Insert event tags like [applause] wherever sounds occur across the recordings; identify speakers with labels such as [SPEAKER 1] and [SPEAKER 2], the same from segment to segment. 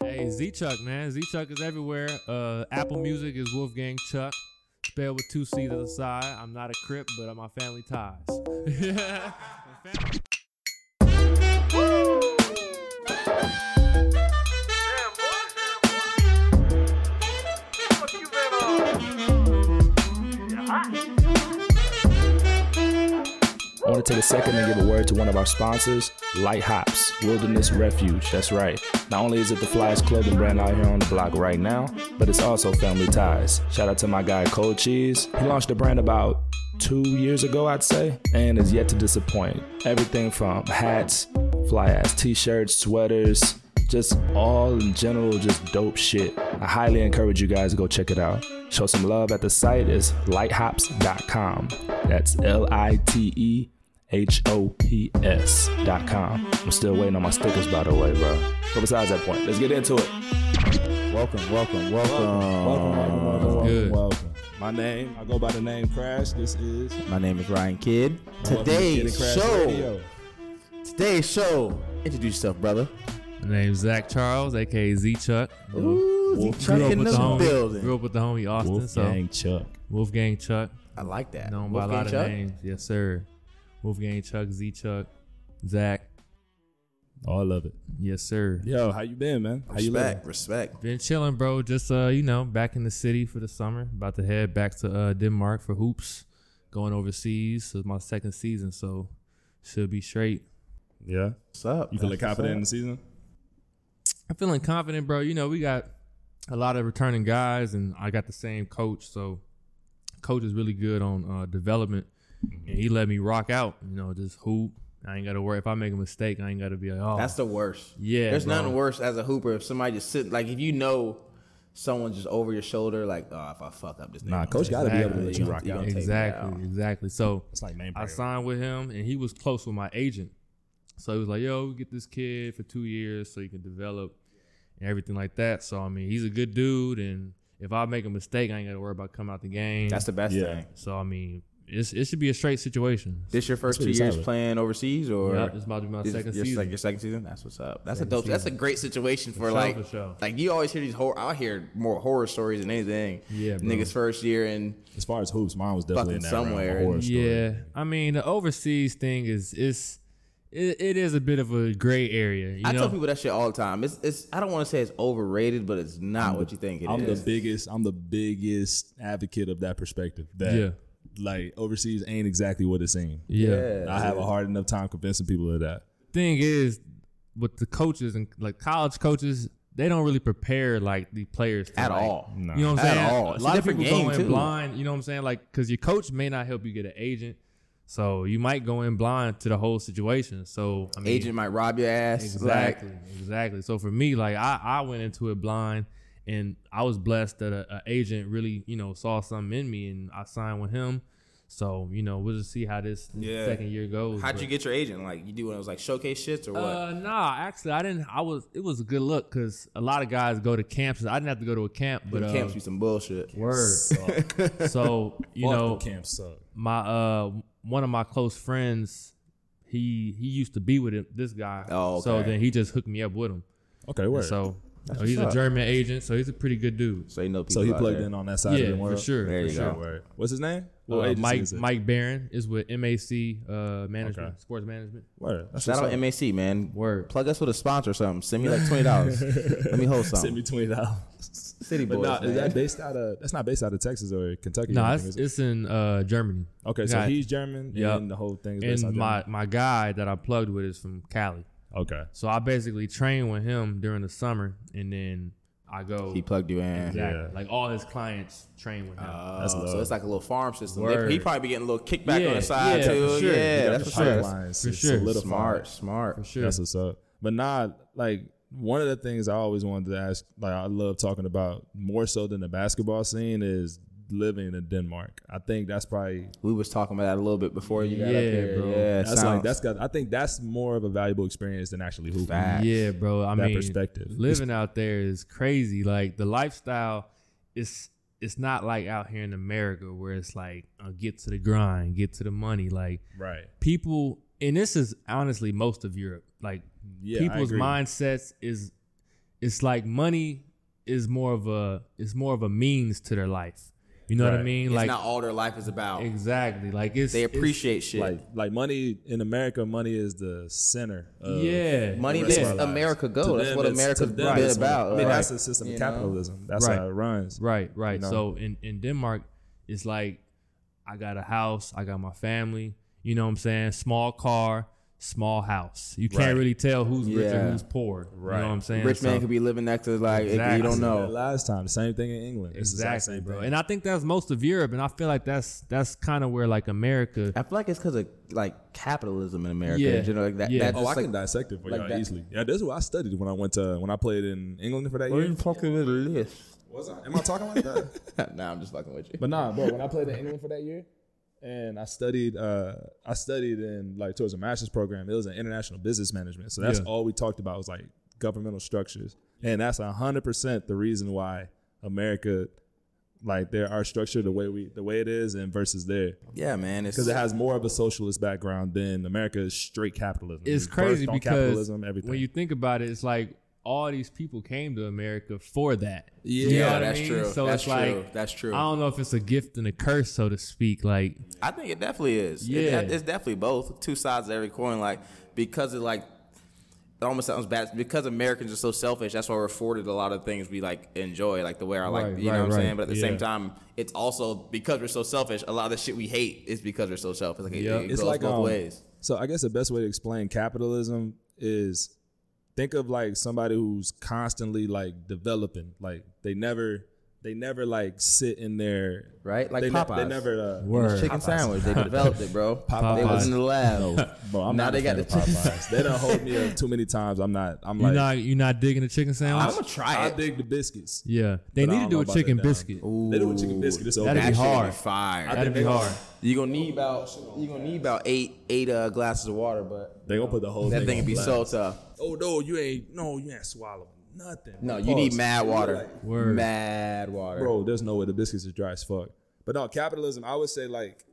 [SPEAKER 1] Hey, Z Chuck, man. Z Chuck is everywhere. Uh, Apple Music is Wolfgang Chuck. Spelled with two C's on the side. I'm not a Crip, but my family ties. [laughs]
[SPEAKER 2] I want to take a second and give a word to one of our sponsors, Light Hops, Wilderness Refuge. That's right. Not only is it the flyest clothing brand out here on the block right now, but it's also family ties. Shout out to my guy Cold Cheese. He launched the brand about two years ago, I'd say, and is yet to disappoint. Everything from hats, fly ass t shirts, sweaters, just all in general, just dope shit. I highly encourage you guys to go check it out. Show some love at the site is lighthops.com. That's L I T E H O P S.com. I'm still waiting on my stickers, by the way, bro. But besides that point, let's get into it.
[SPEAKER 3] Welcome, welcome, welcome, welcome, welcome, welcome, welcome,
[SPEAKER 1] Good.
[SPEAKER 3] welcome.
[SPEAKER 2] My name, I go by the name Crash. This is
[SPEAKER 3] My name is Ryan Kidd. Today's show. Today's show. Introduce yourself, brother.
[SPEAKER 1] My name's Zach Charles, aka Z Chuck. You know,
[SPEAKER 3] Ooh,
[SPEAKER 2] Wolf-
[SPEAKER 3] Chuck
[SPEAKER 1] grew up
[SPEAKER 3] in
[SPEAKER 1] with
[SPEAKER 3] the
[SPEAKER 1] the homie-
[SPEAKER 3] building.
[SPEAKER 1] Grew up with the homie Austin, so
[SPEAKER 2] Wolfgang Chuck.
[SPEAKER 1] Wolfgang Chuck.
[SPEAKER 3] I like that.
[SPEAKER 1] Known by a
[SPEAKER 3] Wolfgang
[SPEAKER 1] lot of
[SPEAKER 3] Chuck?
[SPEAKER 1] names. Yes, sir. Wolfgang Chuck, Z Chuck, Zach.
[SPEAKER 2] Oh, I love it.
[SPEAKER 1] Yes, sir.
[SPEAKER 2] Yo, how you been, man? How you living?
[SPEAKER 3] Respect, respect.
[SPEAKER 1] Been chilling, bro. Just uh, you know, back in the city for the summer. About to head back to uh Denmark for hoops. Going overseas. So it's my second season, so should be straight.
[SPEAKER 2] Yeah.
[SPEAKER 3] What's up?
[SPEAKER 2] You feeling
[SPEAKER 3] That's
[SPEAKER 2] confident in the
[SPEAKER 3] what's
[SPEAKER 2] season?
[SPEAKER 1] I'm feeling confident, bro. You know, we got a lot of returning guys, and I got the same coach. So, coach is really good on uh, development, and he let me rock out. You know, just hoop. I ain't got to worry if I make a mistake. I ain't got to be like, oh,
[SPEAKER 4] Oh. That's the worst.
[SPEAKER 1] Yeah,
[SPEAKER 4] There's
[SPEAKER 1] bro.
[SPEAKER 4] nothing worse as a hooper if somebody just sitting like if you know someone's just over your shoulder, like, oh if I fuck up this
[SPEAKER 2] Nah,
[SPEAKER 4] nigga
[SPEAKER 2] coach
[SPEAKER 4] gonna
[SPEAKER 2] got to be able to
[SPEAKER 1] Exactly.
[SPEAKER 2] let you rock
[SPEAKER 4] You
[SPEAKER 2] out.
[SPEAKER 4] gonna take me
[SPEAKER 1] exactly,
[SPEAKER 4] out.
[SPEAKER 1] exactly. So
[SPEAKER 2] It's like main
[SPEAKER 1] I signed with him, and he was close with my agent. So he was like, "Yo, we get this kid for two years, so he can develop and everything like that." So I mean, he's a good dude, and if I make a mistake, I ain't got to worry about coming out the game.
[SPEAKER 4] take- That's the best
[SPEAKER 2] Yeah.
[SPEAKER 4] thing.
[SPEAKER 1] So I mean, it's, it should be a straight situation.
[SPEAKER 4] This your first
[SPEAKER 2] That's
[SPEAKER 4] two
[SPEAKER 2] pretty
[SPEAKER 4] years
[SPEAKER 2] solid.
[SPEAKER 4] playing overseas or
[SPEAKER 1] Yeah, this about to be my
[SPEAKER 4] this-
[SPEAKER 1] second
[SPEAKER 4] your,
[SPEAKER 1] season.
[SPEAKER 4] Like your second season? That's what's up. That's a dope that's a great situation for
[SPEAKER 1] sure,
[SPEAKER 4] like
[SPEAKER 1] for sure.
[SPEAKER 4] like you always hear these horror I hear more horror stories than anything.
[SPEAKER 1] Yeah, bro.
[SPEAKER 4] Niggas first year and
[SPEAKER 2] As far as hoops, mine was definitely
[SPEAKER 4] Fucking
[SPEAKER 2] in that realm of
[SPEAKER 4] somewhere.
[SPEAKER 2] horror story.
[SPEAKER 1] yeah, I mean, the overseas thing is is it, it is a bit of a gray area. You
[SPEAKER 4] I
[SPEAKER 1] know,
[SPEAKER 4] tell people that shit all the time. It's it's I don't want to say it's overrated, but it's not what you think it is.
[SPEAKER 2] I'm the biggest. I'm the biggest advocate of that perspective. That
[SPEAKER 1] Yeah.
[SPEAKER 2] like overseas ain't exactly what it seems.
[SPEAKER 1] yeah.
[SPEAKER 2] I have a hard enough time convincing people of that.
[SPEAKER 1] Thing is, with the coaches and like college coaches, they don't really prepare like the players to,
[SPEAKER 4] at
[SPEAKER 1] like,
[SPEAKER 4] all.
[SPEAKER 2] No.
[SPEAKER 1] You know what I'm
[SPEAKER 4] At
[SPEAKER 1] saying?
[SPEAKER 4] all.
[SPEAKER 1] A
[SPEAKER 4] It's a
[SPEAKER 1] lot of
[SPEAKER 4] different
[SPEAKER 1] people
[SPEAKER 4] game,
[SPEAKER 1] go in
[SPEAKER 4] too.
[SPEAKER 1] blind. You know what I'm saying? Like, because your coach may not help you get an agent, so you might go in blind to the whole situation. So I mean,
[SPEAKER 4] Agent might rob your ass. Like,
[SPEAKER 1] Exactly, exactly. So for me, like I, I went into it blind, and I was blessed that a, a agent really, you know, saw something in me, and I signed with him. So you know, we'll just see how this
[SPEAKER 4] Yeah.
[SPEAKER 1] second year goes.
[SPEAKER 4] How'd
[SPEAKER 1] but-
[SPEAKER 4] you get your agent? Like you do when it was like showcase shits or what?
[SPEAKER 1] Uh, nah, actually, I didn't. I was. It was a good look because a lot of guys go to camps. I didn't have to go to a camp, but
[SPEAKER 4] but
[SPEAKER 1] uh,
[SPEAKER 4] camps be some
[SPEAKER 1] [laughs]
[SPEAKER 4] bullshit.
[SPEAKER 1] word. so you
[SPEAKER 2] Fuck the
[SPEAKER 1] know,
[SPEAKER 2] camp suck.
[SPEAKER 1] my uh one of my close friends, he he used to be with him, this guy.
[SPEAKER 4] Oh,
[SPEAKER 1] so
[SPEAKER 4] okay.
[SPEAKER 1] then he just hooked me up with him.
[SPEAKER 2] Okay, word. So,
[SPEAKER 1] So oh, he's a German agent, so he's a pretty good dude.
[SPEAKER 4] So you know people.
[SPEAKER 2] he
[SPEAKER 4] out
[SPEAKER 2] plugged
[SPEAKER 4] there.
[SPEAKER 2] in on that side
[SPEAKER 1] yeah,
[SPEAKER 2] of the world.
[SPEAKER 1] for sure.
[SPEAKER 4] There
[SPEAKER 1] for
[SPEAKER 4] you
[SPEAKER 1] sure.
[SPEAKER 4] go.
[SPEAKER 2] Word. What's his name?
[SPEAKER 1] Uh,
[SPEAKER 2] What agency
[SPEAKER 1] Mike
[SPEAKER 2] is it?
[SPEAKER 1] Mike Barron is with MAC uh, management,
[SPEAKER 2] Okay.
[SPEAKER 1] sports management.
[SPEAKER 2] Word. That's
[SPEAKER 4] Shout
[SPEAKER 2] what's
[SPEAKER 4] out
[SPEAKER 2] up.
[SPEAKER 4] MAC man.
[SPEAKER 1] Word.
[SPEAKER 4] Plug us with a sponsor or something. Send me like
[SPEAKER 1] [laughs]
[SPEAKER 4] twenty dollars. Let me
[SPEAKER 2] [laughs]
[SPEAKER 4] hold
[SPEAKER 2] Send me
[SPEAKER 4] something.
[SPEAKER 2] twenty dollars.
[SPEAKER 4] City
[SPEAKER 2] But
[SPEAKER 4] boys.
[SPEAKER 2] nah, is
[SPEAKER 4] man.
[SPEAKER 2] that based out of? That's not based out of Texas or Kentucky.
[SPEAKER 1] No,
[SPEAKER 2] or
[SPEAKER 1] it's,
[SPEAKER 2] anything, is it?
[SPEAKER 1] it's in uh, Germany.
[SPEAKER 2] okay. So
[SPEAKER 1] got-
[SPEAKER 2] he's German,
[SPEAKER 1] Yup.
[SPEAKER 2] and the whole thing is based out
[SPEAKER 1] And
[SPEAKER 2] of
[SPEAKER 1] my, my guy that I plugged with is from Cali.
[SPEAKER 2] Germany. Okay.
[SPEAKER 1] So I basically train with him during the summer and then I go
[SPEAKER 4] he plugged you in.
[SPEAKER 1] Exactly.
[SPEAKER 2] Yeah. Uh,
[SPEAKER 1] Like all his clients train with him.
[SPEAKER 4] Oh,
[SPEAKER 2] That's love.
[SPEAKER 4] so it's like a little farm system.
[SPEAKER 1] Word.
[SPEAKER 4] They, he probably be getting a little kickback
[SPEAKER 1] Yeah,
[SPEAKER 4] on the side
[SPEAKER 1] yeah,
[SPEAKER 4] too.
[SPEAKER 1] for sure.
[SPEAKER 2] You
[SPEAKER 4] Yeah,
[SPEAKER 2] got
[SPEAKER 4] that's
[SPEAKER 2] the
[SPEAKER 4] for sure. That's
[SPEAKER 2] pipelines
[SPEAKER 1] For
[SPEAKER 2] is
[SPEAKER 1] sure.
[SPEAKER 2] solidified.
[SPEAKER 4] smart, smart.
[SPEAKER 1] sure.
[SPEAKER 2] That's what's up. But nah, like one of the things I always wanted to ask, like I love talking about more so than the basketball scene is living in Denmark. I think that's probably
[SPEAKER 4] We was talking about that a little bit before you got
[SPEAKER 1] Yeah,
[SPEAKER 4] up here.
[SPEAKER 1] bro.
[SPEAKER 4] Yeah,
[SPEAKER 2] that's
[SPEAKER 4] sounds-
[SPEAKER 2] like that's got I think that's more of a valuable experience than actually hooping.
[SPEAKER 4] Facts.
[SPEAKER 1] yeah, bro. I
[SPEAKER 2] That
[SPEAKER 1] mean,
[SPEAKER 2] perspective.
[SPEAKER 1] living out there is crazy. Like the lifestyle, it's it's not like out here in America where it's like uh, get to the grind, get to the money. Like
[SPEAKER 2] Right.
[SPEAKER 1] people, and this is honestly most of Europe. Like
[SPEAKER 2] Yeah. I
[SPEAKER 1] people's
[SPEAKER 2] agree.
[SPEAKER 1] mindsets is it's like money is more of a it's more of a means to their life. You know what I
[SPEAKER 5] Right.
[SPEAKER 1] mean?
[SPEAKER 4] It's
[SPEAKER 1] like
[SPEAKER 4] not all their life is about.
[SPEAKER 1] exactly. Like it's
[SPEAKER 4] They
[SPEAKER 1] it's-
[SPEAKER 4] appreciate shit.
[SPEAKER 5] Like like money in America, money is the center. Of
[SPEAKER 1] Yeah.
[SPEAKER 4] uh, Money
[SPEAKER 5] the rest of
[SPEAKER 4] makes
[SPEAKER 5] our lives.
[SPEAKER 4] America go.
[SPEAKER 5] To
[SPEAKER 4] That's what
[SPEAKER 5] it's-
[SPEAKER 4] America's
[SPEAKER 5] to them,
[SPEAKER 4] been
[SPEAKER 5] it's-
[SPEAKER 4] about,
[SPEAKER 5] I mean,
[SPEAKER 4] right.
[SPEAKER 5] that's the system
[SPEAKER 4] You
[SPEAKER 5] of
[SPEAKER 4] know?
[SPEAKER 5] capitalism. That's
[SPEAKER 1] Right.
[SPEAKER 5] how it runs.
[SPEAKER 1] Right, right.
[SPEAKER 5] know?
[SPEAKER 1] So in, in Denmark, it's like I got a house, I got my family, you know what I'm saying? Small car, small house. You can't
[SPEAKER 5] Right.
[SPEAKER 1] really tell who's rich or
[SPEAKER 4] Yeah.
[SPEAKER 1] who's poor. You
[SPEAKER 5] Right.
[SPEAKER 1] know what I'm saying?
[SPEAKER 4] Rich man
[SPEAKER 1] So-
[SPEAKER 4] could be living next to like
[SPEAKER 1] Exactly.
[SPEAKER 4] you don't
[SPEAKER 5] Yeah,
[SPEAKER 4] know.
[SPEAKER 5] last time, the same thing in England. It's the exact
[SPEAKER 1] Exactly,
[SPEAKER 5] same
[SPEAKER 1] bro.
[SPEAKER 5] thing.
[SPEAKER 1] And I think that's most of Europe, and I feel like that's that's kind of where like America.
[SPEAKER 4] I feel like it's because of like capitalism in America.
[SPEAKER 1] Yeah.
[SPEAKER 4] in general. like that.
[SPEAKER 1] Yeah.
[SPEAKER 4] that
[SPEAKER 5] Oh,
[SPEAKER 4] just,
[SPEAKER 5] I
[SPEAKER 4] like,
[SPEAKER 5] can dissect it for
[SPEAKER 4] like
[SPEAKER 5] y'all
[SPEAKER 4] that.
[SPEAKER 5] easily. Yeah, this is what I studied when I went to when I played in England for that
[SPEAKER 4] Why
[SPEAKER 5] year.
[SPEAKER 4] fucking with a list?
[SPEAKER 5] Was I? Am I talking like
[SPEAKER 4] [laughs]
[SPEAKER 5] that?
[SPEAKER 4] nah, I'm just fucking with you.
[SPEAKER 5] [laughs] But nah, bro, when I played in England for that year, and I studied, uh, I studied in like towards a master's program. It was in international business management, so that's
[SPEAKER 1] Yeah.
[SPEAKER 5] all we talked about was like governmental structures, and that's hundred percent the reason why America, like, there are structure the way we the way it is, and versus there
[SPEAKER 4] yeah, man. It's
[SPEAKER 5] because it has more of a socialist background than America is straight capitalism.
[SPEAKER 1] It's
[SPEAKER 5] We birthed
[SPEAKER 1] crazy
[SPEAKER 5] on
[SPEAKER 1] because
[SPEAKER 5] capitalism, everything.
[SPEAKER 1] when you think about it, it's like all these people came to America for that.
[SPEAKER 4] yeah,
[SPEAKER 1] You know what I
[SPEAKER 4] that's
[SPEAKER 1] mean?
[SPEAKER 4] true.
[SPEAKER 1] So
[SPEAKER 4] that's
[SPEAKER 1] it's like
[SPEAKER 4] true. that's true.
[SPEAKER 1] I don't know if it's a gift and a curse, so to speak. Like
[SPEAKER 4] I think it definitely is. It-
[SPEAKER 1] Yeah.
[SPEAKER 4] it's definitely both. Two sides of every coin. Like because it like it almost sounds bad because Americans are so selfish. That's why we're afforded a lot of things we like enjoy, like the way I like.
[SPEAKER 1] Right,
[SPEAKER 4] you
[SPEAKER 1] right,
[SPEAKER 4] know what
[SPEAKER 1] right.
[SPEAKER 4] I'm saying? But at the
[SPEAKER 1] Yeah.
[SPEAKER 4] same time, it's also because we're so selfish. A lot of the shit we hate is because we're so selfish. Like it,
[SPEAKER 1] Yeah.
[SPEAKER 4] it
[SPEAKER 5] it's
[SPEAKER 4] goes
[SPEAKER 5] like
[SPEAKER 4] both
[SPEAKER 5] um,
[SPEAKER 4] ways.
[SPEAKER 5] So I guess the best way to explain capitalism is think of like somebody who's constantly like developing. Like they never they never like sit in their
[SPEAKER 4] Right? Like
[SPEAKER 5] they, ne-
[SPEAKER 4] Popeyes.
[SPEAKER 5] they never uh,
[SPEAKER 1] Word.
[SPEAKER 4] Chicken sandwich.
[SPEAKER 5] [laughs]
[SPEAKER 4] They developed it, bro. They
[SPEAKER 1] Popeyes.
[SPEAKER 4] was in the lab.
[SPEAKER 5] Bro, I'm
[SPEAKER 4] Now
[SPEAKER 5] not
[SPEAKER 4] they
[SPEAKER 5] a fan
[SPEAKER 4] got
[SPEAKER 5] of
[SPEAKER 4] the chicken
[SPEAKER 5] Popeyes. they don't hold me up too many times. I'm not I'm
[SPEAKER 1] you're
[SPEAKER 5] like
[SPEAKER 1] not you're not digging a chicken
[SPEAKER 4] I'm
[SPEAKER 1] sandwich.
[SPEAKER 4] gonna try
[SPEAKER 5] I
[SPEAKER 4] it.
[SPEAKER 5] dig the biscuits.
[SPEAKER 1] yeah, they
[SPEAKER 5] But I
[SPEAKER 1] need to
[SPEAKER 5] don't
[SPEAKER 1] do
[SPEAKER 5] know
[SPEAKER 1] a
[SPEAKER 5] about
[SPEAKER 1] chicken
[SPEAKER 5] that now.
[SPEAKER 1] biscuit.
[SPEAKER 5] They do a chicken biscuit. It's
[SPEAKER 1] That'd
[SPEAKER 5] okay.
[SPEAKER 1] be
[SPEAKER 4] That shit would
[SPEAKER 1] hard.
[SPEAKER 4] be fire.
[SPEAKER 1] That'd be hard.
[SPEAKER 4] You gonna need about you gonna need about eight eight uh, glasses of water, but
[SPEAKER 5] They gonna put the whole
[SPEAKER 4] that
[SPEAKER 5] thing.
[SPEAKER 4] thing
[SPEAKER 5] on
[SPEAKER 4] would be
[SPEAKER 5] blast.
[SPEAKER 4] so tough.
[SPEAKER 5] Oh no, you ain't no, you ain't swallowing nothing.
[SPEAKER 4] No,
[SPEAKER 5] bro.
[SPEAKER 4] you need
[SPEAKER 5] Pause.
[SPEAKER 4] mad water.
[SPEAKER 1] Word.
[SPEAKER 4] Mad water.
[SPEAKER 5] bro, there's no way the biscuits are dry as fuck. But no, capitalism, I would say like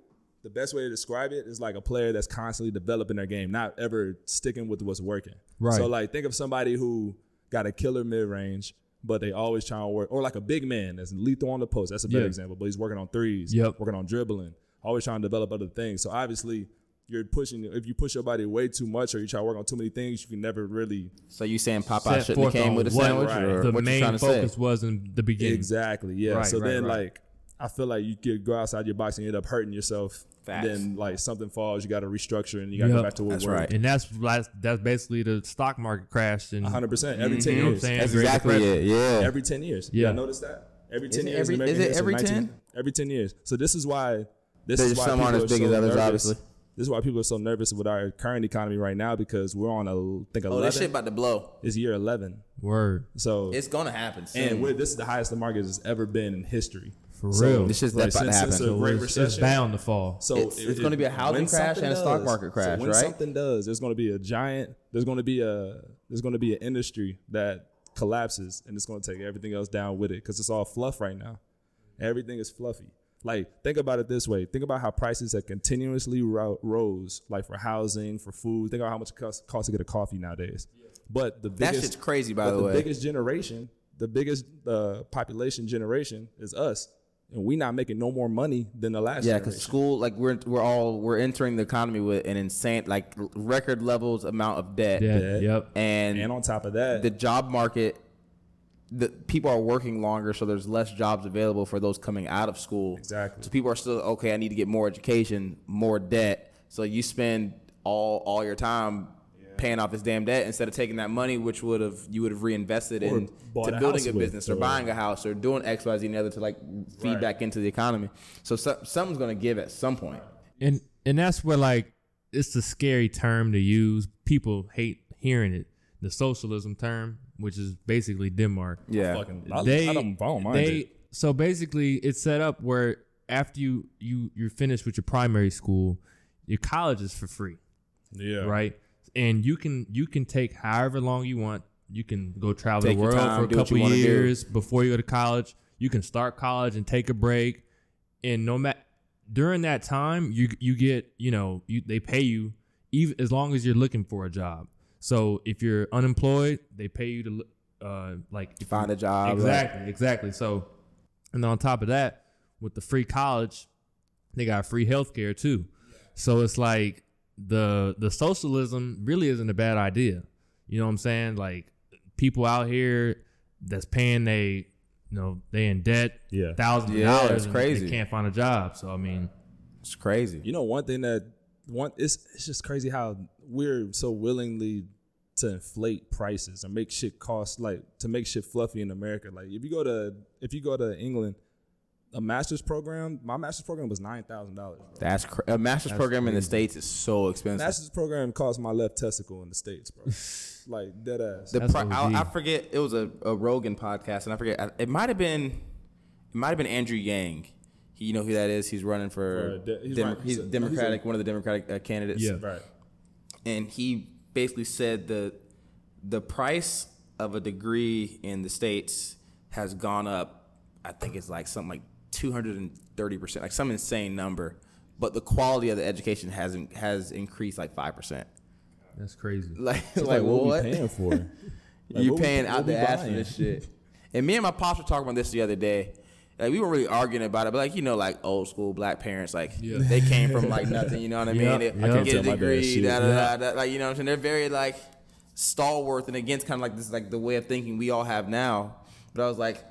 [SPEAKER 5] the best way to describe it is like a player that's constantly developing their game, not ever sticking with what's working.
[SPEAKER 1] Right.
[SPEAKER 5] So like think of somebody who got a killer mid range, but they always trying to work, or like a big man that's lethal on the post. That's a better
[SPEAKER 1] Yeah.
[SPEAKER 5] example. But he's working on threes,
[SPEAKER 1] Yep.
[SPEAKER 5] working on dribbling, always trying to develop other things. So obviously. You're pushing. If you push your body way too much, or you try to work on too many things, you can never really
[SPEAKER 4] So you saying Popeye
[SPEAKER 1] Set
[SPEAKER 4] shouldn't
[SPEAKER 1] forth
[SPEAKER 4] have came
[SPEAKER 1] on
[SPEAKER 4] with a
[SPEAKER 1] what
[SPEAKER 4] sandwich?
[SPEAKER 5] right.
[SPEAKER 4] Or
[SPEAKER 1] the
[SPEAKER 4] what you trying
[SPEAKER 1] main
[SPEAKER 4] to
[SPEAKER 1] focus
[SPEAKER 4] say?
[SPEAKER 1] was in the beginning.
[SPEAKER 5] Exactly. Yeah.
[SPEAKER 1] Right,
[SPEAKER 5] so
[SPEAKER 1] right,
[SPEAKER 5] then,
[SPEAKER 1] right.
[SPEAKER 5] like, I feel like you could go outside your box and you end up hurting yourself.
[SPEAKER 4] Facts.
[SPEAKER 5] Then, like, something falls, you got to restructure and you got to
[SPEAKER 1] Yup.
[SPEAKER 5] go back to what
[SPEAKER 4] That's
[SPEAKER 5] worked.
[SPEAKER 4] right.
[SPEAKER 1] And that's like, that's basically the stock market crash and
[SPEAKER 5] 100 percent every
[SPEAKER 1] Mm-hmm. you
[SPEAKER 5] 10
[SPEAKER 1] know what I'm
[SPEAKER 5] years.
[SPEAKER 1] saying?
[SPEAKER 4] That's
[SPEAKER 1] Great
[SPEAKER 4] exactly
[SPEAKER 1] Depression.
[SPEAKER 4] it. Yeah.
[SPEAKER 5] Every 10 years.
[SPEAKER 1] Yeah.
[SPEAKER 5] Yeah. Notice that. Every
[SPEAKER 4] Isn't
[SPEAKER 5] 10 years.
[SPEAKER 4] every-
[SPEAKER 5] in American
[SPEAKER 4] is it
[SPEAKER 5] history,
[SPEAKER 4] every
[SPEAKER 5] 19
[SPEAKER 4] 10?
[SPEAKER 5] Every 10 years. So this is why. This
[SPEAKER 4] There's
[SPEAKER 5] is why
[SPEAKER 4] some
[SPEAKER 5] people
[SPEAKER 4] aren't as
[SPEAKER 5] are
[SPEAKER 4] big
[SPEAKER 5] so
[SPEAKER 4] as others,
[SPEAKER 5] nervous.
[SPEAKER 4] obviously.
[SPEAKER 5] This is why people are so nervous with our current economy right now because we're on a I think 11.
[SPEAKER 4] Oh, this shit about to blow.
[SPEAKER 5] is year 11.
[SPEAKER 1] Word
[SPEAKER 5] So
[SPEAKER 4] It's gonna happen soon.
[SPEAKER 5] and we're, this is the highest the market has ever been in history.
[SPEAKER 1] for
[SPEAKER 5] So-
[SPEAKER 1] real.
[SPEAKER 4] this shit's
[SPEAKER 5] Right,
[SPEAKER 4] about to
[SPEAKER 5] since-
[SPEAKER 4] happen.
[SPEAKER 5] since the
[SPEAKER 4] So
[SPEAKER 5] Great
[SPEAKER 1] It's- it's,
[SPEAKER 5] Recession.
[SPEAKER 1] bound to fall.
[SPEAKER 5] So
[SPEAKER 4] It's-
[SPEAKER 5] if-
[SPEAKER 4] it's gonna
[SPEAKER 5] if-
[SPEAKER 4] be a housing
[SPEAKER 5] when
[SPEAKER 4] crash
[SPEAKER 5] something
[SPEAKER 4] and a stock market crash,
[SPEAKER 5] so when
[SPEAKER 4] right?
[SPEAKER 5] something does, there's gonna be a giant. There's gonna be a. There's gonna be an industry that collapses, and it's gonna take everything else down with it because it's all fluff right now. Everything is fluffy. Like think about it this way. Think about how prices have continuously ro- rose, like for housing, for food. Think about how much it costs, costs to get a coffee nowadays. But the biggest,
[SPEAKER 4] shit's crazy, by
[SPEAKER 5] but
[SPEAKER 4] the way.
[SPEAKER 5] biggest generation, the biggest uh, population generation is us, and we not making no more money than the last.
[SPEAKER 4] yeah,
[SPEAKER 5] generation.
[SPEAKER 4] because school, like we're we're all we're entering the economy with an insane, like record levels amount of debt,
[SPEAKER 1] Yeah.
[SPEAKER 5] Yeah.
[SPEAKER 1] Yep.
[SPEAKER 4] and
[SPEAKER 5] And on top of that,
[SPEAKER 4] the job market the people are working longer so there's less jobs available for those coming out of school
[SPEAKER 5] Exactly.
[SPEAKER 4] so people are still okay i need to get more education more debt so you spend all all your time paying off this damn debt instead of taking that money which would have you would have reinvested
[SPEAKER 5] Or
[SPEAKER 4] in
[SPEAKER 5] bought
[SPEAKER 4] to
[SPEAKER 5] a
[SPEAKER 4] building
[SPEAKER 5] house
[SPEAKER 4] a
[SPEAKER 5] with,
[SPEAKER 4] business or
[SPEAKER 5] or-
[SPEAKER 4] buying a house or doing xyz and the other to like feed
[SPEAKER 5] Right.
[SPEAKER 4] back into the economy so, so something's going to give at some point
[SPEAKER 1] And and that's where like it's a scary term to use. People hate hearing it. The socialism term, which is basically Denmark.
[SPEAKER 4] yeah
[SPEAKER 5] fucking, I,
[SPEAKER 1] they
[SPEAKER 5] I don't, I don't mind
[SPEAKER 1] they
[SPEAKER 5] it.
[SPEAKER 1] so basically it's set up where after you you you're finished with your primary school, your college is for free.
[SPEAKER 5] Yeah.
[SPEAKER 1] right? And you can you can take however long you want. You can go travel
[SPEAKER 4] Take
[SPEAKER 1] the
[SPEAKER 4] your
[SPEAKER 1] world
[SPEAKER 4] time,
[SPEAKER 1] for a
[SPEAKER 4] do what you
[SPEAKER 1] couple
[SPEAKER 4] wanna do.
[SPEAKER 1] years before you go to college. You can start college and take a break, and no matter during that time, you you get you know you they pay you even as long as you're looking for a job. So if you're unemployed, they pay you to l- uh, like if
[SPEAKER 4] Find a job. like-
[SPEAKER 1] Exactly, exactly. So, and on top of that, with the free college, they got free healthcare too. So it's like the the socialism really isn't a bad idea. You know what I'm saying? Like people out here that's paying they you know they in debt
[SPEAKER 5] Yeah.
[SPEAKER 1] thousands
[SPEAKER 4] Yeah,
[SPEAKER 1] of dollars
[SPEAKER 4] it's
[SPEAKER 1] and
[SPEAKER 4] crazy.
[SPEAKER 1] they can't find a job. So I mean,
[SPEAKER 4] It's crazy.
[SPEAKER 5] You know, one thing that one it's it's just crazy how we're so willingly to inflate prices and make shit cost like to make shit fluffy in America. Like if you go to if you go to England, a master's program, my master's program was nine thousand dollars.
[SPEAKER 4] That's cra- a master's program in the states is so expensive.
[SPEAKER 5] Master's program cost my left testicle in the
[SPEAKER 4] [laughs]
[SPEAKER 5] states, bro. like dead ass.
[SPEAKER 4] the
[SPEAKER 1] That's
[SPEAKER 4] pri-
[SPEAKER 1] OG.
[SPEAKER 4] I, I forget it was a, a Rogan podcast, and I forget I- it might have been it might have been Andrew Yang. He, you know who that is? He's running for,
[SPEAKER 5] For de- he's
[SPEAKER 4] Dem-
[SPEAKER 5] running-
[SPEAKER 4] he's
[SPEAKER 5] he's a-
[SPEAKER 4] Democratic, one of the Democratic uh, candidates.
[SPEAKER 1] Yeah.
[SPEAKER 5] right.
[SPEAKER 4] and he basically said that the price of a degree in the states has gone up. I think it's like something like two hundred and thirty percent, like some insane number. But the quality of the education hasn't has increased like five percent. [laughs]
[SPEAKER 1] that's crazy.
[SPEAKER 4] Like,
[SPEAKER 5] It's
[SPEAKER 4] like,
[SPEAKER 5] what,
[SPEAKER 4] what?
[SPEAKER 5] we paying for? Like,
[SPEAKER 4] You're
[SPEAKER 5] what we-
[SPEAKER 4] paying
[SPEAKER 5] what
[SPEAKER 4] out
[SPEAKER 5] we
[SPEAKER 4] the ass for
[SPEAKER 5] buying?
[SPEAKER 4] this
[SPEAKER 5] [laughs]
[SPEAKER 4] shit. And me and my pops were talking about this the other day. Like we were really arguing about it, but like you know, like old school black parents, like
[SPEAKER 1] Yeah.
[SPEAKER 4] they came from
[SPEAKER 5] [laughs]
[SPEAKER 4] like nothing. You know what I mean?
[SPEAKER 1] Yeah,
[SPEAKER 4] They-
[SPEAKER 1] yeah.
[SPEAKER 4] I can get
[SPEAKER 5] Tell
[SPEAKER 4] a
[SPEAKER 5] my dad
[SPEAKER 4] degree,
[SPEAKER 5] shit.
[SPEAKER 4] da, da, da, da, like you know what I'm saying. They're very like stalwart and against kind of like this, like the way of thinking we all have now. But I was like,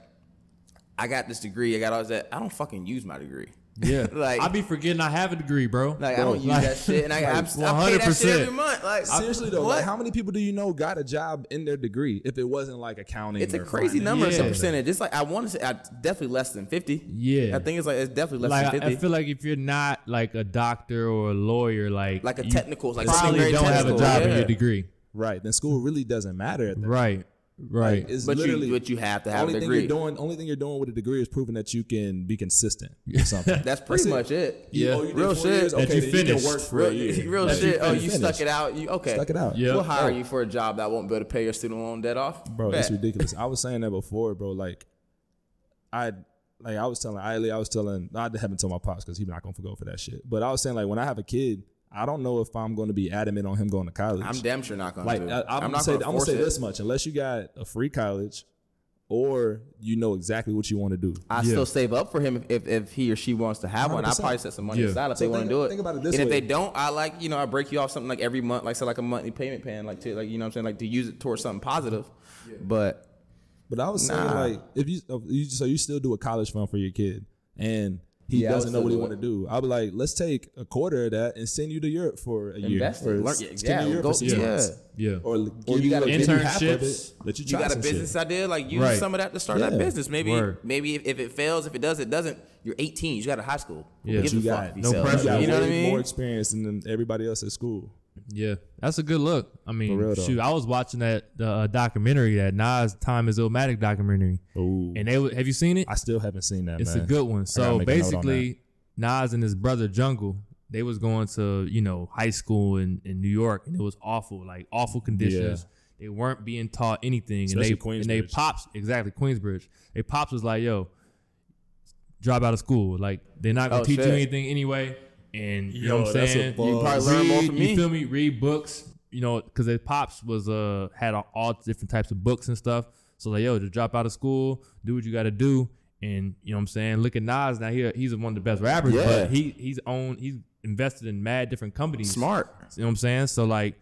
[SPEAKER 4] I got this degree, I got all this. That. I don't fucking use my degree.
[SPEAKER 1] Yeah,
[SPEAKER 4] [laughs] Like-
[SPEAKER 1] I be forgetting I have a degree, bro.
[SPEAKER 4] Like I don't use that shit, and I, I'm, I pay that shit
[SPEAKER 1] 100%.
[SPEAKER 4] every month. Like
[SPEAKER 5] [laughs] Seriously though,
[SPEAKER 4] what?
[SPEAKER 5] like how many people do you know got a job in their degree if it wasn't like accounting?
[SPEAKER 4] It's a
[SPEAKER 5] or
[SPEAKER 4] crazy
[SPEAKER 5] finance?
[SPEAKER 4] number, it's a
[SPEAKER 1] Yeah.
[SPEAKER 4] percentage. It's like I want to say I, definitely less than fifty.
[SPEAKER 1] Yeah.
[SPEAKER 4] I think it's like it's definitely less
[SPEAKER 1] Like,
[SPEAKER 4] than
[SPEAKER 1] I, I
[SPEAKER 4] fifty.
[SPEAKER 1] feel like if you're not like a doctor or a lawyer, like
[SPEAKER 4] like a
[SPEAKER 1] you
[SPEAKER 4] technical, like something
[SPEAKER 1] probably
[SPEAKER 4] very
[SPEAKER 1] don't have a
[SPEAKER 4] technical.
[SPEAKER 1] job in
[SPEAKER 4] yeah.
[SPEAKER 1] your degree.
[SPEAKER 5] Right. Then school really doesn't matter at that.
[SPEAKER 1] Right, right.
[SPEAKER 5] It's
[SPEAKER 4] But
[SPEAKER 5] literally
[SPEAKER 4] you, but you have to have a
[SPEAKER 5] only thing you're
[SPEAKER 4] degree.
[SPEAKER 5] doing. Only thing you're doing with a degree is proving that you can be consistent. Or something.
[SPEAKER 1] [laughs]
[SPEAKER 4] That's pretty much it.
[SPEAKER 5] You-
[SPEAKER 1] Yeah.
[SPEAKER 5] oh, you did
[SPEAKER 4] Real
[SPEAKER 5] four
[SPEAKER 4] shit.
[SPEAKER 5] years?
[SPEAKER 4] That
[SPEAKER 5] Okay,
[SPEAKER 1] you
[SPEAKER 5] then
[SPEAKER 1] finished.
[SPEAKER 5] can work for
[SPEAKER 4] Real,
[SPEAKER 5] a
[SPEAKER 4] [laughs]
[SPEAKER 5] year.
[SPEAKER 4] real
[SPEAKER 5] That
[SPEAKER 4] shit. oh, you
[SPEAKER 5] finished.
[SPEAKER 4] stuck it out. You okay?
[SPEAKER 5] Stuck it out.
[SPEAKER 1] Yeah.
[SPEAKER 4] We'll hire you for a job that won't be able to pay your student loan debt off.
[SPEAKER 5] bro.
[SPEAKER 4] Bet.
[SPEAKER 5] It's ridiculous. I was saying that before, bro. Like, I like I was telling Iley, I was telling I haven't told my pops because he's not gonna go for that shit. But I was saying like when I have a kid, I don't know if I'm going to be adamant on him going to college.
[SPEAKER 4] I'm damn sure not gonna.
[SPEAKER 5] like
[SPEAKER 4] do it.
[SPEAKER 5] I, I'm,
[SPEAKER 4] I'm
[SPEAKER 5] gonna
[SPEAKER 4] not
[SPEAKER 5] say I'm
[SPEAKER 4] gonna
[SPEAKER 5] gonna
[SPEAKER 4] force
[SPEAKER 5] say
[SPEAKER 4] it.
[SPEAKER 5] this much: unless you got a free college, or you know exactly what you want to do.
[SPEAKER 4] I still save up for him if, if, if he or she wants to have one. I
[SPEAKER 5] 100%.
[SPEAKER 4] probably set some money
[SPEAKER 1] Yeah.
[SPEAKER 4] aside if
[SPEAKER 5] So
[SPEAKER 4] they want to
[SPEAKER 5] think-
[SPEAKER 4] do it.
[SPEAKER 5] think about it this
[SPEAKER 4] and if
[SPEAKER 5] way.
[SPEAKER 4] they don't, I like you know I break you off something like every month, like say like a monthly payment plan, like to like you know what I'm saying like to use it towards something positive. But
[SPEAKER 5] But I was saying
[SPEAKER 4] Nah.
[SPEAKER 5] like if you, if you so you still do a college fund for your kid and he
[SPEAKER 4] Yeah, I would
[SPEAKER 5] doesn't know what he
[SPEAKER 4] still
[SPEAKER 5] want to do. I'll be like, let's take a quarter of that and send you to Europe for a
[SPEAKER 4] invest
[SPEAKER 5] year.
[SPEAKER 4] it,
[SPEAKER 5] or
[SPEAKER 4] learn,
[SPEAKER 5] send you to
[SPEAKER 4] yeah,
[SPEAKER 5] Europe
[SPEAKER 4] go,
[SPEAKER 5] for six
[SPEAKER 4] yeah.
[SPEAKER 5] months.
[SPEAKER 1] yeah,
[SPEAKER 5] Or, l-
[SPEAKER 4] Or
[SPEAKER 5] give
[SPEAKER 4] you got a
[SPEAKER 5] like maybe half of
[SPEAKER 1] internships.
[SPEAKER 5] it, Let you
[SPEAKER 4] you
[SPEAKER 5] try
[SPEAKER 4] got a
[SPEAKER 5] some shit.
[SPEAKER 4] business idea, like use
[SPEAKER 1] Right.
[SPEAKER 4] some of that to start that
[SPEAKER 5] Yeah.
[SPEAKER 4] business. Maybe
[SPEAKER 1] Word.
[SPEAKER 4] maybe if, if it fails, if it does, it doesn't. You're 18, you got a high school.
[SPEAKER 1] Yeah.
[SPEAKER 4] Give
[SPEAKER 1] You
[SPEAKER 4] a fuck
[SPEAKER 5] got
[SPEAKER 4] if you
[SPEAKER 1] no
[SPEAKER 4] sell.
[SPEAKER 1] pressure.
[SPEAKER 5] You got
[SPEAKER 4] You know what I
[SPEAKER 5] way More
[SPEAKER 4] mean?
[SPEAKER 5] experience than everybody else at school.
[SPEAKER 1] yeah. That's a good look. I mean,
[SPEAKER 5] real, though.
[SPEAKER 1] shoot, I was watching that the uh, documentary that Nas Time is Illmatic documentary,
[SPEAKER 5] Ooh.
[SPEAKER 1] and they w- have you seen it?
[SPEAKER 5] I still haven't seen that.
[SPEAKER 1] It's
[SPEAKER 5] man.
[SPEAKER 1] a good one. So
[SPEAKER 5] make a note on
[SPEAKER 1] basically, Nas and his brother Jungle, they was going to you know high school in, in New York, and it was awful, like awful conditions. They weren't being taught anything, and they
[SPEAKER 5] Especially
[SPEAKER 1] and they
[SPEAKER 5] Queensbridge.
[SPEAKER 1] pops exactly Queensbridge. They pops was like, "Yo, drop out of school. Like they're not gonna
[SPEAKER 4] Oh,
[SPEAKER 1] teach you
[SPEAKER 4] shit.
[SPEAKER 1] anything anyway." And you know
[SPEAKER 5] Yo,
[SPEAKER 1] what I'm
[SPEAKER 5] that's a
[SPEAKER 1] saying?
[SPEAKER 5] bug. You
[SPEAKER 4] probably learn more
[SPEAKER 1] read-
[SPEAKER 4] from
[SPEAKER 1] You
[SPEAKER 4] me.
[SPEAKER 1] feel me? Read books. You know, because their pops was uh had all- all different types of books and stuff. So like, yo, just drop out of school, do what you got to do, and you know what I'm saying. Look at Nas now. He he's one of the best rappers,
[SPEAKER 4] Yeah.
[SPEAKER 1] but he he's owned he's invested in mad different companies.
[SPEAKER 4] Smart.
[SPEAKER 1] You know what I'm saying? So like,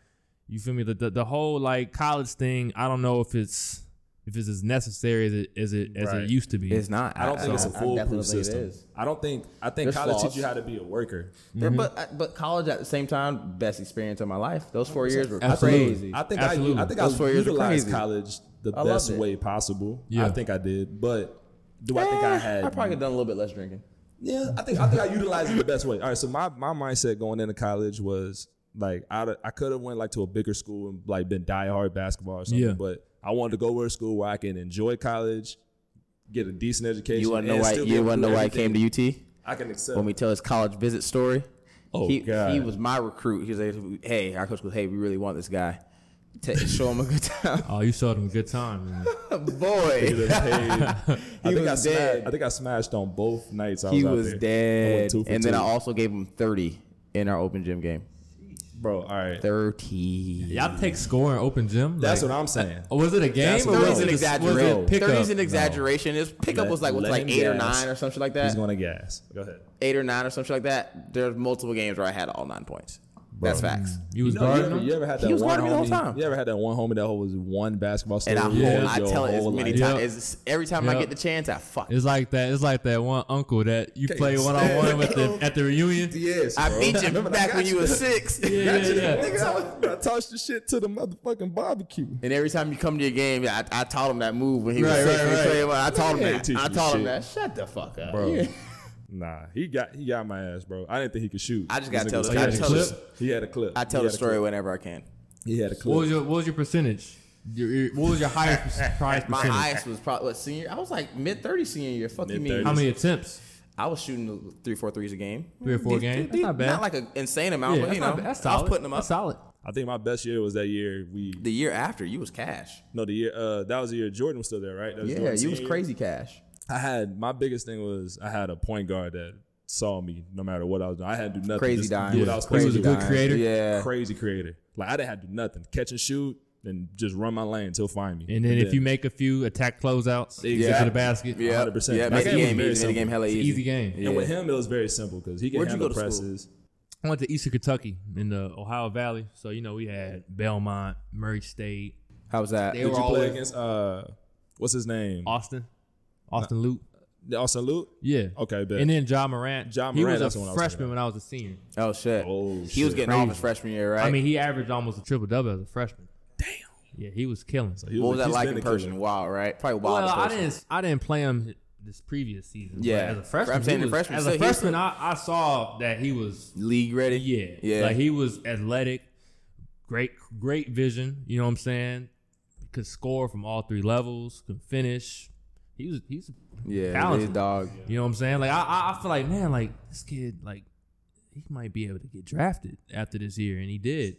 [SPEAKER 1] you feel me? The the, the whole like college thing. I don't know if it's if it's as necessary as it as it as
[SPEAKER 5] Right.
[SPEAKER 1] it used to be.
[SPEAKER 4] It's not.
[SPEAKER 5] I don't think it's a
[SPEAKER 4] definitely don't
[SPEAKER 5] foolproof
[SPEAKER 4] think it
[SPEAKER 5] system.
[SPEAKER 4] is.
[SPEAKER 5] I don't think. I think
[SPEAKER 4] There's
[SPEAKER 5] college
[SPEAKER 4] flaws.
[SPEAKER 5] teaches you how to be a worker.
[SPEAKER 4] There- But uh, but college at the same time, best experience of my life. Those four years were
[SPEAKER 1] Absolutely.
[SPEAKER 4] crazy.
[SPEAKER 5] I think
[SPEAKER 1] Absolutely.
[SPEAKER 5] I, I think
[SPEAKER 4] Those
[SPEAKER 5] I
[SPEAKER 4] four years were
[SPEAKER 5] utilized
[SPEAKER 4] crazy.
[SPEAKER 5] college the
[SPEAKER 4] I
[SPEAKER 5] best
[SPEAKER 4] loved it.
[SPEAKER 5] way possible. I
[SPEAKER 1] Yeah.
[SPEAKER 5] think I did, but do I think I
[SPEAKER 4] Eh,
[SPEAKER 5] had?
[SPEAKER 4] I probably could have done a little bit less drinking.
[SPEAKER 5] yeah, I think I think I utilized it the best way. All right, so my my mindset going into college was like I I could have went like to a bigger school and like been diehard basketball or something,
[SPEAKER 1] Yeah.
[SPEAKER 5] but I wanted to go to a school where I can enjoy college, get a decent education.
[SPEAKER 4] You want to know
[SPEAKER 5] and
[SPEAKER 4] why?
[SPEAKER 5] still be
[SPEAKER 4] You
[SPEAKER 5] able
[SPEAKER 4] want to
[SPEAKER 5] do
[SPEAKER 4] know why I
[SPEAKER 5] everything
[SPEAKER 4] came to UT?
[SPEAKER 5] I can accept.
[SPEAKER 4] when we tell his college visit story.
[SPEAKER 5] Oh,
[SPEAKER 4] he,
[SPEAKER 5] God.
[SPEAKER 4] he was my recruit. He was like, "Hey, our coach was, hey, we really want this guy. Ta show him a good
[SPEAKER 5] [laughs]
[SPEAKER 4] time,
[SPEAKER 1] oh, you showed him a good time. Man.
[SPEAKER 4] boy."
[SPEAKER 5] Get paid. I think I
[SPEAKER 4] was dead.
[SPEAKER 5] smashed. I think I smashed on both nights. [laughs] I was
[SPEAKER 4] He
[SPEAKER 5] out
[SPEAKER 4] was
[SPEAKER 5] there. I went
[SPEAKER 4] dead,
[SPEAKER 5] two for
[SPEAKER 4] and then
[SPEAKER 5] two.
[SPEAKER 4] I also gave him thirty in our open gym game.
[SPEAKER 5] bro. All right,
[SPEAKER 3] Thirty.
[SPEAKER 1] Y'all take score in open gym.
[SPEAKER 5] that's
[SPEAKER 1] Like,
[SPEAKER 5] what I'm saying.
[SPEAKER 1] Was it a game
[SPEAKER 5] That's
[SPEAKER 1] or
[SPEAKER 5] what-
[SPEAKER 1] was
[SPEAKER 5] Thirty's
[SPEAKER 1] it,
[SPEAKER 5] an
[SPEAKER 1] just- was
[SPEAKER 4] exaggeration.
[SPEAKER 1] it pickup?
[SPEAKER 4] Thirty's an exaggeration. His pickup
[SPEAKER 5] Let-
[SPEAKER 4] was like what's
[SPEAKER 5] let
[SPEAKER 4] like
[SPEAKER 5] him
[SPEAKER 4] eight or
[SPEAKER 5] gas.
[SPEAKER 4] nine or something like
[SPEAKER 5] He's
[SPEAKER 4] that.
[SPEAKER 5] going to gas. Go ahead.
[SPEAKER 4] Eight or nine or something like that. There's multiple games where I had all nine points. That's facts.
[SPEAKER 1] You was
[SPEAKER 5] No, you, ever,
[SPEAKER 1] guarding
[SPEAKER 5] you
[SPEAKER 1] him?
[SPEAKER 5] ever had
[SPEAKER 4] He
[SPEAKER 5] that
[SPEAKER 4] was
[SPEAKER 5] one
[SPEAKER 4] guarding me the whole
[SPEAKER 5] homie?
[SPEAKER 4] time.
[SPEAKER 5] You ever had that one homie that was one basketball story?
[SPEAKER 4] And I, hold,
[SPEAKER 5] you told
[SPEAKER 1] Yeah.
[SPEAKER 4] I
[SPEAKER 5] your
[SPEAKER 4] tell it as
[SPEAKER 5] whole
[SPEAKER 4] many
[SPEAKER 5] life?
[SPEAKER 1] Yeah.
[SPEAKER 4] times as every time I
[SPEAKER 1] Yeah.
[SPEAKER 4] get the chance, I fuck.
[SPEAKER 1] It's like that. It's like that one uncle that you play one on one with the, at the reunion.
[SPEAKER 5] Yes,
[SPEAKER 4] I
[SPEAKER 5] bro.
[SPEAKER 4] beat you
[SPEAKER 5] Remember, I
[SPEAKER 4] back [laughs]
[SPEAKER 5] got
[SPEAKER 4] when you
[SPEAKER 5] you.
[SPEAKER 4] were six.
[SPEAKER 1] Yeah, yeah, yeah.
[SPEAKER 5] Nigga, I, was- I tossed the shit to the motherfucking barbecue.
[SPEAKER 4] And every time you come to your game, I, I taught him that move when he was
[SPEAKER 5] Right,
[SPEAKER 4] six.
[SPEAKER 5] right,
[SPEAKER 4] when he
[SPEAKER 5] right.
[SPEAKER 4] played one. I taught him
[SPEAKER 5] Yeah,
[SPEAKER 4] that.
[SPEAKER 5] teach
[SPEAKER 4] I
[SPEAKER 5] you
[SPEAKER 4] taught him
[SPEAKER 5] shit.
[SPEAKER 4] that. Shut the fuck up. [laughs]
[SPEAKER 5] Bro.
[SPEAKER 4] Yeah.
[SPEAKER 5] Nah, he got he got my ass, bro. I didn't think he could shoot.
[SPEAKER 4] I just gotta
[SPEAKER 5] This
[SPEAKER 4] tell
[SPEAKER 5] nigga
[SPEAKER 4] the-
[SPEAKER 5] was
[SPEAKER 1] I just
[SPEAKER 5] terrible.
[SPEAKER 1] tell
[SPEAKER 5] He had a clip.
[SPEAKER 4] I tell
[SPEAKER 5] He
[SPEAKER 4] the
[SPEAKER 5] had a
[SPEAKER 4] story
[SPEAKER 5] clip.
[SPEAKER 4] whenever I can.
[SPEAKER 5] He had a
[SPEAKER 1] What was
[SPEAKER 5] clip.
[SPEAKER 1] your What was your percentage? Your, your, what was your
[SPEAKER 5] [laughs]
[SPEAKER 1] highest per- prize
[SPEAKER 4] My
[SPEAKER 1] percentage?
[SPEAKER 4] highest was probably what senior. I was like mid thirty senior year. Fuck you mean?
[SPEAKER 5] Mid-thirties.
[SPEAKER 1] How many attempts?
[SPEAKER 4] I was shooting three, four threes a game.
[SPEAKER 1] Three or four games? That's not bad.
[SPEAKER 4] Not like an insane amount, but
[SPEAKER 1] that's
[SPEAKER 4] you
[SPEAKER 1] not
[SPEAKER 4] know,
[SPEAKER 1] bad.
[SPEAKER 4] I was putting them up.
[SPEAKER 1] That's solid.
[SPEAKER 5] I think my best year was that year we
[SPEAKER 4] The year after, you was cash.
[SPEAKER 5] no the year uh that was the year Jordan was still there, right? That was
[SPEAKER 4] Yeah,
[SPEAKER 5] Jordan's
[SPEAKER 4] you was
[SPEAKER 5] senior year.
[SPEAKER 4] crazy cash.
[SPEAKER 5] I had my biggest thing was I had a point guard that saw me no matter what I was doing. I had to do nothing.
[SPEAKER 4] Crazy
[SPEAKER 5] Just
[SPEAKER 4] dime.
[SPEAKER 5] do what
[SPEAKER 1] Yeah.
[SPEAKER 5] I was
[SPEAKER 1] He was
[SPEAKER 5] crazy.
[SPEAKER 1] a good
[SPEAKER 5] dime.
[SPEAKER 1] creator.
[SPEAKER 4] Yeah.
[SPEAKER 5] Crazy creator. Like I didn't have to do nothing. Catch and shoot and just run my lanes. He'll find me.
[SPEAKER 1] And then if you make a few attack closeouts, you get to the basket.
[SPEAKER 4] Yeah.
[SPEAKER 5] 100%.
[SPEAKER 4] Yeah,
[SPEAKER 5] That
[SPEAKER 4] make the
[SPEAKER 5] game was
[SPEAKER 4] game
[SPEAKER 5] very
[SPEAKER 4] easy. Make the game
[SPEAKER 5] simple.
[SPEAKER 4] hella
[SPEAKER 1] It's
[SPEAKER 4] easy.
[SPEAKER 1] an easy game.
[SPEAKER 5] and with him it was very simple because he can
[SPEAKER 4] Where'd you
[SPEAKER 5] handle
[SPEAKER 4] go to school?
[SPEAKER 5] presses.
[SPEAKER 1] I went to Eastern Kentucky in the Ohio Valley, so you know we had Belmont, Murray State,
[SPEAKER 4] How was that?
[SPEAKER 1] They were
[SPEAKER 5] Did you play
[SPEAKER 1] always-
[SPEAKER 5] against uh what's his name?
[SPEAKER 1] Austin, Austin Luke.
[SPEAKER 5] Austin Luke?
[SPEAKER 1] Yeah.
[SPEAKER 5] Okay, bet.
[SPEAKER 1] And then John Morant.
[SPEAKER 5] Ja
[SPEAKER 1] he
[SPEAKER 5] Morant,
[SPEAKER 1] was
[SPEAKER 5] that's
[SPEAKER 1] a
[SPEAKER 5] the one I was
[SPEAKER 1] freshman
[SPEAKER 5] thinking
[SPEAKER 1] when I was a senior.
[SPEAKER 4] Oh shit.
[SPEAKER 5] Oh,
[SPEAKER 4] he
[SPEAKER 5] shit.
[SPEAKER 4] was getting off his freshman year, right?
[SPEAKER 1] I mean, he averaged almost a triple double as a freshman. Damn. Yeah, he was killing.
[SPEAKER 5] He
[SPEAKER 4] what was
[SPEAKER 5] a-
[SPEAKER 4] that
[SPEAKER 5] he's
[SPEAKER 4] like
[SPEAKER 5] been
[SPEAKER 4] in
[SPEAKER 5] a killer.
[SPEAKER 4] person? Wild, right? Probably wild.
[SPEAKER 1] Well,
[SPEAKER 4] in
[SPEAKER 1] I
[SPEAKER 4] person.
[SPEAKER 1] didn't. I didn't play him this previous season. but
[SPEAKER 4] Yeah.
[SPEAKER 1] As a freshman,
[SPEAKER 4] I'm saying
[SPEAKER 1] he
[SPEAKER 4] the
[SPEAKER 1] was-
[SPEAKER 4] freshman,
[SPEAKER 1] As
[SPEAKER 4] so
[SPEAKER 1] a
[SPEAKER 4] he's-
[SPEAKER 1] freshman, I, I saw that he was.
[SPEAKER 4] league ready.
[SPEAKER 1] Yeah.
[SPEAKER 4] yeah.
[SPEAKER 1] Like he was athletic, great, great vision. You know what I'm saying? Could score from all three levels. Could finish. He was. He's
[SPEAKER 4] yeah,
[SPEAKER 1] talented.
[SPEAKER 4] he's dog.
[SPEAKER 1] You know what I'm saying? Like I, I, I feel like man, like this kid, like he might be able to get drafted after this year, and he did.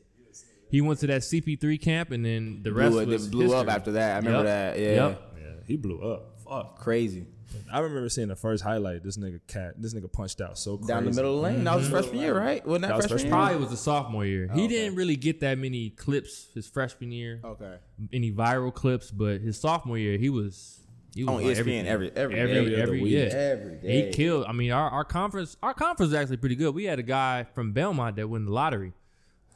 [SPEAKER 1] He went to that CP3 camp, and then the rest
[SPEAKER 4] Blew, it,
[SPEAKER 1] was
[SPEAKER 4] it blew up
[SPEAKER 1] history.
[SPEAKER 4] after that. I remember
[SPEAKER 1] Yep.
[SPEAKER 4] that. Yeah,
[SPEAKER 1] Yep.
[SPEAKER 5] Yeah, he blew up. Fuck.
[SPEAKER 4] crazy.
[SPEAKER 5] I remember seeing the first highlight. This nigga cat. This nigga punched out so crazy.
[SPEAKER 4] Down the middle of the lane. That was his freshman year, right? Wasn't that,
[SPEAKER 5] That was
[SPEAKER 4] freshman,
[SPEAKER 5] freshman
[SPEAKER 1] Probably Mm-hmm. was a sophomore year.
[SPEAKER 4] Oh,
[SPEAKER 1] he didn't really get that many clips his freshman year,
[SPEAKER 4] year? Okay.
[SPEAKER 1] any viral clips, but his sophomore year he was. He was
[SPEAKER 4] On E
[SPEAKER 1] like
[SPEAKER 4] ESPN every every
[SPEAKER 1] every
[SPEAKER 4] every,
[SPEAKER 1] every,
[SPEAKER 5] other week.
[SPEAKER 1] yeah.
[SPEAKER 4] Every
[SPEAKER 1] He
[SPEAKER 4] day.
[SPEAKER 1] killed. I mean, our, our conference our conference is actually pretty good. We had a guy from Belmont that won the lottery,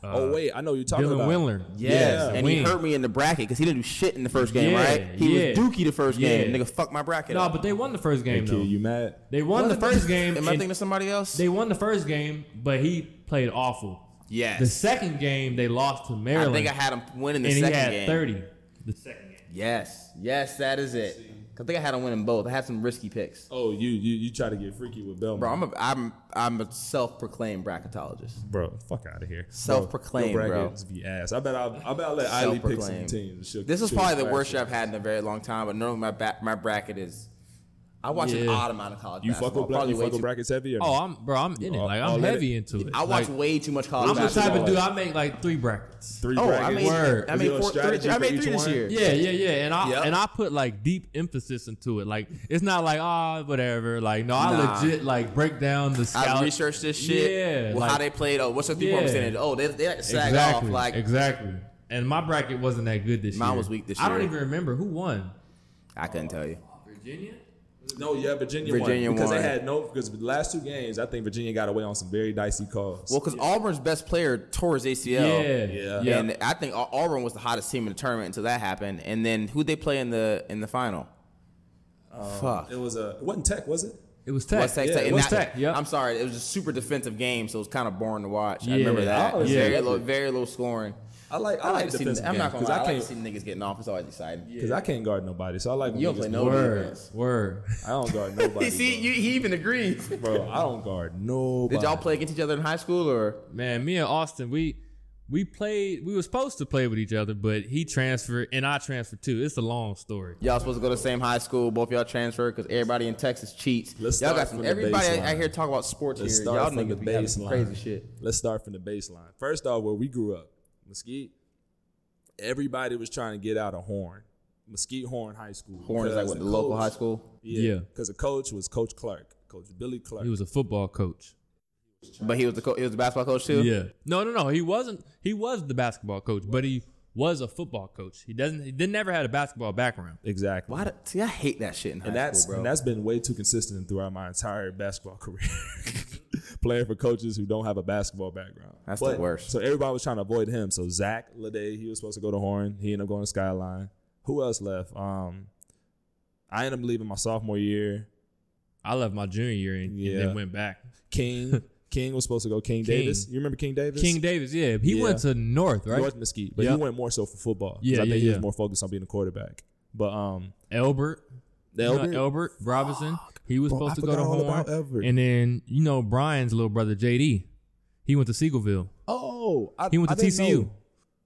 [SPEAKER 5] oh wait, I know you're talking
[SPEAKER 1] Dylan
[SPEAKER 5] about.
[SPEAKER 1] Windler.
[SPEAKER 4] Yes,
[SPEAKER 5] Yeah.
[SPEAKER 4] and he
[SPEAKER 1] Wing.
[SPEAKER 4] hurt me in the bracket because he didn't do shit in the first game,
[SPEAKER 1] Yeah,
[SPEAKER 4] right? He
[SPEAKER 1] yeah.
[SPEAKER 4] was dookie the first game.
[SPEAKER 1] Yeah.
[SPEAKER 4] Nigga, fuck my bracket.
[SPEAKER 1] No,
[SPEAKER 4] up.
[SPEAKER 1] but they won the first
[SPEAKER 5] Hey,
[SPEAKER 1] game
[SPEAKER 5] kid,
[SPEAKER 1] though.
[SPEAKER 5] you mad?
[SPEAKER 1] They won the
[SPEAKER 4] Wasn't
[SPEAKER 1] first game.
[SPEAKER 4] Am I
[SPEAKER 1] and
[SPEAKER 4] thinking of somebody else?
[SPEAKER 1] they won the first game, but he played awful.
[SPEAKER 4] yes.
[SPEAKER 1] The second game they lost to Maryland.
[SPEAKER 4] I think I had him winning the
[SPEAKER 1] and
[SPEAKER 4] second
[SPEAKER 1] he had
[SPEAKER 4] game.
[SPEAKER 1] thirty. The second game.
[SPEAKER 4] Yes, yes, that is it. 'Cause I think I had him winning both. I had some risky picks.
[SPEAKER 5] Oh, you you you try to get freaky with Belmont,
[SPEAKER 4] Bro, I'm a I'm I'm a self-proclaimed bracketologist.
[SPEAKER 5] Bro, fuck out of here.
[SPEAKER 4] Self-proclaimed,
[SPEAKER 5] Bro, your
[SPEAKER 4] bro.
[SPEAKER 5] brackets Be ass. I bet I, I bet I let Eiley pick some
[SPEAKER 4] Self-proclaimed.
[SPEAKER 5] teams. She'll-
[SPEAKER 4] This is
[SPEAKER 5] she'll
[SPEAKER 4] probably the
[SPEAKER 5] smash
[SPEAKER 4] worst
[SPEAKER 5] it.
[SPEAKER 4] I've had in a very long time, but normally my back my bracket is I watch an
[SPEAKER 1] Yeah.
[SPEAKER 4] odd amount of college
[SPEAKER 5] You fuck
[SPEAKER 4] basketball.
[SPEAKER 5] with black,
[SPEAKER 4] probably
[SPEAKER 5] you
[SPEAKER 4] way
[SPEAKER 5] fuck with
[SPEAKER 4] too,
[SPEAKER 5] brackets heavy. Or
[SPEAKER 1] Oh,
[SPEAKER 5] no?
[SPEAKER 1] I'm bro. I'm in it.
[SPEAKER 5] I'll-
[SPEAKER 1] Like
[SPEAKER 5] I'll
[SPEAKER 1] I'm
[SPEAKER 5] let
[SPEAKER 1] heavy into it.
[SPEAKER 4] I watch
[SPEAKER 1] Like,
[SPEAKER 4] way too much college
[SPEAKER 1] I'm the type
[SPEAKER 4] basketball.
[SPEAKER 1] of dude. I make like three brackets.
[SPEAKER 5] three
[SPEAKER 4] oh, I
[SPEAKER 5] brackets.
[SPEAKER 4] made,
[SPEAKER 1] Word.
[SPEAKER 4] I
[SPEAKER 5] Is
[SPEAKER 4] made
[SPEAKER 5] there a
[SPEAKER 4] four, three,
[SPEAKER 5] strategy
[SPEAKER 4] I
[SPEAKER 5] for
[SPEAKER 4] made
[SPEAKER 5] each
[SPEAKER 4] three this
[SPEAKER 5] one?
[SPEAKER 4] year.
[SPEAKER 1] Yeah, yeah, yeah. And I
[SPEAKER 4] Yep.
[SPEAKER 1] and I put like deep emphasis into it. Like it's not like ah whatever. Like no, I
[SPEAKER 4] Nah.
[SPEAKER 1] legit like break down the
[SPEAKER 4] I
[SPEAKER 1] scout.
[SPEAKER 4] researched this shit.
[SPEAKER 1] Yeah,
[SPEAKER 4] well,
[SPEAKER 1] like-
[SPEAKER 4] how they played. Oh, what's their three point
[SPEAKER 1] Yeah.
[SPEAKER 4] percentage? Oh, they they like to sag
[SPEAKER 1] exactly,
[SPEAKER 4] off. Like
[SPEAKER 1] exactly. And my bracket wasn't that good this year.
[SPEAKER 4] Mine was weak this
[SPEAKER 1] I don't
[SPEAKER 4] year.
[SPEAKER 1] even remember who won.
[SPEAKER 4] I couldn't tell you.
[SPEAKER 1] Virginia.
[SPEAKER 5] No, yeah, Virginia,
[SPEAKER 4] Virginia
[SPEAKER 5] won because
[SPEAKER 4] won.
[SPEAKER 5] they had no because the last two games I think Virginia got away on some very dicey calls.
[SPEAKER 4] Well, because Auburn's best player tore his ACL.
[SPEAKER 1] Yeah.
[SPEAKER 5] Yeah.
[SPEAKER 1] Yeah.
[SPEAKER 4] And I think Au- Auburn was the hottest team in the tournament until that happened. And then who they play in the in the final? Fuck.
[SPEAKER 5] it was a it wasn't Tech, was it?
[SPEAKER 1] It was Um, Tech.
[SPEAKER 4] West Tech.
[SPEAKER 5] yeah,
[SPEAKER 4] Tech. And
[SPEAKER 1] West
[SPEAKER 4] that-
[SPEAKER 1] Tech, yep.
[SPEAKER 4] I'm sorry, it was a super defensive game, so it was kind of boring to watch.
[SPEAKER 1] Yeah.
[SPEAKER 4] I remember that.
[SPEAKER 5] Oh,
[SPEAKER 4] It was
[SPEAKER 1] yeah.
[SPEAKER 4] Very low, very low scoring.
[SPEAKER 5] I like
[SPEAKER 4] I
[SPEAKER 5] I, like
[SPEAKER 4] like to see.
[SPEAKER 5] defensive
[SPEAKER 4] I'm not gonna
[SPEAKER 5] because
[SPEAKER 4] lie. I,
[SPEAKER 5] I
[SPEAKER 4] like to
[SPEAKER 5] can't
[SPEAKER 4] see niggas getting off. It's always exciting.
[SPEAKER 5] because I can't guard nobody, so I like when
[SPEAKER 4] You don't
[SPEAKER 5] niggas
[SPEAKER 4] play
[SPEAKER 5] guard-
[SPEAKER 4] no
[SPEAKER 1] Word.
[SPEAKER 4] defense.
[SPEAKER 1] Word.
[SPEAKER 5] I don't guard nobody.
[SPEAKER 4] See, [laughs] you, he even agrees.
[SPEAKER 5] bro. Bro, I don't guard nobody.
[SPEAKER 4] Did y'all play against each other in high school or?
[SPEAKER 1] Man, me and Austin, we we played. We were supposed to play with each other, but he transferred and I transferred too. It's a long story.
[SPEAKER 4] Y'all supposed to go to the same high school. Both y'all transferred because everybody in Texas cheats.
[SPEAKER 5] Let's
[SPEAKER 4] y'all
[SPEAKER 5] start
[SPEAKER 4] got some.
[SPEAKER 5] from the
[SPEAKER 4] Everybody out-
[SPEAKER 5] baseline.
[SPEAKER 4] out here talk about sports
[SPEAKER 5] Let's
[SPEAKER 4] here.
[SPEAKER 5] start
[SPEAKER 4] Y'all
[SPEAKER 5] from the
[SPEAKER 4] niggas be having some
[SPEAKER 5] baseline.
[SPEAKER 4] crazy shit.
[SPEAKER 5] Let's start from the baseline. First off, where we grew up, Mesquite. Everybody was trying to get out of Horn, Mesquite Horn High School.
[SPEAKER 4] Horn is like
[SPEAKER 5] because
[SPEAKER 4] what the
[SPEAKER 5] a
[SPEAKER 4] local
[SPEAKER 5] coach-
[SPEAKER 4] high school.
[SPEAKER 5] Yeah,
[SPEAKER 1] Yeah.
[SPEAKER 5] because the coach was Coach Clark, Coach Billy Clark.
[SPEAKER 1] He was a football coach.
[SPEAKER 4] But he was the co- he was the basketball coach too.
[SPEAKER 1] Yeah. No, no, no. He wasn't. He was the basketball coach, but he was a football coach. He doesn't. He didn't never had a basketball background.
[SPEAKER 5] Exactly.
[SPEAKER 4] Why? Do, see, I hate that shit in high
[SPEAKER 5] And that's
[SPEAKER 4] school, bro.
[SPEAKER 5] and that's been way too consistent throughout my entire basketball [laughs] career. Playing for coaches who don't have a basketball background.
[SPEAKER 4] That's the worst.
[SPEAKER 5] So everybody was trying to avoid him. So Zach Lede, he was supposed to go to Horn. He ended up going to Skyline. Who else left? Um, I ended up leaving my sophomore year.
[SPEAKER 1] I left my junior year and, and
[SPEAKER 5] Yeah.
[SPEAKER 1] then went back. [laughs]
[SPEAKER 5] King King was supposed to go. King,
[SPEAKER 1] King.
[SPEAKER 5] Davis. You remember King Davis?
[SPEAKER 1] King Davis. Yeah, he
[SPEAKER 5] Yeah.
[SPEAKER 1] went to North, right?
[SPEAKER 5] North Mesquite, but
[SPEAKER 1] Yeah.
[SPEAKER 5] he went more so for football. 'cause
[SPEAKER 1] Yeah,
[SPEAKER 5] I
[SPEAKER 1] yeah,
[SPEAKER 5] think he was
[SPEAKER 1] yeah.
[SPEAKER 5] more focused on being a quarterback. But um,
[SPEAKER 1] Elbert.
[SPEAKER 5] Elbert?
[SPEAKER 1] You know, Elbert Robinson. He was
[SPEAKER 5] Bro, I
[SPEAKER 1] supposed to go
[SPEAKER 5] forgot
[SPEAKER 1] to
[SPEAKER 5] all about
[SPEAKER 1] Horn.
[SPEAKER 5] Elbert.
[SPEAKER 1] And then you know Brian's little brother JD. He went to Siegelville.
[SPEAKER 5] oh, I,
[SPEAKER 1] He went
[SPEAKER 5] I
[SPEAKER 1] to
[SPEAKER 5] didn't
[SPEAKER 1] TCU.
[SPEAKER 5] know.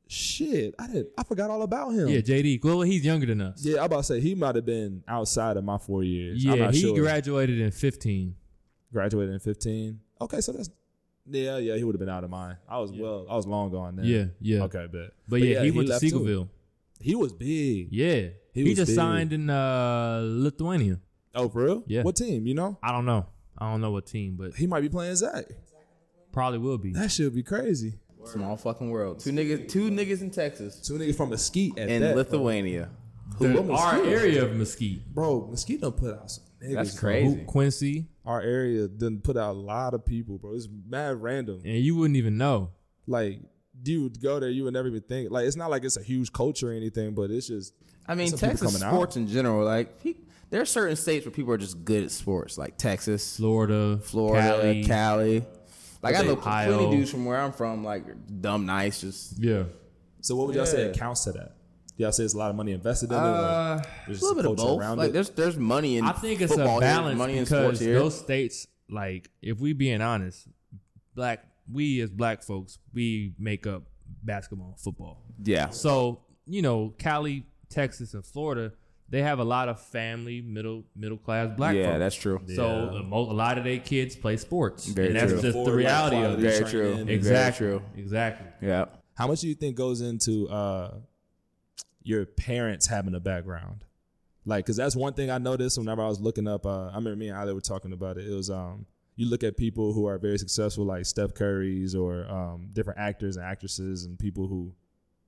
[SPEAKER 5] Shit, I did. I forgot all about him.
[SPEAKER 1] Yeah, JD. Well, he's younger than us.
[SPEAKER 5] Yeah, I'm about to say he might have been outside of my four years. I'm
[SPEAKER 1] Yeah,
[SPEAKER 5] not
[SPEAKER 1] he
[SPEAKER 5] sure.
[SPEAKER 1] graduated in 15.
[SPEAKER 5] graduated in 15. Okay, so that's yeah, yeah. He would have been out of mine. I was well, I was long gone then.
[SPEAKER 1] Yeah, yeah.
[SPEAKER 5] Okay, bet.
[SPEAKER 1] But, yeah, he, went to
[SPEAKER 5] left too.
[SPEAKER 1] Siegelville.
[SPEAKER 5] He was big.
[SPEAKER 1] Yeah. He,
[SPEAKER 5] He was
[SPEAKER 1] just
[SPEAKER 5] big.
[SPEAKER 1] signed in uh, Lithuania.
[SPEAKER 5] Oh, for real?
[SPEAKER 1] Yeah.
[SPEAKER 5] What team? You know,
[SPEAKER 1] I don't know. I don't know what team, but
[SPEAKER 5] he might be playing Zach.
[SPEAKER 1] probably will be.
[SPEAKER 5] That should be crazy.
[SPEAKER 4] Small fucking world. Two niggas. Two niggas in Texas
[SPEAKER 5] Two niggas from Mesquite at
[SPEAKER 4] and
[SPEAKER 5] that.
[SPEAKER 4] Lithuania.
[SPEAKER 5] Who- what
[SPEAKER 1] Our
[SPEAKER 5] Mesquite?
[SPEAKER 1] area of Mesquite.
[SPEAKER 5] bro. Mesquite done put out some niggas.
[SPEAKER 4] That's
[SPEAKER 5] bro.
[SPEAKER 4] crazy.
[SPEAKER 1] Who- Quincy.
[SPEAKER 5] Our area done put out a lot of people, bro. It's mad random.
[SPEAKER 1] And you wouldn't even know.
[SPEAKER 5] Like, you would go there, you would never even think. Like, it's not like it's a huge culture or anything, but it's just
[SPEAKER 4] I mean,
[SPEAKER 5] Some people
[SPEAKER 4] Texas
[SPEAKER 5] coming out.
[SPEAKER 4] sports in general. Like pe- there are certain states where people are just good at sports, like Texas,
[SPEAKER 1] Florida,
[SPEAKER 4] Florida, Cali.
[SPEAKER 1] Cali.
[SPEAKER 4] Like I know plenty
[SPEAKER 1] Ohio.
[SPEAKER 4] dudes from where I'm from, like dumb nice, just
[SPEAKER 1] Yeah.
[SPEAKER 5] So what would y'all say
[SPEAKER 4] Yeah.
[SPEAKER 5] accounts to that? Do y'all say it's a lot of money invested in it? or
[SPEAKER 4] Uh,
[SPEAKER 5] there's
[SPEAKER 4] a little bit of
[SPEAKER 5] culture
[SPEAKER 4] both. Like
[SPEAKER 5] it?
[SPEAKER 4] there's there's money in
[SPEAKER 1] I think it's
[SPEAKER 4] football
[SPEAKER 1] a balance
[SPEAKER 4] here, money in
[SPEAKER 1] because
[SPEAKER 4] sports here.
[SPEAKER 1] those states, like, if we being honest, black we as black folks, we make up basketball and football.
[SPEAKER 4] yeah,
[SPEAKER 1] So you know, Cali, Texas, and Florida, they have a lot of family middle middle class black.
[SPEAKER 4] yeah,
[SPEAKER 1] folks.
[SPEAKER 4] that's true.
[SPEAKER 1] So a, mo- a lot of their kids play sports,
[SPEAKER 4] Very
[SPEAKER 1] and that's
[SPEAKER 4] true.
[SPEAKER 1] just the reality of it.
[SPEAKER 5] Very
[SPEAKER 4] Very true.
[SPEAKER 5] training.
[SPEAKER 1] Exactly.
[SPEAKER 4] Very true.
[SPEAKER 1] Exactly.
[SPEAKER 4] Yeah.
[SPEAKER 5] How much do you think goes into uh, your parents having a background? Like, cause that's one thing I noticed whenever I was looking up. Uh, I remember me and Ali were talking about it. It was um, you look at people who are very successful, like Steph Curry's or um, different actors and actresses, and people who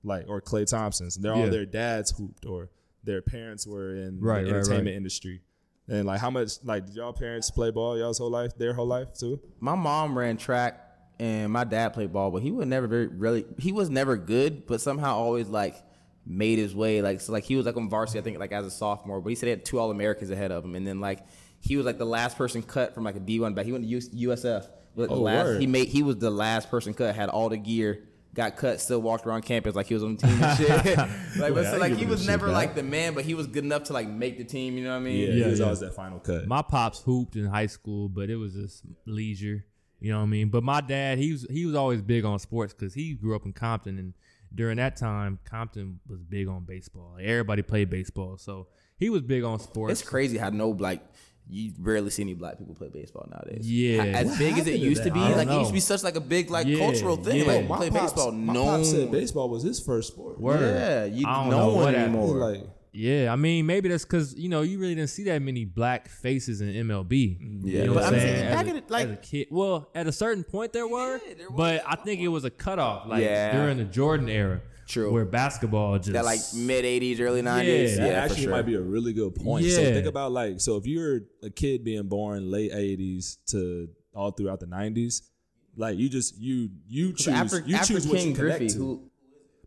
[SPEAKER 5] like or Clay Thompson's. They're all
[SPEAKER 1] Yeah.
[SPEAKER 5] their dads hooped or their parents were in
[SPEAKER 1] Right, right,
[SPEAKER 5] the
[SPEAKER 1] right.
[SPEAKER 5] entertainment industry. And like, how much like did y'all parents play ball y'all's whole life, their whole life too?
[SPEAKER 4] My mom ran track and my dad played ball, but he was never very really he was never good, but somehow always like made his way. Like so like he was like on varsity, I think like as a sophomore, but he said he had two All Americans ahead of him and then like he was like the last person cut from like a D one back. He went to US, USF. But the
[SPEAKER 5] Oh,
[SPEAKER 4] last
[SPEAKER 5] word.
[SPEAKER 4] he made he was the last person cut, had all the gear, got cut, still walked around campus like he was on the team and shit. [laughs] like but so, like he was never like the man, but he was good enough to like make the team, you know what I mean?
[SPEAKER 5] yeah, there's
[SPEAKER 1] yeah.
[SPEAKER 5] always that final cut.
[SPEAKER 1] My pops hooped in high school, but it was just leisure. You know what I mean? But my dad, he was he was always big on sports because he grew up in Compton, and during that time, Compton was big on baseball. Like, everybody played baseball, so he was big on sports.
[SPEAKER 4] It's crazy how no like you barely see any black people play baseball nowadays.
[SPEAKER 1] Yeah.
[SPEAKER 4] Ha- as
[SPEAKER 1] What
[SPEAKER 4] big as it
[SPEAKER 5] happened to
[SPEAKER 4] used to
[SPEAKER 5] that?
[SPEAKER 4] be,
[SPEAKER 5] I
[SPEAKER 1] don't
[SPEAKER 4] like it used
[SPEAKER 1] know.
[SPEAKER 4] to be such like a big like
[SPEAKER 1] Yeah,
[SPEAKER 4] cultural thing.
[SPEAKER 1] yeah.
[SPEAKER 4] Like
[SPEAKER 1] Oh,
[SPEAKER 4] you
[SPEAKER 1] my
[SPEAKER 4] play baseball,
[SPEAKER 5] my
[SPEAKER 4] no,
[SPEAKER 5] pops said baseball was his first sport.
[SPEAKER 1] Word.
[SPEAKER 4] yeah, you
[SPEAKER 1] I don't
[SPEAKER 4] no
[SPEAKER 1] know
[SPEAKER 4] one
[SPEAKER 1] what happened.
[SPEAKER 4] anymore.
[SPEAKER 5] Like,
[SPEAKER 1] Yeah, I mean, maybe that's because you know you really didn't see that many black faces in MLB.
[SPEAKER 4] Mm-hmm. Yeah.
[SPEAKER 1] you know
[SPEAKER 4] But
[SPEAKER 1] what
[SPEAKER 4] I'm
[SPEAKER 1] I'm
[SPEAKER 4] saying,
[SPEAKER 1] saying. As
[SPEAKER 4] back
[SPEAKER 1] a-
[SPEAKER 4] in the- like-
[SPEAKER 1] as a kid, well, at a certain point there were,
[SPEAKER 4] there
[SPEAKER 1] but I think it was a cutoff, like
[SPEAKER 4] Yeah.
[SPEAKER 1] during the Jordan era,
[SPEAKER 4] True.
[SPEAKER 1] where basketball just
[SPEAKER 4] that like mid '80s, early '90s. Yeah,
[SPEAKER 5] that
[SPEAKER 4] for
[SPEAKER 5] actually
[SPEAKER 4] sure.
[SPEAKER 5] might be a really good point. So
[SPEAKER 1] Yeah.
[SPEAKER 5] think about like, so if you're a kid being born late '80s to all throughout the '90s, like you just you you choose
[SPEAKER 4] after
[SPEAKER 5] you
[SPEAKER 4] after
[SPEAKER 5] choose what
[SPEAKER 4] King
[SPEAKER 5] you connect
[SPEAKER 4] Griffey,
[SPEAKER 5] to,
[SPEAKER 4] who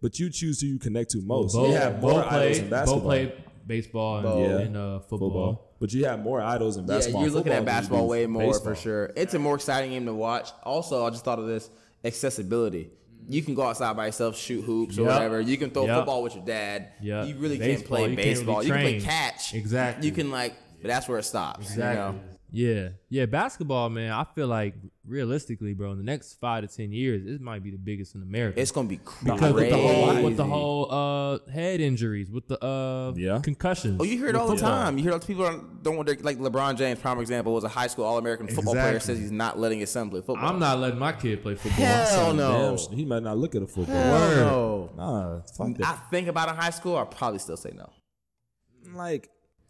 [SPEAKER 5] but you choose who you connect to most.
[SPEAKER 1] Bo,
[SPEAKER 5] you have
[SPEAKER 1] Bo
[SPEAKER 5] more idols in
[SPEAKER 1] played, Bo
[SPEAKER 5] basketball,
[SPEAKER 1] played baseball and,
[SPEAKER 5] Bo.
[SPEAKER 1] and, uh, football.
[SPEAKER 5] football, but you have more idols in
[SPEAKER 4] yeah,
[SPEAKER 5] basketball.
[SPEAKER 4] you're looking at
[SPEAKER 5] football than you
[SPEAKER 4] basketball
[SPEAKER 5] do
[SPEAKER 4] way more
[SPEAKER 5] baseball.
[SPEAKER 4] for sure. It's a more exciting game to watch. Also, I just thought of this accessibility. You can go outside by yourself, shoot hoops or
[SPEAKER 1] Yep.
[SPEAKER 4] whatever. You can throw
[SPEAKER 1] Yep.
[SPEAKER 4] football with your dad.
[SPEAKER 1] Yep.
[SPEAKER 4] You really can't
[SPEAKER 1] Baseball,
[SPEAKER 4] play
[SPEAKER 1] you can't really
[SPEAKER 4] baseball. you can play
[SPEAKER 1] train.
[SPEAKER 4] catch.
[SPEAKER 1] Exactly.
[SPEAKER 4] You can like, but that's where it stops. You know?
[SPEAKER 1] Yeah, yeah. Basketball, man. I feel like realistically, bro, in the next five to ten years, this might be the biggest in America.
[SPEAKER 4] It's gonna be crazy.
[SPEAKER 1] because with the whole with the whole uh, head injuries, with the uh,
[SPEAKER 5] Yeah.
[SPEAKER 1] concussions.
[SPEAKER 4] oh, you hear it all the time. You hear all the people don't- don't want to like LeBron James. Prime example was a high school All American football player
[SPEAKER 1] Exactly.
[SPEAKER 4] says he's not letting his son play football.
[SPEAKER 1] I'm not letting my kid play football.
[SPEAKER 4] Hell no.
[SPEAKER 5] Damn, he might not look at a football.
[SPEAKER 4] Hell no.
[SPEAKER 5] Nah, fuck that.
[SPEAKER 4] Mm, I think about in high school. I probably still say no.
[SPEAKER 5] like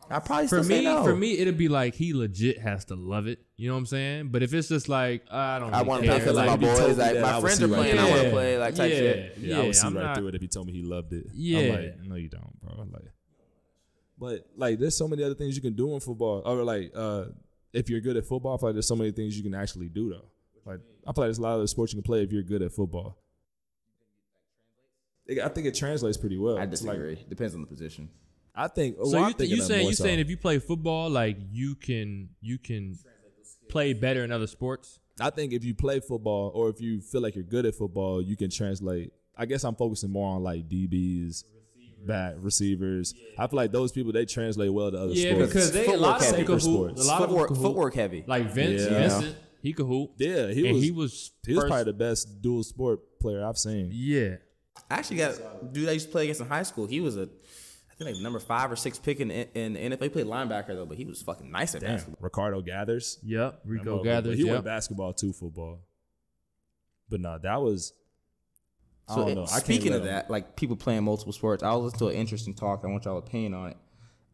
[SPEAKER 3] I probably
[SPEAKER 1] For
[SPEAKER 3] still say
[SPEAKER 1] me,
[SPEAKER 3] no.
[SPEAKER 1] for me, it'd be like he legit has to love it. You know what I'm saying? But if it's just like I don't,
[SPEAKER 3] I
[SPEAKER 1] really
[SPEAKER 3] want to
[SPEAKER 1] care,
[SPEAKER 3] play because
[SPEAKER 1] like,
[SPEAKER 3] my
[SPEAKER 5] if you
[SPEAKER 3] boys,
[SPEAKER 5] told me
[SPEAKER 3] like
[SPEAKER 5] that, I
[SPEAKER 3] my
[SPEAKER 5] would
[SPEAKER 3] friends
[SPEAKER 5] see
[SPEAKER 3] are
[SPEAKER 5] right
[SPEAKER 3] playing.
[SPEAKER 5] through
[SPEAKER 3] I want
[SPEAKER 1] it.
[SPEAKER 3] to play, like type
[SPEAKER 1] Yeah.
[SPEAKER 3] shit.
[SPEAKER 5] Yeah, I would see
[SPEAKER 1] I'm
[SPEAKER 5] right
[SPEAKER 1] not-
[SPEAKER 5] through it if he told me he loved it. I'm
[SPEAKER 1] Yeah.
[SPEAKER 5] like, no, you don't, bro. Like, but like, there's so many other things you can do in football. Or like, uh, if you're good at football, I feel like there's so many things you can actually do though. Like, I feel like there's a lot of sports you can play if you're good at football. It- I think it translates pretty well.
[SPEAKER 4] I
[SPEAKER 5] It's like-
[SPEAKER 4] disagree. Depends on the position.
[SPEAKER 5] I think.
[SPEAKER 1] So
[SPEAKER 5] well,
[SPEAKER 1] you
[SPEAKER 5] I'm
[SPEAKER 1] th- you
[SPEAKER 5] thinking of
[SPEAKER 1] saying
[SPEAKER 5] more
[SPEAKER 1] you
[SPEAKER 5] so.
[SPEAKER 1] saying if you play football, like you can you can play better in other sports?
[SPEAKER 5] I think if you play football or if you feel like you're good at football, you can translate. I guess I'm focusing more on like DBs, back receivers. I feel like those people they translate well to other sports.
[SPEAKER 1] they
[SPEAKER 4] Footwork heavy.
[SPEAKER 1] could hoop.
[SPEAKER 5] Sports.
[SPEAKER 1] A lot of them
[SPEAKER 4] footwork,
[SPEAKER 1] could hoop.
[SPEAKER 4] footwork heavy.
[SPEAKER 1] Like Vince,
[SPEAKER 5] Yeah.
[SPEAKER 1] Vincent, he could hoop.
[SPEAKER 5] yeah, he
[SPEAKER 1] and
[SPEAKER 5] was
[SPEAKER 1] he
[SPEAKER 5] he was,
[SPEAKER 1] was first-
[SPEAKER 5] probably the best dual sport player I've seen.
[SPEAKER 1] yeah.
[SPEAKER 4] I actually got dude I used to play against in high school. He was a, I think like number five or six pick in in the NFL. He played linebacker though, but he was fucking nice at
[SPEAKER 5] Damn,
[SPEAKER 4] basketball.
[SPEAKER 5] Ricardo Gathers.
[SPEAKER 1] Yep.
[SPEAKER 5] That
[SPEAKER 1] Rico
[SPEAKER 5] motherfucker.
[SPEAKER 1] gathers.
[SPEAKER 5] He
[SPEAKER 1] Yep.
[SPEAKER 5] went basketball to football, but no, that was. I
[SPEAKER 4] So
[SPEAKER 5] don't
[SPEAKER 4] it-
[SPEAKER 5] know. I can't
[SPEAKER 4] speaking
[SPEAKER 5] let
[SPEAKER 4] of
[SPEAKER 5] him-
[SPEAKER 4] that, like people playing multiple sports, I was listening to an interesting talk. I want y'all opinion on it.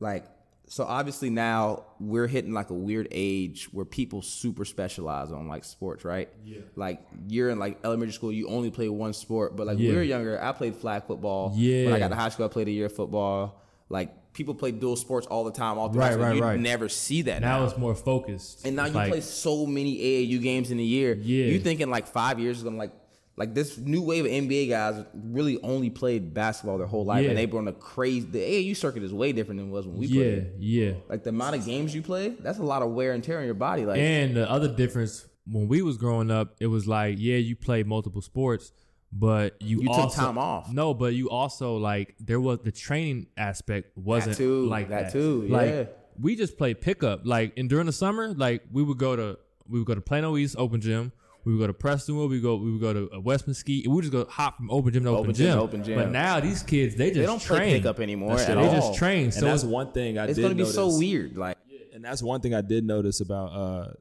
[SPEAKER 4] Like, so obviously now we're hitting like a weird age where people super specialize on like sports, right? Yeah. Like you're in like elementary school, you only play one sport. But like
[SPEAKER 1] Yeah.
[SPEAKER 4] we were younger, I played flag football. When
[SPEAKER 1] Yeah.
[SPEAKER 4] I got to high school, I played a year of football. Like people play dual sports all the time, all through
[SPEAKER 1] Right,
[SPEAKER 4] high school.
[SPEAKER 1] right,
[SPEAKER 4] you
[SPEAKER 1] right.
[SPEAKER 4] never see that
[SPEAKER 1] Now it's more focused.
[SPEAKER 4] and now you
[SPEAKER 1] Like,
[SPEAKER 4] play so many AAU games in a year.
[SPEAKER 1] Yeah.
[SPEAKER 4] You thinking like five years is gonna like like this new wave of NBA guys really only played basketball their whole life
[SPEAKER 1] Yeah.
[SPEAKER 4] and they were on a crazy the AAU circuit is way different than it was when we
[SPEAKER 1] Yeah.
[SPEAKER 4] played.
[SPEAKER 1] Yeah.
[SPEAKER 4] Like the amount of games you play, that's a lot of wear and tear on your body. Like
[SPEAKER 1] And the other difference when we was growing up, it was like, yeah, you play multiple sports, but you,
[SPEAKER 4] You took
[SPEAKER 1] also,
[SPEAKER 4] time off.
[SPEAKER 1] No, but you also like there was the training aspect wasn't
[SPEAKER 4] too,
[SPEAKER 1] like
[SPEAKER 4] that
[SPEAKER 1] that,
[SPEAKER 4] too,
[SPEAKER 1] Like
[SPEAKER 4] yeah.
[SPEAKER 1] we just played pickup. Like and during the summer, like we would go to we would go to Plano East Open Gym. We would go to Prestonwood. We go. We would go to uh, West Mesquite. We would just go hop from open gym to open,
[SPEAKER 4] Open gym
[SPEAKER 1] gym.
[SPEAKER 4] to open gym.
[SPEAKER 1] But now these kids, they just
[SPEAKER 4] they don't
[SPEAKER 1] train.
[SPEAKER 4] play pickup anymore
[SPEAKER 5] That's
[SPEAKER 4] at
[SPEAKER 5] true.
[SPEAKER 1] They
[SPEAKER 4] all.
[SPEAKER 1] just train.
[SPEAKER 5] And
[SPEAKER 1] So
[SPEAKER 5] that's
[SPEAKER 1] it's,
[SPEAKER 5] one thing I
[SPEAKER 4] it's
[SPEAKER 5] did
[SPEAKER 4] gonna be so
[SPEAKER 5] notice.
[SPEAKER 4] weird. Like
[SPEAKER 5] and that's one thing I did notice about uh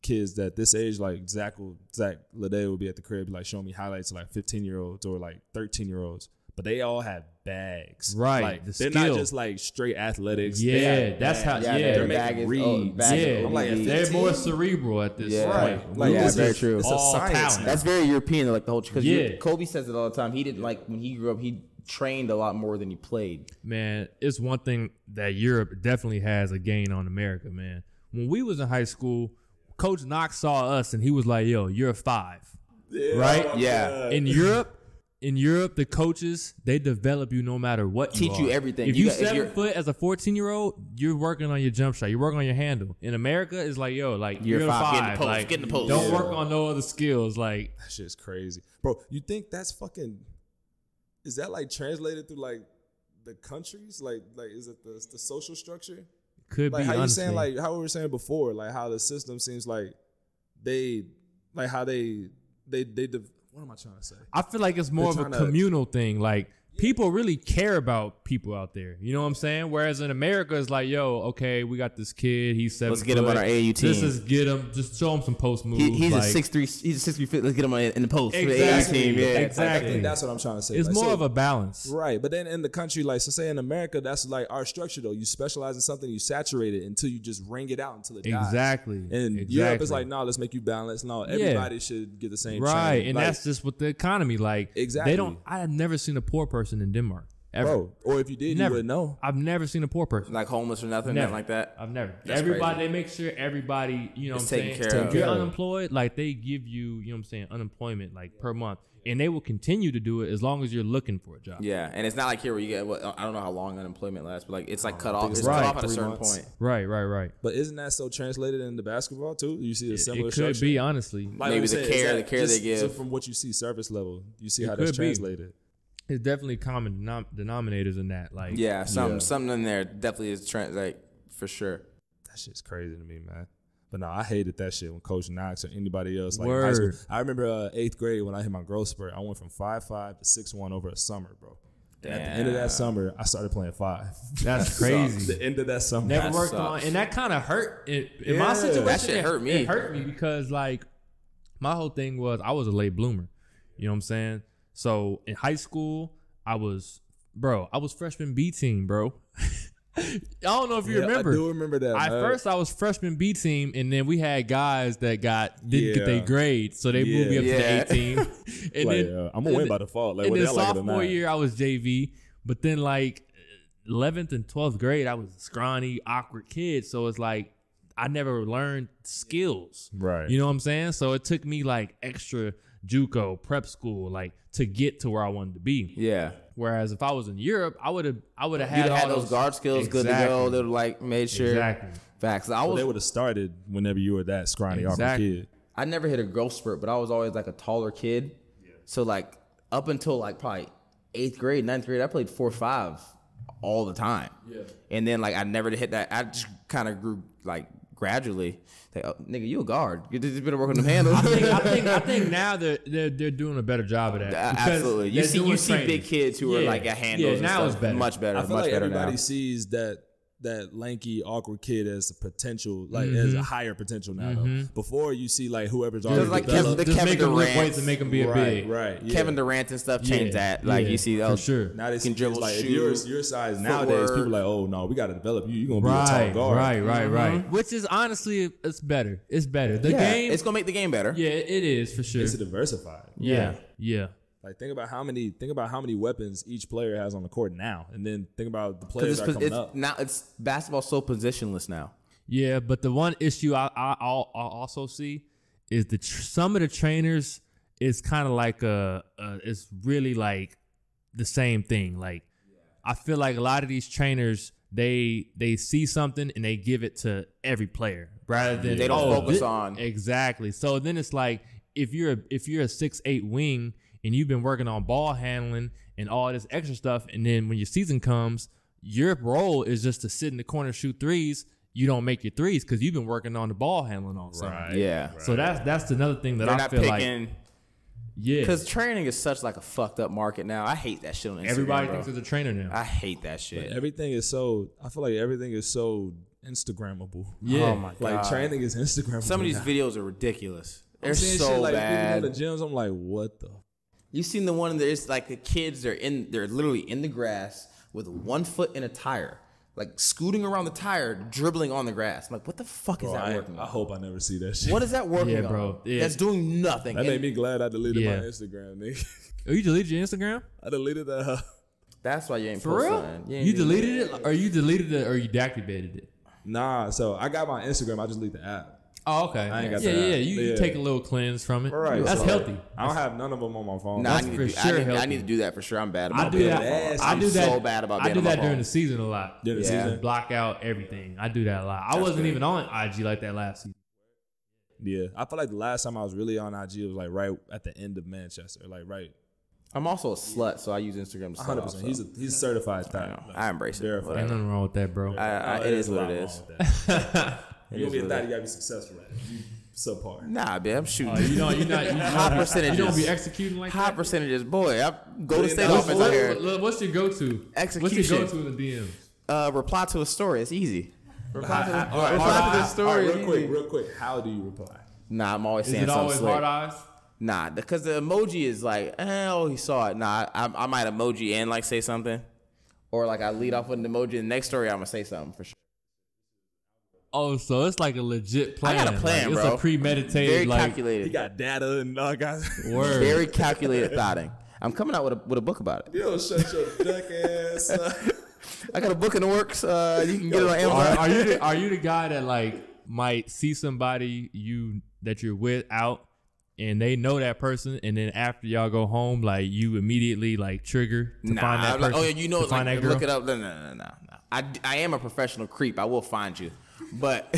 [SPEAKER 5] kids that this age, like Zach will Zach Lede will be at the crib, like showing me highlights of like 15 year olds or like 13 year olds. But they all have bags.
[SPEAKER 1] Right,
[SPEAKER 5] Like,
[SPEAKER 1] the
[SPEAKER 5] they're
[SPEAKER 1] skill.
[SPEAKER 5] not just like straight athletics. They
[SPEAKER 1] yeah,
[SPEAKER 5] have
[SPEAKER 1] that's how.
[SPEAKER 5] bags.
[SPEAKER 1] Yeah,
[SPEAKER 4] yeah,
[SPEAKER 5] they're
[SPEAKER 4] their
[SPEAKER 5] making
[SPEAKER 4] bag is oh,
[SPEAKER 5] reads.
[SPEAKER 4] bag is
[SPEAKER 1] Yeah.
[SPEAKER 5] I'm like,
[SPEAKER 4] ODD.
[SPEAKER 5] at
[SPEAKER 1] they're more cerebral at this
[SPEAKER 4] Yeah.
[SPEAKER 1] point.
[SPEAKER 5] Right.
[SPEAKER 1] We
[SPEAKER 5] Like,
[SPEAKER 4] Yeah,
[SPEAKER 1] was
[SPEAKER 4] very
[SPEAKER 1] just
[SPEAKER 4] true.
[SPEAKER 5] It's a
[SPEAKER 1] all
[SPEAKER 5] science
[SPEAKER 1] talent.
[SPEAKER 5] now.
[SPEAKER 4] That's very European, like the whole because
[SPEAKER 1] Yeah.
[SPEAKER 4] Kobe says it all the time. He didn't like when he grew up. He trained a lot more than he played.
[SPEAKER 1] man, it's one thing that Europe definitely has a gain on America, man. When we was in high school, Coach Knox saw us and he was like, "Yo, you're a five, right?"
[SPEAKER 4] Oh,
[SPEAKER 3] Yeah.
[SPEAKER 1] In Europe, in Europe, the coaches they develop you no matter what.
[SPEAKER 4] Teach you
[SPEAKER 1] are.
[SPEAKER 4] everything.
[SPEAKER 1] If
[SPEAKER 4] You
[SPEAKER 1] you,
[SPEAKER 4] got- if
[SPEAKER 1] seven
[SPEAKER 4] you're-
[SPEAKER 1] foot as a fourteen year old, you're working on your jump shot. You're working on your handle. In America, it's like, yo, like
[SPEAKER 4] You're
[SPEAKER 1] you're,
[SPEAKER 4] a
[SPEAKER 1] a five.
[SPEAKER 4] five. Get in the post.
[SPEAKER 1] Like,
[SPEAKER 4] Get in the post.
[SPEAKER 1] Don't
[SPEAKER 4] Yeah.
[SPEAKER 1] work on no other skills. Like
[SPEAKER 5] That shit's crazy. Bro, you think that's fucking is that like translated through like the countries? Like like is it the, the social structure?
[SPEAKER 1] could
[SPEAKER 5] like
[SPEAKER 1] be
[SPEAKER 5] how
[SPEAKER 1] honestly.
[SPEAKER 5] you saying like how we were saying before like how the system seems like they like how they they they div- what am i trying to say
[SPEAKER 1] I feel like it's more of
[SPEAKER 5] They're
[SPEAKER 1] a
[SPEAKER 5] tryna-
[SPEAKER 1] communal thing. Like people really care about people out there. You know what I'm saying? Whereas in America, it's like, yo, okay, we got this kid. He's seven.
[SPEAKER 4] Let's get him on
[SPEAKER 1] foot.
[SPEAKER 4] our AAU
[SPEAKER 1] Let's
[SPEAKER 4] team.
[SPEAKER 1] just get him. Just show him some post moves.
[SPEAKER 4] He, he's
[SPEAKER 1] like,
[SPEAKER 4] a six three. He's a six three. Fit. Let's get him in in the post. for the AAU
[SPEAKER 1] Exactly.
[SPEAKER 4] team, yeah.
[SPEAKER 5] i
[SPEAKER 1] Exactly.
[SPEAKER 5] think that's what i'm trying to say
[SPEAKER 1] It's
[SPEAKER 5] Like,
[SPEAKER 1] more
[SPEAKER 5] so-
[SPEAKER 1] of a balance.
[SPEAKER 5] right but then in the country like so say in america that's like our structure though you specialize in something you saturate it until you just wring it out until it dies
[SPEAKER 1] Exactly.
[SPEAKER 5] and
[SPEAKER 1] exactly.
[SPEAKER 5] Europe is like, no, let's make you balanced. No, everybody should get the same
[SPEAKER 1] right,
[SPEAKER 5] training.
[SPEAKER 1] and
[SPEAKER 5] Like,
[SPEAKER 1] that's just what the economy like.
[SPEAKER 5] Exactly.
[SPEAKER 1] They don't. I have never seen a poor person in Denmark ever.
[SPEAKER 5] bro. Or if you did,
[SPEAKER 1] never.
[SPEAKER 5] you would know.
[SPEAKER 1] I've never seen a poor person.
[SPEAKER 4] like homeless or nothing,
[SPEAKER 1] Never.
[SPEAKER 4] nothing like that.
[SPEAKER 1] I've never.
[SPEAKER 4] That's
[SPEAKER 1] everybody,
[SPEAKER 4] crazy.
[SPEAKER 1] they make sure everybody, you know,
[SPEAKER 4] It's
[SPEAKER 1] what I'm
[SPEAKER 4] taken
[SPEAKER 1] saying?
[SPEAKER 4] care
[SPEAKER 1] if
[SPEAKER 4] of.
[SPEAKER 1] you're
[SPEAKER 5] Yeah.
[SPEAKER 1] unemployed, like they give you, you know, what I'm saying, unemployment like per month, and they will continue to do it as long as you're looking for a job.
[SPEAKER 4] Yeah, and it's not like here where you get. What, I don't know how long unemployment lasts, but like it's like cut off.
[SPEAKER 5] it's
[SPEAKER 4] It's
[SPEAKER 1] like
[SPEAKER 4] cut off at a
[SPEAKER 5] three
[SPEAKER 4] certain
[SPEAKER 5] months.
[SPEAKER 4] point.
[SPEAKER 1] Right, right, right.
[SPEAKER 5] But isn't that so translated into basketball too? You see a
[SPEAKER 1] It,
[SPEAKER 5] similar
[SPEAKER 1] it could
[SPEAKER 5] structure.
[SPEAKER 1] be honestly.
[SPEAKER 5] Like
[SPEAKER 4] Maybe
[SPEAKER 5] we
[SPEAKER 4] the
[SPEAKER 5] said, is
[SPEAKER 4] care-
[SPEAKER 5] that
[SPEAKER 4] the care they
[SPEAKER 5] just-
[SPEAKER 4] give.
[SPEAKER 5] So from what you see, surface level, you see how
[SPEAKER 1] It
[SPEAKER 5] that's
[SPEAKER 1] could be.
[SPEAKER 5] translated.
[SPEAKER 1] It's definitely common denom- denominators in that. Like,
[SPEAKER 4] Yeah, some
[SPEAKER 5] Yeah.
[SPEAKER 4] something in there definitely is trend like for sure.
[SPEAKER 5] That shit's crazy to me, man. But no, I hated that shit when Coach Knox or anybody else like in high school.
[SPEAKER 1] Word.
[SPEAKER 5] I remember uh, eighth grade when I hit my growth spurt. I went from five five to six one over a summer, bro. And at the end of that summer, I started playing five. [laughs]
[SPEAKER 1] that's crazy.
[SPEAKER 5] the end of that summer,
[SPEAKER 1] Never
[SPEAKER 4] That
[SPEAKER 1] worked
[SPEAKER 4] sucks.
[SPEAKER 1] on, and that kind of hurt. It, in my
[SPEAKER 5] Yeah.
[SPEAKER 1] situation,
[SPEAKER 5] That
[SPEAKER 4] shit
[SPEAKER 1] it-
[SPEAKER 4] hurt me.
[SPEAKER 1] It hurt me because like my whole thing was I was a late bloomer. You know what I'm saying? So in high school, I was bro. [laughs] I was freshman B team, bro. don't know if you
[SPEAKER 5] Yeah,
[SPEAKER 1] remember.
[SPEAKER 5] I do remember that.
[SPEAKER 1] I
[SPEAKER 5] man.
[SPEAKER 1] first I was freshman B team, and then we had guys that got didn't get
[SPEAKER 5] Yeah.
[SPEAKER 1] their grades, so they moved me up
[SPEAKER 4] Yeah.
[SPEAKER 1] to the A
[SPEAKER 5] [laughs]
[SPEAKER 1] team. [laughs] And
[SPEAKER 5] like,
[SPEAKER 1] then
[SPEAKER 5] uh, I'm gonna win by default. Like,
[SPEAKER 1] and
[SPEAKER 5] whether
[SPEAKER 1] then
[SPEAKER 5] I like it or
[SPEAKER 1] sophomore
[SPEAKER 5] not.
[SPEAKER 1] year I was JV, but then like 11th and 12th grade I was a scrawny, awkward kid. So it's like I never learned skills.
[SPEAKER 5] Right.
[SPEAKER 1] You know what I'm saying? So it took me like extra JUCO prep school like to get to where I wanted to be.
[SPEAKER 4] Yeah.
[SPEAKER 1] Whereas if I was in Europe, I would have I would have
[SPEAKER 4] You
[SPEAKER 1] had,
[SPEAKER 4] had, had
[SPEAKER 1] all
[SPEAKER 4] those guard skills good to go.
[SPEAKER 1] Exactly.
[SPEAKER 4] That like made sure
[SPEAKER 1] Exactly.
[SPEAKER 4] facts. I
[SPEAKER 5] But
[SPEAKER 4] was
[SPEAKER 5] they would have started whenever you were that scrawny,
[SPEAKER 1] Exactly.
[SPEAKER 5] awkward kid.
[SPEAKER 4] I never hit a growth spurt, but I was always like a taller kid. So like up until like probably eighth grade, ninth grade, I played four five all the time. Yeah. And then like I never hit that. I just kind of grew like gradually. Like, oh, nigga, you a guard? You just better work on them handles.
[SPEAKER 1] I
[SPEAKER 4] [laughs]
[SPEAKER 1] think, I think I think now they're they're they're doing a better job of that.
[SPEAKER 4] Uh,
[SPEAKER 1] because
[SPEAKER 4] Absolutely. You
[SPEAKER 1] they're
[SPEAKER 4] see, you
[SPEAKER 1] doing
[SPEAKER 4] see
[SPEAKER 1] training.
[SPEAKER 4] big kids who are
[SPEAKER 1] Yeah.
[SPEAKER 4] like at handles.
[SPEAKER 1] Yeah,
[SPEAKER 4] and
[SPEAKER 1] now
[SPEAKER 4] stuff.
[SPEAKER 1] it's better.
[SPEAKER 4] Much better.
[SPEAKER 5] I feel
[SPEAKER 4] much
[SPEAKER 5] like
[SPEAKER 4] better
[SPEAKER 5] everybody
[SPEAKER 4] now.
[SPEAKER 5] sees that that lanky, awkward kid as a potential, like as
[SPEAKER 4] Mm-hmm.
[SPEAKER 5] a higher potential now. Though. Before you see like whoever's already
[SPEAKER 4] like Kevin-
[SPEAKER 5] developed.
[SPEAKER 4] the
[SPEAKER 1] just
[SPEAKER 4] Kevin
[SPEAKER 1] make them lift
[SPEAKER 4] Durants.
[SPEAKER 1] weights and make them be a
[SPEAKER 5] right,
[SPEAKER 1] big.
[SPEAKER 5] right. yeah.
[SPEAKER 4] Kevin Durant and stuff changed
[SPEAKER 1] Yeah,
[SPEAKER 4] that. Like
[SPEAKER 1] yeah,
[SPEAKER 4] you see,
[SPEAKER 1] for
[SPEAKER 4] oh,
[SPEAKER 1] sure.
[SPEAKER 5] Now they
[SPEAKER 4] can
[SPEAKER 5] see
[SPEAKER 4] dribble,
[SPEAKER 5] dribble, like, if
[SPEAKER 4] shoot,
[SPEAKER 5] you're your size nowadays, people
[SPEAKER 4] footwork.
[SPEAKER 5] like, oh no, we got to develop you. You're gonna be a
[SPEAKER 1] Right,
[SPEAKER 5] tall guard,
[SPEAKER 1] right, right, right. Uh-huh. Which is honestly, it's better. It's better. The
[SPEAKER 4] yeah,
[SPEAKER 1] game,
[SPEAKER 4] it's gonna make the game better.
[SPEAKER 1] yeah, it is for sure.
[SPEAKER 5] It's diversified.
[SPEAKER 1] yeah, yeah,
[SPEAKER 5] Like think about how many think about how many weapons each player has on the court now, and then think about the players
[SPEAKER 4] Because
[SPEAKER 5] that are
[SPEAKER 4] it's,
[SPEAKER 5] coming
[SPEAKER 4] it's now
[SPEAKER 5] up.
[SPEAKER 4] it's basketball so positionless now.
[SPEAKER 1] yeah. But the one issue I, I, I'll, I'll also see is that tr- some of the trainers is kind of like a, a, it's really like the same thing. Like I feel like a lot of these trainers. They they see something and they give it to every player rather than
[SPEAKER 4] They don't
[SPEAKER 1] "Oh,
[SPEAKER 4] focus
[SPEAKER 1] thi-
[SPEAKER 4] on
[SPEAKER 1] Exactly. So then it's like if you're a, if you're a six eight wing and you've been working on ball handling and all this extra stuff, and then when your season comes, your role is just to sit in the corner shoot threes. You don't make your threes because you've been working on the ball handling all summer.
[SPEAKER 4] yeah.
[SPEAKER 1] So that's that's another thing that
[SPEAKER 4] They're
[SPEAKER 1] I
[SPEAKER 4] not
[SPEAKER 1] feel
[SPEAKER 4] picking.
[SPEAKER 1] like yeah.
[SPEAKER 4] Because training is such like a fucked up market now. I hate that shit on Instagram.
[SPEAKER 1] Everybody
[SPEAKER 4] bro.
[SPEAKER 1] thinks there's a trainer now.
[SPEAKER 4] I hate that shit.
[SPEAKER 5] Everything is so. I feel like everything is so Instagrammable.
[SPEAKER 1] yeah.
[SPEAKER 4] Oh my
[SPEAKER 5] Like
[SPEAKER 4] god.
[SPEAKER 5] training is Instagrammable.
[SPEAKER 4] Some of these
[SPEAKER 5] now.
[SPEAKER 4] videos are ridiculous. They're
[SPEAKER 5] I'm seeing
[SPEAKER 4] so
[SPEAKER 5] shit, like,
[SPEAKER 4] bad.
[SPEAKER 5] People in the gyms, I'm like, what the?
[SPEAKER 4] You seen the one that it's like the kids they're in they're literally in the grass with one foot in a tire, like scooting around the tire, dribbling on the grass. I'm like, what the fuck is
[SPEAKER 5] Bro,
[SPEAKER 4] that
[SPEAKER 5] I,
[SPEAKER 4] working
[SPEAKER 5] I
[SPEAKER 4] on?
[SPEAKER 5] hope I never see that shit.
[SPEAKER 4] What is that working
[SPEAKER 1] oh. Yeah,
[SPEAKER 4] on?
[SPEAKER 1] bro. Yeah.
[SPEAKER 4] That's doing nothing.
[SPEAKER 5] That
[SPEAKER 4] And
[SPEAKER 5] made me glad I deleted
[SPEAKER 1] Yeah.
[SPEAKER 5] my Instagram, nigga. [laughs]
[SPEAKER 1] Oh, you deleted your Instagram
[SPEAKER 5] I deleted that. uh,
[SPEAKER 4] that's why you ain't
[SPEAKER 1] for
[SPEAKER 4] post
[SPEAKER 1] real?
[SPEAKER 4] nothing. ain't
[SPEAKER 1] You
[SPEAKER 4] do
[SPEAKER 1] deleted it, or you deleted it, or you deactivated it?
[SPEAKER 5] Nah, so I got my Instagram. I just delete the app.
[SPEAKER 1] Oh, okay.
[SPEAKER 5] ain't got
[SPEAKER 1] yeah,
[SPEAKER 5] the
[SPEAKER 1] yeah.
[SPEAKER 5] app.
[SPEAKER 1] You,
[SPEAKER 5] Yeah.
[SPEAKER 1] you take a little cleanse from it.
[SPEAKER 5] Right,
[SPEAKER 1] That's
[SPEAKER 5] so,
[SPEAKER 1] healthy.
[SPEAKER 5] I don't have none of them on my phone.
[SPEAKER 4] Nah, I
[SPEAKER 1] That's
[SPEAKER 4] need,
[SPEAKER 1] for
[SPEAKER 4] to do,
[SPEAKER 1] sure
[SPEAKER 4] I, need, I
[SPEAKER 1] healthy.
[SPEAKER 4] need to do that for sure. I'm bad about
[SPEAKER 1] I do
[SPEAKER 4] being
[SPEAKER 1] that.
[SPEAKER 4] on my phone.
[SPEAKER 1] I
[SPEAKER 4] I'm
[SPEAKER 1] do that.
[SPEAKER 4] So bad about
[SPEAKER 1] I
[SPEAKER 4] being
[SPEAKER 1] do
[SPEAKER 4] on my
[SPEAKER 1] that during
[SPEAKER 4] phone.
[SPEAKER 1] the season a lot.
[SPEAKER 5] During the
[SPEAKER 1] Just to
[SPEAKER 5] season?
[SPEAKER 1] block out everything. I do that a lot. I wasn't even on IG like that last season.
[SPEAKER 5] Yeah, I feel like the last time I was really on IG was like right at the end of Manchester, like right.
[SPEAKER 4] I'm also a slut, so I use Instagram to slut.
[SPEAKER 5] Hundred percent. He's a he's certified thot.
[SPEAKER 4] I embrace it.
[SPEAKER 5] Verified.
[SPEAKER 1] Ain't nothing wrong with that, bro. [laughs]
[SPEAKER 4] I, I,
[SPEAKER 5] Oh,
[SPEAKER 4] it is
[SPEAKER 5] there's a
[SPEAKER 4] what [laughs]
[SPEAKER 5] lot
[SPEAKER 4] it
[SPEAKER 5] wrong
[SPEAKER 4] is.
[SPEAKER 5] with that. you gonna be a thot, you gotta be successful at it. You subpar.
[SPEAKER 4] Nah, man, I'm shooting.
[SPEAKER 1] you don't. You
[SPEAKER 4] [laughs]
[SPEAKER 1] not. You,
[SPEAKER 4] High
[SPEAKER 1] you
[SPEAKER 4] percentages.
[SPEAKER 1] don't be executing like
[SPEAKER 4] High
[SPEAKER 1] that.
[SPEAKER 4] percentages, boy. I go to
[SPEAKER 5] Really
[SPEAKER 4] state
[SPEAKER 5] not.
[SPEAKER 1] What-
[SPEAKER 4] offense out
[SPEAKER 1] what-
[SPEAKER 4] here.
[SPEAKER 1] what- what's your go-to? What's
[SPEAKER 4] Execution.
[SPEAKER 1] your go-to in the DMs?
[SPEAKER 4] Uh, reply to a story. It's easy. Reply to
[SPEAKER 5] All right,
[SPEAKER 4] reply
[SPEAKER 5] all
[SPEAKER 4] to
[SPEAKER 5] right,
[SPEAKER 4] the story.
[SPEAKER 5] all right, real
[SPEAKER 4] is easy.
[SPEAKER 5] quick, real quick. How do you reply?
[SPEAKER 4] Nah, I'm always
[SPEAKER 1] Is
[SPEAKER 4] saying
[SPEAKER 1] it
[SPEAKER 4] something
[SPEAKER 1] always hard
[SPEAKER 4] slick.
[SPEAKER 1] eyes?
[SPEAKER 4] Nah, because the emoji is like, eh, oh, he saw it. Nah, I, I might emoji and like say something, or like I lead off with an emoji. The next story, I'm gonna say something for sure.
[SPEAKER 1] Oh, so it's like a legit plan.
[SPEAKER 4] I got a plan,
[SPEAKER 1] like,
[SPEAKER 4] bro.
[SPEAKER 1] It's a premeditated,
[SPEAKER 4] Very
[SPEAKER 1] like
[SPEAKER 5] He
[SPEAKER 4] calculated.
[SPEAKER 5] got data and all guys.
[SPEAKER 1] word.
[SPEAKER 4] Very calculated thoughting. I'm coming out with a with a book about it.
[SPEAKER 5] Yo, shut your duck ass. up.
[SPEAKER 4] I got a book in the works. Uh, you can get it on
[SPEAKER 1] are,
[SPEAKER 4] Amazon.
[SPEAKER 1] are you [laughs] the, are you the guy that like might see somebody you that you're with out and they know that person and then after y'all go home like you immediately like trigger to
[SPEAKER 4] Nah,
[SPEAKER 1] find that
[SPEAKER 4] I'm like,
[SPEAKER 1] person
[SPEAKER 4] oh yeah, you know,
[SPEAKER 1] to
[SPEAKER 4] it's like,
[SPEAKER 1] find that girl
[SPEAKER 4] look it up. No, no, no, no, no. I, I am a professional creep. I will find you, but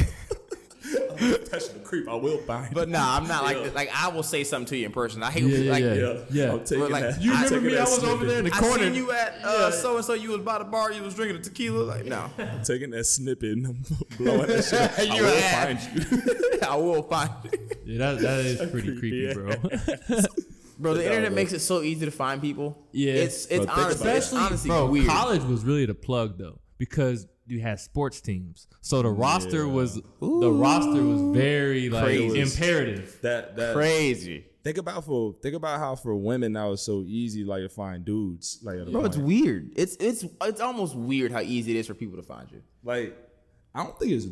[SPEAKER 5] Professional creep. I will find.
[SPEAKER 4] but nah, I'm not like that. like I will say something to you in person. I hate when
[SPEAKER 1] Yeah,
[SPEAKER 4] people
[SPEAKER 1] yeah,
[SPEAKER 4] like
[SPEAKER 1] yeah.
[SPEAKER 5] Yeah,
[SPEAKER 1] Yeah.
[SPEAKER 5] I'm taking
[SPEAKER 4] But, like,
[SPEAKER 5] that.
[SPEAKER 1] you
[SPEAKER 5] I'm
[SPEAKER 1] remember
[SPEAKER 5] taking
[SPEAKER 1] me i
[SPEAKER 5] that
[SPEAKER 1] was over
[SPEAKER 5] snippet.
[SPEAKER 1] there in the
[SPEAKER 4] I
[SPEAKER 1] corner
[SPEAKER 4] seen you at uh, so and so. You was by the bar. You was drinking a tequila. Like no,
[SPEAKER 5] I'm taking that snippet and [laughs] I'm blowing that shit. up. I
[SPEAKER 4] You
[SPEAKER 5] will
[SPEAKER 4] had-
[SPEAKER 5] find you.
[SPEAKER 4] [laughs] I will find you.
[SPEAKER 1] yeah, that, that is pretty creepy
[SPEAKER 5] Creepy
[SPEAKER 1] [laughs] bro
[SPEAKER 4] Bro, the internet
[SPEAKER 5] bro.
[SPEAKER 4] makes it so easy to find people.
[SPEAKER 1] Yeah.
[SPEAKER 4] it's it's
[SPEAKER 5] Bro, think
[SPEAKER 4] honestly,
[SPEAKER 5] about it.
[SPEAKER 4] it's honestly
[SPEAKER 1] bro
[SPEAKER 4] weird.
[SPEAKER 1] college was really the plug though because you had sports teams. So the roster was the roster was very like
[SPEAKER 5] Crazy.
[SPEAKER 1] imperative.
[SPEAKER 5] That that
[SPEAKER 3] Crazy.
[SPEAKER 5] think about for think about how for women now it's so easy like to find dudes like at a
[SPEAKER 4] Bro, it's
[SPEAKER 5] point.
[SPEAKER 4] weird. It's it's it's almost weird how easy it is for people to find you.
[SPEAKER 5] like I don't think it's.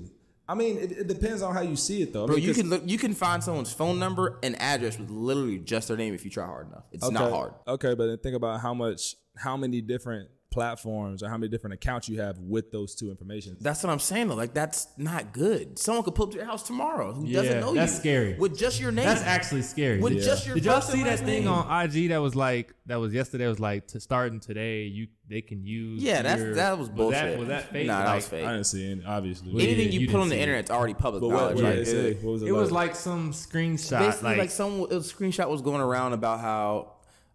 [SPEAKER 5] I mean, it, it depends on how you see it though. I
[SPEAKER 4] Bro,
[SPEAKER 5] mean,
[SPEAKER 4] you
[SPEAKER 5] 'cause-
[SPEAKER 4] can look, you can find someone's phone number and address with literally just their name if you try hard enough. It's not
[SPEAKER 5] Okay.
[SPEAKER 4] hard.
[SPEAKER 5] Okay, but then think about how much, how many different platforms or how many different accounts you have with those two information.
[SPEAKER 4] That's what I'm saying though. Like that's not good. Someone could pull up to your house tomorrow who doesn't
[SPEAKER 1] Yeah,
[SPEAKER 4] know you.
[SPEAKER 1] that's scary.
[SPEAKER 4] With just your name.
[SPEAKER 1] That's actually scary.
[SPEAKER 4] with just your
[SPEAKER 1] Did y'all
[SPEAKER 4] first and
[SPEAKER 1] see that
[SPEAKER 4] last
[SPEAKER 1] thing
[SPEAKER 4] name.
[SPEAKER 1] on IG that was like that was yesterday? It was like to starting today, you they can use.
[SPEAKER 4] Yeah, that's
[SPEAKER 1] your-
[SPEAKER 4] that was bullshit.
[SPEAKER 1] That, was that fake?
[SPEAKER 4] Nah, that was
[SPEAKER 1] Like,
[SPEAKER 5] I
[SPEAKER 4] fake.
[SPEAKER 5] didn't see any, obviously.
[SPEAKER 1] Wait,
[SPEAKER 4] Anything
[SPEAKER 1] yeah,
[SPEAKER 4] you,
[SPEAKER 1] you
[SPEAKER 4] put
[SPEAKER 1] didn't
[SPEAKER 4] on the
[SPEAKER 1] see it.
[SPEAKER 4] internet's already public
[SPEAKER 5] But what,
[SPEAKER 4] knowledge.
[SPEAKER 5] what
[SPEAKER 4] like,
[SPEAKER 5] did it say? What was it,
[SPEAKER 1] It was
[SPEAKER 5] like?
[SPEAKER 1] like some screenshot.
[SPEAKER 4] basically like,
[SPEAKER 1] like
[SPEAKER 4] some a screenshot was going around about how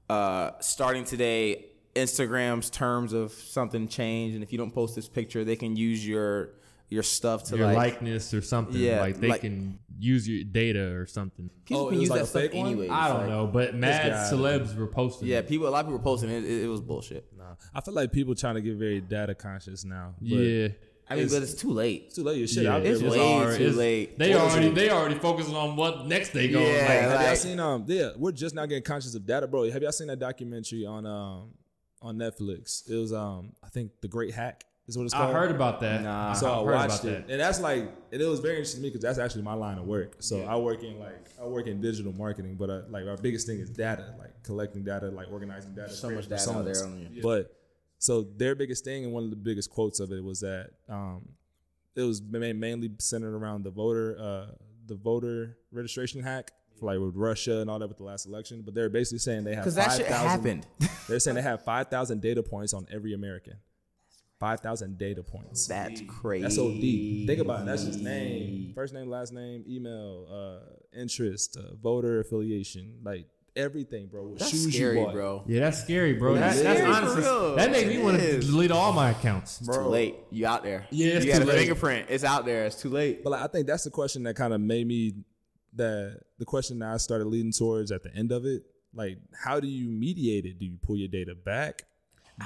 [SPEAKER 4] uh, starting today Instagram's terms of something change, and if you don't post this picture, they can use your your stuff to
[SPEAKER 1] your
[SPEAKER 4] like,
[SPEAKER 1] likeness or something.
[SPEAKER 4] Yeah,
[SPEAKER 1] like they
[SPEAKER 4] like-
[SPEAKER 1] can use your data or something.
[SPEAKER 4] people
[SPEAKER 5] Oh,
[SPEAKER 4] can
[SPEAKER 5] it was
[SPEAKER 4] use
[SPEAKER 5] like
[SPEAKER 4] that
[SPEAKER 5] a
[SPEAKER 4] stuff
[SPEAKER 5] fake one?
[SPEAKER 4] anyway.
[SPEAKER 1] I don't know, but mad
[SPEAKER 5] guy-
[SPEAKER 1] celebs were posting.
[SPEAKER 4] Yeah,
[SPEAKER 1] it.
[SPEAKER 4] people a lot of people were posting it. It, it was bullshit.
[SPEAKER 5] I feel like people trying to get very data conscious now. but
[SPEAKER 1] yeah.
[SPEAKER 4] I mean, but it's too late.
[SPEAKER 5] It's too late. Your shit
[SPEAKER 1] Yeah,
[SPEAKER 5] out there.
[SPEAKER 4] It's
[SPEAKER 5] bro.
[SPEAKER 4] way
[SPEAKER 1] alre-
[SPEAKER 4] too late.
[SPEAKER 1] They
[SPEAKER 4] What was
[SPEAKER 1] already
[SPEAKER 4] it?
[SPEAKER 1] they already focusing on what next they going.
[SPEAKER 4] Yeah,
[SPEAKER 1] like,
[SPEAKER 5] Have y'all
[SPEAKER 4] like-
[SPEAKER 5] seen um? Yeah, we're just now getting conscious of data, bro. Have y'all seen that documentary on um on Netflix? It was um I think The Great Hack is what it's called.
[SPEAKER 1] I heard about that.
[SPEAKER 4] Nah.
[SPEAKER 5] so I
[SPEAKER 1] Uh, I've heard
[SPEAKER 5] watched
[SPEAKER 1] about
[SPEAKER 5] it, and that's like, and it was very interesting to me because that's actually my line of work. So I work in like I work in digital marketing, but uh, like our biggest thing is data, like collecting data, like organizing data.
[SPEAKER 4] so much
[SPEAKER 5] creating
[SPEAKER 4] data out
[SPEAKER 5] personas.
[SPEAKER 4] there on you.
[SPEAKER 5] But so their biggest thing and one of the biggest quotes of it was that um, it was ma- mainly centered around the voter uh, the voter registration hack, like with Russia and all that with the last election. But they're basically saying they have
[SPEAKER 4] Because that shit
[SPEAKER 5] 5,000
[SPEAKER 4] happened.
[SPEAKER 5] [laughs] They're saying they have five thousand data points on every American. Five thousand data points.
[SPEAKER 4] That's crazy.
[SPEAKER 5] That's OD. Think about it. That's
[SPEAKER 4] E.
[SPEAKER 5] just name, first name, last name, email, uh, interest, uh, voter affiliation, like everything, bro. What
[SPEAKER 4] That's
[SPEAKER 5] shoes
[SPEAKER 4] scary,
[SPEAKER 5] you bought,
[SPEAKER 4] bro.
[SPEAKER 1] Yeah, that's scary, bro.
[SPEAKER 4] That's
[SPEAKER 1] That, that's
[SPEAKER 4] scary for
[SPEAKER 1] honestly
[SPEAKER 4] real.
[SPEAKER 1] that made me want
[SPEAKER 4] It
[SPEAKER 1] to
[SPEAKER 4] is.
[SPEAKER 1] delete all my accounts.
[SPEAKER 4] It's too late. You out there.
[SPEAKER 1] Yeah, it's
[SPEAKER 4] you got
[SPEAKER 1] too
[SPEAKER 4] a
[SPEAKER 1] late.
[SPEAKER 4] fingerprint. It's out there. It's too late.
[SPEAKER 5] But like, I think that's the question that kind of made me that the question that I started leading towards at the end of it. Like, how do you mediate it? Do you pull your data back?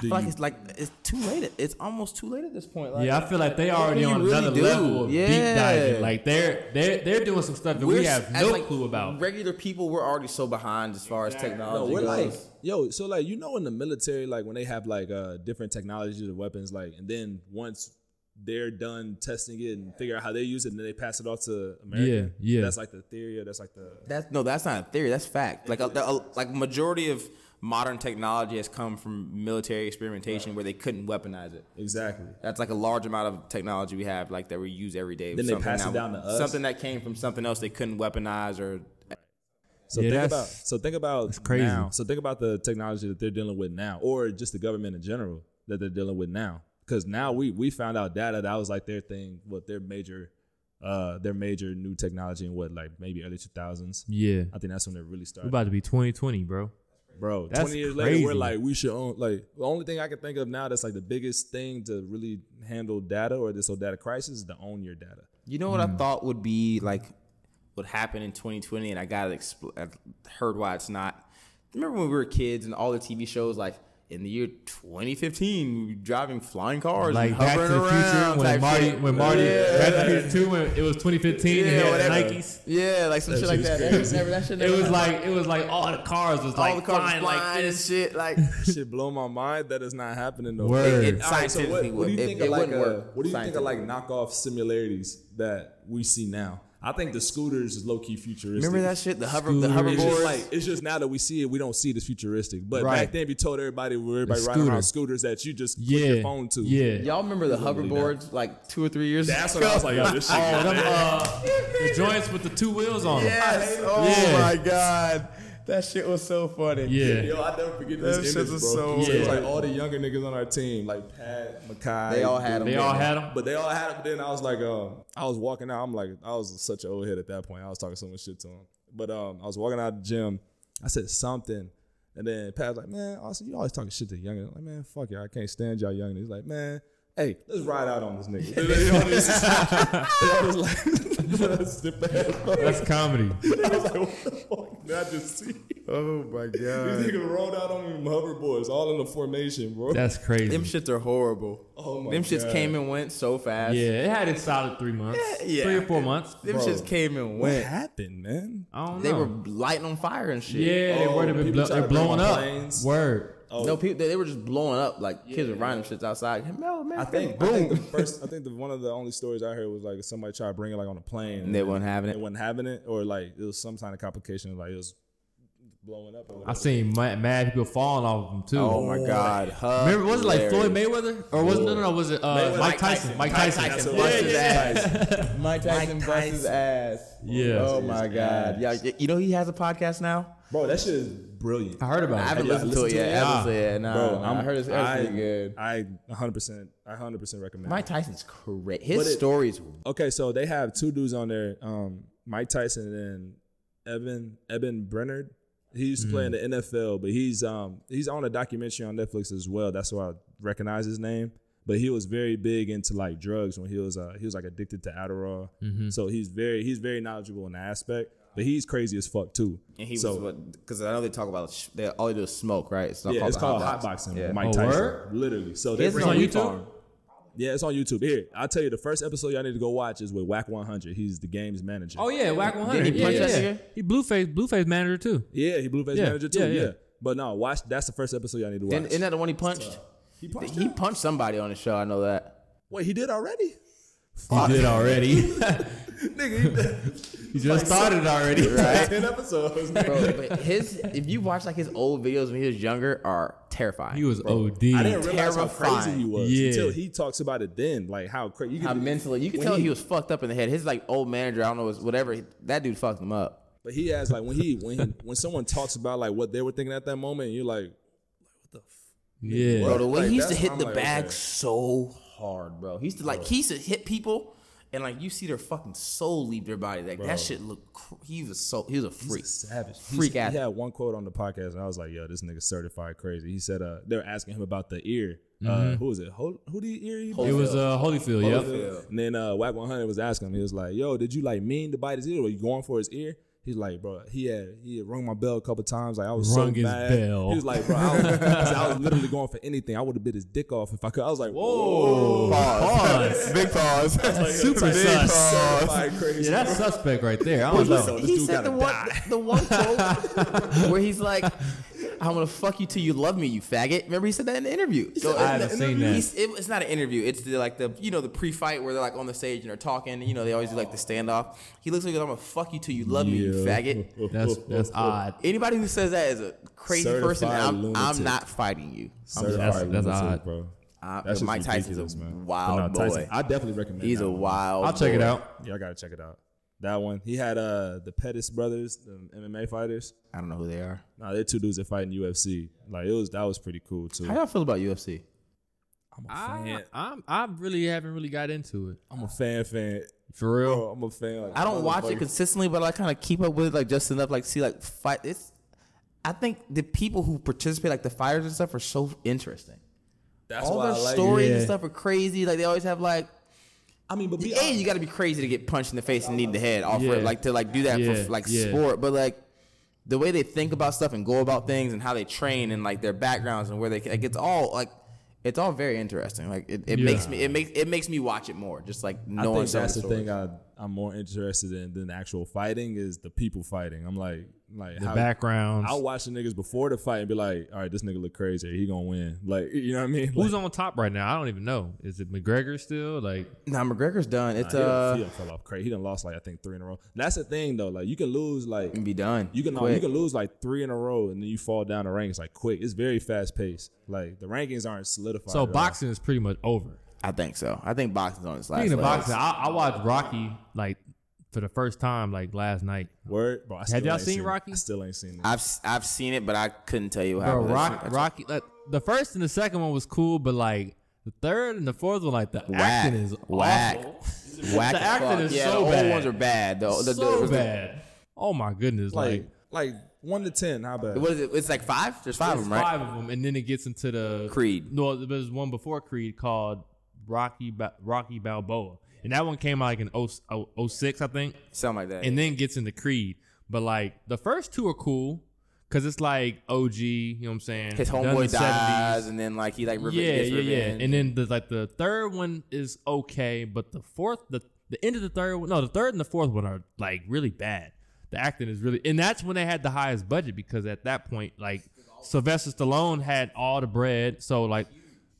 [SPEAKER 4] I
[SPEAKER 5] Do
[SPEAKER 4] feel
[SPEAKER 5] you-
[SPEAKER 4] like it's like it's too late. It's almost too late at this point. Like,
[SPEAKER 1] yeah, I feel like they already
[SPEAKER 4] can
[SPEAKER 1] on
[SPEAKER 4] you really
[SPEAKER 1] another
[SPEAKER 4] do?
[SPEAKER 1] level of
[SPEAKER 4] Yeah.
[SPEAKER 1] deep diving. Like they're they're they're doing some stuff that we have
[SPEAKER 4] as,
[SPEAKER 1] no
[SPEAKER 4] like,
[SPEAKER 1] clue about.
[SPEAKER 4] Regular people, we're already so behind as far as
[SPEAKER 5] No,
[SPEAKER 4] technology
[SPEAKER 5] we're like,
[SPEAKER 4] goes.
[SPEAKER 5] yo, so like you know in the military, like when they have like uh different technologies and weapons, like and then once they're done testing it and figure out how they use it, and then they pass it off to America.
[SPEAKER 1] Yeah, yeah.
[SPEAKER 5] That's like the theory, or that's like the
[SPEAKER 4] that's no, that's not a theory. That's fact. Like a, a, like majority of modern technology has come from military experimentation where they couldn't weaponize it.
[SPEAKER 5] exactly.
[SPEAKER 4] That's like a large amount of technology we have, like that we use every day.
[SPEAKER 5] Then they
[SPEAKER 4] Something
[SPEAKER 5] pass it
[SPEAKER 4] that-
[SPEAKER 5] down to us.
[SPEAKER 4] Something that came from something else they couldn't weaponize or
[SPEAKER 5] So
[SPEAKER 1] Yeah,
[SPEAKER 5] think
[SPEAKER 1] that's-
[SPEAKER 5] about so think about
[SPEAKER 1] crazy.
[SPEAKER 5] now. So think about the technology that they're dealing with now, or just the government in general that they're dealing with now. Because now we we found out data that was like their thing, what their major, uh, their major new technology in what like maybe early two thousands.
[SPEAKER 1] Yeah,
[SPEAKER 5] I think that's when it really
[SPEAKER 1] we're
[SPEAKER 5] started.
[SPEAKER 1] about to be 2020, bro.
[SPEAKER 5] bro.
[SPEAKER 1] That's
[SPEAKER 5] Twenty years later,
[SPEAKER 1] crazy.
[SPEAKER 5] we're like, we should own. Like, the only thing I can think of now that's like the biggest thing to really handle data or this whole data crisis is to own your data.
[SPEAKER 4] You know what
[SPEAKER 1] Mm.
[SPEAKER 4] I thought would be like would happen in 2020, and I got it. Expl- I heard why it's not. Remember when we were kids and all the TV shows like in the year 2015, we were driving flying cars,
[SPEAKER 1] Like
[SPEAKER 4] and
[SPEAKER 1] Back
[SPEAKER 4] hovering
[SPEAKER 1] to the
[SPEAKER 4] around,
[SPEAKER 1] Future
[SPEAKER 4] type
[SPEAKER 1] when Marty
[SPEAKER 4] shit.
[SPEAKER 1] when Marty Back to
[SPEAKER 4] yeah,
[SPEAKER 1] the Future Two when it was 2015 and he
[SPEAKER 4] yeah,
[SPEAKER 1] had
[SPEAKER 4] whatever.
[SPEAKER 1] Nikes.
[SPEAKER 4] yeah, like some shit like that. That shit never, that shit
[SPEAKER 1] It
[SPEAKER 4] never
[SPEAKER 1] was
[SPEAKER 4] happened.
[SPEAKER 1] like it was like all the cars was
[SPEAKER 4] all
[SPEAKER 1] like
[SPEAKER 4] the cars
[SPEAKER 1] flying, like
[SPEAKER 4] flying and
[SPEAKER 1] this.
[SPEAKER 4] shit.
[SPEAKER 1] [laughs]
[SPEAKER 4] Like
[SPEAKER 5] That shit blow my mind. That is not happening though.
[SPEAKER 1] Word.
[SPEAKER 4] it, it
[SPEAKER 5] All right, so
[SPEAKER 4] scientifically
[SPEAKER 5] what, what do you
[SPEAKER 4] would.
[SPEAKER 5] think
[SPEAKER 4] it,
[SPEAKER 5] of
[SPEAKER 4] it
[SPEAKER 5] like
[SPEAKER 4] wouldn't
[SPEAKER 5] uh,
[SPEAKER 4] work.
[SPEAKER 5] what do you think of
[SPEAKER 4] scientifically.
[SPEAKER 5] like knockoff similarities that we see now? I think the scooters is low key futuristic.
[SPEAKER 4] Remember that shit? The hover, the
[SPEAKER 1] Scooters.
[SPEAKER 5] It's
[SPEAKER 4] hoverboard.
[SPEAKER 5] just like it's just now that we see it, we don't see it as futuristic. But
[SPEAKER 1] Right.
[SPEAKER 5] back then, we told everybody we were everybody riding around scooters that you just put
[SPEAKER 1] Yeah,
[SPEAKER 5] your phone to.
[SPEAKER 1] yeah.
[SPEAKER 4] Y'all remember the hoverboards like two or three years
[SPEAKER 5] that's
[SPEAKER 4] ago?
[SPEAKER 5] what I was like. Yo,
[SPEAKER 4] [laughs]
[SPEAKER 5] this shit.
[SPEAKER 1] Oh, them, uh, the joints with the two wheels on them.
[SPEAKER 4] Yes. Oh
[SPEAKER 1] Yeah.
[SPEAKER 4] my god. That shit was so funny.
[SPEAKER 1] Yeah.
[SPEAKER 5] Yo, I never forget
[SPEAKER 4] Them
[SPEAKER 5] this
[SPEAKER 4] shits
[SPEAKER 5] image, bro.
[SPEAKER 4] are so-
[SPEAKER 5] So it's
[SPEAKER 1] Yeah.
[SPEAKER 5] like all the younger niggas on our team, like Pat, Makai,
[SPEAKER 4] They all had them.
[SPEAKER 1] They all had them.
[SPEAKER 5] But they all had it. But then I was like, um, I was walking out. I'm like, I was such an old head at that point. I was talking so much shit to him. But um, I was walking out of the gym. I said something, and then Pat was like, "Man, Austin, you always talking shit to the youngins." I'm like, "Man, fuck y'all. I can't stand y'all youngins." He's like, "Man, hey, let's ride out on this nigga." [laughs] They all just- they all just like, "Stupid ass fuck."
[SPEAKER 1] That's comedy.
[SPEAKER 5] I was like, "What the fuck did I just see?"
[SPEAKER 6] Oh my god.
[SPEAKER 5] [laughs] These niggas rolled out on them hoverboards, all in the formation, bro.
[SPEAKER 1] That's crazy.
[SPEAKER 4] Them shits are horrible.
[SPEAKER 5] Oh my
[SPEAKER 4] Them shits
[SPEAKER 5] God.
[SPEAKER 4] came and went so fast.
[SPEAKER 1] yeah, it had its solid three months,
[SPEAKER 4] yeah.
[SPEAKER 1] three or four months.
[SPEAKER 4] Them shits came and
[SPEAKER 5] what
[SPEAKER 4] went.
[SPEAKER 5] happened, man?
[SPEAKER 1] I don't
[SPEAKER 4] They
[SPEAKER 1] know.
[SPEAKER 4] were lighting on fire and shit.
[SPEAKER 1] yeah, they
[SPEAKER 5] Oh,
[SPEAKER 1] were. They been
[SPEAKER 5] people
[SPEAKER 1] blow,
[SPEAKER 5] try to
[SPEAKER 1] they're
[SPEAKER 5] bring
[SPEAKER 1] blowing
[SPEAKER 5] up
[SPEAKER 1] up.
[SPEAKER 5] planes.
[SPEAKER 1] Word.
[SPEAKER 4] No, people they, they were just blowing up like kids were riding them shits outside. No, man,
[SPEAKER 5] I think, I think the [laughs] first, I think the, one of the only stories I heard was like somebody tried to bring it like on a plane.
[SPEAKER 4] And they weren't having
[SPEAKER 5] They
[SPEAKER 4] it.
[SPEAKER 5] wasn't having it, or like it was some kind of complication, like it was blowing up. Or
[SPEAKER 1] I
[SPEAKER 5] whatever.
[SPEAKER 1] seen mad, mad people falling off of them too.
[SPEAKER 4] Oh my god.
[SPEAKER 1] Remember, was it like Floyd
[SPEAKER 4] Hilarious.
[SPEAKER 1] Mayweather or was no no no was it uh, Mike Tyson? Mike Tyson.
[SPEAKER 5] Tyson
[SPEAKER 1] Yeah,
[SPEAKER 5] busted
[SPEAKER 1] yeah, yeah.
[SPEAKER 5] his ass.
[SPEAKER 4] Mike Tyson busts his ass.
[SPEAKER 1] Yeah.
[SPEAKER 4] Oh my god. Yeah, you know he has a podcast now.
[SPEAKER 5] Bro, that shit is brilliant.
[SPEAKER 1] I heard about
[SPEAKER 4] I
[SPEAKER 1] it.
[SPEAKER 4] haven't
[SPEAKER 5] Yeah,
[SPEAKER 4] listened to
[SPEAKER 5] listen
[SPEAKER 4] it
[SPEAKER 5] to
[SPEAKER 4] yet.
[SPEAKER 5] it.
[SPEAKER 4] I haven't
[SPEAKER 1] Nah.
[SPEAKER 4] listened to it yet. Nah,
[SPEAKER 5] Bro,
[SPEAKER 4] nah, I heard it's, it's
[SPEAKER 5] I-
[SPEAKER 4] pretty good.
[SPEAKER 5] I 100%, I 100% recommend.
[SPEAKER 4] Mike
[SPEAKER 5] it.
[SPEAKER 4] Tyson's correct. His
[SPEAKER 5] But it-
[SPEAKER 4] stories.
[SPEAKER 5] Okay, so they have two dudes on there, um, Mike Tyson and Evan Evan Brennard. He used to play in the
[SPEAKER 1] Mm-hmm.
[SPEAKER 5] NFL, but he's um he's on a documentary on Netflix as well. That's why I recognize his name. But he was very big into like drugs when he was uh he was like addicted to Adderall.
[SPEAKER 1] Mm-hmm.
[SPEAKER 5] So he's very he's very knowledgeable in the aspect. But he's crazy as fuck too.
[SPEAKER 4] And he
[SPEAKER 5] so,
[SPEAKER 4] was what? Because I know they talk about sh- they all they do is smoke, right? It's not
[SPEAKER 5] yeah, it's called hotboxing.
[SPEAKER 4] box. Yeah.
[SPEAKER 5] Mike
[SPEAKER 1] Oh,
[SPEAKER 5] Tyson,
[SPEAKER 1] word?
[SPEAKER 5] literally. So they
[SPEAKER 4] It's
[SPEAKER 5] bring
[SPEAKER 4] on
[SPEAKER 5] him-
[SPEAKER 1] YouTube?
[SPEAKER 4] farm.
[SPEAKER 5] Yeah, it's on YouTube. Here, I'll tell you the first episode y'all need to go watch is with Whack 100. He's the game's manager.
[SPEAKER 1] Oh yeah, whack one hundred.
[SPEAKER 4] Did he
[SPEAKER 1] yeah,
[SPEAKER 4] punch
[SPEAKER 1] yeah,
[SPEAKER 4] that
[SPEAKER 1] yeah.
[SPEAKER 4] nigga?
[SPEAKER 1] He blueface blueface manager too.
[SPEAKER 5] Yeah, he Blueface
[SPEAKER 1] Yeah,
[SPEAKER 5] manager too.
[SPEAKER 1] yeah,
[SPEAKER 5] Yeah,
[SPEAKER 1] yeah.
[SPEAKER 5] But no, watch. That's the first episode y'all need to watch.
[SPEAKER 4] Isn't, isn't that the one he punched?
[SPEAKER 5] he punched
[SPEAKER 4] He
[SPEAKER 5] him?
[SPEAKER 4] punched somebody on the show. I know that.
[SPEAKER 5] Wait, he did already?
[SPEAKER 1] He did already. Nigga,
[SPEAKER 4] [laughs]
[SPEAKER 1] he just started already.
[SPEAKER 5] Ten episodes. man.
[SPEAKER 4] Bro, but his if you watch like his old videos when he was younger are terrifying.
[SPEAKER 1] He was OD.
[SPEAKER 5] I didn't realize how crazy he
[SPEAKER 4] Terrifying.
[SPEAKER 5] was
[SPEAKER 1] Yeah.
[SPEAKER 5] until he talks about it. Then, like how crazy. You
[SPEAKER 4] How
[SPEAKER 5] can,
[SPEAKER 4] mentally you can
[SPEAKER 5] when
[SPEAKER 4] tell
[SPEAKER 5] he-
[SPEAKER 4] he, was fucked up in the head. His like old manager, I don't know, was whatever. That dude fucked him up.
[SPEAKER 5] But he has like when he when he, when someone talks about like what they were thinking at that moment, you're like,
[SPEAKER 1] yeah.
[SPEAKER 4] Bro, the way
[SPEAKER 5] Like,
[SPEAKER 4] he used to
[SPEAKER 5] that's-
[SPEAKER 4] hit
[SPEAKER 5] I'm
[SPEAKER 4] the
[SPEAKER 5] like,
[SPEAKER 4] bag
[SPEAKER 5] okay.
[SPEAKER 4] so hard, bro. He used to like he used to hit people, and like you see their fucking soul leave their body. Like that shit look. Cr- he was so he was a freak.
[SPEAKER 5] savage.
[SPEAKER 4] Freak
[SPEAKER 5] He's-
[SPEAKER 4] out.
[SPEAKER 5] He had one quote on the podcast, and I was like, "Yo, this nigga certified crazy." He said, "Uh, they were asking him about the ear.
[SPEAKER 1] Mm-hmm.
[SPEAKER 5] Uh, who was it? Ho- who the ear? He
[SPEAKER 1] It was uh, Holyfield. Yep.
[SPEAKER 5] And then uh, Whack 100 was asking him, he was like, "Yo, did you like mean to bite his ear? Were you going for his ear?" He's like, "Bro, he had he had rung my bell a couple times. Like I was
[SPEAKER 1] Rung
[SPEAKER 5] so
[SPEAKER 1] his
[SPEAKER 5] mad."
[SPEAKER 1] bell.
[SPEAKER 5] He was like, "Bro, I was, I was-
[SPEAKER 1] [laughs]
[SPEAKER 5] I was literally going for anything. I would have bit his dick off if I could." I was like,
[SPEAKER 1] Oh,
[SPEAKER 5] "Whoa, [laughs]
[SPEAKER 1] Pause.
[SPEAKER 3] Big pause.
[SPEAKER 1] Super sus.
[SPEAKER 5] certified crazy."
[SPEAKER 1] Yeah, that's suspect right there. I don't know.
[SPEAKER 5] this
[SPEAKER 4] he
[SPEAKER 5] dude
[SPEAKER 4] said the
[SPEAKER 5] gotta
[SPEAKER 4] one, the one [laughs] quote where he's like, "I'm gonna fuck you till you love me, you faggot." Remember he said that in the interview. So
[SPEAKER 1] I
[SPEAKER 4] it's
[SPEAKER 1] haven't
[SPEAKER 4] the-
[SPEAKER 1] seen that.
[SPEAKER 4] he's- it- it's not an interview. It's the, like the you know the pre-fight where they're like on the stage and they're talking. And, you know they always do like the standoff. He looks like I'm gonna fuck you till you love me, you
[SPEAKER 1] [laughs]
[SPEAKER 4] faggot.
[SPEAKER 1] That's that's
[SPEAKER 5] [laughs]
[SPEAKER 1] odd.
[SPEAKER 4] Anybody who says that is a crazy person.
[SPEAKER 5] Certified
[SPEAKER 4] I'm, I'm
[SPEAKER 5] lunatic.
[SPEAKER 4] not fighting you. I'm
[SPEAKER 5] Certified
[SPEAKER 1] That's- that's
[SPEAKER 5] lunatic,
[SPEAKER 1] odd.
[SPEAKER 5] bro.
[SPEAKER 4] Uh,
[SPEAKER 5] That's just
[SPEAKER 4] Mike Tyson's a
[SPEAKER 5] ridiculous, man.
[SPEAKER 4] wild
[SPEAKER 5] But no, Tyson-
[SPEAKER 4] boy.
[SPEAKER 5] I definitely recommend.
[SPEAKER 4] He's
[SPEAKER 5] that
[SPEAKER 4] a
[SPEAKER 5] one.
[SPEAKER 4] wild.
[SPEAKER 1] I'll check it
[SPEAKER 4] boy.
[SPEAKER 1] out.
[SPEAKER 5] Y'all gotta check it out. That one. He had uh the Pettis brothers, the MMA fighters.
[SPEAKER 4] I don't know who they are.
[SPEAKER 5] Nah, they're two dudes that fight in UFC. Like it was that was pretty cool too.
[SPEAKER 4] How y'all feel about UFC?
[SPEAKER 1] I I'm, I really haven't really got into it
[SPEAKER 5] I'm a fan, fan.
[SPEAKER 1] for real.
[SPEAKER 5] Bro, I'm a fan. Like,
[SPEAKER 4] I don't watch it
[SPEAKER 5] motherfucker.
[SPEAKER 4] consistently, but I kind of keep up with it, like just enough, like see like fight. It's, I think the people who participate, like the fighters and stuff, are so interesting.
[SPEAKER 5] That's
[SPEAKER 4] All
[SPEAKER 5] why
[SPEAKER 4] their
[SPEAKER 5] I like
[SPEAKER 4] stories
[SPEAKER 5] it.
[SPEAKER 4] and stuff are crazy. Like they always have like,
[SPEAKER 5] I mean, but be
[SPEAKER 4] yeah, you got to be crazy to get punched in the face and need the head off,
[SPEAKER 1] Yeah.
[SPEAKER 4] for, like to like do that
[SPEAKER 1] Yeah,
[SPEAKER 4] for like
[SPEAKER 1] yeah.
[SPEAKER 4] sport. But like the way they think about stuff and go about things and how they train and like their backgrounds and where they like it's all like. It's all very interesting. Like it, it
[SPEAKER 1] Yeah.
[SPEAKER 4] makes me it makes it makes me watch it more. Just like
[SPEAKER 5] I
[SPEAKER 4] knowing
[SPEAKER 5] think
[SPEAKER 4] some of
[SPEAKER 5] that's the
[SPEAKER 4] stories.
[SPEAKER 5] thing I, I'm more interested in than the actual fighting is the people fighting. I'm like, like
[SPEAKER 1] The
[SPEAKER 5] how,
[SPEAKER 1] backgrounds.
[SPEAKER 5] I'll watch the niggas before the fight and be like, all right, this nigga look crazy. He gonna win. Like, [laughs] you know what I mean?
[SPEAKER 1] Who's
[SPEAKER 5] like,
[SPEAKER 1] on top right now? I don't even know. Is it McGregor still? Like
[SPEAKER 4] Nah, McGregor's done. It's
[SPEAKER 5] he, done, he
[SPEAKER 4] uh,
[SPEAKER 5] done fell off crazy. He done lost like I think three in a row. That's the thing though. Like you can lose like
[SPEAKER 4] can be done.
[SPEAKER 5] You can no, you
[SPEAKER 4] Quick.
[SPEAKER 5] can lose like three in a row and then you fall down the rankings like quick. It's very fast paced. Like the rankings aren't solidified.
[SPEAKER 1] so,
[SPEAKER 5] at all.
[SPEAKER 1] boxing is pretty much over.
[SPEAKER 4] I think so. I think boxing's on its last.
[SPEAKER 1] Speaking of
[SPEAKER 4] legs.
[SPEAKER 1] boxing, I, I watched Rocky like for the first time like last night.
[SPEAKER 5] Word, bro. I still
[SPEAKER 1] y'all
[SPEAKER 5] ain't
[SPEAKER 1] seen
[SPEAKER 5] it.
[SPEAKER 1] Rocky?
[SPEAKER 5] I still ain't seen it.
[SPEAKER 4] I've I've seen it, but I couldn't tell you how.
[SPEAKER 1] Bro,
[SPEAKER 4] it was.
[SPEAKER 1] Rock, Rocky, like, the first and the second one was cool, but like the third and the fourth one, like the acting is
[SPEAKER 4] whack,
[SPEAKER 1] awful.
[SPEAKER 4] whack.
[SPEAKER 1] The
[SPEAKER 4] as fuck.
[SPEAKER 1] acting is
[SPEAKER 4] yeah,
[SPEAKER 1] so
[SPEAKER 4] the old
[SPEAKER 1] bad.
[SPEAKER 4] ones are bad. The, the,
[SPEAKER 1] so
[SPEAKER 4] the, the-
[SPEAKER 1] bad. Oh my goodness! Like,
[SPEAKER 5] like, like one to ten. How bad?
[SPEAKER 4] What is it? It's like five. There's five
[SPEAKER 1] there's
[SPEAKER 4] of them, right?
[SPEAKER 1] five of them, and then it gets into the
[SPEAKER 4] Creed.
[SPEAKER 1] No, there's one before Creed called Rocky ba- Rocky Balboa, and that one came out like in oh, 0- 0- 06, I think.
[SPEAKER 4] Something like that.
[SPEAKER 1] and then gets into Creed. But like the first two are cool Cause it's like OG, you know what I'm saying?
[SPEAKER 4] His
[SPEAKER 1] done
[SPEAKER 4] homeboy
[SPEAKER 1] the 70s.
[SPEAKER 4] dies, and then like he like
[SPEAKER 1] yeah,
[SPEAKER 4] gets
[SPEAKER 1] yeah, yeah.
[SPEAKER 4] revenge.
[SPEAKER 1] And then the like the third one is okay, but the fourth, the the end of the third one, no, the third and the fourth one are like really bad. The acting is really, and that's when they had the highest budget because at that point, like Sylvester Stallone had all the bread, so like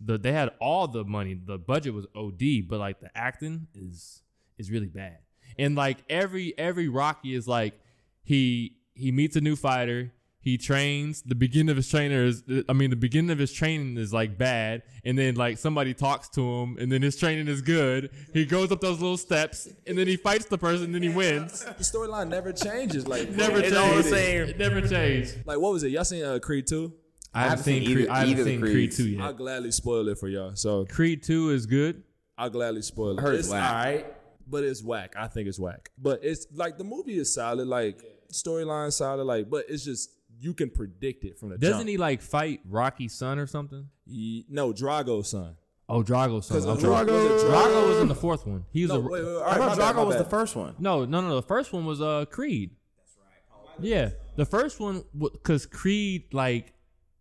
[SPEAKER 1] the they had all the money. The budget was OD, but like the acting is is really bad. And like every every Rocky is like he he meets a new fighter. He trains. The beginning of his trainer is, I mean, the beginning of his training is like bad, and then like somebody talks to him, and then his training is good. He goes up those little steps, and then he fights the person, and then he wins.
[SPEAKER 5] The storyline never changes. Like
[SPEAKER 1] Never
[SPEAKER 4] It's all the
[SPEAKER 1] changed.
[SPEAKER 4] same.
[SPEAKER 1] It never changed.
[SPEAKER 5] Like what was it? Y'all seen uh, Creed two?
[SPEAKER 1] I haven't seen
[SPEAKER 4] seen
[SPEAKER 1] Creed.
[SPEAKER 4] either-
[SPEAKER 1] I haven't
[SPEAKER 4] either the
[SPEAKER 1] seen Creed
[SPEAKER 4] Creeds.
[SPEAKER 1] two yet.
[SPEAKER 5] I'll gladly spoil it for y'all. So
[SPEAKER 1] Creed two is good.
[SPEAKER 5] I'll gladly spoil it.
[SPEAKER 4] heard it's
[SPEAKER 5] it's
[SPEAKER 4] whack.
[SPEAKER 5] all right, but it's whack. I think it's whack. But it's like the movie is solid. Like storyline solid. Like, but it's just you can predict it from the
[SPEAKER 1] Doesn't
[SPEAKER 5] jump.
[SPEAKER 1] he like fight Rocky's son or something?
[SPEAKER 5] Ye- no, Drago's son.
[SPEAKER 1] Oh, Drago's son.
[SPEAKER 5] Because
[SPEAKER 1] Okay.
[SPEAKER 5] Drago, was it Drago?
[SPEAKER 1] Drago was in the fourth one. He was
[SPEAKER 5] No,
[SPEAKER 1] a,
[SPEAKER 5] wait, wait, wait, all
[SPEAKER 4] I
[SPEAKER 5] right, my
[SPEAKER 4] thought
[SPEAKER 5] bad, my
[SPEAKER 4] Drago was the
[SPEAKER 5] bad.
[SPEAKER 4] first one.
[SPEAKER 1] No, no, no. The first one was uh Creed. That's right. Yeah, the first one because Creed like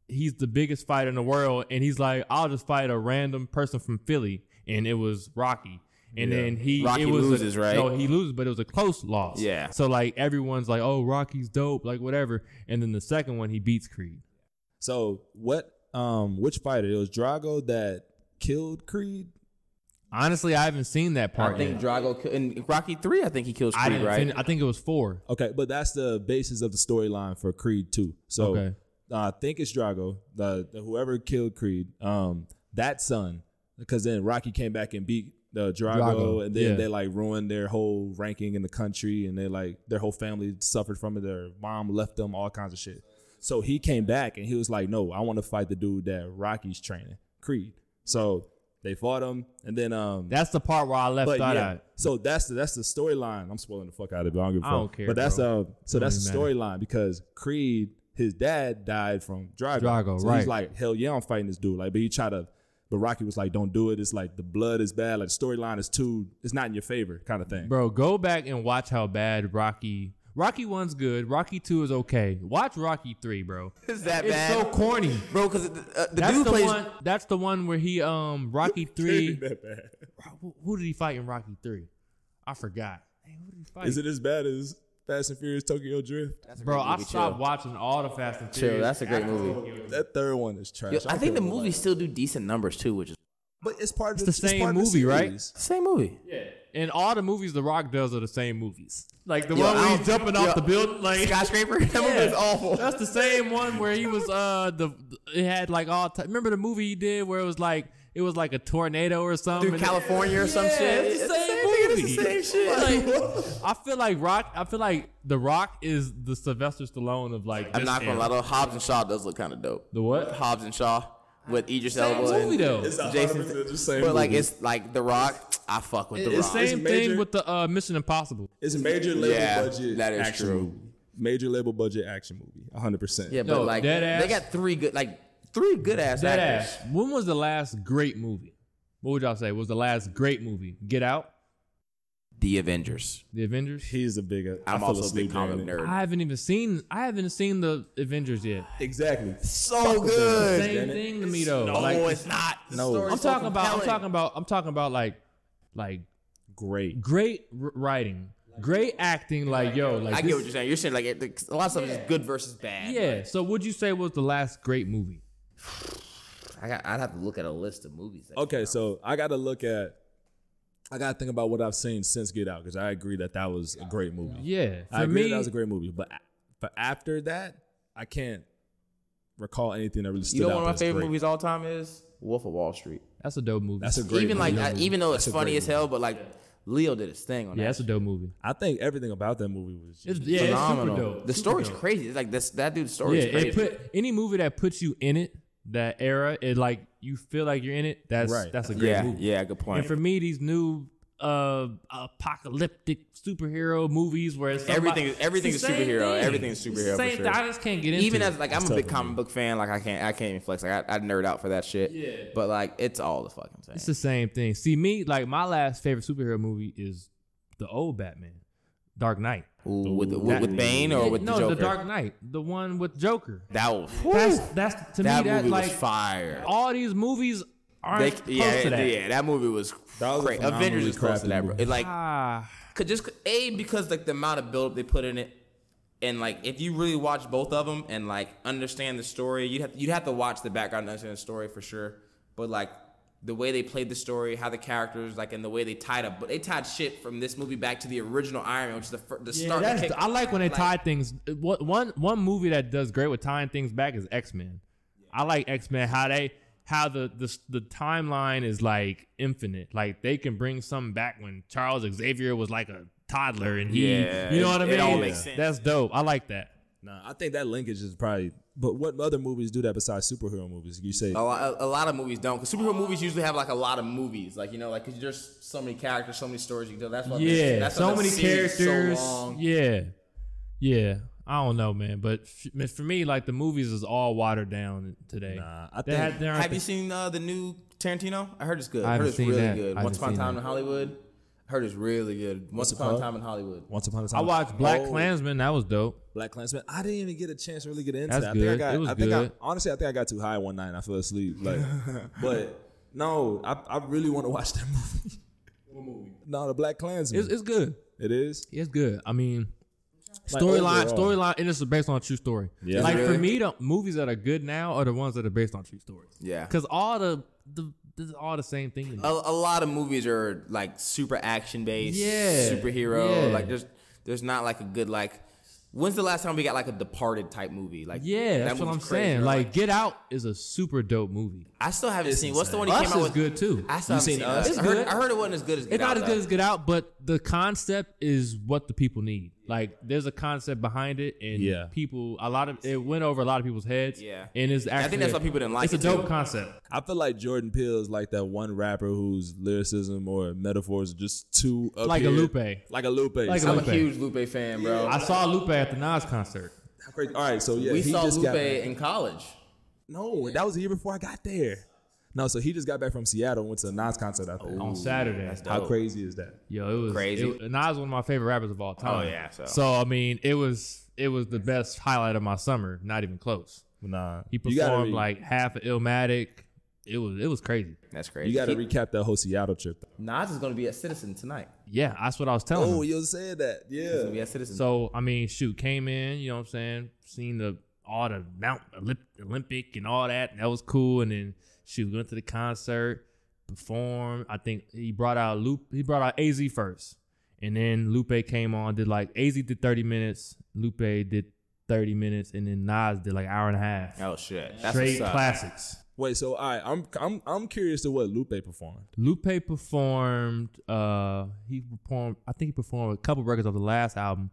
[SPEAKER 1] he's the biggest fighter in the world, and he's like, I'll just fight a random person from Philly, and it was Rocky. And then he
[SPEAKER 4] Rocky
[SPEAKER 1] it was a-
[SPEAKER 4] loses, right?
[SPEAKER 1] No, he loses, but it was a close loss.
[SPEAKER 4] Yeah.
[SPEAKER 1] So like everyone's like, oh, Rocky's dope, like whatever. And then the second one, he beats Creed.
[SPEAKER 5] So what? Um, which fighter? It was Drago that killed Creed.
[SPEAKER 1] Honestly, I haven't seen that part
[SPEAKER 4] I
[SPEAKER 1] yet.
[SPEAKER 4] think Drago ki- in Rocky three. I think he kills
[SPEAKER 1] I
[SPEAKER 4] Creed,
[SPEAKER 1] didn't.
[SPEAKER 4] right?
[SPEAKER 1] fin- I think it was four.
[SPEAKER 5] Okay, but that's the basis of the storyline for Creed 2.
[SPEAKER 4] Oh.
[SPEAKER 5] So
[SPEAKER 1] Okay.
[SPEAKER 5] uh, I think it's Drago, the, the whoever killed Creed, um, that son, because then Rocky came back and beat the Drago,
[SPEAKER 1] Drago,
[SPEAKER 5] and then
[SPEAKER 1] yeah.
[SPEAKER 5] they like ruined their whole ranking in the country, and they like their whole family suffered from it. Their mom left them, all kinds of shit. So he came back and he was like, "No, I want to fight the dude that Rocky's training, Creed." So they fought him, and then um,
[SPEAKER 1] That's the part where I left
[SPEAKER 5] but
[SPEAKER 1] that
[SPEAKER 5] yeah,
[SPEAKER 1] out.
[SPEAKER 5] so that's the that's the storyline. I'm spoiling the fuck out of it. I don't give a
[SPEAKER 1] I
[SPEAKER 5] fuck.
[SPEAKER 1] don't care,
[SPEAKER 5] But that's
[SPEAKER 1] bro.
[SPEAKER 5] uh so that's the
[SPEAKER 1] even matter.
[SPEAKER 5] storyline because Creed, his dad died from Drago.
[SPEAKER 1] Drago,
[SPEAKER 5] so
[SPEAKER 1] right.
[SPEAKER 5] He's like, hell yeah, I'm fighting this dude. Like, but he tried to, but Rocky was like, don't do it. It's like the blood is bad. Like the storyline is too, it's not in your favor, kind of thing.
[SPEAKER 1] Bro, go back and watch how bad Rocky. Rocky one's good. Rocky two is okay. Watch Rocky three, bro.
[SPEAKER 4] Is that
[SPEAKER 1] it's
[SPEAKER 4] bad?
[SPEAKER 1] so corny.
[SPEAKER 4] Bro, because uh, the
[SPEAKER 1] That's
[SPEAKER 4] dude
[SPEAKER 1] the
[SPEAKER 4] plays.
[SPEAKER 1] one. That's the one where he um Rocky three.
[SPEAKER 5] [laughs] That bad.
[SPEAKER 1] who who did he fight in Rocky three? I forgot. Hey, who did he fight?
[SPEAKER 5] Is it as bad as Fast and Furious Tokyo Drift?
[SPEAKER 4] That's a
[SPEAKER 1] bro,
[SPEAKER 4] great
[SPEAKER 1] I
[SPEAKER 4] movie, chill.
[SPEAKER 1] stopped watching all the Fast and
[SPEAKER 4] Chill,
[SPEAKER 1] Furious.
[SPEAKER 4] that's a great movie.
[SPEAKER 5] That third one is trash.
[SPEAKER 4] Yo,
[SPEAKER 5] I
[SPEAKER 4] I
[SPEAKER 5] don't
[SPEAKER 4] think the
[SPEAKER 5] care what
[SPEAKER 4] movies still do decent numbers too, which is
[SPEAKER 5] nobody- but it's part of
[SPEAKER 1] It's the same
[SPEAKER 5] part of
[SPEAKER 1] movie, right?
[SPEAKER 5] series.
[SPEAKER 4] same movie.
[SPEAKER 1] Yeah. And all the movies The Rock does are the same movies. Like the
[SPEAKER 4] Yo,
[SPEAKER 1] one
[SPEAKER 4] I
[SPEAKER 1] where
[SPEAKER 4] don't-
[SPEAKER 1] he's jumping
[SPEAKER 4] yo,
[SPEAKER 1] off the building, like
[SPEAKER 4] Skyscraper. [laughs] That
[SPEAKER 1] Yeah.
[SPEAKER 4] movie is awful.
[SPEAKER 1] That's the same one where he was uh the it had like all ti- remember the movie he did where it was like it was like a tornado or something.
[SPEAKER 4] Through California or some
[SPEAKER 1] Yeah,
[SPEAKER 4] shit.
[SPEAKER 1] It's the same,
[SPEAKER 4] thing,
[SPEAKER 1] movie.
[SPEAKER 4] It's the same shit.
[SPEAKER 1] I feel like Rock. I feel like The Rock is the Sylvester Stallone of like.
[SPEAKER 4] I'm
[SPEAKER 1] this
[SPEAKER 4] not gonna
[SPEAKER 1] era.
[SPEAKER 4] lie though. Hobbs and Shaw does look kind of dope.
[SPEAKER 1] The what?
[SPEAKER 4] Hobbs and Shaw with Idris
[SPEAKER 1] Same
[SPEAKER 4] Elba
[SPEAKER 1] movie
[SPEAKER 4] and
[SPEAKER 1] though.
[SPEAKER 5] It's a
[SPEAKER 4] Jason.
[SPEAKER 5] hundred percent the same
[SPEAKER 4] but like
[SPEAKER 5] movie.
[SPEAKER 4] it's like The Rock. I fuck with The
[SPEAKER 1] It's
[SPEAKER 4] Rock.
[SPEAKER 1] the same thing
[SPEAKER 5] major-
[SPEAKER 1] with the uh, Mission Impossible.
[SPEAKER 5] It's a major label
[SPEAKER 4] Yeah,
[SPEAKER 5] budget
[SPEAKER 4] that is
[SPEAKER 5] action
[SPEAKER 4] true.
[SPEAKER 5] movie. Major label budget action movie. 100%.
[SPEAKER 4] yeah, but
[SPEAKER 1] No,
[SPEAKER 4] like
[SPEAKER 1] dead ass.
[SPEAKER 4] they got three good like three good ass
[SPEAKER 1] Dead
[SPEAKER 4] actors.
[SPEAKER 1] ass. When was the last great movie? What would y'all say was the last great movie? Get Out,
[SPEAKER 4] The Avengers.
[SPEAKER 1] The Avengers.
[SPEAKER 5] He's a big. I
[SPEAKER 4] I'm
[SPEAKER 5] fell
[SPEAKER 4] also a
[SPEAKER 5] asleep
[SPEAKER 4] big comic
[SPEAKER 5] during it.
[SPEAKER 4] nerd.
[SPEAKER 1] I haven't even seen. I haven't seen the Avengers yet.
[SPEAKER 5] Exactly.
[SPEAKER 4] So good.
[SPEAKER 1] Same
[SPEAKER 5] it.
[SPEAKER 1] thing to me though.
[SPEAKER 4] No,
[SPEAKER 1] Like,
[SPEAKER 4] it's not. The
[SPEAKER 5] No.
[SPEAKER 4] story's
[SPEAKER 1] I'm
[SPEAKER 4] so
[SPEAKER 1] talking about. I'm
[SPEAKER 4] compelling.
[SPEAKER 1] talking about. I'm talking about like, like
[SPEAKER 5] Great.
[SPEAKER 1] great r- writing, great acting. Like yo, like
[SPEAKER 4] I
[SPEAKER 1] this-
[SPEAKER 4] get what you're saying. You're saying like it, a lot of stuff is just good versus bad.
[SPEAKER 1] Yeah. So, would you say was the last great movie?
[SPEAKER 4] I got, I'd have to look at a list of movies.
[SPEAKER 1] Oh,
[SPEAKER 4] That
[SPEAKER 5] Okay, so I got to look at. I got to think about what I've seen since Get Out because I agree that that was a great movie.
[SPEAKER 1] Yeah. For
[SPEAKER 5] I agree
[SPEAKER 1] me,
[SPEAKER 5] that was a great movie, but but after that, I can't recall anything that really stood
[SPEAKER 4] you know,
[SPEAKER 5] out.
[SPEAKER 4] one of my
[SPEAKER 5] that's
[SPEAKER 4] favorite
[SPEAKER 5] great.
[SPEAKER 4] movies all time is Wolf of Wall Street.
[SPEAKER 1] that's a dope movie.
[SPEAKER 5] That's a great.
[SPEAKER 4] even
[SPEAKER 5] movie.
[SPEAKER 4] like, I, even though it's
[SPEAKER 5] That's a
[SPEAKER 4] funny
[SPEAKER 5] great
[SPEAKER 4] as hell, but like Leo did his thing on
[SPEAKER 1] yeah,
[SPEAKER 4] that.
[SPEAKER 1] that's a dope movie.
[SPEAKER 5] I think everything about that movie was.
[SPEAKER 1] It's,
[SPEAKER 5] Just,
[SPEAKER 1] yeah,
[SPEAKER 4] Phenomenal.
[SPEAKER 1] it's super dope.
[SPEAKER 4] The
[SPEAKER 1] Super
[SPEAKER 4] story's
[SPEAKER 1] dope.
[SPEAKER 4] crazy. It's like this that dude's story
[SPEAKER 1] Yeah,
[SPEAKER 4] is crazy.
[SPEAKER 1] it put any movie that puts you in it, that era, it like you feel like you're in it. That's
[SPEAKER 5] Right.
[SPEAKER 1] that's a great movie.
[SPEAKER 4] yeah, good
[SPEAKER 1] And for me, these new uh apocalyptic superhero movies where it's somebody-
[SPEAKER 4] Everything-
[SPEAKER 1] it's
[SPEAKER 4] everything
[SPEAKER 1] the
[SPEAKER 4] is
[SPEAKER 1] same
[SPEAKER 4] superhero.
[SPEAKER 1] thing.
[SPEAKER 4] Everything is
[SPEAKER 1] It's the
[SPEAKER 4] superhero for
[SPEAKER 1] Same
[SPEAKER 4] sure.
[SPEAKER 1] thing. I just can't get into.
[SPEAKER 4] Even
[SPEAKER 1] it.
[SPEAKER 4] as like I'm a big comic book fan, like I can't I can't even flex. Like I, I'd nerd out for that shit.
[SPEAKER 1] Yeah.
[SPEAKER 4] But like it's all the fucking same.
[SPEAKER 1] It's the same thing. See me, like my last favorite superhero movie is the old Batman Dark Knight.
[SPEAKER 4] Ooh, with, the- with, with Bane or Oh, with
[SPEAKER 1] no,
[SPEAKER 4] the Joker?
[SPEAKER 1] Dark Knight, the one with Joker.
[SPEAKER 4] that was,
[SPEAKER 1] That's that's to
[SPEAKER 4] that
[SPEAKER 1] me that
[SPEAKER 4] movie
[SPEAKER 1] like
[SPEAKER 4] was fire.
[SPEAKER 1] all these movies
[SPEAKER 4] They,
[SPEAKER 1] aren't close
[SPEAKER 4] yeah,
[SPEAKER 1] to that.
[SPEAKER 4] yeah, that movie was,
[SPEAKER 5] That was a
[SPEAKER 4] great. Avengers
[SPEAKER 5] phenomenally
[SPEAKER 4] is close to
[SPEAKER 5] crappy
[SPEAKER 4] that, bro.
[SPEAKER 5] movie.
[SPEAKER 4] It like
[SPEAKER 1] Ah,
[SPEAKER 4] Cause just a because like the amount of buildup they put in it, and like if you really watch both of them and like understand the story, you'd have you'd have to watch the background to understand the story for sure. But like the way they played the story, how the characters like, and the way they tied up, but they tied shit from this movie back to the original Iron Man, which is the fir- the
[SPEAKER 1] yeah,
[SPEAKER 4] start.
[SPEAKER 1] that's,
[SPEAKER 4] kick-
[SPEAKER 1] I like when they tie things. One one- one movie that does great with tying things back is X Men. I like X Men how they how the, the the timeline is like infinite. Like they can bring something back when Charles Xavier was like a toddler and he,
[SPEAKER 4] Yeah,
[SPEAKER 1] you know what I
[SPEAKER 4] it-
[SPEAKER 1] mean.
[SPEAKER 4] it all makes sense.
[SPEAKER 1] That's dope. I like that.
[SPEAKER 5] Nah, I think that linkage is probably. But what other movies do that besides superhero movies? You say
[SPEAKER 4] A lot, a lot of movies don't. Cause superhero movies usually have like a lot of movies, like you know, like cause there's so many characters, so many stories you can tell. That's why this-
[SPEAKER 1] Yeah,
[SPEAKER 4] that's why
[SPEAKER 1] so
[SPEAKER 4] the
[SPEAKER 1] many
[SPEAKER 4] series is so
[SPEAKER 1] characters.
[SPEAKER 4] long.
[SPEAKER 1] yeah, yeah. I don't know, man, but f- for me, like the movies is all watered down today.
[SPEAKER 5] Nah, I
[SPEAKER 1] They
[SPEAKER 5] think-
[SPEAKER 1] had- there aren't
[SPEAKER 4] Have
[SPEAKER 1] the-
[SPEAKER 4] you seen uh, the new Tarantino? I heard it's good.
[SPEAKER 1] I
[SPEAKER 4] I, heard
[SPEAKER 1] haven't
[SPEAKER 4] it's
[SPEAKER 1] seen
[SPEAKER 4] really
[SPEAKER 1] that.
[SPEAKER 4] good.
[SPEAKER 1] I
[SPEAKER 4] Once
[SPEAKER 1] haven't
[SPEAKER 4] upon a
[SPEAKER 1] seen
[SPEAKER 4] time
[SPEAKER 1] that.
[SPEAKER 4] in Hollywood. I heard it's really good. Once
[SPEAKER 5] it
[SPEAKER 4] upon a
[SPEAKER 5] called?
[SPEAKER 4] time in Hollywood.
[SPEAKER 5] Once Upon a Time.
[SPEAKER 1] I watched Black
[SPEAKER 5] Oh,
[SPEAKER 1] Klansman. That was dope.
[SPEAKER 5] Black Klansman. I didn't even get a chance to really get into
[SPEAKER 1] That's
[SPEAKER 5] that. I
[SPEAKER 1] good.
[SPEAKER 5] think I got.
[SPEAKER 1] It was
[SPEAKER 5] I think I,
[SPEAKER 1] good.
[SPEAKER 5] honestly, I think I got too high one night and I fell asleep.
[SPEAKER 1] [laughs]
[SPEAKER 5] Like, but no, I, I really want to watch that movie. What movie? No, the Black Klansman.
[SPEAKER 1] It's, it's good.
[SPEAKER 5] it is.
[SPEAKER 1] It's good. I mean,
[SPEAKER 5] Like,
[SPEAKER 1] storyline,
[SPEAKER 5] overall.
[SPEAKER 1] storyline, and it's based on a true story.
[SPEAKER 5] Yeah.
[SPEAKER 1] Like
[SPEAKER 4] Really?
[SPEAKER 1] for me, the movies that are good now are the ones that are based on true stories.
[SPEAKER 4] Yeah. Oh,
[SPEAKER 1] Because all the, the this is all the same thing. to me.
[SPEAKER 4] A, a lot of movies are like super action based,
[SPEAKER 1] Yeah,
[SPEAKER 4] superhero.
[SPEAKER 1] yeah.
[SPEAKER 4] Like there's there's not like a good like. When's the last time we got like a Departed type movie? Like
[SPEAKER 1] yeah,
[SPEAKER 4] that
[SPEAKER 1] that's what
[SPEAKER 4] movie's
[SPEAKER 1] I'm
[SPEAKER 4] crazy,
[SPEAKER 1] saying.
[SPEAKER 4] bro.
[SPEAKER 1] Like, Get Out is a super dope movie.
[SPEAKER 4] I still haven't seen. What's the one he
[SPEAKER 1] Us
[SPEAKER 4] came out
[SPEAKER 1] is
[SPEAKER 4] with?
[SPEAKER 1] good too.
[SPEAKER 4] I still haven't
[SPEAKER 5] seen
[SPEAKER 4] seen
[SPEAKER 5] Us?
[SPEAKER 4] Us.
[SPEAKER 1] It's
[SPEAKER 4] I, heard,
[SPEAKER 1] good.
[SPEAKER 4] I heard it wasn't as good as.
[SPEAKER 1] It's
[SPEAKER 4] Get
[SPEAKER 1] not as
[SPEAKER 4] Out,
[SPEAKER 1] good as Get Out, but the concept is what the people need. Like, there's a concept behind it, and
[SPEAKER 5] Yeah.
[SPEAKER 1] people, a lot of it went over a lot of people's heads.
[SPEAKER 4] Yeah.
[SPEAKER 1] and it's actually
[SPEAKER 4] I think that's why people didn't like
[SPEAKER 1] It's
[SPEAKER 4] it,
[SPEAKER 1] a dope
[SPEAKER 4] too.
[SPEAKER 1] concept.
[SPEAKER 5] I feel like Jordan Peele is like that one rapper whose lyricism or metaphors are just too up
[SPEAKER 1] Like a
[SPEAKER 5] here.
[SPEAKER 1] Lupe.
[SPEAKER 5] Like a Lupe.
[SPEAKER 1] Like a
[SPEAKER 4] though. I'm
[SPEAKER 1] Lupe.
[SPEAKER 4] a huge Lupe fan, bro.
[SPEAKER 1] I saw Lupe at the Nas concert.
[SPEAKER 5] How crazy- All right, so yeah,
[SPEAKER 4] we
[SPEAKER 5] he
[SPEAKER 4] saw
[SPEAKER 5] just
[SPEAKER 4] Lupe
[SPEAKER 5] got
[SPEAKER 4] in college.
[SPEAKER 5] No, that was the year before I got there. No, so he just got back from Seattle, went to a Nas concert out there.
[SPEAKER 1] on Saturday.
[SPEAKER 5] How crazy is that?
[SPEAKER 1] Yo, it was
[SPEAKER 4] Crazy.
[SPEAKER 1] It, Nas was one of my favorite rappers of all time.
[SPEAKER 4] Oh, yeah, so.
[SPEAKER 1] I mean, it was it was the best highlight of my summer. Not even close.
[SPEAKER 5] Nah,
[SPEAKER 1] He
[SPEAKER 5] you gotta,
[SPEAKER 1] performed
[SPEAKER 5] re-
[SPEAKER 1] like half of Illmatic. It was it was crazy.
[SPEAKER 4] That's crazy.
[SPEAKER 5] you gotta
[SPEAKER 4] He-
[SPEAKER 5] recap that whole Seattle trip.
[SPEAKER 4] Nas is gonna be a citizen tonight.
[SPEAKER 1] Yeah, that's what I was telling
[SPEAKER 5] Oh,
[SPEAKER 1] him.
[SPEAKER 5] you said that,
[SPEAKER 4] He's gonna
[SPEAKER 5] yeah.
[SPEAKER 4] be a citizen.
[SPEAKER 1] So I mean, shoot, came in. You know what I'm saying? Seen the all the Mount Olymp- Olympic and all that. And that was cool. And then shoot, went to the concert, performed. I think he brought out Loop. He brought out Az first, and then Lupe came on. Did like Az did 30 minutes. Lupe did 30 minutes, and then Nas did like hour and a half.
[SPEAKER 4] oh shit, that's
[SPEAKER 1] Straight
[SPEAKER 4] what's up.
[SPEAKER 1] classics.
[SPEAKER 5] Wait, so all right, I'm I'm I'm curious to what Lupe performed.
[SPEAKER 1] Lupe performed. Uh, he performed. I think he performed a couple records of the last album,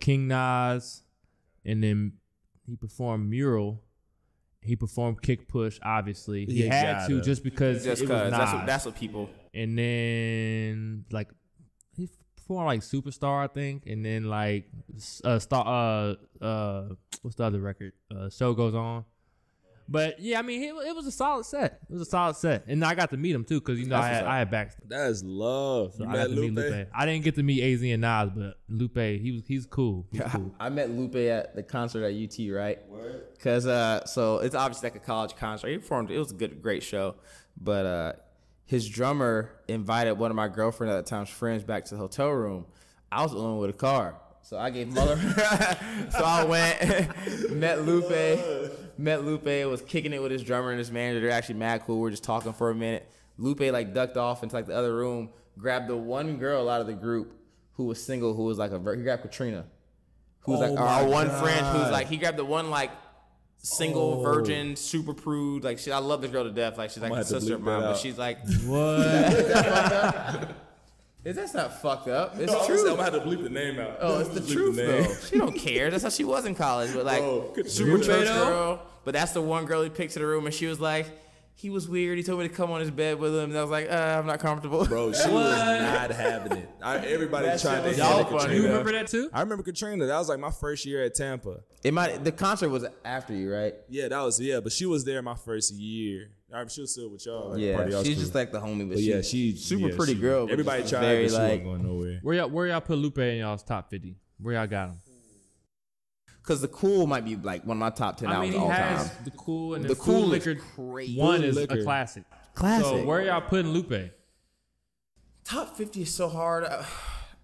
[SPEAKER 1] King Nas, and then he performed Mural. He performed Kick Push. Obviously, he
[SPEAKER 5] You
[SPEAKER 1] had to
[SPEAKER 5] gotta.
[SPEAKER 1] just because
[SPEAKER 4] Just
[SPEAKER 1] it was
[SPEAKER 4] cause
[SPEAKER 1] Nas.
[SPEAKER 4] that's what, that's what people.
[SPEAKER 1] and then like he performed like Superstar, I think, and then like s- uh, star. Uh, uh, what's the other record? Uh, Show goes on. But yeah, I mean, it, it was a solid set. It was a solid set, and I got to meet him too because you know I had, I had back.
[SPEAKER 5] That is love. You
[SPEAKER 1] I got
[SPEAKER 5] met
[SPEAKER 1] to meet
[SPEAKER 5] Lupe.
[SPEAKER 1] Lupe. I didn't get to meet Az and Nas, but Lupe, he was he's cool. He's cool.
[SPEAKER 4] I met Lupe at the concert at UT, right? Cause uh, so it's obviously like a college concert. He performed. It was a good, great show. But uh, his drummer invited one of my girlfriend at the time's friends back to the hotel room. I was alone with a car, so I gave mother. [laughs] so I went, [laughs] met Lupe, met Lupe. Was kicking it with his drummer and his manager. They're actually mad cool. We are just talking for a minute. Lupe like ducked off into like the other room, grabbed the one girl out of the group who was single, who was like a ver- he grabbed Katrina who's like our one friend who's like he grabbed the one like
[SPEAKER 5] Oh.
[SPEAKER 4] single virgin super prude like she, I love this girl to death like she's like
[SPEAKER 5] gonna
[SPEAKER 4] a
[SPEAKER 5] have to
[SPEAKER 4] sister of
[SPEAKER 5] bleep
[SPEAKER 4] mine
[SPEAKER 5] that
[SPEAKER 4] but
[SPEAKER 5] out.
[SPEAKER 4] she's like
[SPEAKER 1] What?
[SPEAKER 4] [laughs] is
[SPEAKER 5] [laughs]
[SPEAKER 4] that's not fucked up it's
[SPEAKER 5] Oh,
[SPEAKER 4] true
[SPEAKER 5] I'm gonna have to bleep the name out.
[SPEAKER 4] oh it's the
[SPEAKER 5] Bleep
[SPEAKER 4] truth
[SPEAKER 5] name.
[SPEAKER 4] though she don't care that's how she was in college but like
[SPEAKER 5] Bro, good
[SPEAKER 4] super
[SPEAKER 5] truth.
[SPEAKER 4] church
[SPEAKER 1] Though?
[SPEAKER 4] girl but that's the one girl he picked to the room and she was like he was weird he told me to come on his bed with him and I was like uh, I'm not comfortable
[SPEAKER 5] Bro, she was not having it. I, everybody tried to.
[SPEAKER 4] shit was
[SPEAKER 5] handle
[SPEAKER 4] so funny,
[SPEAKER 5] Katrina.
[SPEAKER 1] you remember that too?
[SPEAKER 5] I remember Katrina. That was like my first year at Tampa.
[SPEAKER 4] it might the concert was after you right
[SPEAKER 5] Yeah, that was yeah. But she was there my first year. I remember she was still with y'all. Like,
[SPEAKER 4] yeah
[SPEAKER 5] party y'all
[SPEAKER 4] she's
[SPEAKER 5] still.
[SPEAKER 4] just like the homie but,
[SPEAKER 5] But
[SPEAKER 4] she,
[SPEAKER 5] yeah, she
[SPEAKER 4] super
[SPEAKER 5] yeah,
[SPEAKER 4] pretty
[SPEAKER 5] she-
[SPEAKER 4] girl but
[SPEAKER 5] Everybody
[SPEAKER 4] just
[SPEAKER 5] tried,
[SPEAKER 4] very
[SPEAKER 5] but she
[SPEAKER 4] like
[SPEAKER 5] wasn't going nowhere. fair.
[SPEAKER 1] Where y'all where y'all put Lupe in y'all's top fifty? Where y'all got him?
[SPEAKER 4] Because the cool might be like one of my top ten
[SPEAKER 1] I mean,
[SPEAKER 4] albums
[SPEAKER 1] he
[SPEAKER 4] all
[SPEAKER 1] has
[SPEAKER 4] time.
[SPEAKER 1] the cool and
[SPEAKER 4] The
[SPEAKER 1] the, cool
[SPEAKER 4] Cool is
[SPEAKER 1] liquor.
[SPEAKER 4] crazy.
[SPEAKER 1] One
[SPEAKER 5] Cool
[SPEAKER 1] is
[SPEAKER 5] Liquor.
[SPEAKER 1] a classic.
[SPEAKER 3] Classic.
[SPEAKER 1] So where y'all putting Lupe?
[SPEAKER 4] Top fifty is so hard. uh,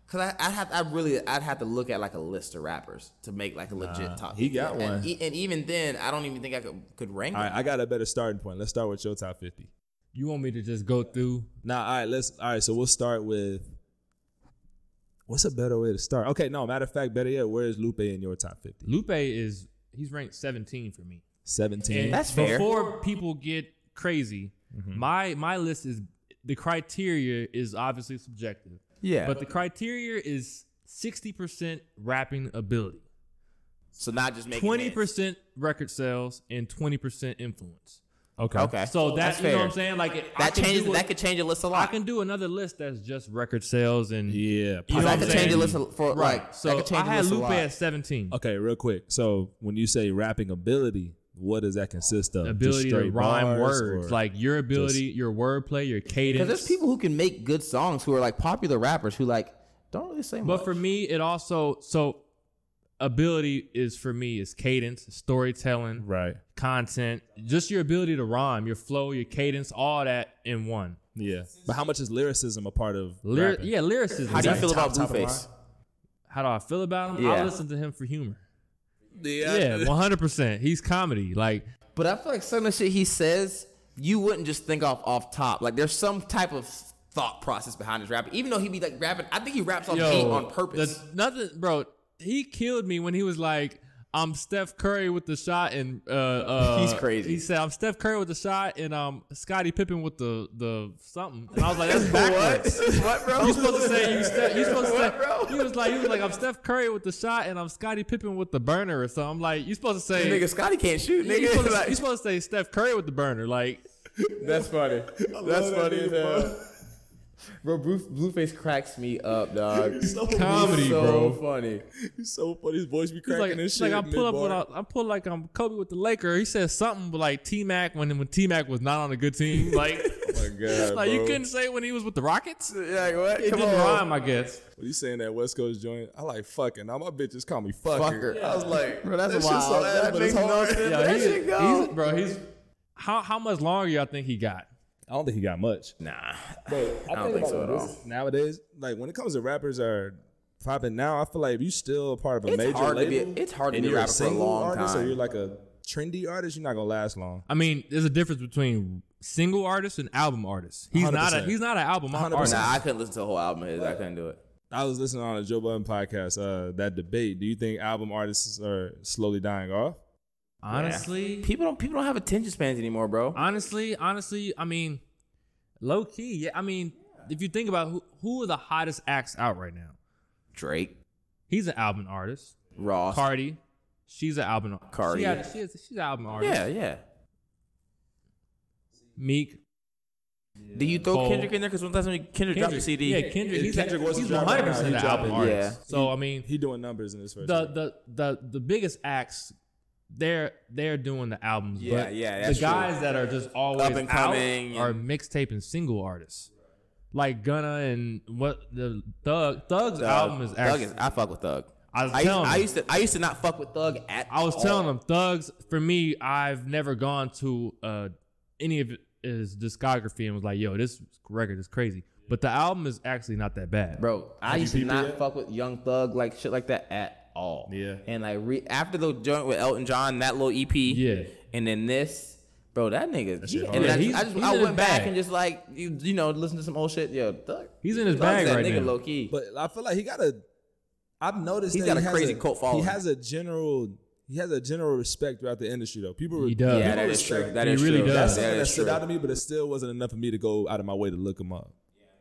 [SPEAKER 4] Cause I, I'd have, I really, I'd have to look at like a list of rappers to make like a legit top.
[SPEAKER 5] he
[SPEAKER 4] 50.
[SPEAKER 5] got one.
[SPEAKER 4] and, e- and even then, I don't even think I could could rank.
[SPEAKER 5] All
[SPEAKER 4] them.
[SPEAKER 5] right, I got a better starting point. Let's start with your top fifty.
[SPEAKER 1] You want me to just go through?
[SPEAKER 5] Now, all right, let's. All right, so we'll start with. What's a better way to start? Okay, no, matter of fact, better yet, where is Lupe in your top 50?
[SPEAKER 1] Lupe is he's ranked seventeen for me.
[SPEAKER 5] 17.
[SPEAKER 1] And
[SPEAKER 3] That's fair.
[SPEAKER 1] Before people get crazy,
[SPEAKER 4] Mm-hmm.
[SPEAKER 1] my my list is the criteria is obviously subjective.
[SPEAKER 4] Yeah.
[SPEAKER 1] But the criteria is sixty percent rapping ability,
[SPEAKER 4] so not just making
[SPEAKER 1] twenty
[SPEAKER 4] hits.
[SPEAKER 1] percent record sales, and twenty percent influence.
[SPEAKER 5] Okay.
[SPEAKER 4] Okay.
[SPEAKER 1] So that's,
[SPEAKER 4] That's
[SPEAKER 1] you know what
[SPEAKER 4] fair.
[SPEAKER 1] I'm saying. Like it, I
[SPEAKER 4] That
[SPEAKER 1] can
[SPEAKER 4] changes.
[SPEAKER 1] do a-
[SPEAKER 4] that could change a list a
[SPEAKER 1] I
[SPEAKER 4] lot.
[SPEAKER 1] can do another list that's just record sales and
[SPEAKER 5] Yeah.
[SPEAKER 1] You know what
[SPEAKER 4] that could
[SPEAKER 1] I'm
[SPEAKER 4] change a
[SPEAKER 1] saying?
[SPEAKER 4] list a- for
[SPEAKER 1] right.
[SPEAKER 4] like. that
[SPEAKER 1] so I
[SPEAKER 4] could change a
[SPEAKER 1] had
[SPEAKER 4] list a
[SPEAKER 1] Lupe
[SPEAKER 4] lot.
[SPEAKER 1] at seventeen.
[SPEAKER 5] Okay, real quick. So when you say rapping ability, what does that consist of? Just
[SPEAKER 1] ability to
[SPEAKER 5] straight
[SPEAKER 1] rhyme
[SPEAKER 5] bars
[SPEAKER 1] words,
[SPEAKER 5] or-
[SPEAKER 1] like your ability, your wordplay, your cadence.
[SPEAKER 4] Because there's people who can make good songs who are like popular rappers who like don't really say much.
[SPEAKER 1] But for me, it also so ability is for me is cadence, storytelling,
[SPEAKER 5] right.
[SPEAKER 1] content, just your ability to rhyme, your flow, your cadence, all that in one.
[SPEAKER 5] Yeah. But how much is lyricism a part of
[SPEAKER 1] Lyri-
[SPEAKER 5] [laughs] rapping?
[SPEAKER 1] yeah, lyricism.
[SPEAKER 4] how do you
[SPEAKER 1] Like,
[SPEAKER 4] feel about
[SPEAKER 5] top of
[SPEAKER 4] Blueface?
[SPEAKER 1] How do I feel about him? I
[SPEAKER 4] Yeah.
[SPEAKER 1] listen to him for humor. Yeah, one hundred percent. He's comedy. Like
[SPEAKER 4] But I feel like some of the shit he says, you wouldn't just think off off top. Like there's some type of thought process behind his rap. Even though he be like rapping, I think he raps off hate
[SPEAKER 1] yo,
[SPEAKER 4] on purpose.
[SPEAKER 1] the- nothing, bro. He killed me when he was like, "I'm Steph Curry with the shot," and uh, uh,
[SPEAKER 4] He's crazy.
[SPEAKER 1] He said, "I'm Steph Curry with the shot," and um, Scottie Pippen with the the something. And I was
[SPEAKER 4] [laughs]
[SPEAKER 1] like, "That's backwards."
[SPEAKER 4] what, bro?
[SPEAKER 1] You supposed to say you Steph, you supposed to say
[SPEAKER 4] What, bro?
[SPEAKER 1] he was like he was like I'm Steph Curry with the shot and I'm Scottie Pippen with the burner or something. I'm like you supposed to say
[SPEAKER 4] [laughs] nigga, Scotty can't shoot.
[SPEAKER 1] you, supposed
[SPEAKER 4] Nigga, [laughs]
[SPEAKER 1] to, you supposed to say Steph Curry with the burner. Like
[SPEAKER 4] that's [laughs] funny. That's funny as hell. Bro, Blue, Blueface cracks me up, dog.
[SPEAKER 1] comedy,
[SPEAKER 4] [laughs] so
[SPEAKER 1] bro.
[SPEAKER 4] funny.
[SPEAKER 5] He's so funny. His voice be
[SPEAKER 1] He's
[SPEAKER 5] cracking
[SPEAKER 1] like,
[SPEAKER 5] and
[SPEAKER 1] he's
[SPEAKER 5] shit.
[SPEAKER 1] like I pull up
[SPEAKER 5] mid-bar.
[SPEAKER 1] when I, I pull like I'm Kobe with the Laker. He said something like T Mac when when T Mac was not on a good
[SPEAKER 5] [laughs]
[SPEAKER 1] team. Like [laughs]
[SPEAKER 5] Oh my God,
[SPEAKER 1] like you
[SPEAKER 5] bro.
[SPEAKER 1] couldn't say when he was with the Rockets. It
[SPEAKER 4] Like what? Come
[SPEAKER 1] didn't
[SPEAKER 4] on.
[SPEAKER 1] rhyme, I guess.
[SPEAKER 5] When you saying that West Coast joint, I like fucking. Now my bitches call me fucker.
[SPEAKER 4] Fucker. I was like, bro, that's
[SPEAKER 5] that
[SPEAKER 4] a
[SPEAKER 5] shit's
[SPEAKER 4] wild.
[SPEAKER 5] so ass,
[SPEAKER 4] that
[SPEAKER 5] but it's
[SPEAKER 4] makes no
[SPEAKER 5] hard.
[SPEAKER 4] sense.
[SPEAKER 1] Yeah,
[SPEAKER 4] but that
[SPEAKER 1] he-
[SPEAKER 4] shit go.
[SPEAKER 1] he's bro. He's how how much longer y'all think he got?
[SPEAKER 5] I don't think he got much.
[SPEAKER 4] nah.
[SPEAKER 5] But I,
[SPEAKER 4] don't think so
[SPEAKER 5] about
[SPEAKER 4] at
[SPEAKER 5] this Nowadays, like when it comes to rappers are popping now, I feel like if you still a part of a
[SPEAKER 4] It's
[SPEAKER 5] major
[SPEAKER 4] hard to be-
[SPEAKER 5] label
[SPEAKER 4] it's hard to
[SPEAKER 5] and
[SPEAKER 4] be a
[SPEAKER 5] you're
[SPEAKER 4] rapper for a
[SPEAKER 5] single
[SPEAKER 4] long
[SPEAKER 5] artist Or
[SPEAKER 4] time.
[SPEAKER 5] you're like a trendy artist, you're not gonna last long.
[SPEAKER 1] I mean, there's a difference between single artist and album artist. He's not a
[SPEAKER 5] 100%.
[SPEAKER 1] he's not an album
[SPEAKER 5] 100%.
[SPEAKER 1] artist.
[SPEAKER 4] Nah, I couldn't listen to a whole album of his. I couldn't do it.
[SPEAKER 5] I was listening on a Joe Budden podcast, uh, that debate. Do you think album artists are slowly dying off?
[SPEAKER 1] Honestly,
[SPEAKER 4] People don't people don't have attention spans anymore, bro.
[SPEAKER 1] honestly, honestly, I mean, low key. Yeah, I mean, if you think about who who are the hottest acts out right now,
[SPEAKER 4] Drake,
[SPEAKER 1] he's an album artist.
[SPEAKER 4] Ross.
[SPEAKER 1] Cardi, she's an album artist.
[SPEAKER 4] Cardi.
[SPEAKER 1] she had- she is, she's an album artist.
[SPEAKER 4] yeah, yeah.
[SPEAKER 1] Meek,
[SPEAKER 4] Do you throw
[SPEAKER 1] Cole.
[SPEAKER 4] Kendrick in there? Because when that's when Kendrick, dropped the
[SPEAKER 1] Kendrick.
[SPEAKER 4] CD.
[SPEAKER 1] Yeah, Kendrick. He's,
[SPEAKER 5] Kendrick
[SPEAKER 1] he's
[SPEAKER 5] wasn't
[SPEAKER 1] one
[SPEAKER 5] dropping
[SPEAKER 1] hundred
[SPEAKER 5] now,
[SPEAKER 1] percent
[SPEAKER 5] he
[SPEAKER 1] an
[SPEAKER 5] dropping.
[SPEAKER 1] album artist.
[SPEAKER 4] Yeah.
[SPEAKER 1] So I mean,
[SPEAKER 5] He doing numbers in this first.
[SPEAKER 1] the
[SPEAKER 5] year.
[SPEAKER 1] the the the biggest acts they're they're doing the albums
[SPEAKER 4] Yeah,
[SPEAKER 1] but
[SPEAKER 4] yeah,
[SPEAKER 1] the
[SPEAKER 4] that's
[SPEAKER 1] guys that are just always
[SPEAKER 4] Up and coming
[SPEAKER 1] out are
[SPEAKER 4] and-
[SPEAKER 1] mixtape and single artists like Gunna and what the Thug Thug's
[SPEAKER 4] Thug.
[SPEAKER 1] album is
[SPEAKER 4] Thug
[SPEAKER 1] actually
[SPEAKER 4] is. I fuck with Thug.
[SPEAKER 1] I was
[SPEAKER 4] used,
[SPEAKER 1] telling
[SPEAKER 4] I
[SPEAKER 1] him.
[SPEAKER 4] used to. I used to not fuck with Thug at.
[SPEAKER 1] I was
[SPEAKER 4] all.
[SPEAKER 1] telling them Thugs for me I've never gone to uh any of his discography and was like yo this record is crazy but the album is actually not that bad
[SPEAKER 4] bro. I used to not fuck with Young Thug like shit like that at all.
[SPEAKER 5] Yeah.
[SPEAKER 4] And like re- after the joint with Elton John, that little EP.
[SPEAKER 1] Yeah.
[SPEAKER 4] And then this. Bro, that nigga, he, and
[SPEAKER 1] hard.
[SPEAKER 4] I,
[SPEAKER 1] Yeah,
[SPEAKER 4] just, I,
[SPEAKER 1] he's-
[SPEAKER 4] just,
[SPEAKER 1] he's
[SPEAKER 4] I
[SPEAKER 1] in his
[SPEAKER 4] went back
[SPEAKER 1] bag.
[SPEAKER 4] and just like you, you know listen to some old shit. Yo, Thug,
[SPEAKER 1] He's in his
[SPEAKER 4] Thug's
[SPEAKER 1] bag
[SPEAKER 4] that
[SPEAKER 1] right
[SPEAKER 4] nigga
[SPEAKER 1] now.
[SPEAKER 4] low key.
[SPEAKER 5] But I feel like he got a. I've noticed
[SPEAKER 4] He's
[SPEAKER 5] that
[SPEAKER 4] got
[SPEAKER 5] he
[SPEAKER 4] a
[SPEAKER 5] has
[SPEAKER 4] crazy cult following.
[SPEAKER 5] He has a general. He has a general respect throughout the industry, though. People.
[SPEAKER 1] uh, He does.
[SPEAKER 4] yeah,
[SPEAKER 1] Yeah,
[SPEAKER 4] that is
[SPEAKER 5] respect.
[SPEAKER 4] true. That
[SPEAKER 1] He
[SPEAKER 4] is
[SPEAKER 1] really
[SPEAKER 4] true.
[SPEAKER 1] does.
[SPEAKER 5] That's
[SPEAKER 1] Yeah,
[SPEAKER 5] something
[SPEAKER 4] that
[SPEAKER 5] that
[SPEAKER 4] is
[SPEAKER 5] stood
[SPEAKER 4] true.
[SPEAKER 5] out to me, but it still wasn't enough for me to go out of my way to look him up.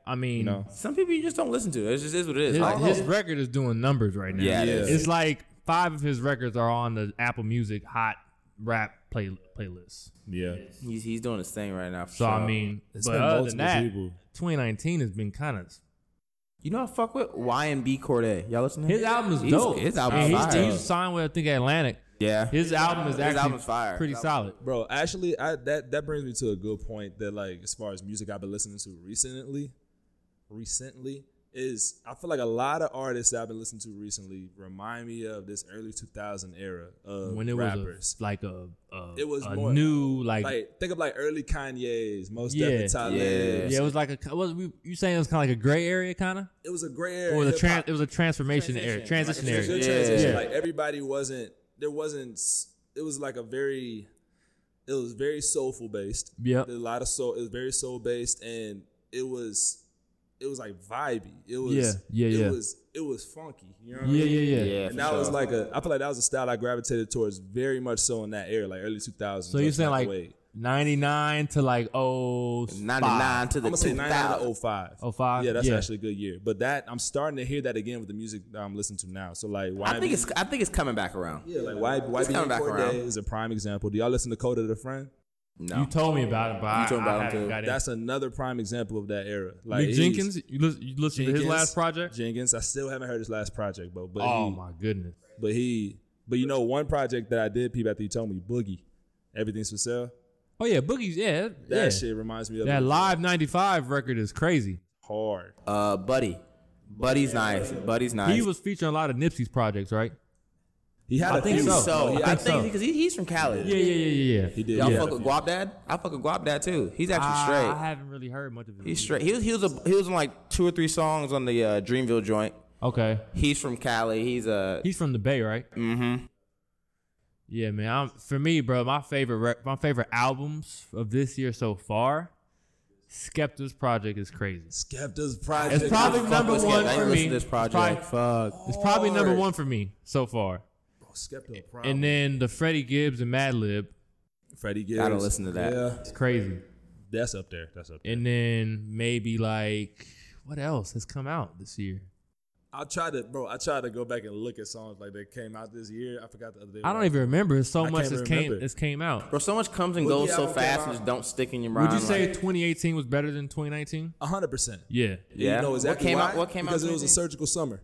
[SPEAKER 1] I mean
[SPEAKER 5] know.
[SPEAKER 4] Some people you just don't listen to. It just is what it is.
[SPEAKER 1] His,
[SPEAKER 4] I don't know.
[SPEAKER 1] his record is doing numbers right now.
[SPEAKER 4] Oh. Yeah, it
[SPEAKER 5] is.
[SPEAKER 1] it's like five of his records are on the Apple Music Hot Rap play, playlist.
[SPEAKER 5] Yeah.
[SPEAKER 4] he's, he's doing his thing right now. For
[SPEAKER 1] So
[SPEAKER 4] sure.
[SPEAKER 1] I mean,
[SPEAKER 5] It's
[SPEAKER 1] but
[SPEAKER 5] been
[SPEAKER 1] other than
[SPEAKER 5] multiple
[SPEAKER 1] that,
[SPEAKER 5] people.
[SPEAKER 1] 2019 has been kind of
[SPEAKER 4] you know, I fuck with Y and B Corday. Y'all listen to him?
[SPEAKER 1] his album is
[SPEAKER 4] He's-
[SPEAKER 1] dope.
[SPEAKER 4] His album
[SPEAKER 1] And
[SPEAKER 4] is
[SPEAKER 1] he's,
[SPEAKER 4] fire.
[SPEAKER 1] he's signed with I think Atlantic.
[SPEAKER 4] yeah.
[SPEAKER 1] His album is
[SPEAKER 4] His
[SPEAKER 1] actually
[SPEAKER 4] album's fire.
[SPEAKER 1] pretty
[SPEAKER 4] His
[SPEAKER 1] solid.
[SPEAKER 5] Bro, actually, I, that that brings me to a good point that, like, as far as music I've been listening to recently, recently, is I feel like a lot of artists that I've been listening to recently remind me of this early 2000 era of
[SPEAKER 1] when it
[SPEAKER 5] rappers.
[SPEAKER 1] was a, like a, a
[SPEAKER 5] It was
[SPEAKER 1] a
[SPEAKER 5] more-
[SPEAKER 1] new like,
[SPEAKER 5] like think of like early Kanye's, most
[SPEAKER 1] Yeah.
[SPEAKER 5] definitely Tyler.
[SPEAKER 4] Yeah.
[SPEAKER 1] yeah, it was like a was we, you saying it was kind of like a gray area kind of
[SPEAKER 5] It was a gray area.
[SPEAKER 1] or was a
[SPEAKER 5] hip-hop.
[SPEAKER 1] tran- it was a transformation, area transition
[SPEAKER 5] It
[SPEAKER 1] area.
[SPEAKER 5] was a good
[SPEAKER 4] Yeah.
[SPEAKER 5] transition.
[SPEAKER 1] Yeah.
[SPEAKER 5] Like everybody wasn't. There wasn't. s- It was like a very. It was very soulful based.
[SPEAKER 1] Yep.
[SPEAKER 5] There's a lot of soul. It was very soul based, and it was. It was like vibey. It was.
[SPEAKER 1] Yeah, yeah,
[SPEAKER 5] It
[SPEAKER 1] yeah.
[SPEAKER 5] was. It was funky. You know what I
[SPEAKER 1] Yeah,
[SPEAKER 5] mean?
[SPEAKER 1] yeah, yeah.
[SPEAKER 4] Yeah, for
[SPEAKER 5] And that was
[SPEAKER 4] sure.
[SPEAKER 5] like a. I feel like that was a style I gravitated towards very much so in that era, like early 2000s.
[SPEAKER 1] So you saying like ninety nine to like oh
[SPEAKER 4] 99 to
[SPEAKER 5] I'm
[SPEAKER 4] the
[SPEAKER 5] gonna say 99
[SPEAKER 4] 2000.
[SPEAKER 5] to
[SPEAKER 1] 05?
[SPEAKER 5] 05. Yeah, that's
[SPEAKER 1] Yeah.
[SPEAKER 5] actually a good year. But that I'm starting to hear that again with the music that I'm listening to now. So like, why
[SPEAKER 4] I think it's I think it's coming back around.
[SPEAKER 5] Yeah, like why why
[SPEAKER 4] It's
[SPEAKER 5] being
[SPEAKER 4] coming back
[SPEAKER 5] Cordae
[SPEAKER 4] around.
[SPEAKER 5] is a prime example. Do y'all listen to Coda the Friend?
[SPEAKER 4] No.
[SPEAKER 1] you told me about it, but I,
[SPEAKER 4] told me about
[SPEAKER 1] I
[SPEAKER 4] him,
[SPEAKER 1] haven't
[SPEAKER 4] too.
[SPEAKER 1] got it.
[SPEAKER 5] That's another prime example of that era. Like
[SPEAKER 1] Mick
[SPEAKER 5] he's-
[SPEAKER 1] Jenkins. You listen, you listen to his
[SPEAKER 5] Jenkins-
[SPEAKER 1] last project.
[SPEAKER 5] Jenkins. I still haven't heard his last project, but but
[SPEAKER 1] oh
[SPEAKER 5] he,
[SPEAKER 1] my goodness.
[SPEAKER 5] but he but you know one project that I did peep after you told me Boogie, everything's for sale.
[SPEAKER 1] Oh yeah, Boogie's yeah
[SPEAKER 5] That
[SPEAKER 1] yeah.
[SPEAKER 5] shit reminds me of
[SPEAKER 1] That
[SPEAKER 5] it.
[SPEAKER 1] live ninety five record is crazy.
[SPEAKER 5] hard.
[SPEAKER 4] Uh, Buddy. Buddy's nice. Buddy's nice.
[SPEAKER 1] He was featuring a lot of Nipsey's projects, right?
[SPEAKER 5] He had a
[SPEAKER 4] I think
[SPEAKER 5] few.
[SPEAKER 4] so.
[SPEAKER 1] Oh, yeah,
[SPEAKER 4] I
[SPEAKER 1] I think
[SPEAKER 4] think
[SPEAKER 1] so.
[SPEAKER 4] because he, he's from Cali.
[SPEAKER 1] Yeah, yeah, yeah, yeah.
[SPEAKER 5] He did.
[SPEAKER 4] Y'all
[SPEAKER 5] yeah.
[SPEAKER 4] fuck with Guap Dad? I fuck with Guap Dad too. He's actually
[SPEAKER 1] I
[SPEAKER 4] straight.
[SPEAKER 1] haven't really heard much of him.
[SPEAKER 4] He's straight. He was he was a, he was on like two or three songs on the uh, Dreamville joint.
[SPEAKER 1] Okay,
[SPEAKER 4] He's from Cali. He's uh, a
[SPEAKER 1] he's from the Bay, right? Mm-hmm. Yeah, man. I'm, for me, bro, my favorite rec- my favorite albums of this year so far, Skepta's project is crazy.
[SPEAKER 5] Skepta's project. Oh,
[SPEAKER 1] It's probably number
[SPEAKER 4] with
[SPEAKER 1] one
[SPEAKER 4] Skepta. I
[SPEAKER 1] for
[SPEAKER 4] didn't listen
[SPEAKER 1] me.
[SPEAKER 4] to this
[SPEAKER 1] It's
[SPEAKER 4] project.
[SPEAKER 1] probably- It's probably number one for me so far.
[SPEAKER 5] Oh, Skepta problem.
[SPEAKER 1] And then the Freddie Gibbs and Madlib,
[SPEAKER 5] Freddie Gibbs.
[SPEAKER 4] Gotta listen to that.
[SPEAKER 5] Yeah,
[SPEAKER 1] it's crazy.
[SPEAKER 5] that's up there. That's up there.
[SPEAKER 1] And then maybe like what else has come out this year?
[SPEAKER 5] I tried to, bro. I tried to go back and look at songs like that came out this year. I forgot the other day.
[SPEAKER 1] I don't even remember. It's so
[SPEAKER 5] I
[SPEAKER 1] much
[SPEAKER 5] can't
[SPEAKER 1] that's came
[SPEAKER 5] remember.
[SPEAKER 1] that's came out.
[SPEAKER 4] bro. So much comes and
[SPEAKER 5] Boogie
[SPEAKER 4] goes so
[SPEAKER 5] album came
[SPEAKER 4] fast
[SPEAKER 5] out.
[SPEAKER 4] and just don't stick in your mind.
[SPEAKER 1] Would you say
[SPEAKER 4] like-
[SPEAKER 1] 2018 was better than 2019?
[SPEAKER 5] hundred percent.
[SPEAKER 1] Yeah.
[SPEAKER 4] yeah?
[SPEAKER 5] You know exactly
[SPEAKER 4] what came
[SPEAKER 5] why?
[SPEAKER 4] out? What came
[SPEAKER 5] because
[SPEAKER 4] out?
[SPEAKER 5] it was a
[SPEAKER 4] 2018?
[SPEAKER 5] surgical summer.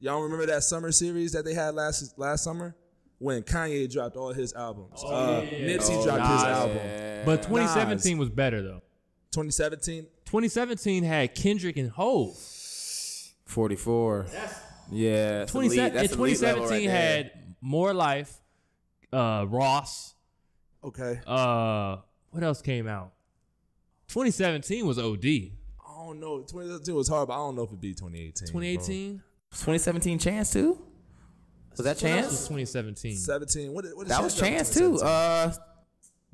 [SPEAKER 5] Y'all remember that summer series that they had last last summer when Kanye dropped all his albums.
[SPEAKER 1] Oh,
[SPEAKER 5] uh, Nipsey dropped his album.
[SPEAKER 1] But 2017 was better though.
[SPEAKER 5] 2017.
[SPEAKER 1] 2017 had Kendrick and Hove.
[SPEAKER 4] 44. yeah. that's the
[SPEAKER 1] 20,
[SPEAKER 4] lead-
[SPEAKER 1] and
[SPEAKER 4] that's the lead level
[SPEAKER 1] 2017
[SPEAKER 4] right there.
[SPEAKER 1] had More Life, uh, Ross.
[SPEAKER 5] Okay.
[SPEAKER 1] Uh, what else came out? 2017 was OD.
[SPEAKER 5] I don't know. 2017 was hard, but I don't know if it beat 2018.
[SPEAKER 1] 2018.
[SPEAKER 4] 2017 Chance too. Was that
[SPEAKER 1] What else was
[SPEAKER 4] Chance?
[SPEAKER 1] 2017?
[SPEAKER 5] 17. What, did- what did
[SPEAKER 4] That
[SPEAKER 5] she
[SPEAKER 4] was
[SPEAKER 5] drop in
[SPEAKER 4] Chance too.
[SPEAKER 5] 2017?
[SPEAKER 4] Uh,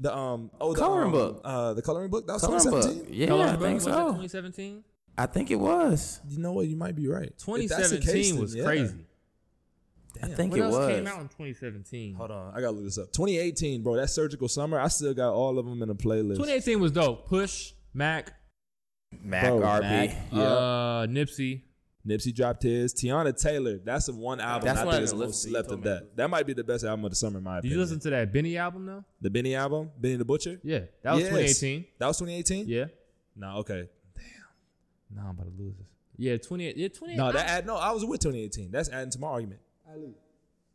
[SPEAKER 5] the um oh the
[SPEAKER 4] Coloring
[SPEAKER 5] um,
[SPEAKER 4] Book.
[SPEAKER 5] Uh, the coloring book. That was
[SPEAKER 4] coloring book.
[SPEAKER 5] 2017.
[SPEAKER 4] Yeah,
[SPEAKER 1] Colour
[SPEAKER 4] I
[SPEAKER 1] Book,
[SPEAKER 4] think
[SPEAKER 1] was that
[SPEAKER 4] so.
[SPEAKER 1] 2017.
[SPEAKER 4] I think it was.
[SPEAKER 5] You know what? You might be right. If that's the case,
[SPEAKER 1] 2017
[SPEAKER 5] then
[SPEAKER 1] was
[SPEAKER 5] yeah.
[SPEAKER 1] crazy.
[SPEAKER 4] I think
[SPEAKER 1] What
[SPEAKER 4] it
[SPEAKER 1] else
[SPEAKER 4] was.
[SPEAKER 1] came out in 2017?
[SPEAKER 5] Hold on, Uh, I gotta look this up. 2018, bro. That surgical summer. I still got all of them in a playlist.
[SPEAKER 1] 2018 was dope. Push, Mac,
[SPEAKER 4] Mac
[SPEAKER 5] Bro,
[SPEAKER 4] RP.
[SPEAKER 5] Mac, yeah.
[SPEAKER 1] uh, Nipsey.
[SPEAKER 5] Nipsey dropped his. Tiana Taylor. That's the one album
[SPEAKER 4] That's
[SPEAKER 5] I
[SPEAKER 4] what I
[SPEAKER 5] think is
[SPEAKER 4] didn't
[SPEAKER 5] most
[SPEAKER 4] listen to. You
[SPEAKER 5] slept of
[SPEAKER 4] told me I
[SPEAKER 5] that. That might be the best album of the summer, in my
[SPEAKER 1] Did you
[SPEAKER 5] opinion.
[SPEAKER 1] listen to that Benny album though?
[SPEAKER 5] the Benny album, Benny the Butcher.
[SPEAKER 1] Yeah, that was
[SPEAKER 5] Yes.
[SPEAKER 1] 2018.
[SPEAKER 5] That was 2018.
[SPEAKER 1] Yeah,
[SPEAKER 5] No, okay. Damn. No, I'm about to lose this.
[SPEAKER 1] yeah, 28. Yeah, 28.
[SPEAKER 5] No, that add, no, I was with 2018. That's adding to my argument. Ali,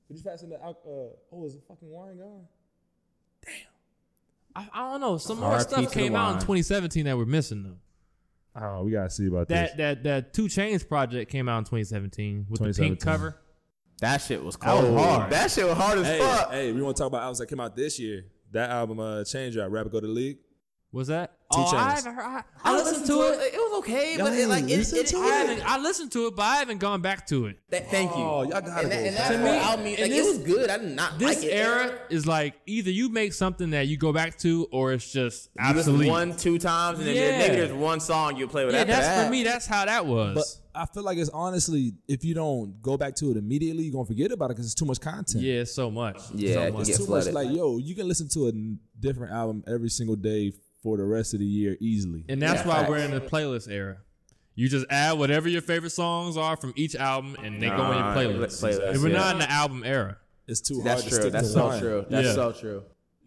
[SPEAKER 5] could you pass in the uh, oh, is the fucking wine gone?
[SPEAKER 1] I, I don't know. Some more
[SPEAKER 4] RIP
[SPEAKER 1] stuff
[SPEAKER 4] to the
[SPEAKER 1] came out in
[SPEAKER 4] wine.
[SPEAKER 1] 2017 that we're missing though.
[SPEAKER 5] Oh, we gotta see about
[SPEAKER 1] That that that Two Chains project came out in 2017 with the pink
[SPEAKER 5] 2017.
[SPEAKER 1] cover.
[SPEAKER 4] That shit
[SPEAKER 1] was
[SPEAKER 4] was cold.
[SPEAKER 1] hard.
[SPEAKER 4] Oh. That shit was hard as
[SPEAKER 5] Hey,
[SPEAKER 4] fuck.
[SPEAKER 5] hey, we want to talk about albums that came out this year. That album, uh, Change Out, Rapper Go to the League.
[SPEAKER 1] Was that?
[SPEAKER 5] Two
[SPEAKER 1] oh, I
[SPEAKER 5] Chains.
[SPEAKER 1] haven't heard. I, I listened to it.
[SPEAKER 4] It was okay, but it,
[SPEAKER 5] didn't
[SPEAKER 4] like it,
[SPEAKER 5] listen
[SPEAKER 4] it,
[SPEAKER 5] to
[SPEAKER 1] I, haven't, I listened to it, but I haven't gone back to it.
[SPEAKER 4] Th- thank you.
[SPEAKER 5] Oh, y'all gotta
[SPEAKER 4] and
[SPEAKER 5] go
[SPEAKER 4] that, and
[SPEAKER 5] back.
[SPEAKER 4] that
[SPEAKER 5] To
[SPEAKER 4] whole
[SPEAKER 1] me,
[SPEAKER 4] album, like,
[SPEAKER 1] in
[SPEAKER 4] it
[SPEAKER 1] this-
[SPEAKER 4] was good. I did not
[SPEAKER 1] This
[SPEAKER 4] like it.
[SPEAKER 1] era is like either you make something that you go back to, or it's just
[SPEAKER 4] You listen
[SPEAKER 1] obsolete.
[SPEAKER 4] one, two times, and then
[SPEAKER 1] Yeah.
[SPEAKER 4] maybe there's one song you play with.
[SPEAKER 1] yeah,
[SPEAKER 4] after
[SPEAKER 1] that's
[SPEAKER 4] that.
[SPEAKER 1] for me. That's how that was.
[SPEAKER 5] But I feel like it's honestly, if you don't go back to it immediately, you're gonna forget about it because it's too much content.
[SPEAKER 1] yeah, so much.
[SPEAKER 4] Yeah,
[SPEAKER 1] so
[SPEAKER 4] it
[SPEAKER 1] much.
[SPEAKER 5] it's
[SPEAKER 4] gets
[SPEAKER 5] too
[SPEAKER 4] flooded.
[SPEAKER 5] much. Like, yo, you can listen to a n- different album every single day for the rest of the year easily.
[SPEAKER 1] And that's
[SPEAKER 4] Yeah,
[SPEAKER 1] why
[SPEAKER 4] facts.
[SPEAKER 1] we're in the playlist era. You just add whatever your favorite songs are from each album, and they go in your
[SPEAKER 4] Nah,
[SPEAKER 1] playlist.
[SPEAKER 4] playlist,
[SPEAKER 1] and we're
[SPEAKER 4] yeah.
[SPEAKER 1] not in the album era.
[SPEAKER 5] It's too
[SPEAKER 4] That's
[SPEAKER 5] hard. To
[SPEAKER 4] true.
[SPEAKER 5] stick
[SPEAKER 4] That's
[SPEAKER 5] to
[SPEAKER 4] so
[SPEAKER 5] one.
[SPEAKER 4] true. That's
[SPEAKER 1] Yeah.
[SPEAKER 4] so true.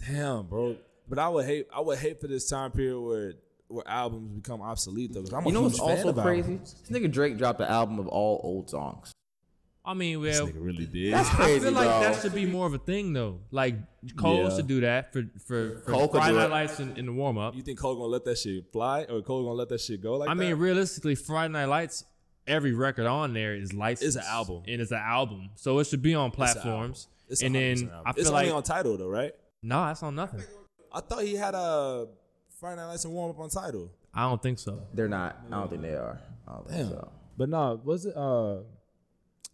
[SPEAKER 5] Damn, bro. But I would hate. I would hate for this time period where where albums become obsolete though. 'cause I'm a
[SPEAKER 4] You know what's
[SPEAKER 5] huge fan
[SPEAKER 4] also
[SPEAKER 5] of
[SPEAKER 4] crazy?
[SPEAKER 5] albums.
[SPEAKER 4] This nigga Drake dropped an album of all old songs.
[SPEAKER 1] I mean, well,
[SPEAKER 5] Nigga really did.
[SPEAKER 4] That's
[SPEAKER 1] I
[SPEAKER 4] crazy,
[SPEAKER 1] feel like
[SPEAKER 4] bro.
[SPEAKER 1] that should be more of a thing though. Like Cole
[SPEAKER 5] Yeah.
[SPEAKER 1] should do that for for, for
[SPEAKER 4] Cole could
[SPEAKER 1] Friday
[SPEAKER 4] do
[SPEAKER 1] Night
[SPEAKER 4] it.
[SPEAKER 1] Lights in, in the warm up.
[SPEAKER 5] You think Cole gonna let that shit fly, or Cole gonna let that shit go like
[SPEAKER 1] I mean,
[SPEAKER 5] that?
[SPEAKER 1] realistically, Friday Night Lights every record on there is licensed.
[SPEAKER 5] an album.
[SPEAKER 1] and it's an album, so it should be on platforms.
[SPEAKER 5] It's
[SPEAKER 1] and
[SPEAKER 5] 100%
[SPEAKER 1] then
[SPEAKER 5] album.
[SPEAKER 1] I
[SPEAKER 5] it's
[SPEAKER 1] feel
[SPEAKER 5] only
[SPEAKER 1] like
[SPEAKER 5] on title though, right?
[SPEAKER 1] nah, it's on nothing.
[SPEAKER 5] I thought he had a Friday Night Lights and warm up on title.
[SPEAKER 1] I don't think so.
[SPEAKER 4] They're not. I don't think they are. I don't think so.
[SPEAKER 5] But no, was it? Uh,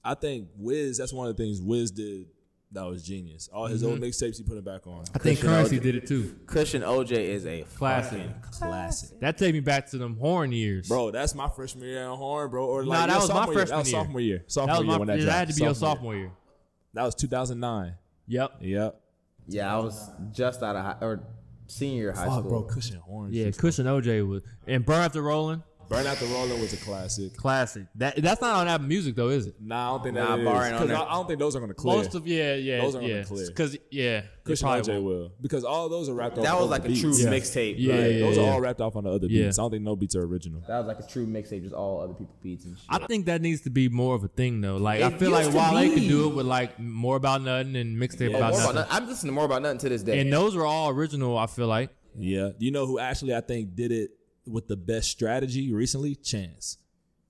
[SPEAKER 5] I think Wiz. That's one of the things Wiz did that was genius. All his
[SPEAKER 1] Mm-hmm.
[SPEAKER 5] old mixtapes he put it back on.
[SPEAKER 1] I think Currency did it too.
[SPEAKER 4] Cushion OJ is a
[SPEAKER 1] Classic.
[SPEAKER 5] Classic,
[SPEAKER 1] That take me back to them horn years,
[SPEAKER 5] bro. That's my freshman year on horn, bro. Or
[SPEAKER 1] Nah,
[SPEAKER 5] like
[SPEAKER 1] that
[SPEAKER 5] your
[SPEAKER 1] was my
[SPEAKER 5] sophomore year.
[SPEAKER 1] freshman
[SPEAKER 5] That was
[SPEAKER 1] year.
[SPEAKER 5] sophomore year.
[SPEAKER 1] That
[SPEAKER 5] Sophomore
[SPEAKER 1] was
[SPEAKER 5] year
[SPEAKER 1] my.
[SPEAKER 5] Oh, when that
[SPEAKER 1] That,
[SPEAKER 5] dropped.
[SPEAKER 1] had to be your
[SPEAKER 5] year.
[SPEAKER 1] sophomore year.
[SPEAKER 5] That was 2009.
[SPEAKER 1] Yep.
[SPEAKER 5] Yep.
[SPEAKER 4] Yeah, I was just out of high or senior high
[SPEAKER 5] Fuck,
[SPEAKER 4] school.
[SPEAKER 5] bro. Cushion horns.
[SPEAKER 1] Yeah, Cushion OJ was and Burn After Rolling,
[SPEAKER 5] Burn Out the Roller was a classic.
[SPEAKER 1] classic. That that's not on Apple Music though, is it?
[SPEAKER 5] Nah, I don't think
[SPEAKER 4] Nah,
[SPEAKER 5] that is.
[SPEAKER 4] barring on
[SPEAKER 5] 'Cause
[SPEAKER 4] there.
[SPEAKER 5] I, I don't think those are gonna clear.
[SPEAKER 1] Most of yeah, yeah,
[SPEAKER 5] Those aren't
[SPEAKER 1] yeah.
[SPEAKER 5] clear.
[SPEAKER 1] Because yeah, they
[SPEAKER 5] Cushion
[SPEAKER 1] probably
[SPEAKER 5] OJ
[SPEAKER 1] won't.
[SPEAKER 5] will because all those are wrapped.
[SPEAKER 4] That
[SPEAKER 5] off
[SPEAKER 4] was
[SPEAKER 5] on
[SPEAKER 4] like a
[SPEAKER 5] beats.
[SPEAKER 4] true
[SPEAKER 5] Yeah.
[SPEAKER 4] mixtape.
[SPEAKER 1] Yeah,
[SPEAKER 4] like,
[SPEAKER 1] yeah, yeah.
[SPEAKER 5] Those are all wrapped off on the other
[SPEAKER 1] Yeah.
[SPEAKER 5] beats. I don't think no beats are original.
[SPEAKER 4] That was like a true mixtape, just all other people beats and shit.
[SPEAKER 1] I think that needs to be more of a thing though. Like I
[SPEAKER 4] It
[SPEAKER 1] feel like
[SPEAKER 4] used to
[SPEAKER 1] Wale
[SPEAKER 4] be.
[SPEAKER 1] could do it with like more about nothing and mixtape
[SPEAKER 4] Oh,
[SPEAKER 1] about
[SPEAKER 4] More
[SPEAKER 1] nothing.
[SPEAKER 4] About Nothing. I'm listening to more about nothing to this day.
[SPEAKER 1] And those are all original. I feel like
[SPEAKER 5] Yeah. You know who actually I think did it with the best strategy recently? Chance.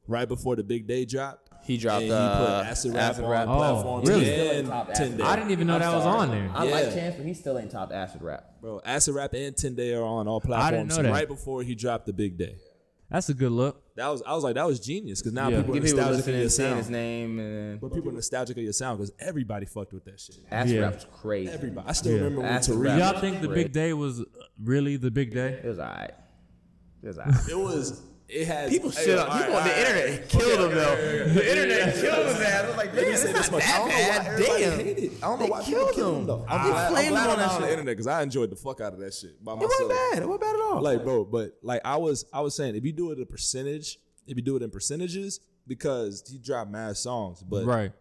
[SPEAKER 5] Right before the big day dropped.
[SPEAKER 4] he dropped
[SPEAKER 5] and he
[SPEAKER 4] uh,
[SPEAKER 5] put acid rap on
[SPEAKER 1] Oh,
[SPEAKER 5] platforms
[SPEAKER 1] really?
[SPEAKER 5] and
[SPEAKER 4] Top Acid
[SPEAKER 5] ten day.
[SPEAKER 4] Rap.
[SPEAKER 1] I didn't even know that was on there.
[SPEAKER 4] I like
[SPEAKER 5] Yeah.
[SPEAKER 4] Chance, but he still ain't top acid rap.
[SPEAKER 5] Bro, acid rap and ten day are on all platforms.
[SPEAKER 1] I didn't know that.
[SPEAKER 5] Right before he dropped the big day.
[SPEAKER 1] That's a good look.
[SPEAKER 5] That was I was like that was genius because now
[SPEAKER 1] Yeah.
[SPEAKER 5] people are
[SPEAKER 4] People
[SPEAKER 5] nostalgic of
[SPEAKER 4] listening
[SPEAKER 5] your
[SPEAKER 4] and saying his
[SPEAKER 5] sound.
[SPEAKER 4] name, and then
[SPEAKER 5] But people are nostalgic of your sound because everybody fucked with that shit.
[SPEAKER 4] acid
[SPEAKER 1] Yeah.
[SPEAKER 4] rap was crazy.
[SPEAKER 5] Everybody. I still
[SPEAKER 1] Yeah.
[SPEAKER 5] remember when
[SPEAKER 4] Acid
[SPEAKER 5] Tariq.
[SPEAKER 4] rap.
[SPEAKER 1] Y'all think the big day was really the big day?
[SPEAKER 4] It was alright. It was alright.
[SPEAKER 5] It was. It has
[SPEAKER 4] People shit on people on the internet killed him though. The internet killed his ass. I was like, man, it's not that bad. Damn.
[SPEAKER 5] I don't know
[SPEAKER 4] They
[SPEAKER 5] why people
[SPEAKER 4] killed
[SPEAKER 5] killed
[SPEAKER 4] him.
[SPEAKER 5] him though.
[SPEAKER 4] They
[SPEAKER 5] I'm glad, I'm
[SPEAKER 4] flamed
[SPEAKER 5] glad
[SPEAKER 4] him
[SPEAKER 5] I'm
[SPEAKER 4] on that
[SPEAKER 5] not on the
[SPEAKER 4] shit.
[SPEAKER 5] internet because I enjoyed the fuck out of that shit by
[SPEAKER 4] It
[SPEAKER 5] myself.
[SPEAKER 4] wasn't bad. It wasn't bad at all.
[SPEAKER 5] Like, bro, but like I was, I was saying, if you do it a percentage, if you do it in percentages, because he dropped mad songs, but
[SPEAKER 1] Right.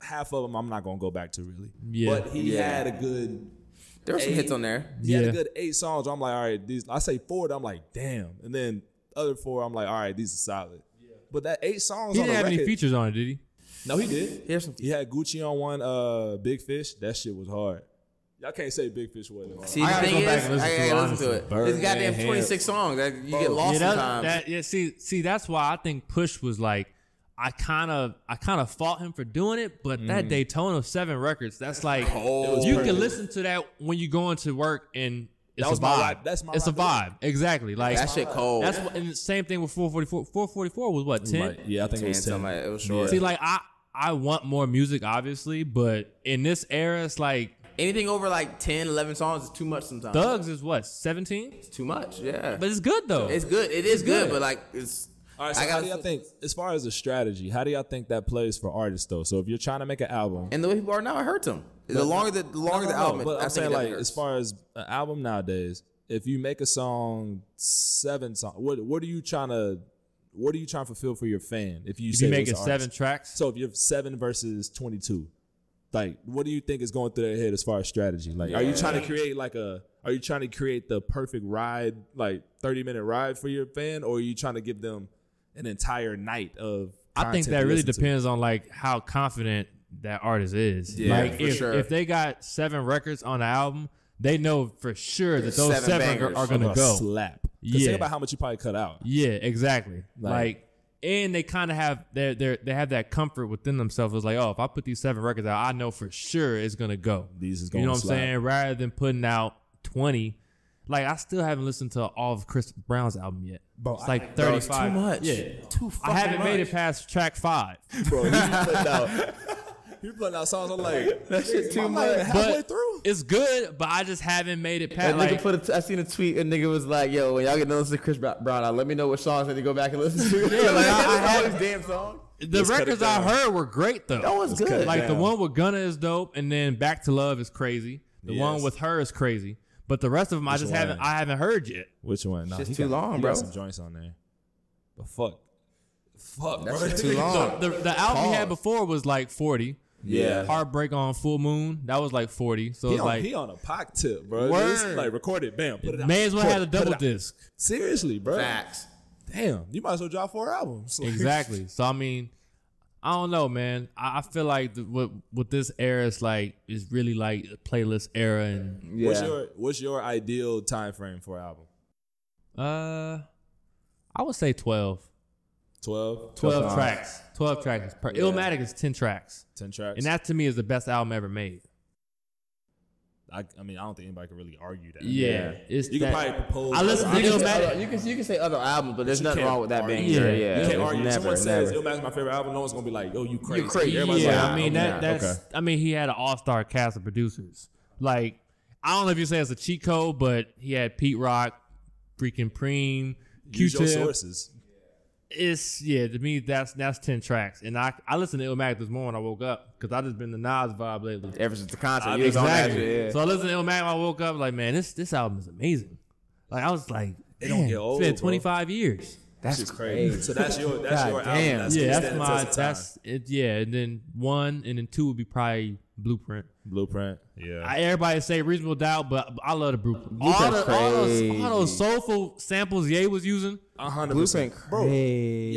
[SPEAKER 5] half of them I'm not gonna go back to really.
[SPEAKER 1] Yeah.
[SPEAKER 5] But he
[SPEAKER 4] Yeah.
[SPEAKER 5] had a good,
[SPEAKER 4] there were some hits on there.
[SPEAKER 5] he had
[SPEAKER 1] Yeah.
[SPEAKER 5] a good eight songs. I'm like, all right, these. I say four, I'm like, damn, and then other four, I'm like, all right, these are solid. But that eight songs
[SPEAKER 1] He
[SPEAKER 5] on
[SPEAKER 1] didn't
[SPEAKER 5] the
[SPEAKER 1] have any
[SPEAKER 5] record,
[SPEAKER 1] features on it, did he?
[SPEAKER 5] no, he did.
[SPEAKER 4] Here's some.
[SPEAKER 5] He had Gucci on one, uh, Big Fish. That shit was hard. Y'all can't say Big Fish wasn't hard.
[SPEAKER 4] See,
[SPEAKER 1] I
[SPEAKER 4] the
[SPEAKER 1] gotta
[SPEAKER 4] thing
[SPEAKER 1] go
[SPEAKER 4] is,
[SPEAKER 1] back and listen
[SPEAKER 4] I
[SPEAKER 1] to it,
[SPEAKER 4] gotta listen to
[SPEAKER 1] honestly.
[SPEAKER 4] it. It's goddamn
[SPEAKER 5] Birdman,
[SPEAKER 4] 26 songs that you get lost
[SPEAKER 1] yeah, that,
[SPEAKER 4] sometimes.
[SPEAKER 1] that yeah. See, see, that's why I think Push was like, I kind of, I kind of fought him for doing it, but
[SPEAKER 5] Mm.
[SPEAKER 1] that Daytona Seven records, that's like, you can listen to that when you go into work and it's
[SPEAKER 5] was
[SPEAKER 1] a vibe.
[SPEAKER 5] my vibe. That's my
[SPEAKER 1] it's a
[SPEAKER 5] vibe.
[SPEAKER 1] vibe, exactly. Like
[SPEAKER 4] That shit cold.
[SPEAKER 1] That's what, and the same thing with 444. 444 was what ten.
[SPEAKER 5] Like, yeah, I think it
[SPEAKER 4] Ten,
[SPEAKER 5] was ten.
[SPEAKER 4] something like- it was short.
[SPEAKER 1] See, like I, I want more music, obviously, but in this era, it's like
[SPEAKER 4] Anything over like 10, 11 songs is too much sometimes.
[SPEAKER 1] Thugs is what seventeen,
[SPEAKER 4] It's too much, yeah.
[SPEAKER 1] but it's good though.
[SPEAKER 4] it's good. It is good,
[SPEAKER 1] good.
[SPEAKER 4] but like it's.
[SPEAKER 5] All right, so
[SPEAKER 4] I
[SPEAKER 5] how
[SPEAKER 4] got
[SPEAKER 5] do y'all think, as far as the strategy, how do y'all think that plays for artists though? So if you're trying to make an album,
[SPEAKER 4] And the way people are now, it hurts them. The longer the, the longer
[SPEAKER 5] No,
[SPEAKER 4] the
[SPEAKER 5] no, no,
[SPEAKER 4] album,
[SPEAKER 5] but
[SPEAKER 4] I
[SPEAKER 5] I'm
[SPEAKER 4] think
[SPEAKER 5] saying
[SPEAKER 4] it
[SPEAKER 5] like
[SPEAKER 4] hurts.
[SPEAKER 5] as far as an album nowadays, if you make a song seven song, what what are you trying to, what are you trying to fulfill for your fan? If you
[SPEAKER 1] if
[SPEAKER 5] say
[SPEAKER 1] you
[SPEAKER 5] it
[SPEAKER 1] make
[SPEAKER 5] was
[SPEAKER 1] it
[SPEAKER 5] an
[SPEAKER 1] seven
[SPEAKER 5] artist?
[SPEAKER 1] tracks,
[SPEAKER 5] so if you're seven versus twenty two, like what do you think is going through their head as far as strategy? Like, are you trying to create like a, are you trying to create the perfect ride, like thirty minute ride for your fan, or are you trying to give them an entire night of?
[SPEAKER 1] I think
[SPEAKER 5] content
[SPEAKER 1] that
[SPEAKER 5] to
[SPEAKER 1] really
[SPEAKER 5] listen to?
[SPEAKER 1] depends on like how confident that artist is.
[SPEAKER 5] Yeah,
[SPEAKER 1] like
[SPEAKER 4] for
[SPEAKER 1] if,
[SPEAKER 4] sure.
[SPEAKER 1] if they got seven records on the album, they know for sure that those
[SPEAKER 4] Seven
[SPEAKER 1] seven,
[SPEAKER 4] bangers.
[SPEAKER 1] are, are gonna
[SPEAKER 5] a
[SPEAKER 1] go.
[SPEAKER 5] slap. 'Cause
[SPEAKER 1] Yeah.
[SPEAKER 5] Think about how much you probably cut out.
[SPEAKER 1] yeah, exactly. Like,
[SPEAKER 5] Like-
[SPEAKER 1] and they kind of have they they they have that comfort within themselves. It's like, oh, if I put these seven records out, I know for sure it's gonna go.
[SPEAKER 5] These is
[SPEAKER 1] you
[SPEAKER 5] gonna
[SPEAKER 1] know what
[SPEAKER 5] slap.
[SPEAKER 1] I'm saying? Rather than putting out twenty. Like I still haven't listened to all of Chris Brown's album yet. Bro, it's like
[SPEAKER 4] Bro,
[SPEAKER 1] 35.
[SPEAKER 4] it's too much.
[SPEAKER 1] Yeah.
[SPEAKER 4] too. Fucking
[SPEAKER 1] I haven't made it
[SPEAKER 4] much.
[SPEAKER 1] past track five.
[SPEAKER 5] Bro, you
[SPEAKER 1] [laughs]
[SPEAKER 5] putting out, [laughs] you putting out songs. I'm like, that shit too much. Halfway
[SPEAKER 1] But-
[SPEAKER 5] through.
[SPEAKER 1] It's good, but I just haven't made it
[SPEAKER 4] That
[SPEAKER 1] past.
[SPEAKER 4] nigga
[SPEAKER 1] Like,
[SPEAKER 4] put a t- I seen a tweet. A nigga was like, "Yo, when y'all get to listen to Chris Bra- Brown, I let me know what songs I need to go back and listen to."
[SPEAKER 1] Yeah, like, I- I
[SPEAKER 4] all
[SPEAKER 1] had-
[SPEAKER 4] these damn songs.
[SPEAKER 1] the
[SPEAKER 5] cut it
[SPEAKER 1] records I
[SPEAKER 5] down.
[SPEAKER 1] heard were great though.
[SPEAKER 4] That was
[SPEAKER 5] cut
[SPEAKER 4] good.
[SPEAKER 5] it
[SPEAKER 1] like the
[SPEAKER 5] down.
[SPEAKER 1] one with Gunna is dope, and then Back to Love is crazy. The one
[SPEAKER 5] Yes.
[SPEAKER 1] with her is crazy, but the rest of them I just haven't.
[SPEAKER 5] one?
[SPEAKER 1] I haven't heard yet.
[SPEAKER 5] Which one? Nah,
[SPEAKER 4] Shit's
[SPEAKER 5] he
[SPEAKER 4] too
[SPEAKER 5] got-
[SPEAKER 4] long,
[SPEAKER 5] he
[SPEAKER 4] bro.
[SPEAKER 5] Got some joints on there. But fuck, fuck,
[SPEAKER 4] That
[SPEAKER 5] bro.
[SPEAKER 4] shit's too long.
[SPEAKER 1] The, the album he had
[SPEAKER 4] Pause.
[SPEAKER 1] before was like forty.
[SPEAKER 5] [laughs] Yeah.
[SPEAKER 1] Heartbreak on Full Moon that was like forty. So
[SPEAKER 5] He
[SPEAKER 1] it's
[SPEAKER 5] on,
[SPEAKER 1] like
[SPEAKER 5] he on a pock tip, bro.
[SPEAKER 1] Word.
[SPEAKER 5] Just, like record it, bam, put it out.
[SPEAKER 1] may as well
[SPEAKER 5] Put
[SPEAKER 1] have a
[SPEAKER 5] it- put it
[SPEAKER 1] double
[SPEAKER 5] out. [laughs]
[SPEAKER 1] disc.
[SPEAKER 5] Seriously, bro.
[SPEAKER 4] Facts.
[SPEAKER 5] Damn, you might as well drop four albums. [laughs] Like,
[SPEAKER 1] Exactly. So I mean, I don't know, man. I, I feel like the, what with this era is like is really like a playlist era, and
[SPEAKER 4] Yeah.
[SPEAKER 5] What's your What's your ideal time frame for an album?
[SPEAKER 1] uh, I would say twelve.
[SPEAKER 5] 12,
[SPEAKER 1] 12
[SPEAKER 5] songs,
[SPEAKER 1] tracks. 12 tracks. Per- Illmatic is 10 tracks.
[SPEAKER 5] 10 tracks.
[SPEAKER 1] And that to me is the best album ever made.
[SPEAKER 5] I, I mean, I don't think anybody can really argue that.
[SPEAKER 1] Yeah. It's
[SPEAKER 5] You
[SPEAKER 1] that-
[SPEAKER 5] can probably propose.
[SPEAKER 1] I listen to
[SPEAKER 5] You
[SPEAKER 4] You,
[SPEAKER 5] can't-
[SPEAKER 1] Illmatic.
[SPEAKER 4] you can you can say other albums, but there's
[SPEAKER 5] you
[SPEAKER 4] nothing
[SPEAKER 5] can't
[SPEAKER 4] wrong with that being
[SPEAKER 5] argue.
[SPEAKER 4] there.
[SPEAKER 1] Yeah.
[SPEAKER 4] Yeah,
[SPEAKER 5] You can't
[SPEAKER 4] there's
[SPEAKER 5] argue.
[SPEAKER 4] Never,
[SPEAKER 5] Someone says
[SPEAKER 4] never.
[SPEAKER 5] Illmatic's my favorite album. No one's gonna be like, "Yo, you crazy."
[SPEAKER 1] Yeah,
[SPEAKER 5] Everybody's like,
[SPEAKER 1] I mean
[SPEAKER 5] "Nah,
[SPEAKER 1] that that's
[SPEAKER 5] okay."
[SPEAKER 1] I mean he had an all star cast of producers. Like I don't know if you say it's a cheat code, but he had Pete Rock, freaking Preem, Q
[SPEAKER 5] Use your
[SPEAKER 1] Tip.
[SPEAKER 5] sources.
[SPEAKER 1] It's yeah to me that's that's ten tracks, and I I listened to Illmatic this morning. when I woke up because I just been the Nas vibe lately.
[SPEAKER 4] Ever since the concert,
[SPEAKER 5] I
[SPEAKER 4] you was on that
[SPEAKER 1] Exactly.
[SPEAKER 4] shit,
[SPEAKER 1] So I listened to Illmatic. when I woke up like man, this this album is amazing. Like I was like,
[SPEAKER 5] It don't
[SPEAKER 1] man,
[SPEAKER 5] get old,
[SPEAKER 1] It's been
[SPEAKER 5] bro.
[SPEAKER 1] twenty five years.
[SPEAKER 5] That's crazy. So that's your that's
[SPEAKER 4] God
[SPEAKER 5] your
[SPEAKER 4] damn.
[SPEAKER 5] album. That's
[SPEAKER 1] yeah,
[SPEAKER 5] gonna
[SPEAKER 1] that's
[SPEAKER 5] stand the
[SPEAKER 1] my
[SPEAKER 5] test of time.
[SPEAKER 1] that's it. Yeah, and then one and then two would be probably Blueprint.
[SPEAKER 5] blueprint. Yeah,
[SPEAKER 1] I, everybody say reasonable doubt, but I love the blueprint. All,
[SPEAKER 4] Blueprint's
[SPEAKER 1] the, all, those,
[SPEAKER 4] crazy.
[SPEAKER 1] all those soulful samples Ye was using.
[SPEAKER 5] a hundred
[SPEAKER 4] Blueprint
[SPEAKER 5] percent. Bro, yeah,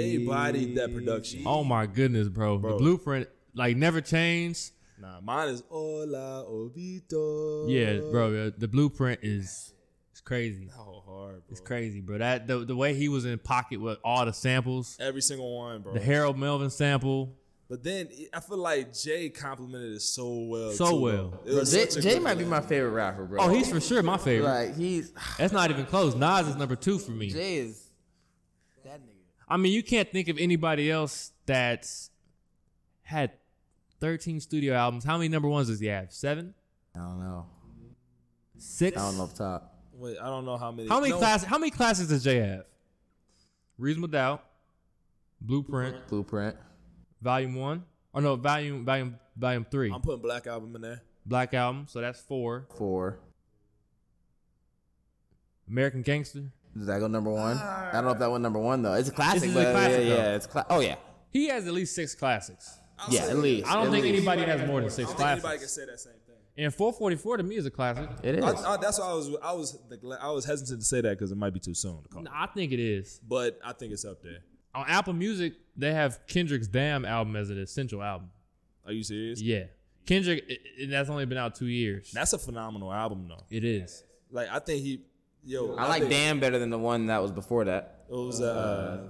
[SPEAKER 5] you bodied that production.
[SPEAKER 1] Oh my goodness, bro. The blueprint like never changed.
[SPEAKER 5] Nah, mine is Hola Obito.
[SPEAKER 1] Yeah, bro. uh, The blueprint is it's crazy.
[SPEAKER 5] So hard, bro.
[SPEAKER 1] It's crazy, bro. That the, the way he was in pocket with all the samples,
[SPEAKER 5] Every single one, bro.
[SPEAKER 1] the Harold Melvin sample.
[SPEAKER 5] But then I feel like Jay complimented it so well.
[SPEAKER 1] So
[SPEAKER 5] too, bro.
[SPEAKER 1] well.
[SPEAKER 5] It was
[SPEAKER 4] yeah.
[SPEAKER 5] such
[SPEAKER 4] Jay,
[SPEAKER 5] a
[SPEAKER 4] Jay
[SPEAKER 5] good-
[SPEAKER 4] might be my favorite rapper, bro.
[SPEAKER 1] Oh, he's for sure my favorite.
[SPEAKER 4] like he's
[SPEAKER 1] That's not even close. Nas is number two for me.
[SPEAKER 4] Jay is that nigga.
[SPEAKER 1] I mean, you can't think of anybody else that's had 13 studio albums. How many number ones does he have? Seven?
[SPEAKER 4] I don't know.
[SPEAKER 1] Six?
[SPEAKER 4] I don't know off top.
[SPEAKER 5] Wait, I don't know how many.
[SPEAKER 1] How many
[SPEAKER 5] no,
[SPEAKER 1] class? How many classes does Jay have? Reasonable Doubt, Blueprint,
[SPEAKER 4] Blueprint.
[SPEAKER 1] Volume One. Oh no, Volume Volume Volume Three.
[SPEAKER 5] I'm putting Black Album in there.
[SPEAKER 1] Black Album. So that's four.
[SPEAKER 4] Four.
[SPEAKER 1] American Gangster.
[SPEAKER 4] Does that go number one? I don't know if that went number one though. It's a classic,
[SPEAKER 1] This is a
[SPEAKER 4] but
[SPEAKER 1] classic,
[SPEAKER 4] yeah,
[SPEAKER 1] though.
[SPEAKER 4] yeah, it's cla- oh yeah,
[SPEAKER 1] He has at least six classics.
[SPEAKER 4] yeah, at least.
[SPEAKER 1] I don't
[SPEAKER 4] at
[SPEAKER 1] think
[SPEAKER 4] least.
[SPEAKER 1] anybody has more than six
[SPEAKER 5] I don't think anybody
[SPEAKER 1] classics.
[SPEAKER 5] can say that same thing.
[SPEAKER 1] And 444 to me is a classic.
[SPEAKER 4] It is.
[SPEAKER 5] I, I, that's why I was I was negl- I was hesitant to say that because it might be too soon to call. it.
[SPEAKER 1] I think it is.
[SPEAKER 5] But I think it's up there.
[SPEAKER 1] On Apple Music, they have Kendrick's Damn album as an essential album.
[SPEAKER 5] Are you serious?
[SPEAKER 1] Yeah. Kendrick, i- i- and that's only been out two years.
[SPEAKER 5] That's a phenomenal album though.
[SPEAKER 1] It is.
[SPEAKER 5] Like I think he, yo,
[SPEAKER 4] I like
[SPEAKER 5] think
[SPEAKER 4] Damn better than the one that was before that.
[SPEAKER 5] It was uh,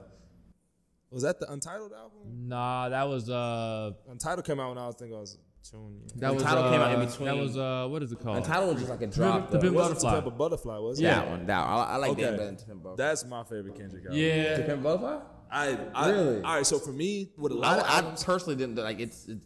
[SPEAKER 5] was that the Untitled album?
[SPEAKER 1] Nah, that was uh
[SPEAKER 5] Untitled came out when I was thinking I was tuning.
[SPEAKER 1] that was
[SPEAKER 4] Untitled
[SPEAKER 1] uh,
[SPEAKER 4] came out in between.
[SPEAKER 1] That was uh what is it called?
[SPEAKER 4] Untitled was just like a drop.
[SPEAKER 1] the
[SPEAKER 4] though.
[SPEAKER 1] Pimp Butterfly.
[SPEAKER 5] Type of butterfly was it?
[SPEAKER 4] That one, that one. I, I like
[SPEAKER 5] Okay.
[SPEAKER 4] Damn better than To Pimp a Butterfly.
[SPEAKER 5] That's my favorite Kendrick album.
[SPEAKER 4] To
[SPEAKER 1] Yeah.
[SPEAKER 4] Pimp a Butterfly?
[SPEAKER 5] I, I
[SPEAKER 4] Really?
[SPEAKER 5] All right. So for me, with a lot of
[SPEAKER 4] I, I
[SPEAKER 5] albums,
[SPEAKER 4] personally didn't like it's. it's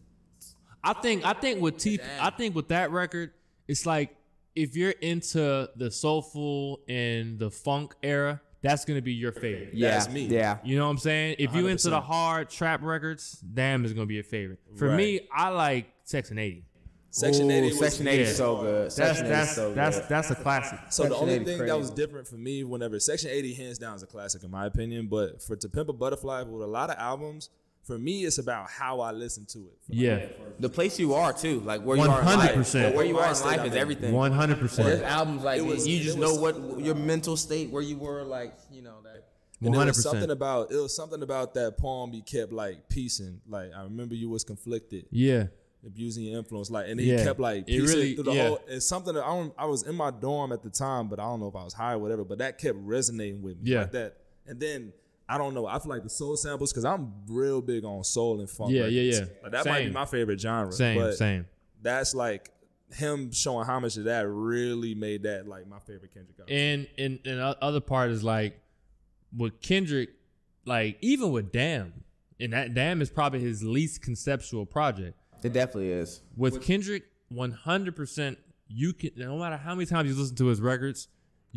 [SPEAKER 1] I think I think with T I think with that record, it's like if you're into the soulful and the funk era, that's gonna be your favorite.
[SPEAKER 4] yeah,
[SPEAKER 5] That's me.
[SPEAKER 4] yeah.
[SPEAKER 1] You know what I'm saying? If you into the hard trap records, damn is gonna be your favorite. For me, I like Section 80.
[SPEAKER 5] Section
[SPEAKER 4] Ooh,
[SPEAKER 5] Eighty. Was,
[SPEAKER 4] Section 80
[SPEAKER 1] yeah.
[SPEAKER 4] is so good.
[SPEAKER 1] That's
[SPEAKER 4] Section 80
[SPEAKER 1] that's
[SPEAKER 4] is so
[SPEAKER 1] that's
[SPEAKER 4] good.
[SPEAKER 1] that's a classic.
[SPEAKER 5] So the
[SPEAKER 4] Section
[SPEAKER 5] only
[SPEAKER 4] 80
[SPEAKER 5] thing
[SPEAKER 4] crazy.
[SPEAKER 5] that was different for me, whenever Section Eighty, hands down, is a classic in my opinion. But for To Pimp a Butterfly, with a lot of albums, for me, it's about how I listen to it.
[SPEAKER 1] Yeah.
[SPEAKER 4] The place you are too, like where you are in life.
[SPEAKER 1] 100%.
[SPEAKER 4] Where you are in
[SPEAKER 5] Mindset, I
[SPEAKER 4] life
[SPEAKER 5] mean.
[SPEAKER 4] is everything.
[SPEAKER 1] One hundred
[SPEAKER 4] There's
[SPEAKER 1] percent.
[SPEAKER 4] albums like
[SPEAKER 5] It was-
[SPEAKER 4] you just
[SPEAKER 5] it was-
[SPEAKER 4] know what your mental state, where you were, like you know that.
[SPEAKER 1] One
[SPEAKER 5] And it
[SPEAKER 1] hundred
[SPEAKER 5] was something
[SPEAKER 1] percent.
[SPEAKER 5] about it was something about that poem he kept like piecing. Like I remember you was conflicted,
[SPEAKER 1] Yeah.
[SPEAKER 5] abusing your influence. Like and he
[SPEAKER 1] Yeah.
[SPEAKER 5] kept like
[SPEAKER 1] It
[SPEAKER 5] piecing it
[SPEAKER 1] really-
[SPEAKER 5] through the
[SPEAKER 1] yeah.
[SPEAKER 5] whole. It's something that I don't, I was in my dorm at the time, but I don't know if I was high or whatever. But that kept resonating with me.
[SPEAKER 1] Yeah.
[SPEAKER 5] Like that. And then I don't know. I feel like the soul samples because I'm real big on soul and funk.
[SPEAKER 1] Yeah,
[SPEAKER 5] records.
[SPEAKER 1] yeah, yeah.
[SPEAKER 5] Like, that might be
[SPEAKER 1] Same.
[SPEAKER 5] my favorite genre.
[SPEAKER 1] Same,
[SPEAKER 5] but
[SPEAKER 1] same.
[SPEAKER 5] That's like him showing how much of that really made that like my favorite Kendrick album.
[SPEAKER 1] And and and o- other part is like with Kendrick, like even with Damn, and that Damn is probably his least conceptual project.
[SPEAKER 4] It definitely is.
[SPEAKER 1] With Kendrick, one hundred percent, you can no matter how many times you listen to his records,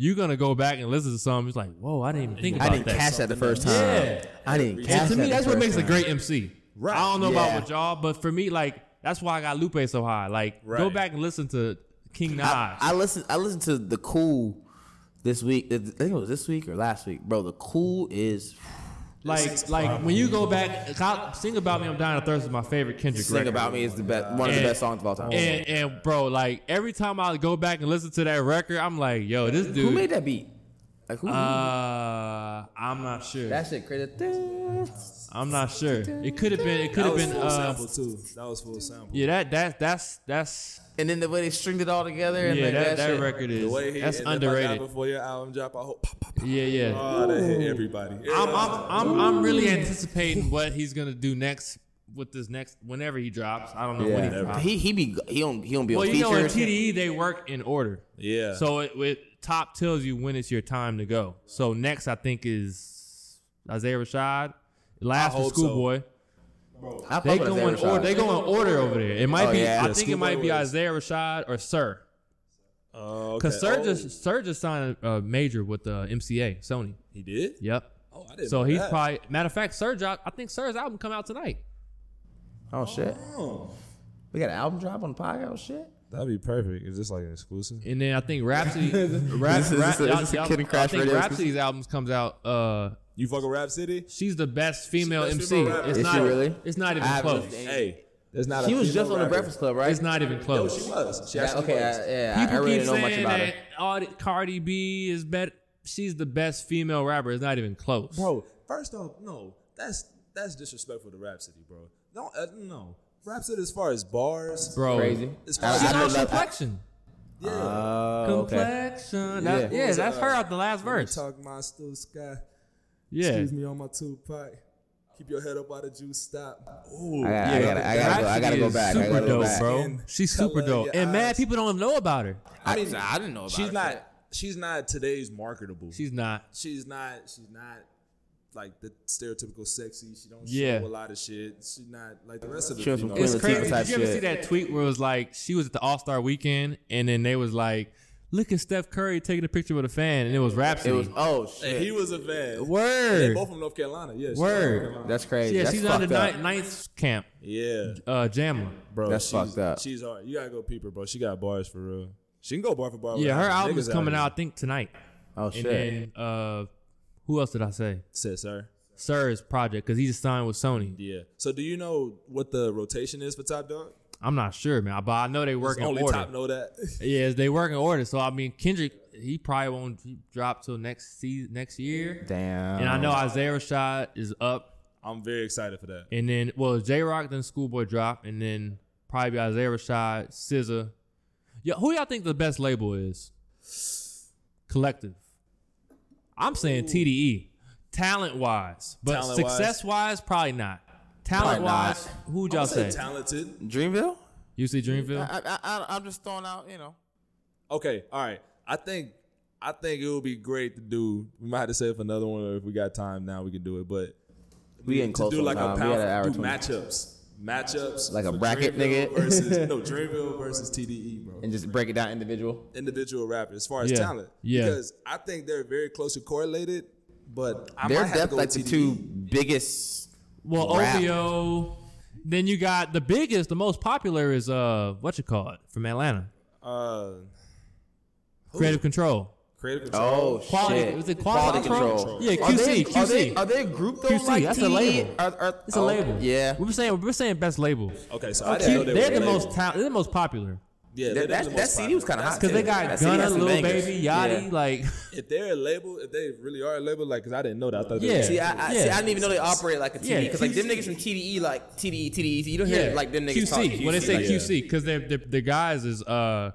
[SPEAKER 1] you're gonna go back and listen to some. It's like, whoa, I didn't even think
[SPEAKER 4] I
[SPEAKER 1] about
[SPEAKER 4] didn't
[SPEAKER 1] that.
[SPEAKER 4] catch that the first time.
[SPEAKER 1] Yeah.
[SPEAKER 4] I didn't catch
[SPEAKER 1] And to
[SPEAKER 4] that
[SPEAKER 1] me,
[SPEAKER 4] the
[SPEAKER 1] that's what
[SPEAKER 4] first
[SPEAKER 1] makes a
[SPEAKER 4] time.
[SPEAKER 1] great MC. Right. I don't know
[SPEAKER 4] Yeah.
[SPEAKER 1] about with y'all, but for me, like that's why I got Lupe so high. Like, go
[SPEAKER 5] Right.
[SPEAKER 1] back and listen to King Nas.
[SPEAKER 4] I, I listened. I listened to the Cool this week. I think it was this week or last week, bro. The Cool is
[SPEAKER 1] like, like when you go back, Kyle- "Sing About Me, I'm Dying of Thirst" is my favorite Kendrick
[SPEAKER 4] "Sing
[SPEAKER 1] record.
[SPEAKER 4] About Me" is the best, one of the
[SPEAKER 1] And-
[SPEAKER 4] best songs of all time.
[SPEAKER 1] and, and bro, like every time I go back and listen to that record, I'm like, yo, this dude.
[SPEAKER 4] Who made that beat? Like, who,
[SPEAKER 1] Uh, I'm not sure.
[SPEAKER 4] that shit crazy.
[SPEAKER 1] I'm not sure. It could have been. It could
[SPEAKER 5] That
[SPEAKER 1] have
[SPEAKER 5] was
[SPEAKER 1] been.
[SPEAKER 5] full
[SPEAKER 1] Uh,
[SPEAKER 5] sample too. That was full sample.
[SPEAKER 1] yeah, that that that's that's
[SPEAKER 4] And then the way they stringed it all together and
[SPEAKER 1] yeah
[SPEAKER 4] like,
[SPEAKER 1] that,
[SPEAKER 4] that,
[SPEAKER 1] that
[SPEAKER 4] shit.
[SPEAKER 1] record
[SPEAKER 5] The way he
[SPEAKER 1] is that's
[SPEAKER 5] and if I die
[SPEAKER 1] underrated.
[SPEAKER 5] Before your album drop, I hope. Pop, pop, pop.
[SPEAKER 1] Yeah, yeah.
[SPEAKER 5] Oh, that hit everybody.
[SPEAKER 1] I'm I'm I'm, I'm really
[SPEAKER 4] Mm.
[SPEAKER 1] anticipating what he's gonna do next with this next whenever he drops. I don't know when he
[SPEAKER 4] Yeah.
[SPEAKER 1] drops.
[SPEAKER 4] He he be he don't he don't be
[SPEAKER 1] Well,
[SPEAKER 4] on
[SPEAKER 1] you know, in
[SPEAKER 4] features.
[SPEAKER 1] TDE they work in order.
[SPEAKER 5] yeah.
[SPEAKER 1] So it, it top tells you when it's your time to go. So next, I think is Isaiah Rashad. Last
[SPEAKER 5] I
[SPEAKER 1] was
[SPEAKER 5] hope so.
[SPEAKER 1] Schoolboy.
[SPEAKER 4] I fuck
[SPEAKER 1] They
[SPEAKER 4] with
[SPEAKER 1] go
[SPEAKER 4] Isaiah
[SPEAKER 1] in order.
[SPEAKER 4] Rashad.
[SPEAKER 1] They go in order over there. It might
[SPEAKER 4] Oh,
[SPEAKER 1] be.
[SPEAKER 4] yeah.
[SPEAKER 1] I
[SPEAKER 5] Yeah,
[SPEAKER 1] think it might be
[SPEAKER 5] Schoolboy was-
[SPEAKER 1] Isaiah Rashad or Sir.
[SPEAKER 5] oh, okay.
[SPEAKER 1] Because Sir just Sir just signed a, a major with uh, MCA Sony.
[SPEAKER 5] Oh, he did.
[SPEAKER 1] Yep.
[SPEAKER 5] Oh, I didn't.
[SPEAKER 1] So
[SPEAKER 5] know
[SPEAKER 1] he's
[SPEAKER 5] that.
[SPEAKER 1] probably matter of fact, Sir. jo- I think Sir's album come out tonight.
[SPEAKER 4] Oh shit. We got an album drop on the podcast. Oh, Shit.
[SPEAKER 5] That'd be perfect. It's just like an exclusive.
[SPEAKER 1] And then I think Rhapsody, Rhap,
[SPEAKER 4] [laughs] Is this- is
[SPEAKER 1] Rhap-
[SPEAKER 4] this a- is
[SPEAKER 1] y'all-
[SPEAKER 4] this a
[SPEAKER 1] y'all-
[SPEAKER 4] Kid and Crash
[SPEAKER 1] I think
[SPEAKER 4] radio
[SPEAKER 1] Rhapsody's albums comes out. Uh,
[SPEAKER 5] You fuck with Rap City?
[SPEAKER 1] she's the best female
[SPEAKER 5] best
[SPEAKER 1] MC.
[SPEAKER 5] female rapper.
[SPEAKER 1] it's
[SPEAKER 4] Is
[SPEAKER 1] not
[SPEAKER 4] she really?
[SPEAKER 1] It's not even
[SPEAKER 4] I haven't
[SPEAKER 1] close.
[SPEAKER 4] listened to any-
[SPEAKER 5] Hey, there's not.
[SPEAKER 4] She
[SPEAKER 5] a
[SPEAKER 4] was
[SPEAKER 5] female
[SPEAKER 4] just on the
[SPEAKER 5] rapper.
[SPEAKER 4] Breakfast Club, right?
[SPEAKER 1] It's not even
[SPEAKER 5] No,
[SPEAKER 1] close.
[SPEAKER 5] she was. She
[SPEAKER 4] Yeah,
[SPEAKER 5] actually
[SPEAKER 4] okay,
[SPEAKER 5] was.
[SPEAKER 4] I, yeah, I
[SPEAKER 1] People
[SPEAKER 4] really
[SPEAKER 1] keep
[SPEAKER 4] don't know much
[SPEAKER 1] saying
[SPEAKER 4] about her.
[SPEAKER 1] that all the- Cardi B is better. She's the best female rapper. It's not even close.
[SPEAKER 5] Bro, first off, no, that's that's disrespectful to Rhapsody, bro. Don't uh, no Rhapsody as far as bars,
[SPEAKER 1] Bro.
[SPEAKER 4] Crazy.
[SPEAKER 5] It's
[SPEAKER 4] I-
[SPEAKER 1] She's
[SPEAKER 4] I
[SPEAKER 1] on
[SPEAKER 4] don't know-
[SPEAKER 1] complexion.
[SPEAKER 5] Yeah,
[SPEAKER 4] Oh, okay.
[SPEAKER 1] Complexion. That-
[SPEAKER 4] Yeah.
[SPEAKER 1] yeah, that's her out the last
[SPEAKER 5] Let me
[SPEAKER 1] verse.
[SPEAKER 5] Talk my still sky.
[SPEAKER 1] Yeah.
[SPEAKER 5] Excuse me on my Tupac. Keep your head up out of juice. Stop. Ooh,
[SPEAKER 4] I gotta, I gotta, I gotta, go, I
[SPEAKER 1] Rhapsody
[SPEAKER 4] gotta go
[SPEAKER 1] is
[SPEAKER 4] back. I
[SPEAKER 1] Super
[SPEAKER 4] gotta go
[SPEAKER 1] dope,
[SPEAKER 4] back.
[SPEAKER 1] bro.
[SPEAKER 5] And
[SPEAKER 1] She's
[SPEAKER 5] color
[SPEAKER 1] super
[SPEAKER 5] in
[SPEAKER 1] dope.
[SPEAKER 5] your
[SPEAKER 1] And mad
[SPEAKER 5] eyes.
[SPEAKER 1] people don't know about her.
[SPEAKER 4] I, mean, I didn't know about
[SPEAKER 5] she's
[SPEAKER 4] her.
[SPEAKER 5] not. She's not today's marketable.
[SPEAKER 1] She's not.
[SPEAKER 5] she's not she's not like the stereotypical sexy. She don't
[SPEAKER 1] Yeah.
[SPEAKER 5] show a lot of shit. She's not like the rest of the
[SPEAKER 4] She went from
[SPEAKER 5] females.
[SPEAKER 1] It's
[SPEAKER 4] Queen
[SPEAKER 1] crazy.
[SPEAKER 4] Latifah type
[SPEAKER 1] Did you ever
[SPEAKER 4] shit.
[SPEAKER 1] see that tweet where it was like she was at the All Star Weekend and then they was like, "Look at Steph Curry taking a picture with a fan," and it was
[SPEAKER 4] It
[SPEAKER 1] Rhapsody.
[SPEAKER 4] was, oh
[SPEAKER 5] And he
[SPEAKER 4] shit.
[SPEAKER 5] was a fan.
[SPEAKER 1] Word.
[SPEAKER 5] They're both from North Carolina. Yeah. she's from
[SPEAKER 1] Word.
[SPEAKER 5] North Carolina.
[SPEAKER 4] That's crazy.
[SPEAKER 1] yeah,
[SPEAKER 4] That's
[SPEAKER 1] she's on
[SPEAKER 4] fucked
[SPEAKER 1] the
[SPEAKER 4] up.
[SPEAKER 1] ninth, ninth camp,
[SPEAKER 5] Yeah,
[SPEAKER 1] uh, Jamla.
[SPEAKER 5] bro.
[SPEAKER 4] That's
[SPEAKER 5] she's-
[SPEAKER 4] fucked up.
[SPEAKER 5] She's hard. You gotta go peep her, bro. She got bars for real. She can go bar for bar. with
[SPEAKER 1] Yeah, her
[SPEAKER 5] niggas
[SPEAKER 1] album is coming
[SPEAKER 5] here.
[SPEAKER 1] out, I think, tonight.
[SPEAKER 4] Oh
[SPEAKER 1] And
[SPEAKER 4] shit.
[SPEAKER 1] then, uh, who else did I say?
[SPEAKER 5] Said sir.
[SPEAKER 1] Sir's project because he's signed with Sony.
[SPEAKER 5] Yeah. So do you know what the rotation is for Top Dog?
[SPEAKER 1] I'm not sure, man, but I know they work
[SPEAKER 5] It's
[SPEAKER 1] in
[SPEAKER 5] only
[SPEAKER 1] order.
[SPEAKER 5] Top know that. [laughs]
[SPEAKER 1] Yeah, they work in order. So I mean, Kendrick, he probably won't drop till next season, next year.
[SPEAKER 4] Damn.
[SPEAKER 1] And I
[SPEAKER 5] Uh-huh.
[SPEAKER 1] know Isaiah Rashad is up.
[SPEAKER 5] I'm very excited for that.
[SPEAKER 1] And then, well, J Rock, then Schoolboy drop, and then probably Isaiah Rashad, SZA. Yeah, who y'all think the best label is? Collective. I'm saying TDE, talent wise, but
[SPEAKER 5] Talent-wise.
[SPEAKER 1] success wise, probably not. Talent wise, who would y'all say?
[SPEAKER 5] Talented.
[SPEAKER 4] Dreamville?
[SPEAKER 1] UC Dreamville.
[SPEAKER 4] I, I, I, I'm just throwing out, you know.
[SPEAKER 5] Okay, all right. I think I think it would be great to do. We might have to save another one, or if we got time now, we can do it. But
[SPEAKER 4] We getting
[SPEAKER 5] to
[SPEAKER 4] close
[SPEAKER 5] do
[SPEAKER 4] on
[SPEAKER 5] like a
[SPEAKER 4] time. We had an hour
[SPEAKER 5] pound, do
[SPEAKER 4] 20.
[SPEAKER 5] matchups, matchups,
[SPEAKER 4] Like a
[SPEAKER 5] for
[SPEAKER 4] bracket,
[SPEAKER 5] Dreamville
[SPEAKER 4] nigga.
[SPEAKER 5] Versus
[SPEAKER 4] [laughs]
[SPEAKER 5] no Dreamville versus TDE, bro.
[SPEAKER 4] And just break it down individual.
[SPEAKER 5] Individual rappers as far as
[SPEAKER 1] Yeah,
[SPEAKER 5] talent,
[SPEAKER 1] yeah.
[SPEAKER 5] Because I think they're very closely correlated, but I
[SPEAKER 4] They're
[SPEAKER 5] might have to
[SPEAKER 4] def
[SPEAKER 5] go
[SPEAKER 4] like
[SPEAKER 5] with E.
[SPEAKER 4] the
[SPEAKER 5] TDE.
[SPEAKER 4] two biggest.
[SPEAKER 1] well,
[SPEAKER 4] Rap.
[SPEAKER 1] OVO. Then you got the biggest, the most popular is uh, what you call it from Atlanta,
[SPEAKER 5] Uh,
[SPEAKER 1] Creative Control.
[SPEAKER 5] creative control.
[SPEAKER 4] Oh
[SPEAKER 1] Quality-
[SPEAKER 4] shit.
[SPEAKER 1] was it quality control? Yeah,
[SPEAKER 4] Are they-
[SPEAKER 1] QC,
[SPEAKER 4] Are they,
[SPEAKER 1] QC.
[SPEAKER 4] are they a group though?
[SPEAKER 1] QC,
[SPEAKER 4] like
[SPEAKER 1] that's a
[SPEAKER 4] TDE?
[SPEAKER 1] label.
[SPEAKER 4] Are- are-
[SPEAKER 1] It's a
[SPEAKER 4] oh,
[SPEAKER 1] label.
[SPEAKER 4] Yeah.
[SPEAKER 1] we were saying we were saying best label.
[SPEAKER 5] Okay,
[SPEAKER 4] Oh,
[SPEAKER 5] so I
[SPEAKER 4] E,
[SPEAKER 5] didn't know
[SPEAKER 1] They're
[SPEAKER 5] they
[SPEAKER 1] the
[SPEAKER 5] were related.
[SPEAKER 1] most ta- they're the most popular.
[SPEAKER 5] Yeah,
[SPEAKER 4] That, that, that CD was kind of hot.
[SPEAKER 1] Because they
[SPEAKER 4] too.
[SPEAKER 1] got
[SPEAKER 4] That CD had
[SPEAKER 1] Gunna,
[SPEAKER 4] some
[SPEAKER 1] Lil
[SPEAKER 4] bangers.
[SPEAKER 1] Baby,
[SPEAKER 4] [laughs] Yeah.
[SPEAKER 1] Yachty, like
[SPEAKER 5] If they're a label, if they really are a label, like, cause I didn't know that. I thought
[SPEAKER 1] Yeah.
[SPEAKER 5] they
[SPEAKER 4] See,
[SPEAKER 5] were
[SPEAKER 4] I,
[SPEAKER 1] Yeah.
[SPEAKER 4] I, see, I didn't even know they operate like a TDE
[SPEAKER 1] Yeah.
[SPEAKER 4] because like them niggas from TDE, like E, TDE, TDE, you don't hear like them niggas
[SPEAKER 1] QC.
[SPEAKER 4] talk QC.
[SPEAKER 1] When they say
[SPEAKER 4] like,
[SPEAKER 1] QC, because they the the guys is uh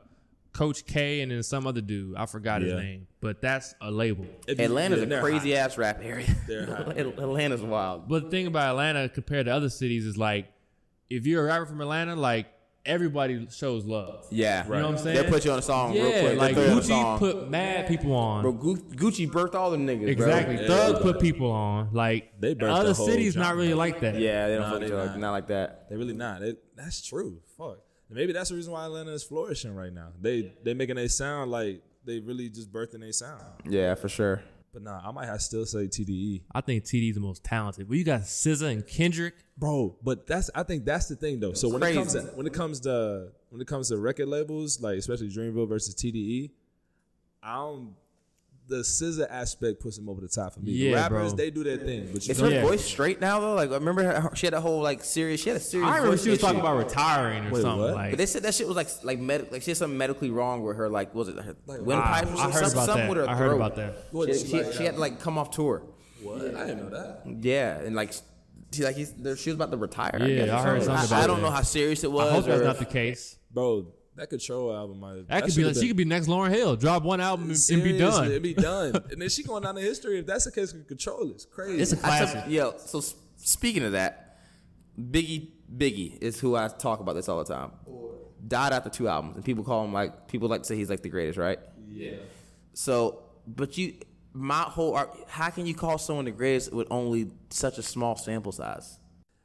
[SPEAKER 1] Coach K and then some other dude. I forgot his
[SPEAKER 5] Yeah.
[SPEAKER 1] name, but that's a label.
[SPEAKER 5] If you-
[SPEAKER 4] Atlanta's
[SPEAKER 5] E. yeah,
[SPEAKER 4] a
[SPEAKER 5] they're
[SPEAKER 4] crazy
[SPEAKER 5] hot.
[SPEAKER 4] ass rap area. [laughs]
[SPEAKER 5] They're hot.
[SPEAKER 4] Atlanta's wild.
[SPEAKER 1] But the thing about Atlanta compared to other cities is like, if you're a rapper from Atlanta, like everybody shows love.
[SPEAKER 4] Yeah,
[SPEAKER 1] You know what I'm saying?
[SPEAKER 4] They put you on a song real
[SPEAKER 1] yeah,
[SPEAKER 4] quick.
[SPEAKER 1] like
[SPEAKER 4] Like they put you on
[SPEAKER 1] Gucci
[SPEAKER 4] a song.
[SPEAKER 1] put mad people on.
[SPEAKER 4] bro, Gu- Gucci birthed all them niggas.
[SPEAKER 1] exactly.
[SPEAKER 4] Bro.
[SPEAKER 1] Thug put people on. Like
[SPEAKER 5] They birthed
[SPEAKER 1] other
[SPEAKER 5] the whole
[SPEAKER 1] cities, not
[SPEAKER 5] genre.
[SPEAKER 1] really like that.
[SPEAKER 4] Yeah, they don't
[SPEAKER 5] Nah,
[SPEAKER 4] fuck
[SPEAKER 5] they
[SPEAKER 4] each other
[SPEAKER 5] not.
[SPEAKER 4] not like that.
[SPEAKER 5] They really not. They, that's true. Fuck. Maybe that's the reason why Atlanta is flourishing right now. They they making a sound like they really just birthing a sound.
[SPEAKER 4] Yeah, for sure.
[SPEAKER 5] But nah, I might have still say E. TDE,
[SPEAKER 1] I think TD's the most talented. Well, you got SZA and Kendrick.
[SPEAKER 5] bro. But that's I think that's the thing though. So when it comes to
[SPEAKER 4] Crazy.
[SPEAKER 5] when it comes to when it comes to record labels, like especially Dreamville versus TDE, I E, don't the scissor aspect puts him over the top for me. the
[SPEAKER 1] Yeah,
[SPEAKER 5] rappers,
[SPEAKER 1] bro.
[SPEAKER 5] they do their thing, but you
[SPEAKER 4] Is
[SPEAKER 5] don't-
[SPEAKER 4] her
[SPEAKER 1] Yeah.
[SPEAKER 4] voice straight now though? Like I remember her, she had a whole like serious. She had a serious.
[SPEAKER 1] I remember
[SPEAKER 4] voice
[SPEAKER 1] she was talking
[SPEAKER 4] issue.
[SPEAKER 1] about retiring or
[SPEAKER 5] Wait,
[SPEAKER 1] something.
[SPEAKER 5] what?
[SPEAKER 1] Like,
[SPEAKER 4] But they said that shit was like like med- like she had something medically wrong with her like was it her
[SPEAKER 1] Ah, I,
[SPEAKER 4] windpipe or
[SPEAKER 1] I
[SPEAKER 4] something?
[SPEAKER 1] heard about
[SPEAKER 4] something with
[SPEAKER 1] that.
[SPEAKER 4] her
[SPEAKER 1] I heard
[SPEAKER 4] throat.
[SPEAKER 1] about that.
[SPEAKER 5] What,
[SPEAKER 4] She,
[SPEAKER 5] she
[SPEAKER 4] she-
[SPEAKER 5] like-
[SPEAKER 4] she had to like come off tour.
[SPEAKER 5] What? I didn't know that.
[SPEAKER 4] Yeah, and like she like he's, there- she was about to retire. I
[SPEAKER 1] Yeah,
[SPEAKER 4] guess, or
[SPEAKER 1] I heard
[SPEAKER 4] something.
[SPEAKER 1] something
[SPEAKER 4] I,
[SPEAKER 1] about
[SPEAKER 4] don't
[SPEAKER 1] that.
[SPEAKER 4] know how serious it
[SPEAKER 1] I
[SPEAKER 4] was.
[SPEAKER 1] hope that's
[SPEAKER 4] or-
[SPEAKER 1] not the case.
[SPEAKER 5] Bro, that Control album, might,
[SPEAKER 1] That, could be like, she could be next Lauren Hill. Drop one album and, and be done.
[SPEAKER 5] It'd be done. and then she going down in history. If that's the case, with Control it's crazy.
[SPEAKER 1] It's a
[SPEAKER 4] I
[SPEAKER 1] classic.
[SPEAKER 4] said, yo, so s- speaking of that, Biggie Biggie is who I talk about this all the time. Died after two albums, and people call him like people like to say he's like the greatest, right? Yeah. So, but you, my whole, ar- how can you call someone the greatest with only such a small sample size?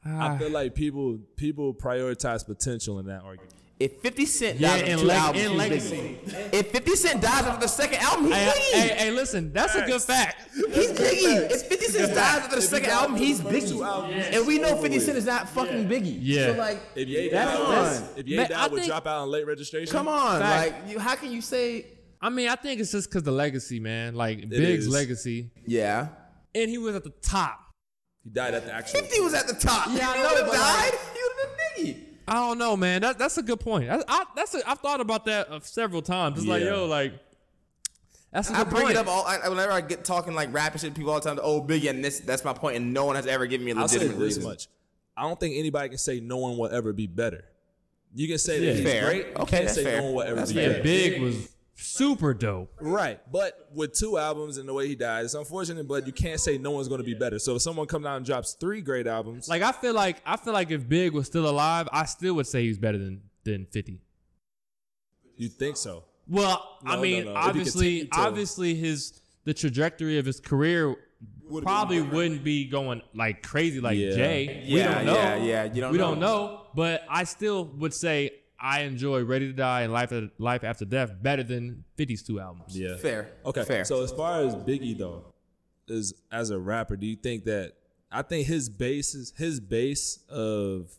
[SPEAKER 5] I feel like people people prioritize potential in that argument.
[SPEAKER 4] If Fifty Cent
[SPEAKER 1] Yeah,
[SPEAKER 4] died after
[SPEAKER 1] and
[SPEAKER 4] two
[SPEAKER 1] leg-
[SPEAKER 4] albums,
[SPEAKER 1] and
[SPEAKER 4] he's
[SPEAKER 1] legacy.
[SPEAKER 4] Biggie. if Fifty Cent dies after the second album, he's
[SPEAKER 1] Hey,
[SPEAKER 4] Biggie.
[SPEAKER 1] hey, hey, listen, that's a good fact.
[SPEAKER 4] He's Biggie. If 50 Cent dies after the second album, he's
[SPEAKER 5] two
[SPEAKER 4] Biggie.
[SPEAKER 5] albums,
[SPEAKER 4] And we know 50 Cent is not fucking Biggie.
[SPEAKER 1] Yeah.
[SPEAKER 4] So, like,
[SPEAKER 5] If Ye
[SPEAKER 4] That's
[SPEAKER 5] died,
[SPEAKER 4] fine.
[SPEAKER 5] if Ye
[SPEAKER 1] Man, I
[SPEAKER 5] died would
[SPEAKER 1] think-
[SPEAKER 5] drop out on late registration.
[SPEAKER 4] come on.
[SPEAKER 1] Fact.
[SPEAKER 4] Like, you, how can you say.
[SPEAKER 1] I mean, I think it's just because the legacy, man. Like Big's
[SPEAKER 5] is.
[SPEAKER 1] legacy,
[SPEAKER 4] Yeah.
[SPEAKER 1] and he was at the top.
[SPEAKER 5] he died at the actual.
[SPEAKER 4] 50 was at the top.
[SPEAKER 1] Yeah,
[SPEAKER 4] if
[SPEAKER 1] I
[SPEAKER 4] he
[SPEAKER 1] know,
[SPEAKER 4] would've
[SPEAKER 1] but,
[SPEAKER 4] died, [laughs]
[SPEAKER 1] like-
[SPEAKER 4] he would have been Biggie.
[SPEAKER 1] I don't know, man. That, that's a good point. I, I, that's a, I've thought about that uh, several times. It's like,
[SPEAKER 5] Yeah.
[SPEAKER 1] yo, like that's a good
[SPEAKER 4] I bring
[SPEAKER 1] point.
[SPEAKER 4] it up all. I, I- whenever I get talking like rap and shit, people all the time, oh, Biggie, and this, that's my point, and no one has ever given me a
[SPEAKER 5] I'll say
[SPEAKER 4] legitimate
[SPEAKER 5] this
[SPEAKER 4] reason.
[SPEAKER 5] much: I don't think anybody can say no one will ever be better. You can say
[SPEAKER 1] Yeah.
[SPEAKER 5] that he's
[SPEAKER 4] Fair.
[SPEAKER 5] great. You
[SPEAKER 4] Okay,
[SPEAKER 5] can't
[SPEAKER 4] that's
[SPEAKER 5] say
[SPEAKER 4] fair.
[SPEAKER 5] no one will ever
[SPEAKER 4] That's
[SPEAKER 5] be
[SPEAKER 1] yeah,
[SPEAKER 5] better.
[SPEAKER 1] Big was super dope.
[SPEAKER 5] Right, but with two albums and the way he died, it's unfortunate. But you can't say no one's going to be better. So if someone comes out and drops three great albums,
[SPEAKER 1] Like I feel like I feel like if Big was still alive, I still would say he's better than than Fifty.
[SPEAKER 5] you think so?
[SPEAKER 1] Well,
[SPEAKER 5] No,
[SPEAKER 1] I
[SPEAKER 5] no,
[SPEAKER 1] mean,
[SPEAKER 5] no. If he
[SPEAKER 1] obviously,
[SPEAKER 5] continued to-
[SPEAKER 1] obviously, his the trajectory of his career probably wouldn't be going like crazy like
[SPEAKER 5] Yeah.
[SPEAKER 1] Jay. we
[SPEAKER 4] Yeah,
[SPEAKER 1] don't know.
[SPEAKER 4] yeah, yeah. You don't
[SPEAKER 1] we
[SPEAKER 4] know.
[SPEAKER 1] don't know. But I still would say I enjoy Ready to Die and Life Life After Death better than 50's two albums.
[SPEAKER 5] Yeah.
[SPEAKER 4] Fair.
[SPEAKER 5] Okay.
[SPEAKER 4] Fair.
[SPEAKER 5] So as far as Biggie though, is as a rapper, do you think that I think his base is his base of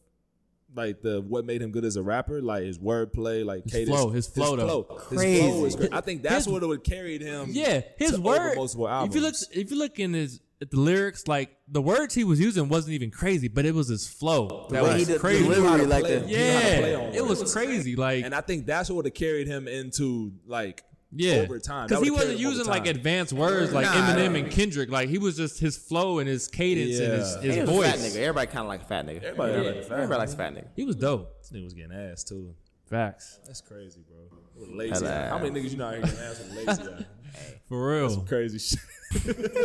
[SPEAKER 5] like the what made him good as a rapper, like his wordplay, like
[SPEAKER 1] His
[SPEAKER 5] cadence,
[SPEAKER 1] flow, his flow,
[SPEAKER 5] his
[SPEAKER 1] though.
[SPEAKER 5] flow, His flow is great. I think that's what would carried him.
[SPEAKER 1] Yeah, his
[SPEAKER 5] to over
[SPEAKER 1] word.
[SPEAKER 5] multiple
[SPEAKER 1] If you look,
[SPEAKER 5] albums.
[SPEAKER 1] if you look in his at the lyrics, like the words he was using wasn't even crazy, but it was his flow that
[SPEAKER 4] way he
[SPEAKER 1] was
[SPEAKER 4] did-
[SPEAKER 1] crazy.
[SPEAKER 4] delivered-
[SPEAKER 5] How to
[SPEAKER 4] Literally like
[SPEAKER 5] play
[SPEAKER 4] that.
[SPEAKER 5] on-
[SPEAKER 1] yeah,
[SPEAKER 5] how to play on
[SPEAKER 1] it
[SPEAKER 5] words.
[SPEAKER 1] was crazy. Like
[SPEAKER 5] and I think that's what would have carried him into like
[SPEAKER 1] yeah,
[SPEAKER 5] over time That
[SPEAKER 1] because he
[SPEAKER 5] would've carried
[SPEAKER 1] wasn't
[SPEAKER 5] him over
[SPEAKER 1] using like
[SPEAKER 5] time.
[SPEAKER 1] advanced words like
[SPEAKER 4] Nah,
[SPEAKER 1] Eminem
[SPEAKER 4] nah.
[SPEAKER 1] and Kendrick. Like he was just his flow and his cadence and his,
[SPEAKER 5] Yeah.
[SPEAKER 1] his
[SPEAKER 4] He was a
[SPEAKER 1] voice.
[SPEAKER 4] fat nigga. Everybody kind of like a fat nigga.
[SPEAKER 5] Everybody
[SPEAKER 4] Yeah.
[SPEAKER 5] like a fat
[SPEAKER 4] Everybody likes a fat nigga.
[SPEAKER 1] He was dope.
[SPEAKER 5] This nigga was getting ass too.
[SPEAKER 1] Facts
[SPEAKER 5] That's crazy, bro. Lazy.
[SPEAKER 4] Hello.
[SPEAKER 5] eye. How many niggas you know out here getting ass with lazy? eye? [laughs]
[SPEAKER 1] for real.
[SPEAKER 5] Crazy shit.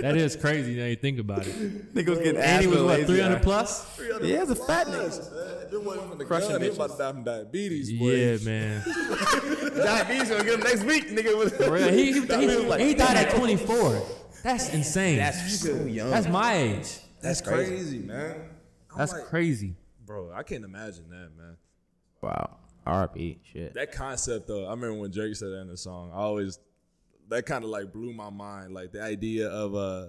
[SPEAKER 1] That is crazy now you think about
[SPEAKER 5] [laughs]
[SPEAKER 1] it.
[SPEAKER 4] Nigga was getting
[SPEAKER 1] And he was
[SPEAKER 4] with
[SPEAKER 1] what
[SPEAKER 4] lazy
[SPEAKER 1] three hundred
[SPEAKER 4] eye.
[SPEAKER 1] plus?
[SPEAKER 4] Yeah, he's a fat nigga. Crushing
[SPEAKER 5] Crushing
[SPEAKER 4] gun, he
[SPEAKER 5] about to die from diabetes,
[SPEAKER 1] Yeah, man.
[SPEAKER 4] Diabetes gonna get him next week, nigga.
[SPEAKER 1] For real. He, he, he, he died at 24. That's insane. That's,
[SPEAKER 4] so young.
[SPEAKER 1] my age.
[SPEAKER 5] That's crazy, man. I'm
[SPEAKER 1] That's
[SPEAKER 5] like,
[SPEAKER 1] crazy.
[SPEAKER 5] Bro, I can't imagine that, man.
[SPEAKER 4] Wow. RP. Shit.
[SPEAKER 5] That concept, though, I remember when Drake said that in the song. I always, that kind of like blew my mind. Like the idea of uh,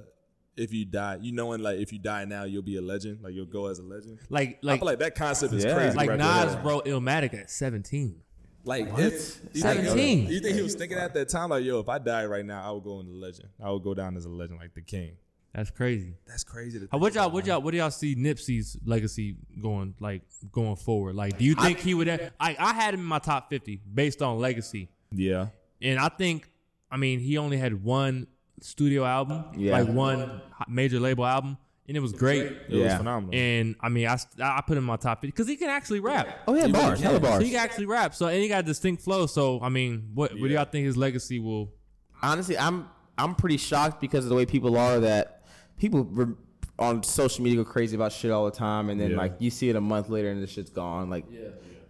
[SPEAKER 5] if you die, you knowing like if you die now, you'll be a legend. Like you'll go as a legend.
[SPEAKER 1] Like
[SPEAKER 5] I
[SPEAKER 1] like
[SPEAKER 5] feel like that concept is
[SPEAKER 4] Yeah.
[SPEAKER 5] crazy.
[SPEAKER 1] like
[SPEAKER 5] right
[SPEAKER 1] Nas,
[SPEAKER 5] there.
[SPEAKER 1] bro, Illmatic at 17.
[SPEAKER 5] Like it's you think-
[SPEAKER 1] 17.
[SPEAKER 5] You think he was thinking at that time like, yo, if I die right now, I would go into legend. I would go down as a legend, like the king.
[SPEAKER 1] That's crazy.
[SPEAKER 5] That's crazy. To
[SPEAKER 1] How- What y'all, what y'all, what do y'all see Nipsey's legacy going like going forward? Like, do you think he would? have- I I had him in my top 50 based on legacy.
[SPEAKER 5] yeah.
[SPEAKER 1] And I think, I mean, he only had one studio album,
[SPEAKER 4] Yeah.
[SPEAKER 1] like one major label album, and it was great.
[SPEAKER 5] It was
[SPEAKER 4] Yeah.
[SPEAKER 5] phenomenal.
[SPEAKER 1] And I mean, I, st- I put him in my top 50 because he can actually rap.
[SPEAKER 4] Oh yeah, bars. Hella bars.
[SPEAKER 1] He can actually rap. So, and he got a distinct flow. So, I mean, what, what do y'all think his legacy will?
[SPEAKER 4] honestly, I'm I'm pretty shocked because of the way people are that people re- on social media go crazy about shit all the time, and then
[SPEAKER 5] Yeah.
[SPEAKER 4] like you see it a month later and this shit's gone. Like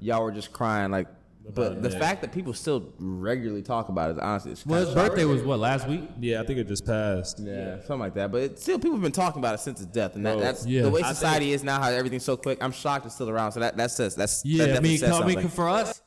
[SPEAKER 4] y'all were just crying. Like, but the fact that people still regularly talk about it, is honestly, it's
[SPEAKER 1] Well,
[SPEAKER 4] kinda
[SPEAKER 1] his
[SPEAKER 4] shocking.
[SPEAKER 1] birthday was what last week.
[SPEAKER 5] Yeah, I think it just passed.
[SPEAKER 4] Yeah, something like that. But it's still, people have been talking about it since his death, and that,
[SPEAKER 5] Bro,
[SPEAKER 4] that's
[SPEAKER 1] yeah.
[SPEAKER 4] the way
[SPEAKER 1] I think-
[SPEAKER 4] society is now. How everything's so quick. I'm shocked it's still around. So that that says that's that
[SPEAKER 1] Yeah, I
[SPEAKER 4] definitely
[SPEAKER 1] mean,
[SPEAKER 4] says
[SPEAKER 1] I mean,
[SPEAKER 4] something.
[SPEAKER 1] for us,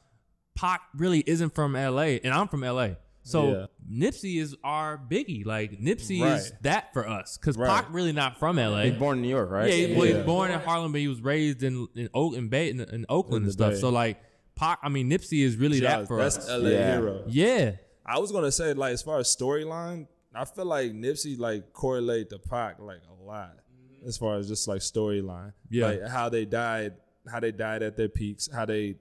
[SPEAKER 1] Pac really isn't from L.A. and I'm from L.A. So Nipsey is our biggie. Like Nipsey is
[SPEAKER 5] Right.
[SPEAKER 1] that for us because
[SPEAKER 5] Right.
[SPEAKER 1] Pac really not from L.A.
[SPEAKER 4] Born in New York, right?
[SPEAKER 1] Yeah, he, well, he
[SPEAKER 5] Yeah.
[SPEAKER 1] was born in Harlem, but he was raised in in, Oak, in, Bay, in, in Oakland
[SPEAKER 5] In the
[SPEAKER 1] and stuff.
[SPEAKER 5] Bay.
[SPEAKER 1] So like, Pac, I mean, Nipsey is really
[SPEAKER 5] Yeah,
[SPEAKER 1] that for
[SPEAKER 5] that's
[SPEAKER 1] us.
[SPEAKER 5] LA
[SPEAKER 4] Yeah.
[SPEAKER 5] hero.
[SPEAKER 1] yeah,
[SPEAKER 5] I was gonna say like as far as storyline, I feel like Nipsey like correlate to Pac like a lot
[SPEAKER 4] Mm-hmm.
[SPEAKER 5] as far as just like storyline.
[SPEAKER 1] Yeah.
[SPEAKER 5] Like how they died, how they died at their peaks, how they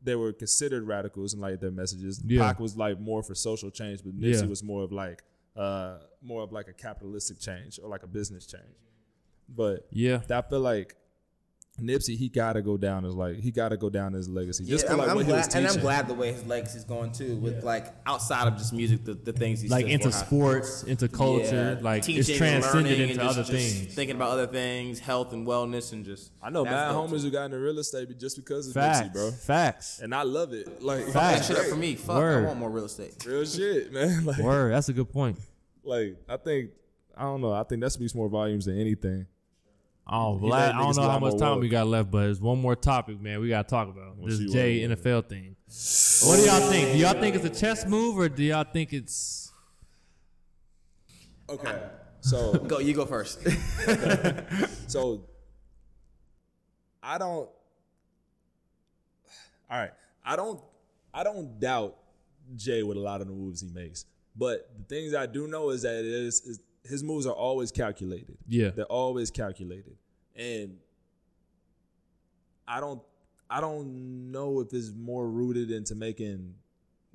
[SPEAKER 5] they were considered radicals in like their messages.
[SPEAKER 1] Yeah.
[SPEAKER 5] Pac was like more for social change, but Nipsey
[SPEAKER 1] Yeah.
[SPEAKER 5] was more of like uh more of like a capitalistic change or like a business change. But
[SPEAKER 1] Yeah.
[SPEAKER 5] I feel like Nipsey, he gotta go down as like he gotta go down as legacy. Just
[SPEAKER 4] Yeah,
[SPEAKER 5] for
[SPEAKER 4] I'm,
[SPEAKER 5] like
[SPEAKER 4] I'm
[SPEAKER 5] what he was
[SPEAKER 4] glad,
[SPEAKER 5] teaching.
[SPEAKER 4] and I'm glad the way his legs is going too, with like outside of just music, the, the things he's
[SPEAKER 1] Like
[SPEAKER 4] still
[SPEAKER 1] into
[SPEAKER 4] working on.
[SPEAKER 1] sports, into culture,
[SPEAKER 4] Yeah,
[SPEAKER 1] like
[SPEAKER 4] teaching,
[SPEAKER 1] it's transcended
[SPEAKER 4] learning, and
[SPEAKER 1] into
[SPEAKER 4] just-
[SPEAKER 1] other
[SPEAKER 4] just
[SPEAKER 1] things.
[SPEAKER 4] thinking about other things, health and wellness, and just
[SPEAKER 5] I know
[SPEAKER 4] that's
[SPEAKER 5] mad
[SPEAKER 4] dope,
[SPEAKER 5] homies
[SPEAKER 4] too.
[SPEAKER 5] who got into real estate just because of
[SPEAKER 1] Facts,
[SPEAKER 5] Nipsey, bro.
[SPEAKER 1] facts.
[SPEAKER 5] And I love it. Like [laughs]
[SPEAKER 4] That
[SPEAKER 1] Facts.
[SPEAKER 4] shit up for me. Fuck,
[SPEAKER 1] Word.
[SPEAKER 4] I want more real estate.
[SPEAKER 5] real shit, man. [laughs] Like
[SPEAKER 1] Word, that's a good point.
[SPEAKER 5] like I think I don't know. I think that speaks more volumes than anything.
[SPEAKER 1] Oh,
[SPEAKER 5] He
[SPEAKER 1] Vlad,
[SPEAKER 5] let
[SPEAKER 1] I don't
[SPEAKER 5] niggas
[SPEAKER 1] know
[SPEAKER 5] do a
[SPEAKER 1] how
[SPEAKER 5] lot
[SPEAKER 1] much
[SPEAKER 5] more
[SPEAKER 1] time
[SPEAKER 5] work.
[SPEAKER 1] we got left, but it's one more topic, man. We got to talk about this
[SPEAKER 5] see what
[SPEAKER 1] Jay
[SPEAKER 5] it
[SPEAKER 1] NFL thing. What do y'all think? Do y'all think it's a chess move or do y'all think it's
[SPEAKER 5] Okay.
[SPEAKER 4] [laughs]
[SPEAKER 5] So
[SPEAKER 4] Go, you go first.
[SPEAKER 5] so I don't All right. I don't I don't doubt Jay with a lot of the moves he makes. But the things I do know is that it is, is his moves are always calculated.
[SPEAKER 1] Yeah.
[SPEAKER 5] [laughs] They're always calculated. And I don't I don't know if it's more rooted into making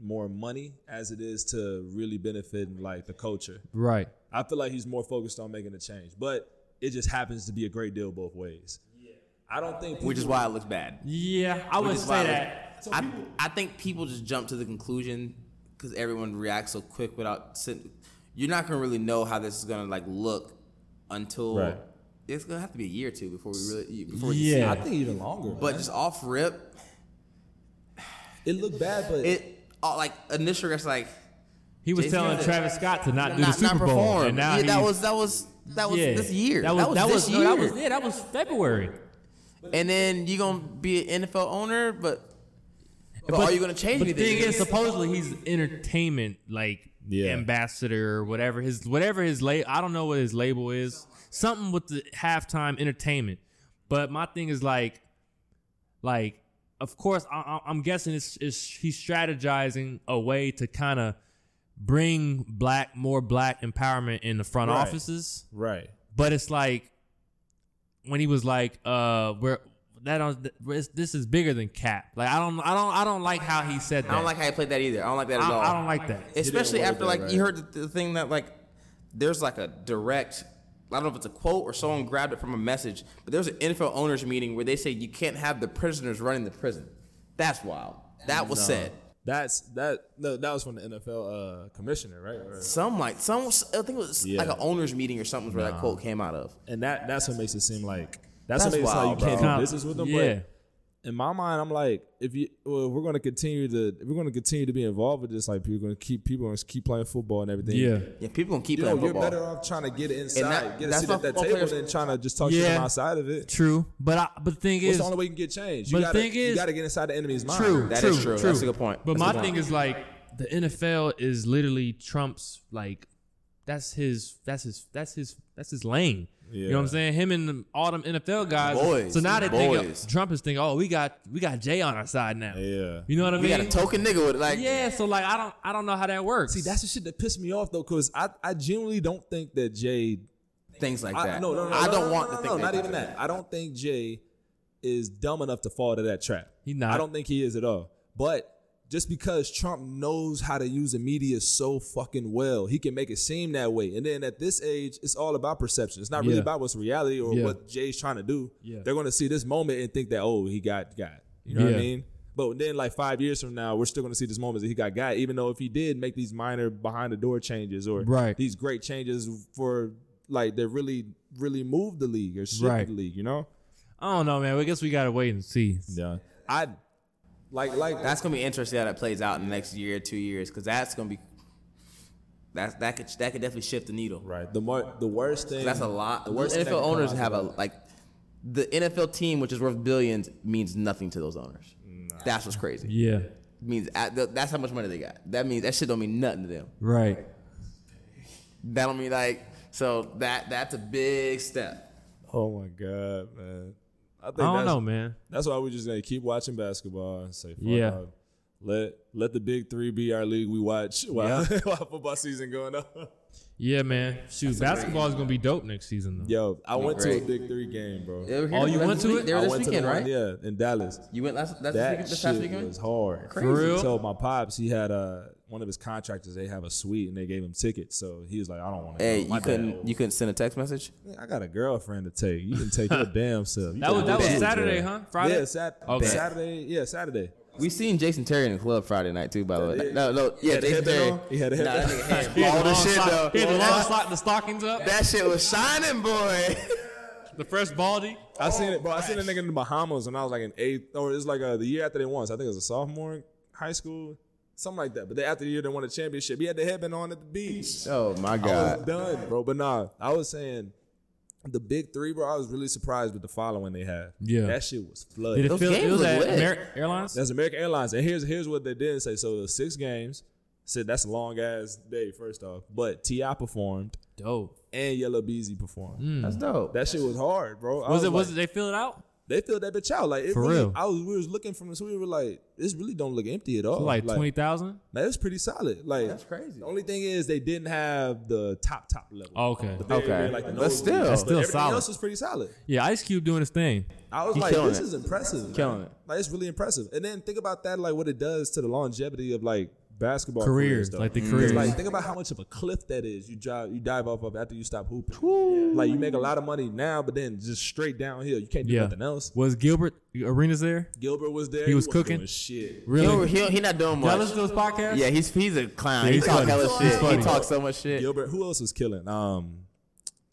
[SPEAKER 5] more money as it is to really benefiting like the culture.
[SPEAKER 1] right?
[SPEAKER 5] I feel like he's more focused on making a change, but it just happens to be a great deal both ways. I don't think
[SPEAKER 4] Which is why it looks bad.
[SPEAKER 1] Yeah, I wouldn't
[SPEAKER 4] Which is
[SPEAKER 1] say
[SPEAKER 4] why
[SPEAKER 1] that.
[SPEAKER 4] I, I think people just jump to the conclusion because everyone reacts so quick without. sit- You're not gonna really know how this is gonna like look until
[SPEAKER 5] Right.
[SPEAKER 4] it's gonna have to be a year or two before we really before we
[SPEAKER 1] Yeah.
[SPEAKER 4] yeah.
[SPEAKER 5] I think even longer.
[SPEAKER 4] But just off rip,
[SPEAKER 5] it looked bad, but
[SPEAKER 4] it all, like initial reaction like
[SPEAKER 1] He was
[SPEAKER 4] Jay-Z
[SPEAKER 1] telling
[SPEAKER 4] had-
[SPEAKER 1] Travis Scott to not, do the
[SPEAKER 4] not, not
[SPEAKER 1] Super Bowl,
[SPEAKER 4] perform.
[SPEAKER 1] and now
[SPEAKER 4] yeah, that
[SPEAKER 1] he's-
[SPEAKER 4] was that was that was
[SPEAKER 1] yeah.
[SPEAKER 4] this year.
[SPEAKER 1] That was that was
[SPEAKER 4] this
[SPEAKER 1] no,
[SPEAKER 4] year.
[SPEAKER 1] that was yeah, that was February.
[SPEAKER 4] and then you gonna be an NFL owner, but, but, are you gonna change
[SPEAKER 1] but
[SPEAKER 4] anything?
[SPEAKER 1] The thing is, supposedly he's entertainment like
[SPEAKER 5] Yeah.
[SPEAKER 1] ambassador or whatever his whatever his label. I don't know what his label is. Something with the halftime entertainment. But my thing is like, like of course I, I, I'm guessing it's, it's he's strategizing a way to kind of bring black more black empowerment in the front
[SPEAKER 5] Right.
[SPEAKER 1] offices.
[SPEAKER 5] right.
[SPEAKER 1] But it's like when he was like, uh, we're that on this is bigger than cap. Like I don't, I don't, I don't like how he said that.
[SPEAKER 4] I don't like how you played that either. I don't like that at all.
[SPEAKER 1] I, I don't like that.
[SPEAKER 4] especially
[SPEAKER 5] want
[SPEAKER 4] after
[SPEAKER 5] that,
[SPEAKER 4] like
[SPEAKER 5] right?
[SPEAKER 4] you heard the, the thing that like there's like a direct I don't know if it's a quote or someone grabbed it from a message, but there was an NFL owners meeting where they say you can't have the prisoners running the prison. That's wild. That was said.
[SPEAKER 5] That's that. No, that was from the NFL uh, commissioner, right? Or-
[SPEAKER 4] Some like some I think it was
[SPEAKER 5] Yeah.
[SPEAKER 4] like an owners meeting or something where that quote came out of.
[SPEAKER 5] and that that's what makes it seem like that's,
[SPEAKER 4] That's
[SPEAKER 5] what makes it
[SPEAKER 4] wild,
[SPEAKER 5] like you can't
[SPEAKER 1] bro.
[SPEAKER 5] do business with them.
[SPEAKER 1] Yeah.
[SPEAKER 5] But in my mind, I'm like, if you well, if we're gonna continue to if we're gonna continue to be involved with this. Like, people gonna keep people gonna keep playing football and everything.
[SPEAKER 1] Yeah,
[SPEAKER 4] Yeah, people gonna keep
[SPEAKER 5] You know,
[SPEAKER 4] playing
[SPEAKER 5] you're
[SPEAKER 4] football.
[SPEAKER 5] better off trying to get inside,
[SPEAKER 4] that-
[SPEAKER 5] get a
[SPEAKER 4] that's
[SPEAKER 5] seat
[SPEAKER 4] why
[SPEAKER 5] at that
[SPEAKER 4] football
[SPEAKER 5] table,
[SPEAKER 4] players-
[SPEAKER 5] than trying to just talk shit
[SPEAKER 1] Yeah.
[SPEAKER 5] from outside of it.
[SPEAKER 1] true. But I, but the thing
[SPEAKER 5] What's
[SPEAKER 1] is,
[SPEAKER 5] the only way you can get change? You
[SPEAKER 1] but the
[SPEAKER 5] gotta,
[SPEAKER 1] thing
[SPEAKER 5] you
[SPEAKER 1] is-
[SPEAKER 5] gotta get inside the enemy's mind.
[SPEAKER 1] true,
[SPEAKER 4] That
[SPEAKER 1] true,
[SPEAKER 4] is true. That's a good point.
[SPEAKER 1] But
[SPEAKER 4] That's a
[SPEAKER 1] my
[SPEAKER 4] good
[SPEAKER 1] thing
[SPEAKER 4] point.
[SPEAKER 1] is like the NFL is literally Trump's like. That's his. That's his. That's his. That's his lane. You know what I'm
[SPEAKER 5] Yeah.
[SPEAKER 1] saying? Him and the, all them NFL guys.
[SPEAKER 4] Boys,
[SPEAKER 1] so now they
[SPEAKER 4] boys.
[SPEAKER 1] think Trump is thinking, "Oh, we got we got Jay on our side now."
[SPEAKER 5] Yeah.
[SPEAKER 1] You know what I
[SPEAKER 4] we
[SPEAKER 1] mean?
[SPEAKER 4] got a token nigga with it, like
[SPEAKER 1] Yeah, so like I don't I don't know how that works.
[SPEAKER 5] See, that's the shit that pissed me off though, because I, I genuinely don't think that Jay.
[SPEAKER 4] things like
[SPEAKER 5] I,
[SPEAKER 4] that.
[SPEAKER 5] no, no, no.
[SPEAKER 4] I
[SPEAKER 5] no,
[SPEAKER 4] don't
[SPEAKER 5] no,
[SPEAKER 4] want
[SPEAKER 5] no,
[SPEAKER 4] to
[SPEAKER 5] no,
[SPEAKER 4] think
[SPEAKER 5] no,
[SPEAKER 4] they
[SPEAKER 5] not
[SPEAKER 4] do
[SPEAKER 5] even that. I don't think Jay is dumb enough to fall to that trap.
[SPEAKER 1] He not.
[SPEAKER 5] I don't think he is at all. But just because Trump knows how to use the media so fucking well, he can make it seem that way. And then at this age, it's all about perception. It's not really
[SPEAKER 1] Yeah.
[SPEAKER 5] about what's reality or
[SPEAKER 1] Yeah.
[SPEAKER 5] what Jay's trying to do.
[SPEAKER 1] Yeah.
[SPEAKER 5] They're going to see this moment and think that oh, he got got. You know what I
[SPEAKER 1] Yeah.
[SPEAKER 5] mean? But then, like five years from now, we're still going to see this moment that he got got, even though if he did make these minor behind the door changes or
[SPEAKER 1] Right.
[SPEAKER 5] these great changes for like that really really moved the league or shifted
[SPEAKER 1] Right.
[SPEAKER 5] the league, you know?
[SPEAKER 1] I don't know, man. I guess we gotta wait and see.
[SPEAKER 5] Yeah. I like like
[SPEAKER 4] That's gonna be interesting how that plays out in the next year, two years, because that's gonna be that's that could that could definitely shift the needle.
[SPEAKER 5] right. The mar- the worst thing
[SPEAKER 4] That's a lot.
[SPEAKER 5] The
[SPEAKER 4] The
[SPEAKER 5] worst thing that
[SPEAKER 4] NFL
[SPEAKER 5] can come
[SPEAKER 4] owners
[SPEAKER 5] out
[SPEAKER 4] have a
[SPEAKER 5] of
[SPEAKER 4] like the NFL team, which is worth billions, means nothing to those owners. That's what's crazy.
[SPEAKER 1] Yeah.
[SPEAKER 4] Means at the- that's how much money they got. That means that shit don't mean nothing to them.
[SPEAKER 1] Right.
[SPEAKER 4] That don't mean like so that that's a big step.
[SPEAKER 5] Oh my god, man. I think
[SPEAKER 1] I don't
[SPEAKER 5] that's,
[SPEAKER 1] know, man.
[SPEAKER 5] That's why we're just gonna keep watching basketball and say fuck
[SPEAKER 1] Yeah.
[SPEAKER 5] all- Let let the big three be our league we watch while, [laughs] while football season going up.
[SPEAKER 1] Yeah, man. Shoot, basketball is gonna be dope next season though.
[SPEAKER 5] Yo, I went to
[SPEAKER 4] Right.
[SPEAKER 5] a big three game, bro.
[SPEAKER 4] They were here
[SPEAKER 1] Oh, you
[SPEAKER 4] last
[SPEAKER 1] went to
[SPEAKER 4] week-
[SPEAKER 1] it?
[SPEAKER 4] They were
[SPEAKER 5] I
[SPEAKER 4] this
[SPEAKER 5] went to the
[SPEAKER 4] weekend,
[SPEAKER 5] one-
[SPEAKER 4] right?
[SPEAKER 5] Yeah, in Dallas.
[SPEAKER 4] You went last. That's
[SPEAKER 5] That
[SPEAKER 4] this weekend- this past
[SPEAKER 5] shit was
[SPEAKER 4] weekend.
[SPEAKER 5] hard.
[SPEAKER 1] For real?
[SPEAKER 5] So my pops, he had uh, one of his contractors. They have a suite, and they gave him tickets. So he was like, "I don't want to."
[SPEAKER 4] Hey, you couldn't. You couldn't send a text message.
[SPEAKER 5] I got a girlfriend to take. You can take
[SPEAKER 1] [laughs]
[SPEAKER 5] your damn self. You
[SPEAKER 1] That was
[SPEAKER 5] can
[SPEAKER 1] that was
[SPEAKER 5] do shit,
[SPEAKER 1] Saturday,
[SPEAKER 5] bro.
[SPEAKER 1] huh? Friday.
[SPEAKER 5] Yeah, sat-
[SPEAKER 1] Okay.
[SPEAKER 5] Saturday. Yeah, Saturday.
[SPEAKER 4] We seen Jason Terry in the club Friday night too. By the way, no, no, yeah,
[SPEAKER 5] the
[SPEAKER 4] Jason
[SPEAKER 5] headband
[SPEAKER 4] Terry.
[SPEAKER 5] on? He had a
[SPEAKER 4] Nah, that
[SPEAKER 5] headband.
[SPEAKER 4] nigga had-
[SPEAKER 1] He had
[SPEAKER 3] All
[SPEAKER 1] the
[SPEAKER 3] this
[SPEAKER 1] long
[SPEAKER 3] shit,
[SPEAKER 1] sock-
[SPEAKER 3] though.
[SPEAKER 1] He had the
[SPEAKER 3] All
[SPEAKER 1] long
[SPEAKER 3] that-
[SPEAKER 1] sock, the stockings up,
[SPEAKER 3] That shit was shining, boy.
[SPEAKER 1] the fresh baldy.
[SPEAKER 5] [laughs] I seen it, bro. I seen a nigga in the Bahamas when I was like in eighth, or it's like uh, the year after they won. So I think it was a sophomore in high school, something like that. But then after the year they won a championship, he had the headband on at the beach.
[SPEAKER 4] [laughs] Oh my
[SPEAKER 5] I
[SPEAKER 4] god.
[SPEAKER 5] was done, bro. But nah, I was saying the big three, bro. I was really surprised with the following they had.
[SPEAKER 1] Yeah.
[SPEAKER 5] that shit was
[SPEAKER 1] Did
[SPEAKER 5] flooded.
[SPEAKER 1] it
[SPEAKER 4] Those
[SPEAKER 1] feel? It
[SPEAKER 4] games
[SPEAKER 1] was
[SPEAKER 4] were
[SPEAKER 1] at
[SPEAKER 4] lit.
[SPEAKER 1] Amer- Airlines.
[SPEAKER 5] That's American Airlines, and here's here's what they didn't say. So it was six games. Said that's a long ass day. First off, but Ti performed
[SPEAKER 1] dope.
[SPEAKER 5] and Yellow Beezy performed.
[SPEAKER 4] That's dope.
[SPEAKER 5] That shit was hard, bro. I
[SPEAKER 1] Hmm. Was, it?
[SPEAKER 5] like-
[SPEAKER 1] was it? They fill it out?
[SPEAKER 5] they filled that bitch out. Like it
[SPEAKER 1] For
[SPEAKER 5] really,
[SPEAKER 1] real.
[SPEAKER 5] I was we was looking from this. We were like, this really don't look empty at all.
[SPEAKER 1] Like twenty thousand?
[SPEAKER 5] That was pretty solid. Like that's
[SPEAKER 4] crazy.
[SPEAKER 5] The only thing is they didn't have the top top level.
[SPEAKER 1] Oh, Okay.
[SPEAKER 5] They-
[SPEAKER 4] Okay.
[SPEAKER 5] they like the
[SPEAKER 4] But
[SPEAKER 5] nosebleeds,
[SPEAKER 4] still. That's
[SPEAKER 1] still
[SPEAKER 5] everything
[SPEAKER 1] solid.
[SPEAKER 5] Else was pretty solid.
[SPEAKER 1] Yeah, Ice Cube doing his thing.
[SPEAKER 5] I was
[SPEAKER 4] He
[SPEAKER 5] like,
[SPEAKER 4] killing
[SPEAKER 5] this
[SPEAKER 4] it.
[SPEAKER 5] is impressive. man.
[SPEAKER 4] Killing it.
[SPEAKER 5] Like it's really impressive. And then think about that, like what it does to the longevity of like basketball
[SPEAKER 1] Careers,
[SPEAKER 5] careers, though.
[SPEAKER 1] like the
[SPEAKER 5] 'Cause,
[SPEAKER 1] careers.
[SPEAKER 5] Like think about how much of a cliff that is. You drive, you dive off of after you stop hooping. Like you make a lot of money now, but then just straight downhill. You can't do
[SPEAKER 1] Yeah.
[SPEAKER 5] nothing else.
[SPEAKER 1] Was Gilbert Arenas there?
[SPEAKER 5] Gilbert was there.
[SPEAKER 1] was
[SPEAKER 5] wasn't
[SPEAKER 1] cooking.
[SPEAKER 5] doing shit.
[SPEAKER 1] Really?
[SPEAKER 4] He, he, he not doing
[SPEAKER 1] Y'all
[SPEAKER 4] much.
[SPEAKER 1] listen to his podcast?
[SPEAKER 4] Yeah, he's he's a clown.
[SPEAKER 1] Yeah,
[SPEAKER 4] he
[SPEAKER 1] he's
[SPEAKER 4] talks
[SPEAKER 1] funny.
[SPEAKER 4] hella
[SPEAKER 1] He's
[SPEAKER 4] shit. He
[SPEAKER 1] funny.
[SPEAKER 4] talks so much shit.
[SPEAKER 5] Gilbert, who else was killing? Um,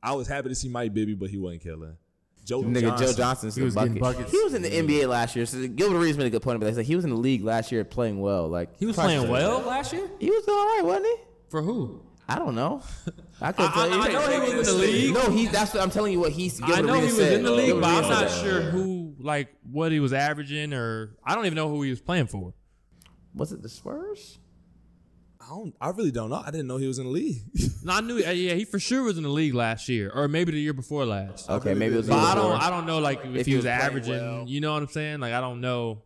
[SPEAKER 5] I was happy to see Mike Bibby, but he wasn't killing. Joe
[SPEAKER 4] Nigga,
[SPEAKER 5] Johnson.
[SPEAKER 4] Joe Johnson's
[SPEAKER 1] He
[SPEAKER 4] the
[SPEAKER 1] was getting
[SPEAKER 4] bucket.
[SPEAKER 1] buckets.
[SPEAKER 4] He was in the NBA last year. So Gilbert Arenas made a good point about that. He's like, he was in the league last year playing well. Like
[SPEAKER 1] He was
[SPEAKER 4] Christ
[SPEAKER 1] playing
[SPEAKER 4] said.
[SPEAKER 1] well last year.
[SPEAKER 4] He was doing all right, wasn't he?
[SPEAKER 1] For who?
[SPEAKER 4] I don't know. I could tell
[SPEAKER 1] I-
[SPEAKER 4] you.
[SPEAKER 1] I know he was in the league.
[SPEAKER 4] No, he. That's what I'm telling you. What he's. Gilbert
[SPEAKER 1] I know he
[SPEAKER 4] Arenas
[SPEAKER 1] was
[SPEAKER 4] said.
[SPEAKER 1] in the league,
[SPEAKER 4] Gilbert
[SPEAKER 1] but I'm
[SPEAKER 4] Arenas
[SPEAKER 1] not
[SPEAKER 4] said.
[SPEAKER 1] sure who, like, what he was averaging, or I don't even know who he was playing for.
[SPEAKER 4] Was it the Spurs?
[SPEAKER 5] I, don't, I really don't know. I didn't know he was in the league. [laughs]
[SPEAKER 1] No, I knew. uh, Yeah, he for sure was in the league last year, or maybe the year before last.
[SPEAKER 4] Okay, maybe it was.
[SPEAKER 1] But I
[SPEAKER 4] Gilbert
[SPEAKER 1] don't.
[SPEAKER 4] Arenas.
[SPEAKER 1] I don't know, like, if,
[SPEAKER 4] Oh, If
[SPEAKER 1] he
[SPEAKER 4] he
[SPEAKER 1] was,
[SPEAKER 4] was playing
[SPEAKER 1] averaging.
[SPEAKER 4] well.
[SPEAKER 1] You know what I'm saying? Like, I don't know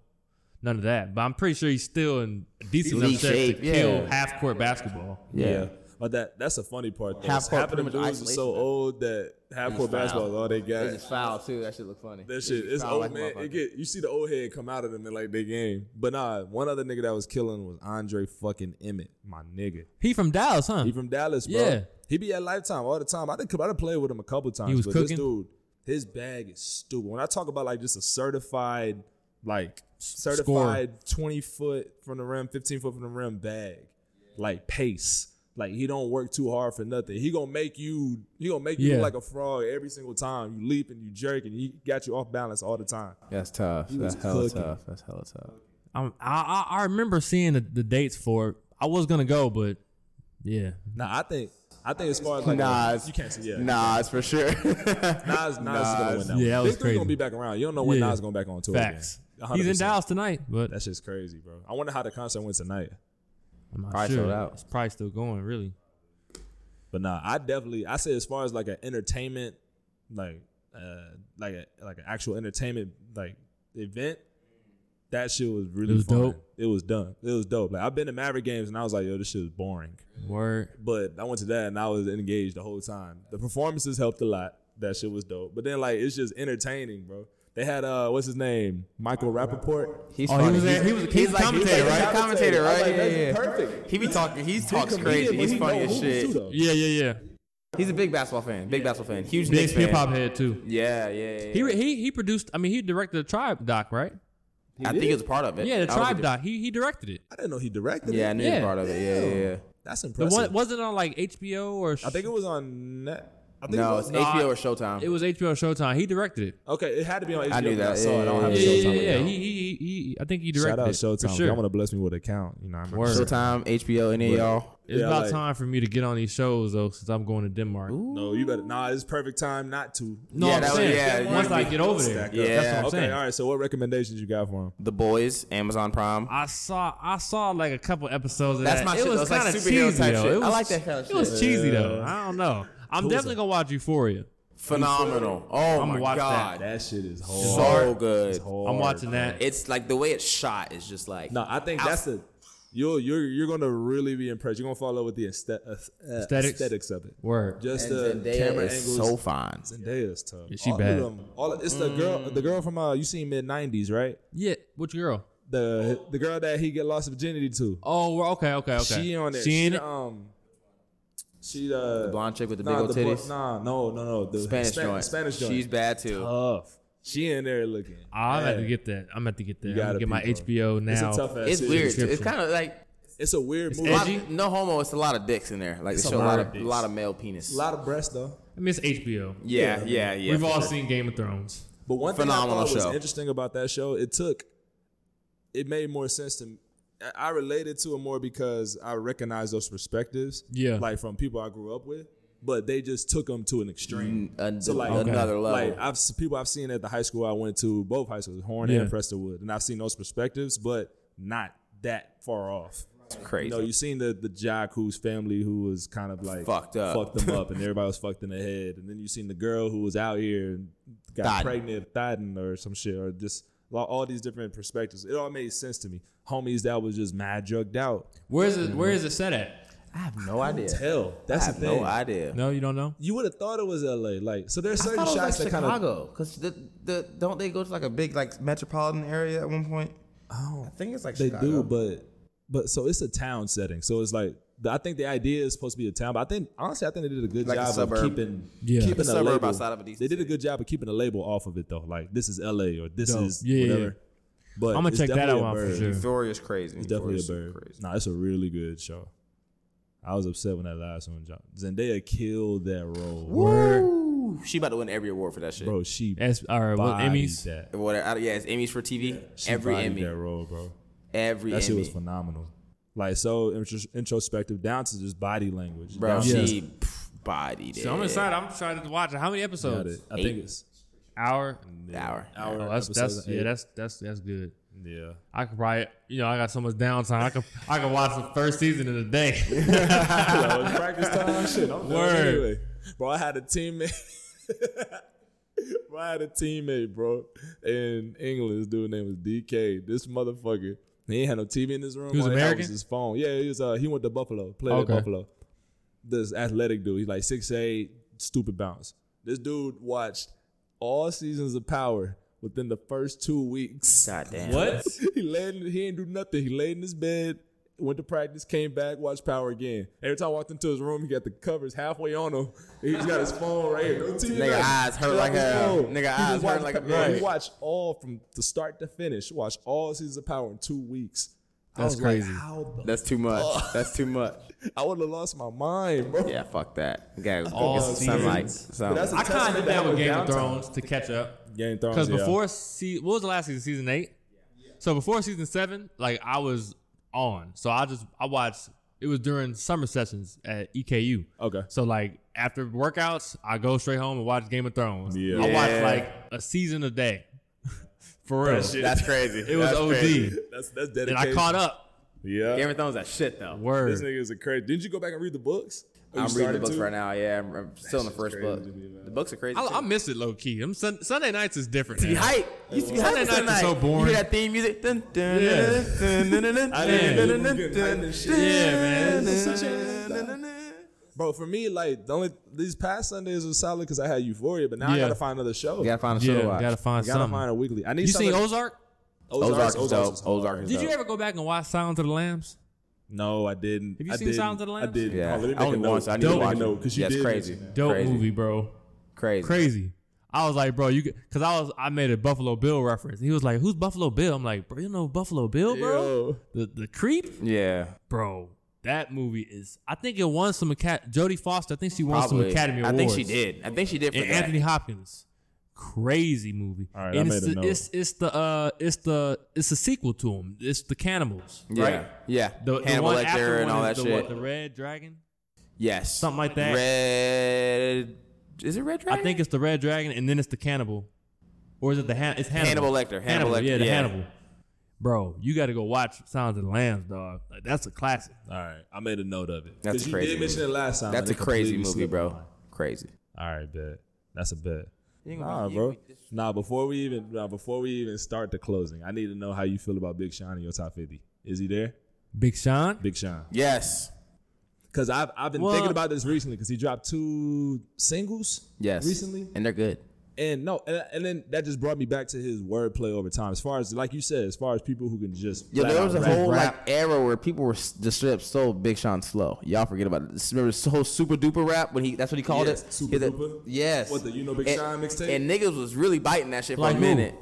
[SPEAKER 1] none of that. But I'm pretty sure he's still in decent enough
[SPEAKER 4] League
[SPEAKER 1] shape
[SPEAKER 4] shape,
[SPEAKER 1] to
[SPEAKER 4] yeah.
[SPEAKER 1] kill half court basketball.
[SPEAKER 4] Yeah.
[SPEAKER 5] But that that's the funny part. Though.
[SPEAKER 4] Half
[SPEAKER 5] is
[SPEAKER 4] court
[SPEAKER 5] Half of them
[SPEAKER 4] pretty much
[SPEAKER 5] dudes are so
[SPEAKER 4] isolation.
[SPEAKER 5] old that half court
[SPEAKER 4] foul.
[SPEAKER 5] basketball is all they
[SPEAKER 4] It
[SPEAKER 5] got.
[SPEAKER 4] was foul too. That shit look funny.
[SPEAKER 5] That shit, it's old man. It get you see the old head come out of them in like their game. But nah, one other nigga that was killing was Andre fucking Emmett, my nigga.
[SPEAKER 1] He from Dallas, huh?
[SPEAKER 5] He from Dallas, bro.
[SPEAKER 1] Yeah.
[SPEAKER 5] He be at Lifetime all the time. I done, I done played with him a couple times.
[SPEAKER 1] was
[SPEAKER 5] but
[SPEAKER 1] cooking.
[SPEAKER 5] this dude, his bag is stupid. When I talk about like just a certified, like certified 20 foot from the rim, 15 foot from the rim bag, like pace. Like he don't work too hard for nothing. He gonna make you. He gonna make you
[SPEAKER 1] Yeah.
[SPEAKER 5] look like a frog every single time. You leap and you jerk and he got you off balance all the time.
[SPEAKER 4] That's tough.
[SPEAKER 5] was
[SPEAKER 4] That's hella
[SPEAKER 5] cooking.
[SPEAKER 4] tough. That's hella tough.
[SPEAKER 1] I'm, I, I I remember seeing the, the dates for. it. I was gonna go, but yeah,
[SPEAKER 5] Nah, I think. I think as far as like
[SPEAKER 4] Nas.
[SPEAKER 5] you can't see yeah.
[SPEAKER 4] Nah, it's for sure.
[SPEAKER 5] Nas, Nas, is gonna win that
[SPEAKER 1] Yeah, that
[SPEAKER 5] one.
[SPEAKER 1] was
[SPEAKER 5] Big three
[SPEAKER 1] crazy.
[SPEAKER 5] gonna be back around. You don't know when
[SPEAKER 1] Yeah.
[SPEAKER 5] Nas gonna back on tour. again.
[SPEAKER 1] facts. He's in
[SPEAKER 5] 100%.
[SPEAKER 1] Dallas tonight, but
[SPEAKER 5] That's just crazy, bro. I wonder how the concert went tonight.
[SPEAKER 1] I'm not
[SPEAKER 4] Probably
[SPEAKER 1] sure.
[SPEAKER 4] sold out.
[SPEAKER 1] It's probably still going, really.
[SPEAKER 5] But nah, I definitely I say as far as like an entertainment, like uh like a like an actual entertainment like event, that shit was really
[SPEAKER 1] It was
[SPEAKER 5] fun.
[SPEAKER 1] dope.
[SPEAKER 5] It was done. It was dope. Like I've been to Maverick games and I was like, yo, this shit is boring.
[SPEAKER 1] Word.
[SPEAKER 5] But I went to that and I was engaged the whole time. The performances helped a lot. That shit was dope. But then like it's just entertaining, bro. They had uh what's his name? Michael Rappaport.
[SPEAKER 4] He's
[SPEAKER 1] Oh, he
[SPEAKER 4] funny.
[SPEAKER 1] was
[SPEAKER 4] he's,
[SPEAKER 1] there- he was- he was
[SPEAKER 4] like,
[SPEAKER 1] commentator,
[SPEAKER 4] he's like,
[SPEAKER 1] right?
[SPEAKER 4] He's a commentator,
[SPEAKER 5] I was
[SPEAKER 4] right?
[SPEAKER 5] like,
[SPEAKER 4] yeah,
[SPEAKER 5] that's
[SPEAKER 4] yeah.
[SPEAKER 5] perfect.
[SPEAKER 4] He be talking. He talks
[SPEAKER 5] Comedian,
[SPEAKER 4] crazy.
[SPEAKER 5] but
[SPEAKER 4] He's
[SPEAKER 5] he
[SPEAKER 4] funny
[SPEAKER 5] know
[SPEAKER 4] as
[SPEAKER 5] who too,
[SPEAKER 4] shit.
[SPEAKER 5] though.
[SPEAKER 1] Yeah, yeah, yeah.
[SPEAKER 4] He's a big basketball fan. Big basketball fan. Huge
[SPEAKER 1] Big
[SPEAKER 4] Knicks fan.
[SPEAKER 1] hip hop head too.
[SPEAKER 4] Yeah, yeah, yeah.
[SPEAKER 1] He re- he he produced. I mean, he directed the Tribe doc, right?
[SPEAKER 4] I think it was a part of it.
[SPEAKER 1] Yeah, the
[SPEAKER 4] I was
[SPEAKER 1] Tribe
[SPEAKER 4] a-
[SPEAKER 1] doc. He he directed it.
[SPEAKER 5] I didn't know he directed
[SPEAKER 4] Yeah, I
[SPEAKER 5] it.
[SPEAKER 4] knew it was
[SPEAKER 1] Yeah.
[SPEAKER 4] a part of it. Yeah, yeah, yeah.
[SPEAKER 5] That's
[SPEAKER 1] The
[SPEAKER 5] impressive.
[SPEAKER 1] one wasn't on like HBO or sh-
[SPEAKER 5] I think it was on net. I think
[SPEAKER 4] No,
[SPEAKER 5] it
[SPEAKER 4] it's
[SPEAKER 5] was,
[SPEAKER 1] no, I-
[SPEAKER 4] HBO or Showtime.
[SPEAKER 1] it was HBO Showtime. He directed it.
[SPEAKER 5] okay. It had to be on HBO.
[SPEAKER 4] I knew
[SPEAKER 5] but I
[SPEAKER 4] that.
[SPEAKER 5] saw it. I don't have
[SPEAKER 1] Yeah,
[SPEAKER 5] a
[SPEAKER 4] Yeah,
[SPEAKER 1] yeah,
[SPEAKER 5] Showtime.
[SPEAKER 1] yeah.
[SPEAKER 5] account.
[SPEAKER 1] He, he he I think he directed
[SPEAKER 5] Shout out
[SPEAKER 1] it.
[SPEAKER 5] Showtime.
[SPEAKER 1] For
[SPEAKER 5] if
[SPEAKER 1] sure.
[SPEAKER 5] Y'all want to bless me with an account? You know, I'm
[SPEAKER 1] Word.
[SPEAKER 4] Showtime, HBO, any of y'all.
[SPEAKER 1] It's
[SPEAKER 5] Yeah,
[SPEAKER 1] about
[SPEAKER 5] like-
[SPEAKER 1] time for me to get on these shows though, since I'm going to Denmark.
[SPEAKER 5] No, you better. Nah, it's perfect time not to.
[SPEAKER 1] No,
[SPEAKER 4] Yeah,
[SPEAKER 1] I'm
[SPEAKER 4] that was-
[SPEAKER 1] saying
[SPEAKER 4] yeah,
[SPEAKER 1] once
[SPEAKER 4] you-
[SPEAKER 1] I get over there,
[SPEAKER 5] Yeah.
[SPEAKER 1] that's what I'm
[SPEAKER 5] okay.
[SPEAKER 1] saying.
[SPEAKER 5] All right. So, what recommendations you got for him?
[SPEAKER 4] The Boys, Amazon Prime.
[SPEAKER 1] I saw I saw like a couple episodes of
[SPEAKER 4] That's
[SPEAKER 1] that.
[SPEAKER 4] my
[SPEAKER 1] it
[SPEAKER 4] shit, though.
[SPEAKER 1] was
[SPEAKER 4] It's like
[SPEAKER 1] kind of
[SPEAKER 4] superhero
[SPEAKER 1] cheesy
[SPEAKER 4] type
[SPEAKER 1] though.
[SPEAKER 4] shit.
[SPEAKER 1] It
[SPEAKER 4] I
[SPEAKER 1] was-
[SPEAKER 4] like that kinda
[SPEAKER 1] It was
[SPEAKER 4] shit.
[SPEAKER 1] cheesy though. I don't know. I'm definitely gonna watch Euphoria.
[SPEAKER 4] Phenomenal. Oh
[SPEAKER 1] I'ma
[SPEAKER 4] my
[SPEAKER 1] watch
[SPEAKER 4] god.
[SPEAKER 5] That shit is hard.
[SPEAKER 4] So good.
[SPEAKER 5] It's hard.
[SPEAKER 1] I'm watching that.
[SPEAKER 4] It's like the way it's shot is just like
[SPEAKER 5] No, I think that's the you'll you're you're gonna really be impressed. You're gonna follow with the aesthet, uh,
[SPEAKER 1] Aesthetics?
[SPEAKER 5] aesthetics. aesthetics of it.
[SPEAKER 1] Word.
[SPEAKER 5] Just
[SPEAKER 4] And
[SPEAKER 5] the
[SPEAKER 4] Zendaya
[SPEAKER 5] camera
[SPEAKER 4] is
[SPEAKER 5] angles.
[SPEAKER 3] So fine.
[SPEAKER 5] Zendaya is tough.
[SPEAKER 1] Yeah, she
[SPEAKER 5] all
[SPEAKER 1] bad.
[SPEAKER 5] Of them, all of- it's the girl the girl from uh you seen mid nineties right?
[SPEAKER 1] Yeah, which girl?
[SPEAKER 5] The the girl that he get lost virginity to.
[SPEAKER 1] Oh, we're- okay, okay, okay.
[SPEAKER 5] She on there.
[SPEAKER 1] She in it.
[SPEAKER 5] Um, she the,
[SPEAKER 4] the blonde chick with the big
[SPEAKER 5] nah,
[SPEAKER 4] old
[SPEAKER 5] the bl-
[SPEAKER 4] titties.
[SPEAKER 5] nah, no, no, no. The
[SPEAKER 4] Spanish
[SPEAKER 5] Hispan-
[SPEAKER 4] joint.
[SPEAKER 5] Spanish joint.
[SPEAKER 4] She's bad too.
[SPEAKER 5] tough. She in there looking.
[SPEAKER 1] Ah, I'm about to
[SPEAKER 5] bad.
[SPEAKER 1] get that. I'm about to get that. I'm
[SPEAKER 5] gotta
[SPEAKER 1] gonna get
[SPEAKER 5] be,
[SPEAKER 1] my
[SPEAKER 5] bro.
[SPEAKER 1] HBO now.
[SPEAKER 5] It's a tough ass.
[SPEAKER 4] It's
[SPEAKER 5] shit.
[SPEAKER 4] weird. It's
[SPEAKER 1] description.
[SPEAKER 4] kind of like
[SPEAKER 5] It's a weird movie.
[SPEAKER 4] lot-
[SPEAKER 1] edgy.
[SPEAKER 4] no homo. It's a lot of dicks in there. Like they
[SPEAKER 5] a
[SPEAKER 4] show a
[SPEAKER 5] lot
[SPEAKER 4] lot
[SPEAKER 5] of
[SPEAKER 4] of
[SPEAKER 5] dicks.
[SPEAKER 4] lot of male penis.
[SPEAKER 5] A lot of breasts though.
[SPEAKER 1] I mean, it's HBO.
[SPEAKER 4] yeah, yeah, yeah.
[SPEAKER 1] We've all seen Game of Thrones.
[SPEAKER 5] But one
[SPEAKER 4] Phenomenal
[SPEAKER 5] thing I thought
[SPEAKER 4] show.
[SPEAKER 5] was interesting about that show, it took, it made more sense to me. I- I related to it more because I recognize those perspectives,
[SPEAKER 1] Yeah.
[SPEAKER 5] like from people I grew up with. But they just took them to an extreme,
[SPEAKER 4] an-
[SPEAKER 5] so like
[SPEAKER 4] Okay. Mm. another level.
[SPEAKER 5] Like I've s- people I've seen at the high school I went to, both high schools, Horn
[SPEAKER 1] Yeah.
[SPEAKER 5] and Prestonwood, and I've seen those perspectives, but not that far off.
[SPEAKER 4] crazy.
[SPEAKER 5] You know, you seen the the jock whose family who was kind of like
[SPEAKER 4] Fucked up.
[SPEAKER 5] fucked them
[SPEAKER 4] [laughs]
[SPEAKER 5] up, and everybody was fucked in the head. And then you seen the girl who was out here and got
[SPEAKER 4] Thotting.
[SPEAKER 5] pregnant, thotting or some shit, or just like, all these different perspectives. It all made sense to me. Homies that was just mad drugged out.
[SPEAKER 1] Where is it? Where is it set at?
[SPEAKER 4] I have no idea.
[SPEAKER 5] Hell,
[SPEAKER 4] I
[SPEAKER 5] that's
[SPEAKER 4] have
[SPEAKER 5] the thing.
[SPEAKER 4] no idea.
[SPEAKER 1] No, you don't know.
[SPEAKER 5] you would have thought it was L.A. Like, so there's
[SPEAKER 4] I
[SPEAKER 5] certain
[SPEAKER 4] thought it
[SPEAKER 5] shots
[SPEAKER 4] was like
[SPEAKER 5] that kind of.
[SPEAKER 4] Chicago, cause the, the don't they go to like a big like metropolitan area at one point?
[SPEAKER 5] Oh,
[SPEAKER 4] I think it's like
[SPEAKER 5] they
[SPEAKER 4] Chicago.
[SPEAKER 5] do, but but so it's a town setting. So it's like. the- I think the idea is supposed to be a town, but I think honestly, I think they did a good
[SPEAKER 4] Like a
[SPEAKER 5] job of
[SPEAKER 4] suburb.
[SPEAKER 5] keeping
[SPEAKER 1] Yeah.
[SPEAKER 5] keeping
[SPEAKER 4] a suburb
[SPEAKER 5] label.
[SPEAKER 4] outside of a decent
[SPEAKER 5] They did a good job of keeping the label off of it though. Like this is L.A. or this
[SPEAKER 1] Dope.
[SPEAKER 5] is
[SPEAKER 1] Yeah, yeah,
[SPEAKER 5] whatever.
[SPEAKER 1] yeah.
[SPEAKER 5] But
[SPEAKER 1] I'ma
[SPEAKER 5] it's
[SPEAKER 1] check that
[SPEAKER 5] definitely a
[SPEAKER 1] out for
[SPEAKER 5] bird.
[SPEAKER 1] sure.
[SPEAKER 4] Euphoria is crazy.
[SPEAKER 5] It's definitely a
[SPEAKER 4] Euphoria is
[SPEAKER 5] bird.
[SPEAKER 4] crazy.
[SPEAKER 5] Nah, it's a really good show. I was upset when that last one dropped. Zendaya killed that role,
[SPEAKER 4] Woo! She about to win every award for that shit.
[SPEAKER 5] bro. She
[SPEAKER 1] That's all right. Well,
[SPEAKER 5] bodied
[SPEAKER 1] Emmys.
[SPEAKER 5] that.
[SPEAKER 4] Whatever. I- Yeah, it's Emmys for TV.
[SPEAKER 5] She
[SPEAKER 4] Every
[SPEAKER 5] bodied
[SPEAKER 4] Emmy.
[SPEAKER 5] that role, bro.
[SPEAKER 4] Every
[SPEAKER 5] That
[SPEAKER 4] Emmy.
[SPEAKER 5] shit was phenomenal. Like so intros- introspective, down to just body language.
[SPEAKER 4] Bro,
[SPEAKER 5] Down to
[SPEAKER 4] she pff, bodied it.
[SPEAKER 1] So I'm excited. I'm excited to watch it. How many
[SPEAKER 5] got
[SPEAKER 1] episodes?
[SPEAKER 5] it. I
[SPEAKER 4] eight.
[SPEAKER 5] think it's
[SPEAKER 1] Hour.
[SPEAKER 4] Hour.
[SPEAKER 5] hour.
[SPEAKER 1] Oh, that's
[SPEAKER 5] episodes
[SPEAKER 1] that's
[SPEAKER 5] and
[SPEAKER 1] yeah.
[SPEAKER 5] eight. [laughs]
[SPEAKER 1] That's that's that's good.
[SPEAKER 5] yeah.
[SPEAKER 1] I could probably you know I got so much downtime. I could I could watch the first season in a day.
[SPEAKER 5] [laughs] Bro, it's practice time. Shit, I'm doing
[SPEAKER 1] Word.
[SPEAKER 5] it anyway. Bro, I had a teammate. [laughs] bro, I had a teammate, bro, in England. This dude name was DK. This motherfucker. He ain't had no TV in his room.
[SPEAKER 1] He was
[SPEAKER 5] All had
[SPEAKER 1] American?
[SPEAKER 5] his phone. Yeah, he was. Uh, he went to Buffalo. Played
[SPEAKER 1] Okay.
[SPEAKER 5] at Buffalo. This athletic dude. He's like six eight, stupid bounce. This dude watched all seasons of Power within the first two weeks
[SPEAKER 4] God damn.
[SPEAKER 1] what?
[SPEAKER 5] [laughs] he laid. In, he didn't do nothing. He laid in his bed, went to practice, came back, watched Power again. Every time I walked into his room, he got the covers halfway on him. He just got his phone right here. No
[SPEAKER 4] [laughs]
[SPEAKER 5] TV,
[SPEAKER 4] Nigga
[SPEAKER 5] nothing.
[SPEAKER 4] eyes hurt
[SPEAKER 5] Just
[SPEAKER 4] like
[SPEAKER 5] his
[SPEAKER 4] a-
[SPEAKER 5] phone.
[SPEAKER 4] nigga
[SPEAKER 5] He just
[SPEAKER 4] eyes hurt
[SPEAKER 5] watched-
[SPEAKER 4] like a
[SPEAKER 5] bro, He
[SPEAKER 4] bitch.
[SPEAKER 5] watched all from the start to finish. Watched all seasons of Power in two weeks. I
[SPEAKER 1] That's
[SPEAKER 5] was like,
[SPEAKER 1] crazy.
[SPEAKER 5] How the?
[SPEAKER 4] That's too much.
[SPEAKER 1] Oh.
[SPEAKER 4] That's too much.
[SPEAKER 5] I would have lost my
[SPEAKER 4] [laughs]
[SPEAKER 5] mind, bro.
[SPEAKER 4] Yeah, fuck that. You gotta
[SPEAKER 1] All
[SPEAKER 4] get some sunlight.
[SPEAKER 5] seasons.
[SPEAKER 4] Some-
[SPEAKER 5] But that's a
[SPEAKER 1] I kind of
[SPEAKER 5] testament
[SPEAKER 1] did
[SPEAKER 5] to
[SPEAKER 1] that
[SPEAKER 5] how
[SPEAKER 1] with Game of
[SPEAKER 5] downtime-
[SPEAKER 1] Thrones to catch up.
[SPEAKER 5] Game of Thrones.
[SPEAKER 1] Because
[SPEAKER 5] yeah.
[SPEAKER 1] before se- what was the last season? Season eight. So before season seven, like I was on. So I just I watched. It was during summer sessions at EKU.
[SPEAKER 5] Okay.
[SPEAKER 1] So like after workouts, I go straight home and watch Game of Thrones.
[SPEAKER 5] Yeah.
[SPEAKER 1] I watch
[SPEAKER 4] Yeah.
[SPEAKER 1] like a season a day. [laughs] For real.
[SPEAKER 4] that's crazy.
[SPEAKER 1] It was
[SPEAKER 4] That's
[SPEAKER 1] OD.
[SPEAKER 4] crazy.
[SPEAKER 5] That's that's
[SPEAKER 1] And
[SPEAKER 5] dedication.
[SPEAKER 1] I caught up.
[SPEAKER 5] Yeah.
[SPEAKER 4] Game of Thrones that shit though.
[SPEAKER 5] This
[SPEAKER 1] Word.
[SPEAKER 5] nigga is a crazy. Didn't you go back and read the books? Or you
[SPEAKER 4] I'm reading the
[SPEAKER 5] started
[SPEAKER 4] books
[SPEAKER 5] to?
[SPEAKER 4] right now. Yeah, I'm, I'm still in the
[SPEAKER 5] shit's
[SPEAKER 4] first
[SPEAKER 5] crazy
[SPEAKER 4] book.
[SPEAKER 5] to me, man.
[SPEAKER 4] The books are crazy.
[SPEAKER 1] I,
[SPEAKER 4] too.
[SPEAKER 1] I miss it low key. Them sun, Sunday nights is different.
[SPEAKER 4] be
[SPEAKER 1] now.
[SPEAKER 4] hype. You used to be hype.
[SPEAKER 1] Sunday
[SPEAKER 4] on
[SPEAKER 1] nights
[SPEAKER 4] Sunday
[SPEAKER 1] are so
[SPEAKER 4] night.
[SPEAKER 1] boring.
[SPEAKER 4] You hear that theme music? Dun, dun,
[SPEAKER 1] Yeah.
[SPEAKER 4] dun, dun, dun, dun, dun,
[SPEAKER 5] I didn't
[SPEAKER 4] dun,
[SPEAKER 5] know
[SPEAKER 4] dun,
[SPEAKER 5] we
[SPEAKER 4] dun,
[SPEAKER 5] getting hyped
[SPEAKER 4] dun,
[SPEAKER 5] and shit.
[SPEAKER 1] Yeah, man.
[SPEAKER 5] This is such a- Bro, for me, like the only these past Sundays were solid because I had Euphoria, but now I
[SPEAKER 1] Yeah.
[SPEAKER 5] gotta find another show.
[SPEAKER 4] You gotta find a show
[SPEAKER 1] Yeah,
[SPEAKER 4] to watch.
[SPEAKER 1] gotta find
[SPEAKER 5] I gotta
[SPEAKER 1] something.
[SPEAKER 5] find a weekly. I need
[SPEAKER 1] you seen
[SPEAKER 5] something-
[SPEAKER 1] Ozark?
[SPEAKER 4] Ozark is
[SPEAKER 5] Ozark's
[SPEAKER 4] dope.
[SPEAKER 5] hard.
[SPEAKER 4] Ozark is
[SPEAKER 1] Did you
[SPEAKER 4] dope.
[SPEAKER 1] ever go back and watch Silence of the Lambs?
[SPEAKER 5] No, I didn't.
[SPEAKER 1] Have you
[SPEAKER 5] I
[SPEAKER 1] seen
[SPEAKER 5] didn't.
[SPEAKER 1] Silence of the
[SPEAKER 5] I
[SPEAKER 1] Lambs?
[SPEAKER 5] didn't.
[SPEAKER 4] Yeah,
[SPEAKER 5] Oh, let me make
[SPEAKER 4] I only
[SPEAKER 5] a note.
[SPEAKER 4] once. I need to
[SPEAKER 5] Make a
[SPEAKER 4] watch
[SPEAKER 5] note,
[SPEAKER 4] it.
[SPEAKER 5] 'cause you
[SPEAKER 4] Yeah, it's
[SPEAKER 5] did
[SPEAKER 4] crazy.
[SPEAKER 5] mention
[SPEAKER 1] Dope
[SPEAKER 4] Crazy.
[SPEAKER 1] movie, bro.
[SPEAKER 4] Crazy.
[SPEAKER 1] Crazy. I was like, bro, you because I was I made a Buffalo Bill reference. He was like, "Who's Buffalo Bill?" I'm like, bro, you know Buffalo Bill,
[SPEAKER 5] that.
[SPEAKER 1] bro.
[SPEAKER 5] Yo.
[SPEAKER 1] The the creep,
[SPEAKER 4] Yeah.
[SPEAKER 1] bro. That movie is. I think it won some Acad- Jodie Foster. I think she won some
[SPEAKER 4] Probably.
[SPEAKER 1] Academy
[SPEAKER 4] I
[SPEAKER 1] Awards.
[SPEAKER 4] think she did. I think she did for
[SPEAKER 1] And
[SPEAKER 4] that.
[SPEAKER 1] Anthony Hopkins. Crazy movie.
[SPEAKER 5] All right,
[SPEAKER 1] and
[SPEAKER 5] I
[SPEAKER 1] it's
[SPEAKER 5] made a
[SPEAKER 1] the,
[SPEAKER 5] note.
[SPEAKER 1] It's it's the uh it's the it's a sequel to him. It's the Cannibals,
[SPEAKER 4] Yeah.
[SPEAKER 1] right?
[SPEAKER 4] Yeah.
[SPEAKER 1] The, the
[SPEAKER 4] Hannibal
[SPEAKER 1] one after
[SPEAKER 4] Lecter and
[SPEAKER 1] one
[SPEAKER 4] all
[SPEAKER 1] is
[SPEAKER 4] that
[SPEAKER 1] the,
[SPEAKER 4] shit.
[SPEAKER 1] What, the Red Dragon.
[SPEAKER 4] yes.
[SPEAKER 1] something like that.
[SPEAKER 4] Red. Is it Red Dragon?
[SPEAKER 1] I think it's the Red Dragon, and then it's the Cannibal, or is it the Han- it's Hannibal?
[SPEAKER 4] Hannibal Lecter. Hannibal Lecter,
[SPEAKER 1] Yeah, the
[SPEAKER 4] yeah.
[SPEAKER 1] Hannibal. Bro, you got to go watch Sounds of the Lambs, dog. Like, that's a classic.
[SPEAKER 5] All right, I made a note of it.
[SPEAKER 4] That's
[SPEAKER 5] 'Cause
[SPEAKER 4] a crazy
[SPEAKER 5] You did mention it last time.
[SPEAKER 4] That's
[SPEAKER 5] and
[SPEAKER 4] a
[SPEAKER 5] it
[SPEAKER 4] crazy
[SPEAKER 5] completely
[SPEAKER 4] movie,
[SPEAKER 5] slipped my
[SPEAKER 4] bro.
[SPEAKER 5] mind.
[SPEAKER 4] Crazy.
[SPEAKER 5] All right, bet. That's a bet.
[SPEAKER 4] You gonna-
[SPEAKER 5] Nah,
[SPEAKER 4] you-
[SPEAKER 5] bro.
[SPEAKER 4] you-
[SPEAKER 5] Nah, before we even nah, before we even start the closing, I need to know how you feel about Big Sean in your top fifty. Is he there,
[SPEAKER 1] Big Sean.
[SPEAKER 5] Big Sean?
[SPEAKER 4] Yes.
[SPEAKER 5] Because I've I've been
[SPEAKER 1] Well-
[SPEAKER 5] thinking about this recently because he dropped two singles.
[SPEAKER 4] Yes.
[SPEAKER 5] Recently,
[SPEAKER 4] and they're good.
[SPEAKER 5] and no, and, and then that just brought me back to his wordplay over time. As far as like you said, as far as people who can just
[SPEAKER 3] Yo,
[SPEAKER 5] flat
[SPEAKER 3] there
[SPEAKER 5] out
[SPEAKER 3] was a
[SPEAKER 5] rap.
[SPEAKER 3] whole
[SPEAKER 4] rap.
[SPEAKER 3] like era where people were s- just straight up so Big Sean slow. Y'all forget about it. Just Remember this whole super duper rap when he that's what he called
[SPEAKER 5] Yes,
[SPEAKER 3] it.
[SPEAKER 5] Super
[SPEAKER 3] Is it-
[SPEAKER 5] Duper?
[SPEAKER 3] Yes.
[SPEAKER 5] What, the You Know Big
[SPEAKER 4] and,
[SPEAKER 5] Sean mixtape?
[SPEAKER 4] And niggas was really biting that shit
[SPEAKER 1] Like
[SPEAKER 4] for
[SPEAKER 1] who?
[SPEAKER 4] a minute.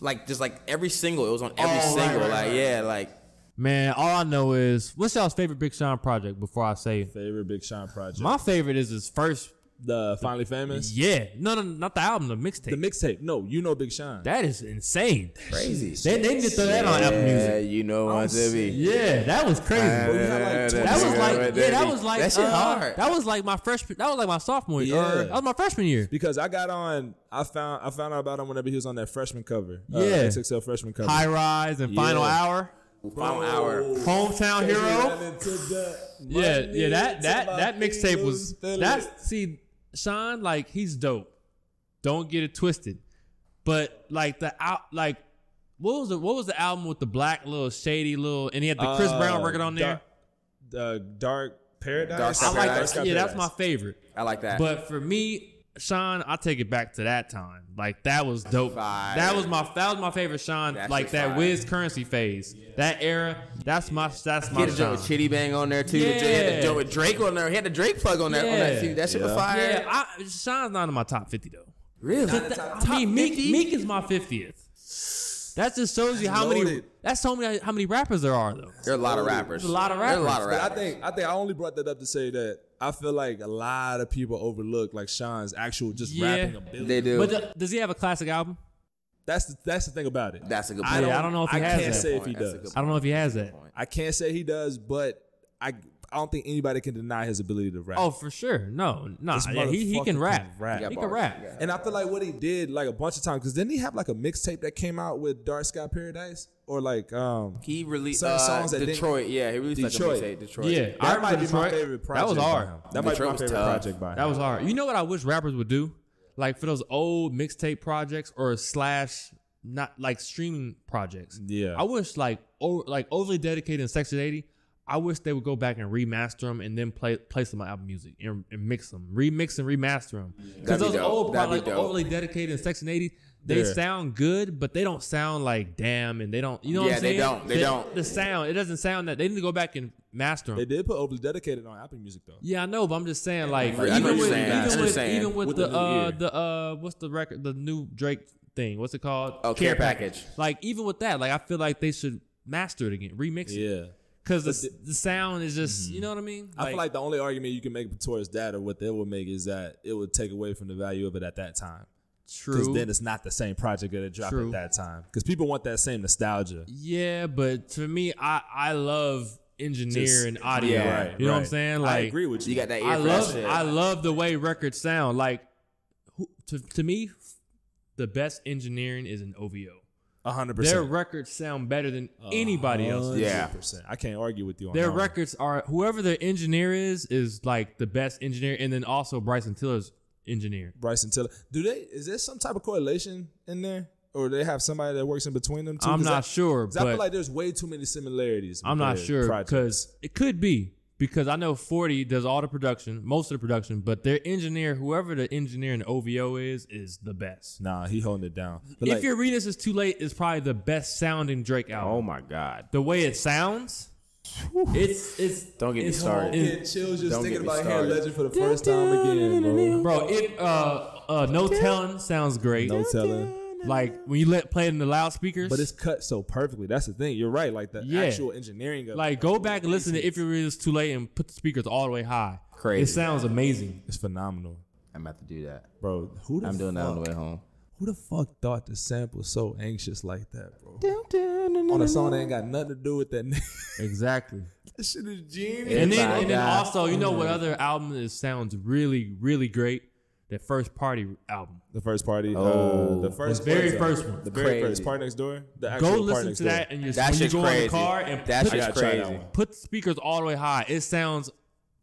[SPEAKER 4] Like just like every single, it was on every single. like yeah, like
[SPEAKER 1] Man, all I know is what's y'all's favorite Big Sean project before I say it?
[SPEAKER 5] favorite Big Sean project.
[SPEAKER 1] my favorite is his first
[SPEAKER 5] the Finally Famous,
[SPEAKER 1] Yeah. No, no, not the album, the mixtape.
[SPEAKER 5] the mixtape. No, you know Big Sean.
[SPEAKER 1] that is insane.
[SPEAKER 4] crazy.
[SPEAKER 1] They, they need to throw that on Apple
[SPEAKER 4] Yeah,
[SPEAKER 1] Music.
[SPEAKER 4] you know what to be.
[SPEAKER 1] Yeah, that was crazy. that was like yeah, that was like
[SPEAKER 4] that shit
[SPEAKER 1] uh,
[SPEAKER 4] hard.
[SPEAKER 1] That was like my freshman. That was like my sophomore year.
[SPEAKER 5] Yeah.
[SPEAKER 1] Or, that was my freshman year.
[SPEAKER 5] because I got on, I found I found out about him whenever he was on that freshman cover, uh,
[SPEAKER 1] Yeah.
[SPEAKER 5] XXL freshman cover.
[SPEAKER 1] High rise and final
[SPEAKER 5] Yeah.
[SPEAKER 1] hour.
[SPEAKER 4] Final hour.
[SPEAKER 1] Hometown hero. Yeah, yeah, that that that mixtape was that. See, Sean, like he's dope. Don't get it twisted. But like the out, like what was the what was the album with the black little shady little, and he had the Chris
[SPEAKER 4] Uh,
[SPEAKER 1] Brown record on there.
[SPEAKER 5] The dark paradise.
[SPEAKER 4] Dark Sky
[SPEAKER 1] I like
[SPEAKER 4] Paradise.
[SPEAKER 1] that. Yeah, that's my favorite.
[SPEAKER 4] I like that.
[SPEAKER 1] But for me, Sean, I take it back to that time. Like that was dope.
[SPEAKER 4] Fire.
[SPEAKER 1] That was my that was my favorite Sean.
[SPEAKER 4] That
[SPEAKER 1] like
[SPEAKER 4] shit's
[SPEAKER 1] that
[SPEAKER 4] fire.
[SPEAKER 1] Wiz currency phase. That era. That's my that's
[SPEAKER 4] He
[SPEAKER 1] my
[SPEAKER 4] had a joint
[SPEAKER 1] Sean.
[SPEAKER 4] with Chitty Bang on there too. Yeah. He had
[SPEAKER 1] Yeah.
[SPEAKER 4] a joint with Drake on there. He had the Drake plug on that. On
[SPEAKER 1] Yeah.
[SPEAKER 4] that, too. that shit was fire.
[SPEAKER 1] Yeah, I, Sean's not in my top fifty though.
[SPEAKER 4] Really?
[SPEAKER 1] I mean, Meek, Meek is my fiftieth. That just shows you how many.
[SPEAKER 5] Loaded.
[SPEAKER 1] That's so many. How many rappers there are though.
[SPEAKER 4] There are a lot of rappers.
[SPEAKER 1] There's a lot of
[SPEAKER 4] There are a lot of
[SPEAKER 5] But I
[SPEAKER 4] rappers.
[SPEAKER 5] think I think I only brought that up to say that I feel like a lot of people overlook like Sean's actual just
[SPEAKER 1] Yeah.
[SPEAKER 5] rapping ability.
[SPEAKER 4] they do.
[SPEAKER 1] But th- does he have a classic album?
[SPEAKER 5] That's the that's the thing about it.
[SPEAKER 4] That's a good
[SPEAKER 5] I
[SPEAKER 4] point.
[SPEAKER 1] Yeah,
[SPEAKER 5] don't,
[SPEAKER 1] I don't know if he
[SPEAKER 5] I
[SPEAKER 1] has
[SPEAKER 5] can't
[SPEAKER 1] that.
[SPEAKER 5] say if he
[SPEAKER 4] That's a
[SPEAKER 5] does.
[SPEAKER 4] good
[SPEAKER 1] I don't know if he has that.
[SPEAKER 5] I can't say he does, but I I don't think anybody can deny his ability to rap.
[SPEAKER 1] Oh, for sure. No, nah.
[SPEAKER 5] This
[SPEAKER 1] Yeah, he he
[SPEAKER 5] motherfucker
[SPEAKER 1] can
[SPEAKER 5] can
[SPEAKER 1] rap.
[SPEAKER 5] rap.
[SPEAKER 1] He can
[SPEAKER 4] bars.
[SPEAKER 1] rap.
[SPEAKER 4] Yeah.
[SPEAKER 5] And I feel like what he did like a bunch of times because didn't he have like a mixtape that came out with Dark Sky Paradise or like um
[SPEAKER 4] He released
[SPEAKER 5] Some
[SPEAKER 4] uh,
[SPEAKER 5] songs that didn't-
[SPEAKER 4] Detroit. Yeah, he released
[SPEAKER 5] Detroit.
[SPEAKER 4] like a mixtape, Detroit.
[SPEAKER 1] Yeah,
[SPEAKER 5] that
[SPEAKER 1] I
[SPEAKER 5] might
[SPEAKER 1] remember
[SPEAKER 5] be my
[SPEAKER 1] Detroit.
[SPEAKER 5] favorite
[SPEAKER 1] That
[SPEAKER 5] project.
[SPEAKER 1] was
[SPEAKER 5] by
[SPEAKER 1] hard.
[SPEAKER 5] him. That might be
[SPEAKER 4] Detroit
[SPEAKER 5] my
[SPEAKER 4] was
[SPEAKER 5] favorite
[SPEAKER 4] tough.
[SPEAKER 5] project by him.
[SPEAKER 1] That was hard. You know what I wish rappers would do? Like for those old mixtape projects or slash not like streaming projects.
[SPEAKER 5] Yeah.
[SPEAKER 1] I wish like over like overly dedicated and Section 80. I wish they would go back and remaster them and then play place them on album music and, and mix them, remix and remaster them. Because
[SPEAKER 4] That'd be
[SPEAKER 1] those
[SPEAKER 4] dope.
[SPEAKER 1] old pro-
[SPEAKER 4] That'd be
[SPEAKER 1] like
[SPEAKER 4] dope.
[SPEAKER 1] overly dedicated and Section 80, they
[SPEAKER 5] Yeah.
[SPEAKER 1] sound good, but they don't sound like damn, and they don't. You know what
[SPEAKER 4] Yeah,
[SPEAKER 1] I'm
[SPEAKER 4] they
[SPEAKER 1] saying?
[SPEAKER 4] don't. They don't.
[SPEAKER 1] The sound it doesn't sound that. They need to go back and master them.
[SPEAKER 5] They did put overly dedicated on Apple Music though.
[SPEAKER 1] Yeah, I know, but I'm just saying, like,
[SPEAKER 4] I know
[SPEAKER 1] even,
[SPEAKER 4] what you're
[SPEAKER 1] with, even,
[SPEAKER 4] saying. I know
[SPEAKER 1] with,
[SPEAKER 4] what you're
[SPEAKER 1] even with
[SPEAKER 5] saying.
[SPEAKER 1] the
[SPEAKER 5] With the new
[SPEAKER 1] uh,
[SPEAKER 5] ear.
[SPEAKER 1] the uh, what's the record, the new Drake thing? What's it called?
[SPEAKER 4] Oh, Care Package.
[SPEAKER 1] Like, even with that, like, I feel like they should master it again, remix it,
[SPEAKER 5] Yeah.
[SPEAKER 1] because the, the sound is just, you know what I mean?
[SPEAKER 5] I feel like the only argument you can make towards that or what they would make is that it would take away from the value of it at that time. Because
[SPEAKER 1] true.
[SPEAKER 5] then it's not the same project that it dropped
[SPEAKER 1] True.
[SPEAKER 5] at that time. Because people want that same nostalgia.
[SPEAKER 1] yeah, but to me, I I love engineering
[SPEAKER 5] Just-
[SPEAKER 1] audio.
[SPEAKER 4] yeah,
[SPEAKER 1] you know what I'm saying? Like,
[SPEAKER 5] I agree with you.
[SPEAKER 4] You got that ear
[SPEAKER 1] I
[SPEAKER 4] for
[SPEAKER 1] love
[SPEAKER 4] that shit.
[SPEAKER 1] I love the way records sound. Like, who, to to me, the best engineering is an OVO. Their
[SPEAKER 5] hundred percent. Uh-huh.
[SPEAKER 1] records sound better than anybody else's.
[SPEAKER 4] yeah.
[SPEAKER 5] I can't argue with you on
[SPEAKER 1] Their
[SPEAKER 5] that one.
[SPEAKER 1] records are whoever their engineer is is like the best engineer, and then also Bryson Tiller's engineer.
[SPEAKER 5] Bryson Tiller. Do they? Is there some type of correlation in there, or do they have somebody that works in between them? Too?
[SPEAKER 1] I'm
[SPEAKER 5] 'Cause
[SPEAKER 1] not
[SPEAKER 5] I-
[SPEAKER 1] sure,
[SPEAKER 5] 'cause I
[SPEAKER 1] but-
[SPEAKER 5] feel like there's way too many similarities.
[SPEAKER 1] I'm
[SPEAKER 5] with
[SPEAKER 1] not
[SPEAKER 5] their
[SPEAKER 1] sure
[SPEAKER 5] projects.
[SPEAKER 1] because it could be because I know Forty does all the production, most of the production, but their engineer, whoever the engineer in OVO is, is the best.
[SPEAKER 5] nah, he holding it down. But
[SPEAKER 1] if
[SPEAKER 5] like,
[SPEAKER 1] your Arenas is too late, is probably the best sounding Drake album.
[SPEAKER 4] Oh my
[SPEAKER 5] Oh.
[SPEAKER 4] god.
[SPEAKER 1] The way it sounds, it's it's
[SPEAKER 4] Don't get me
[SPEAKER 1] it's-
[SPEAKER 4] started.
[SPEAKER 1] it's-
[SPEAKER 5] Get chills just
[SPEAKER 4] Don't get
[SPEAKER 5] thinking
[SPEAKER 4] me
[SPEAKER 5] about Hair
[SPEAKER 4] started.
[SPEAKER 5] Legend for the first time again, bro.
[SPEAKER 1] Bro, it uh uh no telling sounds great.
[SPEAKER 5] No telling.
[SPEAKER 1] like when you let play it in the loudspeakers.
[SPEAKER 5] But it's cut so perfectly. That's the thing. You're right. Like the
[SPEAKER 1] Yeah.
[SPEAKER 5] actual engineering of
[SPEAKER 1] like go back and listen to if you really is too late and put the speakers all the way high.
[SPEAKER 4] Crazy.
[SPEAKER 1] It sounds amazing.
[SPEAKER 5] it's phenomenal,
[SPEAKER 4] I'm about to do that.
[SPEAKER 5] bro. Who the
[SPEAKER 4] I'm doing that
[SPEAKER 5] fuck,
[SPEAKER 4] on the way home.
[SPEAKER 5] Who the fuck thought the sample so anxious like that, bro? on a song that ain't got nothing to do with that. [laughs]
[SPEAKER 1] Exactly.
[SPEAKER 5] that shit is genius.
[SPEAKER 1] And then
[SPEAKER 4] Inside
[SPEAKER 1] and then
[SPEAKER 4] guy.
[SPEAKER 1] also, you know what other album is sounds really, really great? That first party album.
[SPEAKER 5] The first party.
[SPEAKER 4] Oh.
[SPEAKER 5] uh, the first
[SPEAKER 1] very
[SPEAKER 5] party-
[SPEAKER 1] first one.
[SPEAKER 5] The very
[SPEAKER 4] Crazy.
[SPEAKER 5] first part next door. The actual
[SPEAKER 1] Go listen
[SPEAKER 5] Party Next
[SPEAKER 1] to
[SPEAKER 5] Door.
[SPEAKER 1] that and you
[SPEAKER 4] That
[SPEAKER 1] when you
[SPEAKER 4] shit's
[SPEAKER 1] go in the
[SPEAKER 4] crazy.
[SPEAKER 1] car and
[SPEAKER 4] That
[SPEAKER 1] put,
[SPEAKER 5] I gotta
[SPEAKER 4] shit's
[SPEAKER 5] try that
[SPEAKER 4] crazy.
[SPEAKER 5] one.
[SPEAKER 1] put the speakers all the way high. It sounds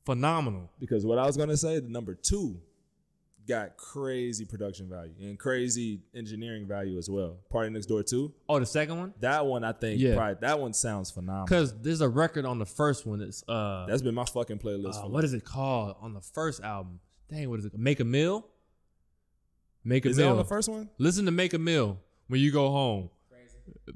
[SPEAKER 1] phenomenal.
[SPEAKER 5] because what I was gonna say, the number two, got crazy production value and crazy engineering value as well. Party Next Door too.
[SPEAKER 1] Oh, the second one?
[SPEAKER 5] That one I think
[SPEAKER 1] Yeah.
[SPEAKER 5] probably that one sounds phenomenal.
[SPEAKER 1] Because there's a record on the first one. It's uh,
[SPEAKER 5] That's been my fucking playlist
[SPEAKER 1] uh,
[SPEAKER 5] for
[SPEAKER 1] what is it called on the first album? Dang, what is it? Make a meal. Make a
[SPEAKER 5] Is that
[SPEAKER 1] meal.
[SPEAKER 5] on the first one?
[SPEAKER 1] Listen to Make a Meal when you go home.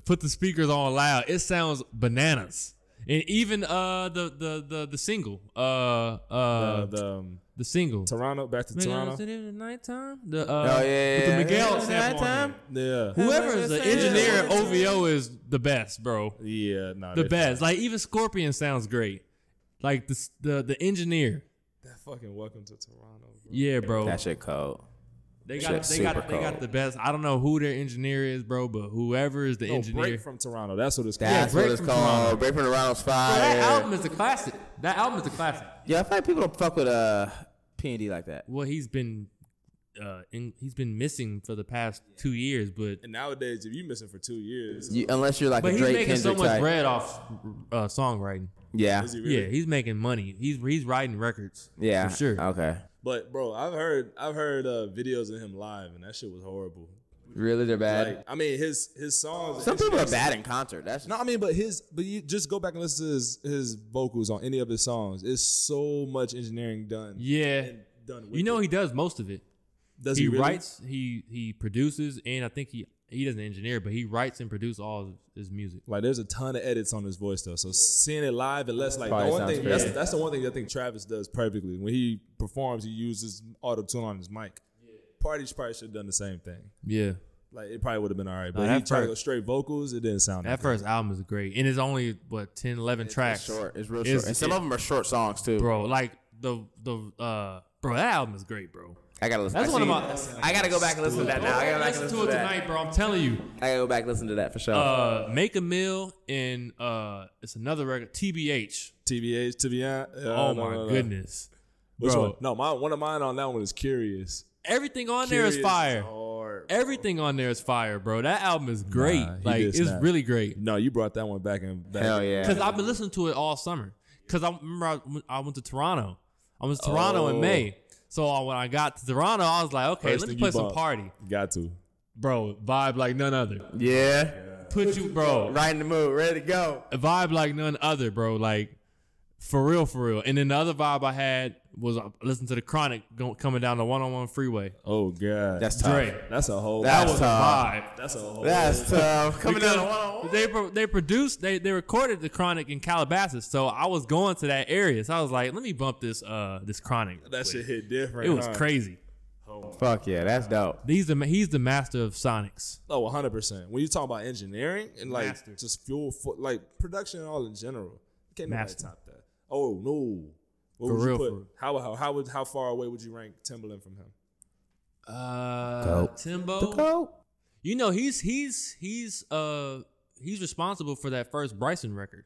[SPEAKER 1] Put the speakers on loud. It sounds bananas. And even uh the the the, the single uh uh
[SPEAKER 5] Uh,
[SPEAKER 1] the,
[SPEAKER 5] the um,
[SPEAKER 1] single.
[SPEAKER 5] Toronto, back
[SPEAKER 1] Man,
[SPEAKER 5] to
[SPEAKER 1] I was
[SPEAKER 5] Toronto.
[SPEAKER 1] sitting in the nighttime. The uh,
[SPEAKER 4] Oh, yeah,
[SPEAKER 1] with
[SPEAKER 4] yeah,
[SPEAKER 1] the Miguel
[SPEAKER 4] yeah.
[SPEAKER 1] sample on
[SPEAKER 4] Nighttime?
[SPEAKER 1] there.
[SPEAKER 5] Yeah,
[SPEAKER 1] Whoever is the engineer at OVO is the best, bro.
[SPEAKER 5] yeah, no,
[SPEAKER 1] The
[SPEAKER 5] that-
[SPEAKER 1] best. Like even Scorpion sounds great. Like the s- the the engineer.
[SPEAKER 5] That fucking Welcome to Toronto. Bro.
[SPEAKER 1] Yeah, bro.
[SPEAKER 4] That shit cold.
[SPEAKER 1] They
[SPEAKER 4] shit
[SPEAKER 1] got they got
[SPEAKER 4] super
[SPEAKER 1] they got
[SPEAKER 4] cold.
[SPEAKER 1] the best. I don't know who their engineer is, bro, but whoever is the
[SPEAKER 5] Oh,
[SPEAKER 1] engineer.
[SPEAKER 5] break from Toronto. That's what it's called.
[SPEAKER 3] That's
[SPEAKER 1] Break
[SPEAKER 3] what it's
[SPEAKER 1] from
[SPEAKER 3] called. Break from the Round's
[SPEAKER 1] Bro,
[SPEAKER 3] Fire.
[SPEAKER 1] that album is a classic. That album is a classic.
[SPEAKER 4] Yeah, I feel like people don't fuck with uh P and D like that.
[SPEAKER 1] Well, he's been uh, in, he's been missing for the past two years, but
[SPEAKER 5] And nowadays, if you missing for two years,
[SPEAKER 3] You- unless you're like
[SPEAKER 1] but
[SPEAKER 3] a
[SPEAKER 1] he's
[SPEAKER 3] Drake
[SPEAKER 1] making
[SPEAKER 3] Kendrick
[SPEAKER 1] so much
[SPEAKER 3] type.
[SPEAKER 1] bread off uh, songwriting.
[SPEAKER 3] Yeah.
[SPEAKER 5] is he really?
[SPEAKER 1] Yeah, he's making money. He's he's writing records.
[SPEAKER 3] Yeah.
[SPEAKER 1] for sure.
[SPEAKER 3] Okay.
[SPEAKER 5] But bro, I've heard I've heard uh, videos of him live, and that shit was horrible.
[SPEAKER 3] Really, they're bad.
[SPEAKER 5] Like I mean, his his songs.
[SPEAKER 3] Some
[SPEAKER 5] his
[SPEAKER 3] people are
[SPEAKER 5] hits-
[SPEAKER 3] bad in concert. That's
[SPEAKER 5] No, I mean, but his but you just go back and listen to his his vocals on any of his songs. It's so much engineering done.
[SPEAKER 1] Yeah,
[SPEAKER 5] and done. With
[SPEAKER 1] you know
[SPEAKER 5] it.
[SPEAKER 1] he does most of it.
[SPEAKER 5] does
[SPEAKER 1] he
[SPEAKER 5] really?
[SPEAKER 1] writes, he he produces, and I think he he doesn't engineer, but he writes and produces all of his music.
[SPEAKER 5] Like there's a ton of edits on his voice though, so seeing it live and less like
[SPEAKER 3] Probably
[SPEAKER 5] the one
[SPEAKER 3] sounds
[SPEAKER 5] thing
[SPEAKER 3] crazy.
[SPEAKER 5] that's, that's the one thing I think Travis does perfectly when he performs, he uses auto tune on his mic. Party probably should have done the same thing.
[SPEAKER 1] Yeah,
[SPEAKER 5] Like it probably would have been all right, but
[SPEAKER 1] that
[SPEAKER 5] he tried to
[SPEAKER 1] first-
[SPEAKER 5] go straight vocals. It didn't sound
[SPEAKER 1] that
[SPEAKER 5] good.
[SPEAKER 1] first album is great, and it's only what 10, 11 tracks.
[SPEAKER 3] short. It's real
[SPEAKER 1] It's-
[SPEAKER 3] short. and some
[SPEAKER 1] it-
[SPEAKER 3] of them are short songs too.
[SPEAKER 1] bro. Like the the uh, bro, that album is great, bro.
[SPEAKER 4] I gotta listen.
[SPEAKER 1] That's
[SPEAKER 4] I
[SPEAKER 1] one of
[SPEAKER 4] see-
[SPEAKER 1] my-
[SPEAKER 4] I gotta go back and listen to that now. I gotta go back and
[SPEAKER 1] Listen to it
[SPEAKER 4] that.
[SPEAKER 1] tonight, bro. I'm telling you.
[SPEAKER 4] I gotta go back and listen to that for sure.
[SPEAKER 1] Uh, Make a Mill and uh, it's another record, TBH.
[SPEAKER 5] TBH to be honest.
[SPEAKER 1] oh my goodness,
[SPEAKER 5] Which
[SPEAKER 1] bro.
[SPEAKER 5] one? No, my one of mine on that one is Curious.
[SPEAKER 1] Everything on there is
[SPEAKER 5] Curious
[SPEAKER 1] fire.
[SPEAKER 5] hard.
[SPEAKER 1] Everything on there is fire, bro. That album is great.
[SPEAKER 5] Nah, he
[SPEAKER 1] like
[SPEAKER 5] did
[SPEAKER 1] it's
[SPEAKER 5] snap.
[SPEAKER 1] really great.
[SPEAKER 5] No, you brought that one back and back.
[SPEAKER 3] Hell yeah.
[SPEAKER 1] Cause I've been listening to it all summer. Cause I remember I, went- I went to Toronto. I was to Toronto in May. So uh, when I got to Toronto, I was like, okay,
[SPEAKER 5] Oh. First
[SPEAKER 1] let me
[SPEAKER 5] thing
[SPEAKER 1] play
[SPEAKER 5] you
[SPEAKER 1] some
[SPEAKER 5] bought.
[SPEAKER 1] party,
[SPEAKER 5] Got to.
[SPEAKER 1] bro. Vibe like none other.
[SPEAKER 3] Yeah.
[SPEAKER 1] Put you, bro.
[SPEAKER 3] Right in the mood, ready to go.
[SPEAKER 1] a vibe like none other, bro. Like for real, for real. And then the other vibe I had was uh, listen to the Chronic go, coming down the one on one freeway.
[SPEAKER 5] Oh god.
[SPEAKER 3] That's tough.
[SPEAKER 1] Dre,
[SPEAKER 5] that's a whole.
[SPEAKER 1] that
[SPEAKER 3] That's
[SPEAKER 1] was a
[SPEAKER 3] tough.
[SPEAKER 1] vibe.
[SPEAKER 5] that's a whole.
[SPEAKER 3] That's tough. Uh, Coming
[SPEAKER 1] Because
[SPEAKER 3] down the one
[SPEAKER 1] they pro- they produced they they recorded the Chronic in Calabasas, so I was going to that area. So I was like, let me bump this uh this Chronic.
[SPEAKER 5] that shit hit different.
[SPEAKER 1] It was
[SPEAKER 3] Uh-huh.
[SPEAKER 5] huh?
[SPEAKER 1] crazy.
[SPEAKER 3] Fuck yeah, that's dope.
[SPEAKER 1] He's the ma- he's the master of sonics.
[SPEAKER 5] Oh, 100 percent. When you talk about engineering and like
[SPEAKER 1] Master.
[SPEAKER 5] just fuel, for, like production and all in general, can't nobody
[SPEAKER 1] Master.
[SPEAKER 5] top that. Oh no. What
[SPEAKER 1] For
[SPEAKER 5] would
[SPEAKER 1] real,
[SPEAKER 5] you
[SPEAKER 1] for real.
[SPEAKER 5] put? How how how would how far away would you rank Timberland from him?
[SPEAKER 1] Uh, Timbo, you know he's he's he's uh he's responsible for that first Bryson record.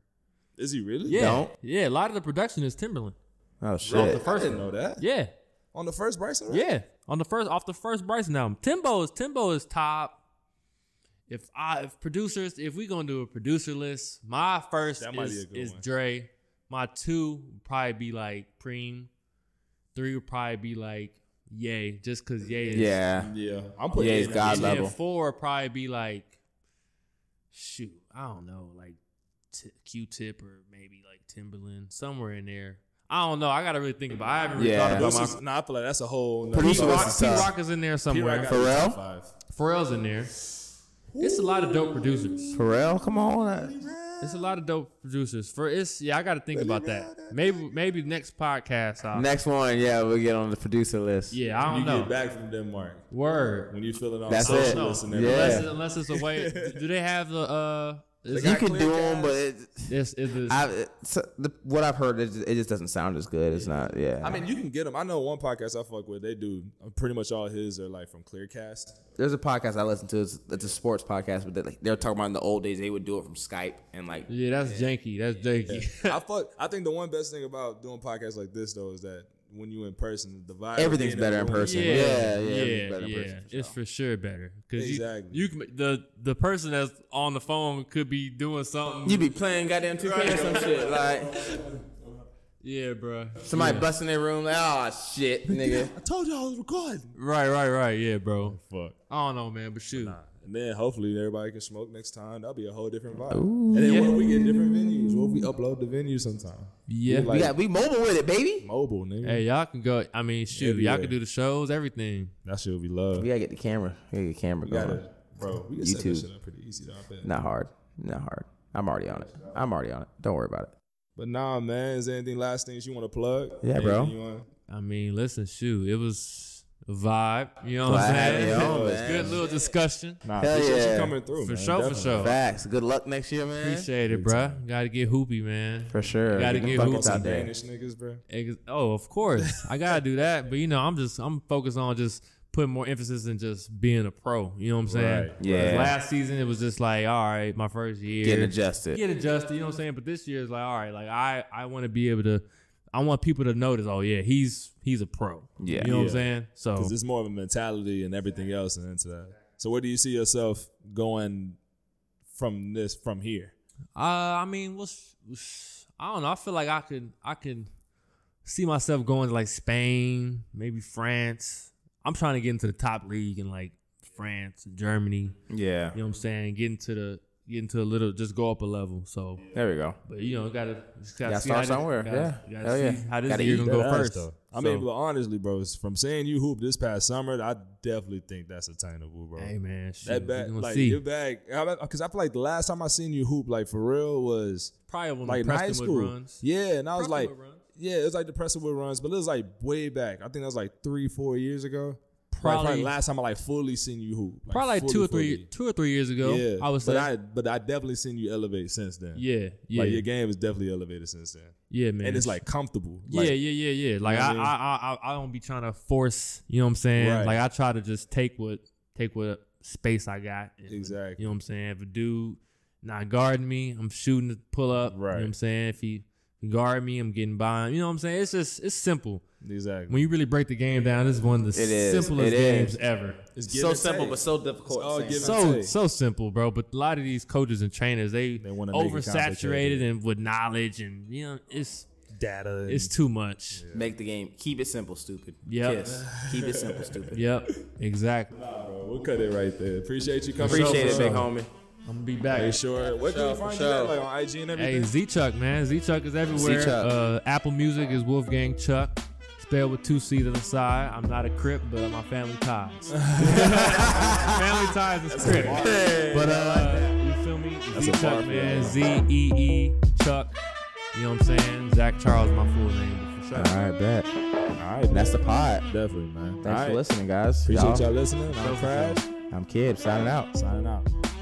[SPEAKER 5] Is he really?
[SPEAKER 1] Yeah,
[SPEAKER 3] Don't.
[SPEAKER 1] yeah. A lot of the production is Timberland.
[SPEAKER 3] Oh
[SPEAKER 5] Off the
[SPEAKER 3] shit.
[SPEAKER 5] first, I didn't know that.
[SPEAKER 1] Yeah,
[SPEAKER 5] On the first Bryson. right?
[SPEAKER 1] yeah. On the first, off the first Bryson album, Timbo is Timbo is top. If I if producers, if we gonna do a producer list, my first
[SPEAKER 5] That might be
[SPEAKER 1] is,
[SPEAKER 5] a good
[SPEAKER 1] is
[SPEAKER 5] one.
[SPEAKER 1] Dre. My two would probably be like Preem. Three would probably be like Yay, just cause Yay is
[SPEAKER 3] Yeah.
[SPEAKER 5] Yeah. I'm putting.
[SPEAKER 3] Yeah,
[SPEAKER 5] it
[SPEAKER 3] he's
[SPEAKER 5] in
[SPEAKER 3] got-
[SPEAKER 1] and
[SPEAKER 3] level.
[SPEAKER 1] then four would probably be like shoot, I don't know, like t- Q tip or maybe like Timberland, somewhere in there. I don't know. I gotta really think about it. I haven't really
[SPEAKER 3] Yeah.
[SPEAKER 1] thought about
[SPEAKER 5] This
[SPEAKER 1] my
[SPEAKER 5] is- nah, I feel like that's a whole.
[SPEAKER 1] P
[SPEAKER 3] Producer
[SPEAKER 5] P-Rock-
[SPEAKER 1] Rock,
[SPEAKER 3] is
[SPEAKER 1] P
[SPEAKER 3] tough.
[SPEAKER 1] Rock is in there
[SPEAKER 5] P-Rock
[SPEAKER 1] somewhere.
[SPEAKER 5] got
[SPEAKER 3] Pharrell?
[SPEAKER 5] top five.
[SPEAKER 1] Pharrell's in there. It's a lot of dope producers.
[SPEAKER 3] Pharrell, come on.
[SPEAKER 1] It's a lot of dope producers. For it's yeah, I got to think about that. Maybe maybe next podcast. I'll,
[SPEAKER 3] Next one, yeah, we'll get on the producer list.
[SPEAKER 1] yeah, I
[SPEAKER 5] You
[SPEAKER 1] don't
[SPEAKER 5] get
[SPEAKER 1] know.
[SPEAKER 5] back from Denmark
[SPEAKER 1] Word.
[SPEAKER 5] when you feeling all
[SPEAKER 3] That's it.
[SPEAKER 5] socialist and everything.
[SPEAKER 1] Unless,
[SPEAKER 3] Yeah.
[SPEAKER 1] unless it's a way. Do they have the uh? Is
[SPEAKER 3] You
[SPEAKER 1] it,
[SPEAKER 3] can do them, but it,
[SPEAKER 1] is, is it-
[SPEAKER 3] I,
[SPEAKER 4] uh,
[SPEAKER 3] it's, the, what I've heard, it just, it just doesn't sound as good. It's not, yeah.
[SPEAKER 5] I mean, you can get them. I know one podcast I fuck with. They do pretty much all his are like from Clearcast. [laughs]
[SPEAKER 4] There's a podcast I listen to. It's, it's a sports podcast, but they, like, they're talking about in the old days they would do it from Skype and like
[SPEAKER 1] yeah, that's janky. That's janky.
[SPEAKER 5] I fuck. I think the one best thing about doing podcasts like this though is that when you in person, the vibe.
[SPEAKER 3] Everything's
[SPEAKER 5] being
[SPEAKER 3] better in
[SPEAKER 5] room-
[SPEAKER 3] person.
[SPEAKER 1] Yeah,
[SPEAKER 3] Yeah,
[SPEAKER 1] yeah,
[SPEAKER 3] yeah,
[SPEAKER 1] yeah.
[SPEAKER 3] it's better person for
[SPEAKER 1] It's for sure better because
[SPEAKER 5] Exactly.
[SPEAKER 1] you, you can- the the person that's on the phone could be doing something.
[SPEAKER 4] you be playing goddamn 2K or some shit. Like
[SPEAKER 1] Yeah, bro.
[SPEAKER 4] Somebody busting their room, like, oh shit,
[SPEAKER 5] [laughs]
[SPEAKER 4] nigga.
[SPEAKER 5] I told you I was recording.
[SPEAKER 1] Right, right, right. Yeah, bro.
[SPEAKER 5] Fuck.
[SPEAKER 1] I don't know, man, but shoot.
[SPEAKER 5] And then hopefully everybody can smoke next time. That'll be a whole different vibe. and then what if we get different venues? What if we upload the venue sometime?
[SPEAKER 1] Yeah.
[SPEAKER 5] We
[SPEAKER 4] we
[SPEAKER 5] like
[SPEAKER 4] got we mobile with it, baby.
[SPEAKER 5] mobile, nigga.
[SPEAKER 1] Hey, y'all can go. I mean, shoot, y'all
[SPEAKER 5] Everywhere.
[SPEAKER 1] can do the shows, everything.
[SPEAKER 5] That shit would be love.
[SPEAKER 4] We gotta get the camera. We gotta get the camera
[SPEAKER 5] We
[SPEAKER 4] going.
[SPEAKER 5] gotta- bro, we can set this
[SPEAKER 4] YouTube.
[SPEAKER 5] shit up pretty easy, though, I bet.
[SPEAKER 4] Not hard. Not hard. I'm already on it. I'm already on it. Don't worry about it.
[SPEAKER 5] But nah, man, is there anything last things you want to plug?
[SPEAKER 4] Yeah, bro.
[SPEAKER 5] Anything you wanna-
[SPEAKER 1] I mean, listen, shoot, it was a vibe. You know what I'm
[SPEAKER 4] Glad I had
[SPEAKER 1] saying?
[SPEAKER 4] you on,
[SPEAKER 1] It was
[SPEAKER 4] man.
[SPEAKER 1] good little discussion.
[SPEAKER 5] Nah,
[SPEAKER 3] Hell
[SPEAKER 5] appreciate
[SPEAKER 3] yeah.
[SPEAKER 5] you coming through.
[SPEAKER 1] For
[SPEAKER 5] man,
[SPEAKER 1] sure, for
[SPEAKER 5] definitely.
[SPEAKER 1] sure.
[SPEAKER 3] Facts. Good luck next year, man.
[SPEAKER 1] Appreciate it, bro. Got to get hoopy, man.
[SPEAKER 4] For sure.
[SPEAKER 1] Gotta get
[SPEAKER 4] Get them
[SPEAKER 1] who-
[SPEAKER 5] Fuck
[SPEAKER 4] buckets
[SPEAKER 5] some
[SPEAKER 4] out there.
[SPEAKER 5] Danish niggas, bro.
[SPEAKER 1] Ex- Oh, of course. I gotta do that. But you know, I'm just I'm focused on just putting more emphasis in just being a pro. You know what I'm saying?
[SPEAKER 5] Right,
[SPEAKER 4] Yeah. right.
[SPEAKER 1] Last season it was just like, all right, my first year.
[SPEAKER 4] Getting adjusted.
[SPEAKER 1] Get adjusted, you know what I'm saying? But this year is like, all right, like I I wanna be able to I want people to notice, oh yeah, he's he's a pro.
[SPEAKER 4] Yeah.
[SPEAKER 1] You know what I'm
[SPEAKER 5] Yeah.
[SPEAKER 1] saying? So
[SPEAKER 5] Because it's more of a mentality and everything else and into that. So where do you see yourself going from this from here?
[SPEAKER 1] uh I mean what's what's- I don't know. I feel like I can I can see myself going to like Spain, maybe France. I'm trying to get into the top league in like France, Germany.
[SPEAKER 4] Yeah.
[SPEAKER 1] You know what I'm saying? Get into the get into a little just go up a level. So
[SPEAKER 4] There we go.
[SPEAKER 1] but you know, gotta just gotta,
[SPEAKER 4] Gotta
[SPEAKER 1] see
[SPEAKER 4] start
[SPEAKER 1] how this-
[SPEAKER 4] somewhere.
[SPEAKER 1] gotta-
[SPEAKER 4] Yeah.
[SPEAKER 1] Gotta
[SPEAKER 4] Hell
[SPEAKER 1] see
[SPEAKER 4] yeah.
[SPEAKER 1] how this
[SPEAKER 4] Gotta
[SPEAKER 1] year
[SPEAKER 4] eat
[SPEAKER 1] gonna
[SPEAKER 5] That
[SPEAKER 1] go
[SPEAKER 5] ass,
[SPEAKER 1] first.
[SPEAKER 5] though.
[SPEAKER 1] So,
[SPEAKER 5] I mean, but honestly, bro, from seeing you hoop this past summer, I definitely think that's attainable, bro.
[SPEAKER 1] hey man, shit,
[SPEAKER 5] that
[SPEAKER 1] we
[SPEAKER 5] bag,
[SPEAKER 1] gonna
[SPEAKER 5] like
[SPEAKER 1] see.
[SPEAKER 5] your bag, because I feel like the last time I seen you hoop, like for real, was
[SPEAKER 1] Probably when
[SPEAKER 5] like
[SPEAKER 1] like
[SPEAKER 5] in high
[SPEAKER 1] Preston
[SPEAKER 5] school.
[SPEAKER 1] would runs.
[SPEAKER 5] Yeah, and I was
[SPEAKER 1] Prestonwood
[SPEAKER 5] like,
[SPEAKER 1] runs.
[SPEAKER 5] yeah, it was like the Prestonwood runs, but it was like way back. I think that was like three, four years ago. Like,
[SPEAKER 1] Probably-
[SPEAKER 5] last time I like fully seen you hoop.
[SPEAKER 1] Probably like
[SPEAKER 5] fully,
[SPEAKER 1] two or three
[SPEAKER 5] fully.
[SPEAKER 1] two or three years ago.
[SPEAKER 5] Yeah,
[SPEAKER 1] I would say
[SPEAKER 5] but I but I definitely seen you elevate since then.
[SPEAKER 1] Yeah, yeah.
[SPEAKER 5] Like your game is definitely elevated since then,
[SPEAKER 1] yeah, man.
[SPEAKER 5] and it's like comfortable.
[SPEAKER 1] yeah,
[SPEAKER 5] Like,
[SPEAKER 1] yeah, yeah, yeah. Like
[SPEAKER 5] know
[SPEAKER 1] I,
[SPEAKER 5] what I mean?
[SPEAKER 1] I, I, I don't be trying to force. You know what I'm saying?
[SPEAKER 5] Right.
[SPEAKER 1] Like I try to just take what take what space I got. And,
[SPEAKER 5] Exactly.
[SPEAKER 1] You know what I'm saying? If a dude not guarding me, I'm shooting to pull up. You know
[SPEAKER 5] Right.
[SPEAKER 1] what I'm saying? If he guard me, I'm getting by him. You know what I'm saying? It's just it's simple.
[SPEAKER 5] exactly.
[SPEAKER 1] When you really break the game down, this is one of the
[SPEAKER 4] It is.
[SPEAKER 1] simplest
[SPEAKER 4] It is.
[SPEAKER 1] games ever.
[SPEAKER 5] It's give
[SPEAKER 4] So
[SPEAKER 5] and
[SPEAKER 4] simple
[SPEAKER 5] take.
[SPEAKER 4] but so difficult.
[SPEAKER 5] all
[SPEAKER 4] at the same
[SPEAKER 5] give
[SPEAKER 1] so
[SPEAKER 4] time.
[SPEAKER 5] and take.
[SPEAKER 1] so simple, bro. But a lot of these coaches and trainers, they,
[SPEAKER 5] They wanna make it
[SPEAKER 1] oversaturated
[SPEAKER 5] complicated.
[SPEAKER 1] and with knowledge, and you know, it's
[SPEAKER 5] data. and-
[SPEAKER 1] it's too much.
[SPEAKER 4] Make the game. Keep it simple, stupid.
[SPEAKER 1] Yep.
[SPEAKER 4] Kiss. Keep it
[SPEAKER 1] [laughs]
[SPEAKER 4] simple, stupid.
[SPEAKER 1] Yep, exactly.
[SPEAKER 5] Bro, we'll cut it right there. Appreciate you coming.
[SPEAKER 4] Appreciate
[SPEAKER 5] over.
[SPEAKER 4] it, big homie.
[SPEAKER 1] I'm gonna be back.
[SPEAKER 5] Hey, sure. Where can we
[SPEAKER 4] for
[SPEAKER 5] find you at?
[SPEAKER 4] sure.
[SPEAKER 5] Like on IG and
[SPEAKER 1] Hey,
[SPEAKER 5] everything.
[SPEAKER 1] Z Chuck, man. Z Chuck is everywhere.
[SPEAKER 4] Z-Chuck.
[SPEAKER 1] Uh, Apple Music is Wolfgang Chuck. Spelled with two C's on the side. I'm not a Crip, but my family ties. family ties is Crip. But uh, you feel me? Z Chuck, man. Z E E Chuck. You know what I'm saying? Zach Charles, my full name. For sure.
[SPEAKER 3] All right, bet.
[SPEAKER 5] All right,
[SPEAKER 3] That's the pod.
[SPEAKER 5] definitely man.
[SPEAKER 3] Thanks
[SPEAKER 5] All
[SPEAKER 3] for
[SPEAKER 5] right.
[SPEAKER 3] listening, guys.
[SPEAKER 5] Appreciate
[SPEAKER 3] Y'all-
[SPEAKER 5] y'all listening. I'm Crash.
[SPEAKER 3] I'm Kid signing out.
[SPEAKER 5] Signing out.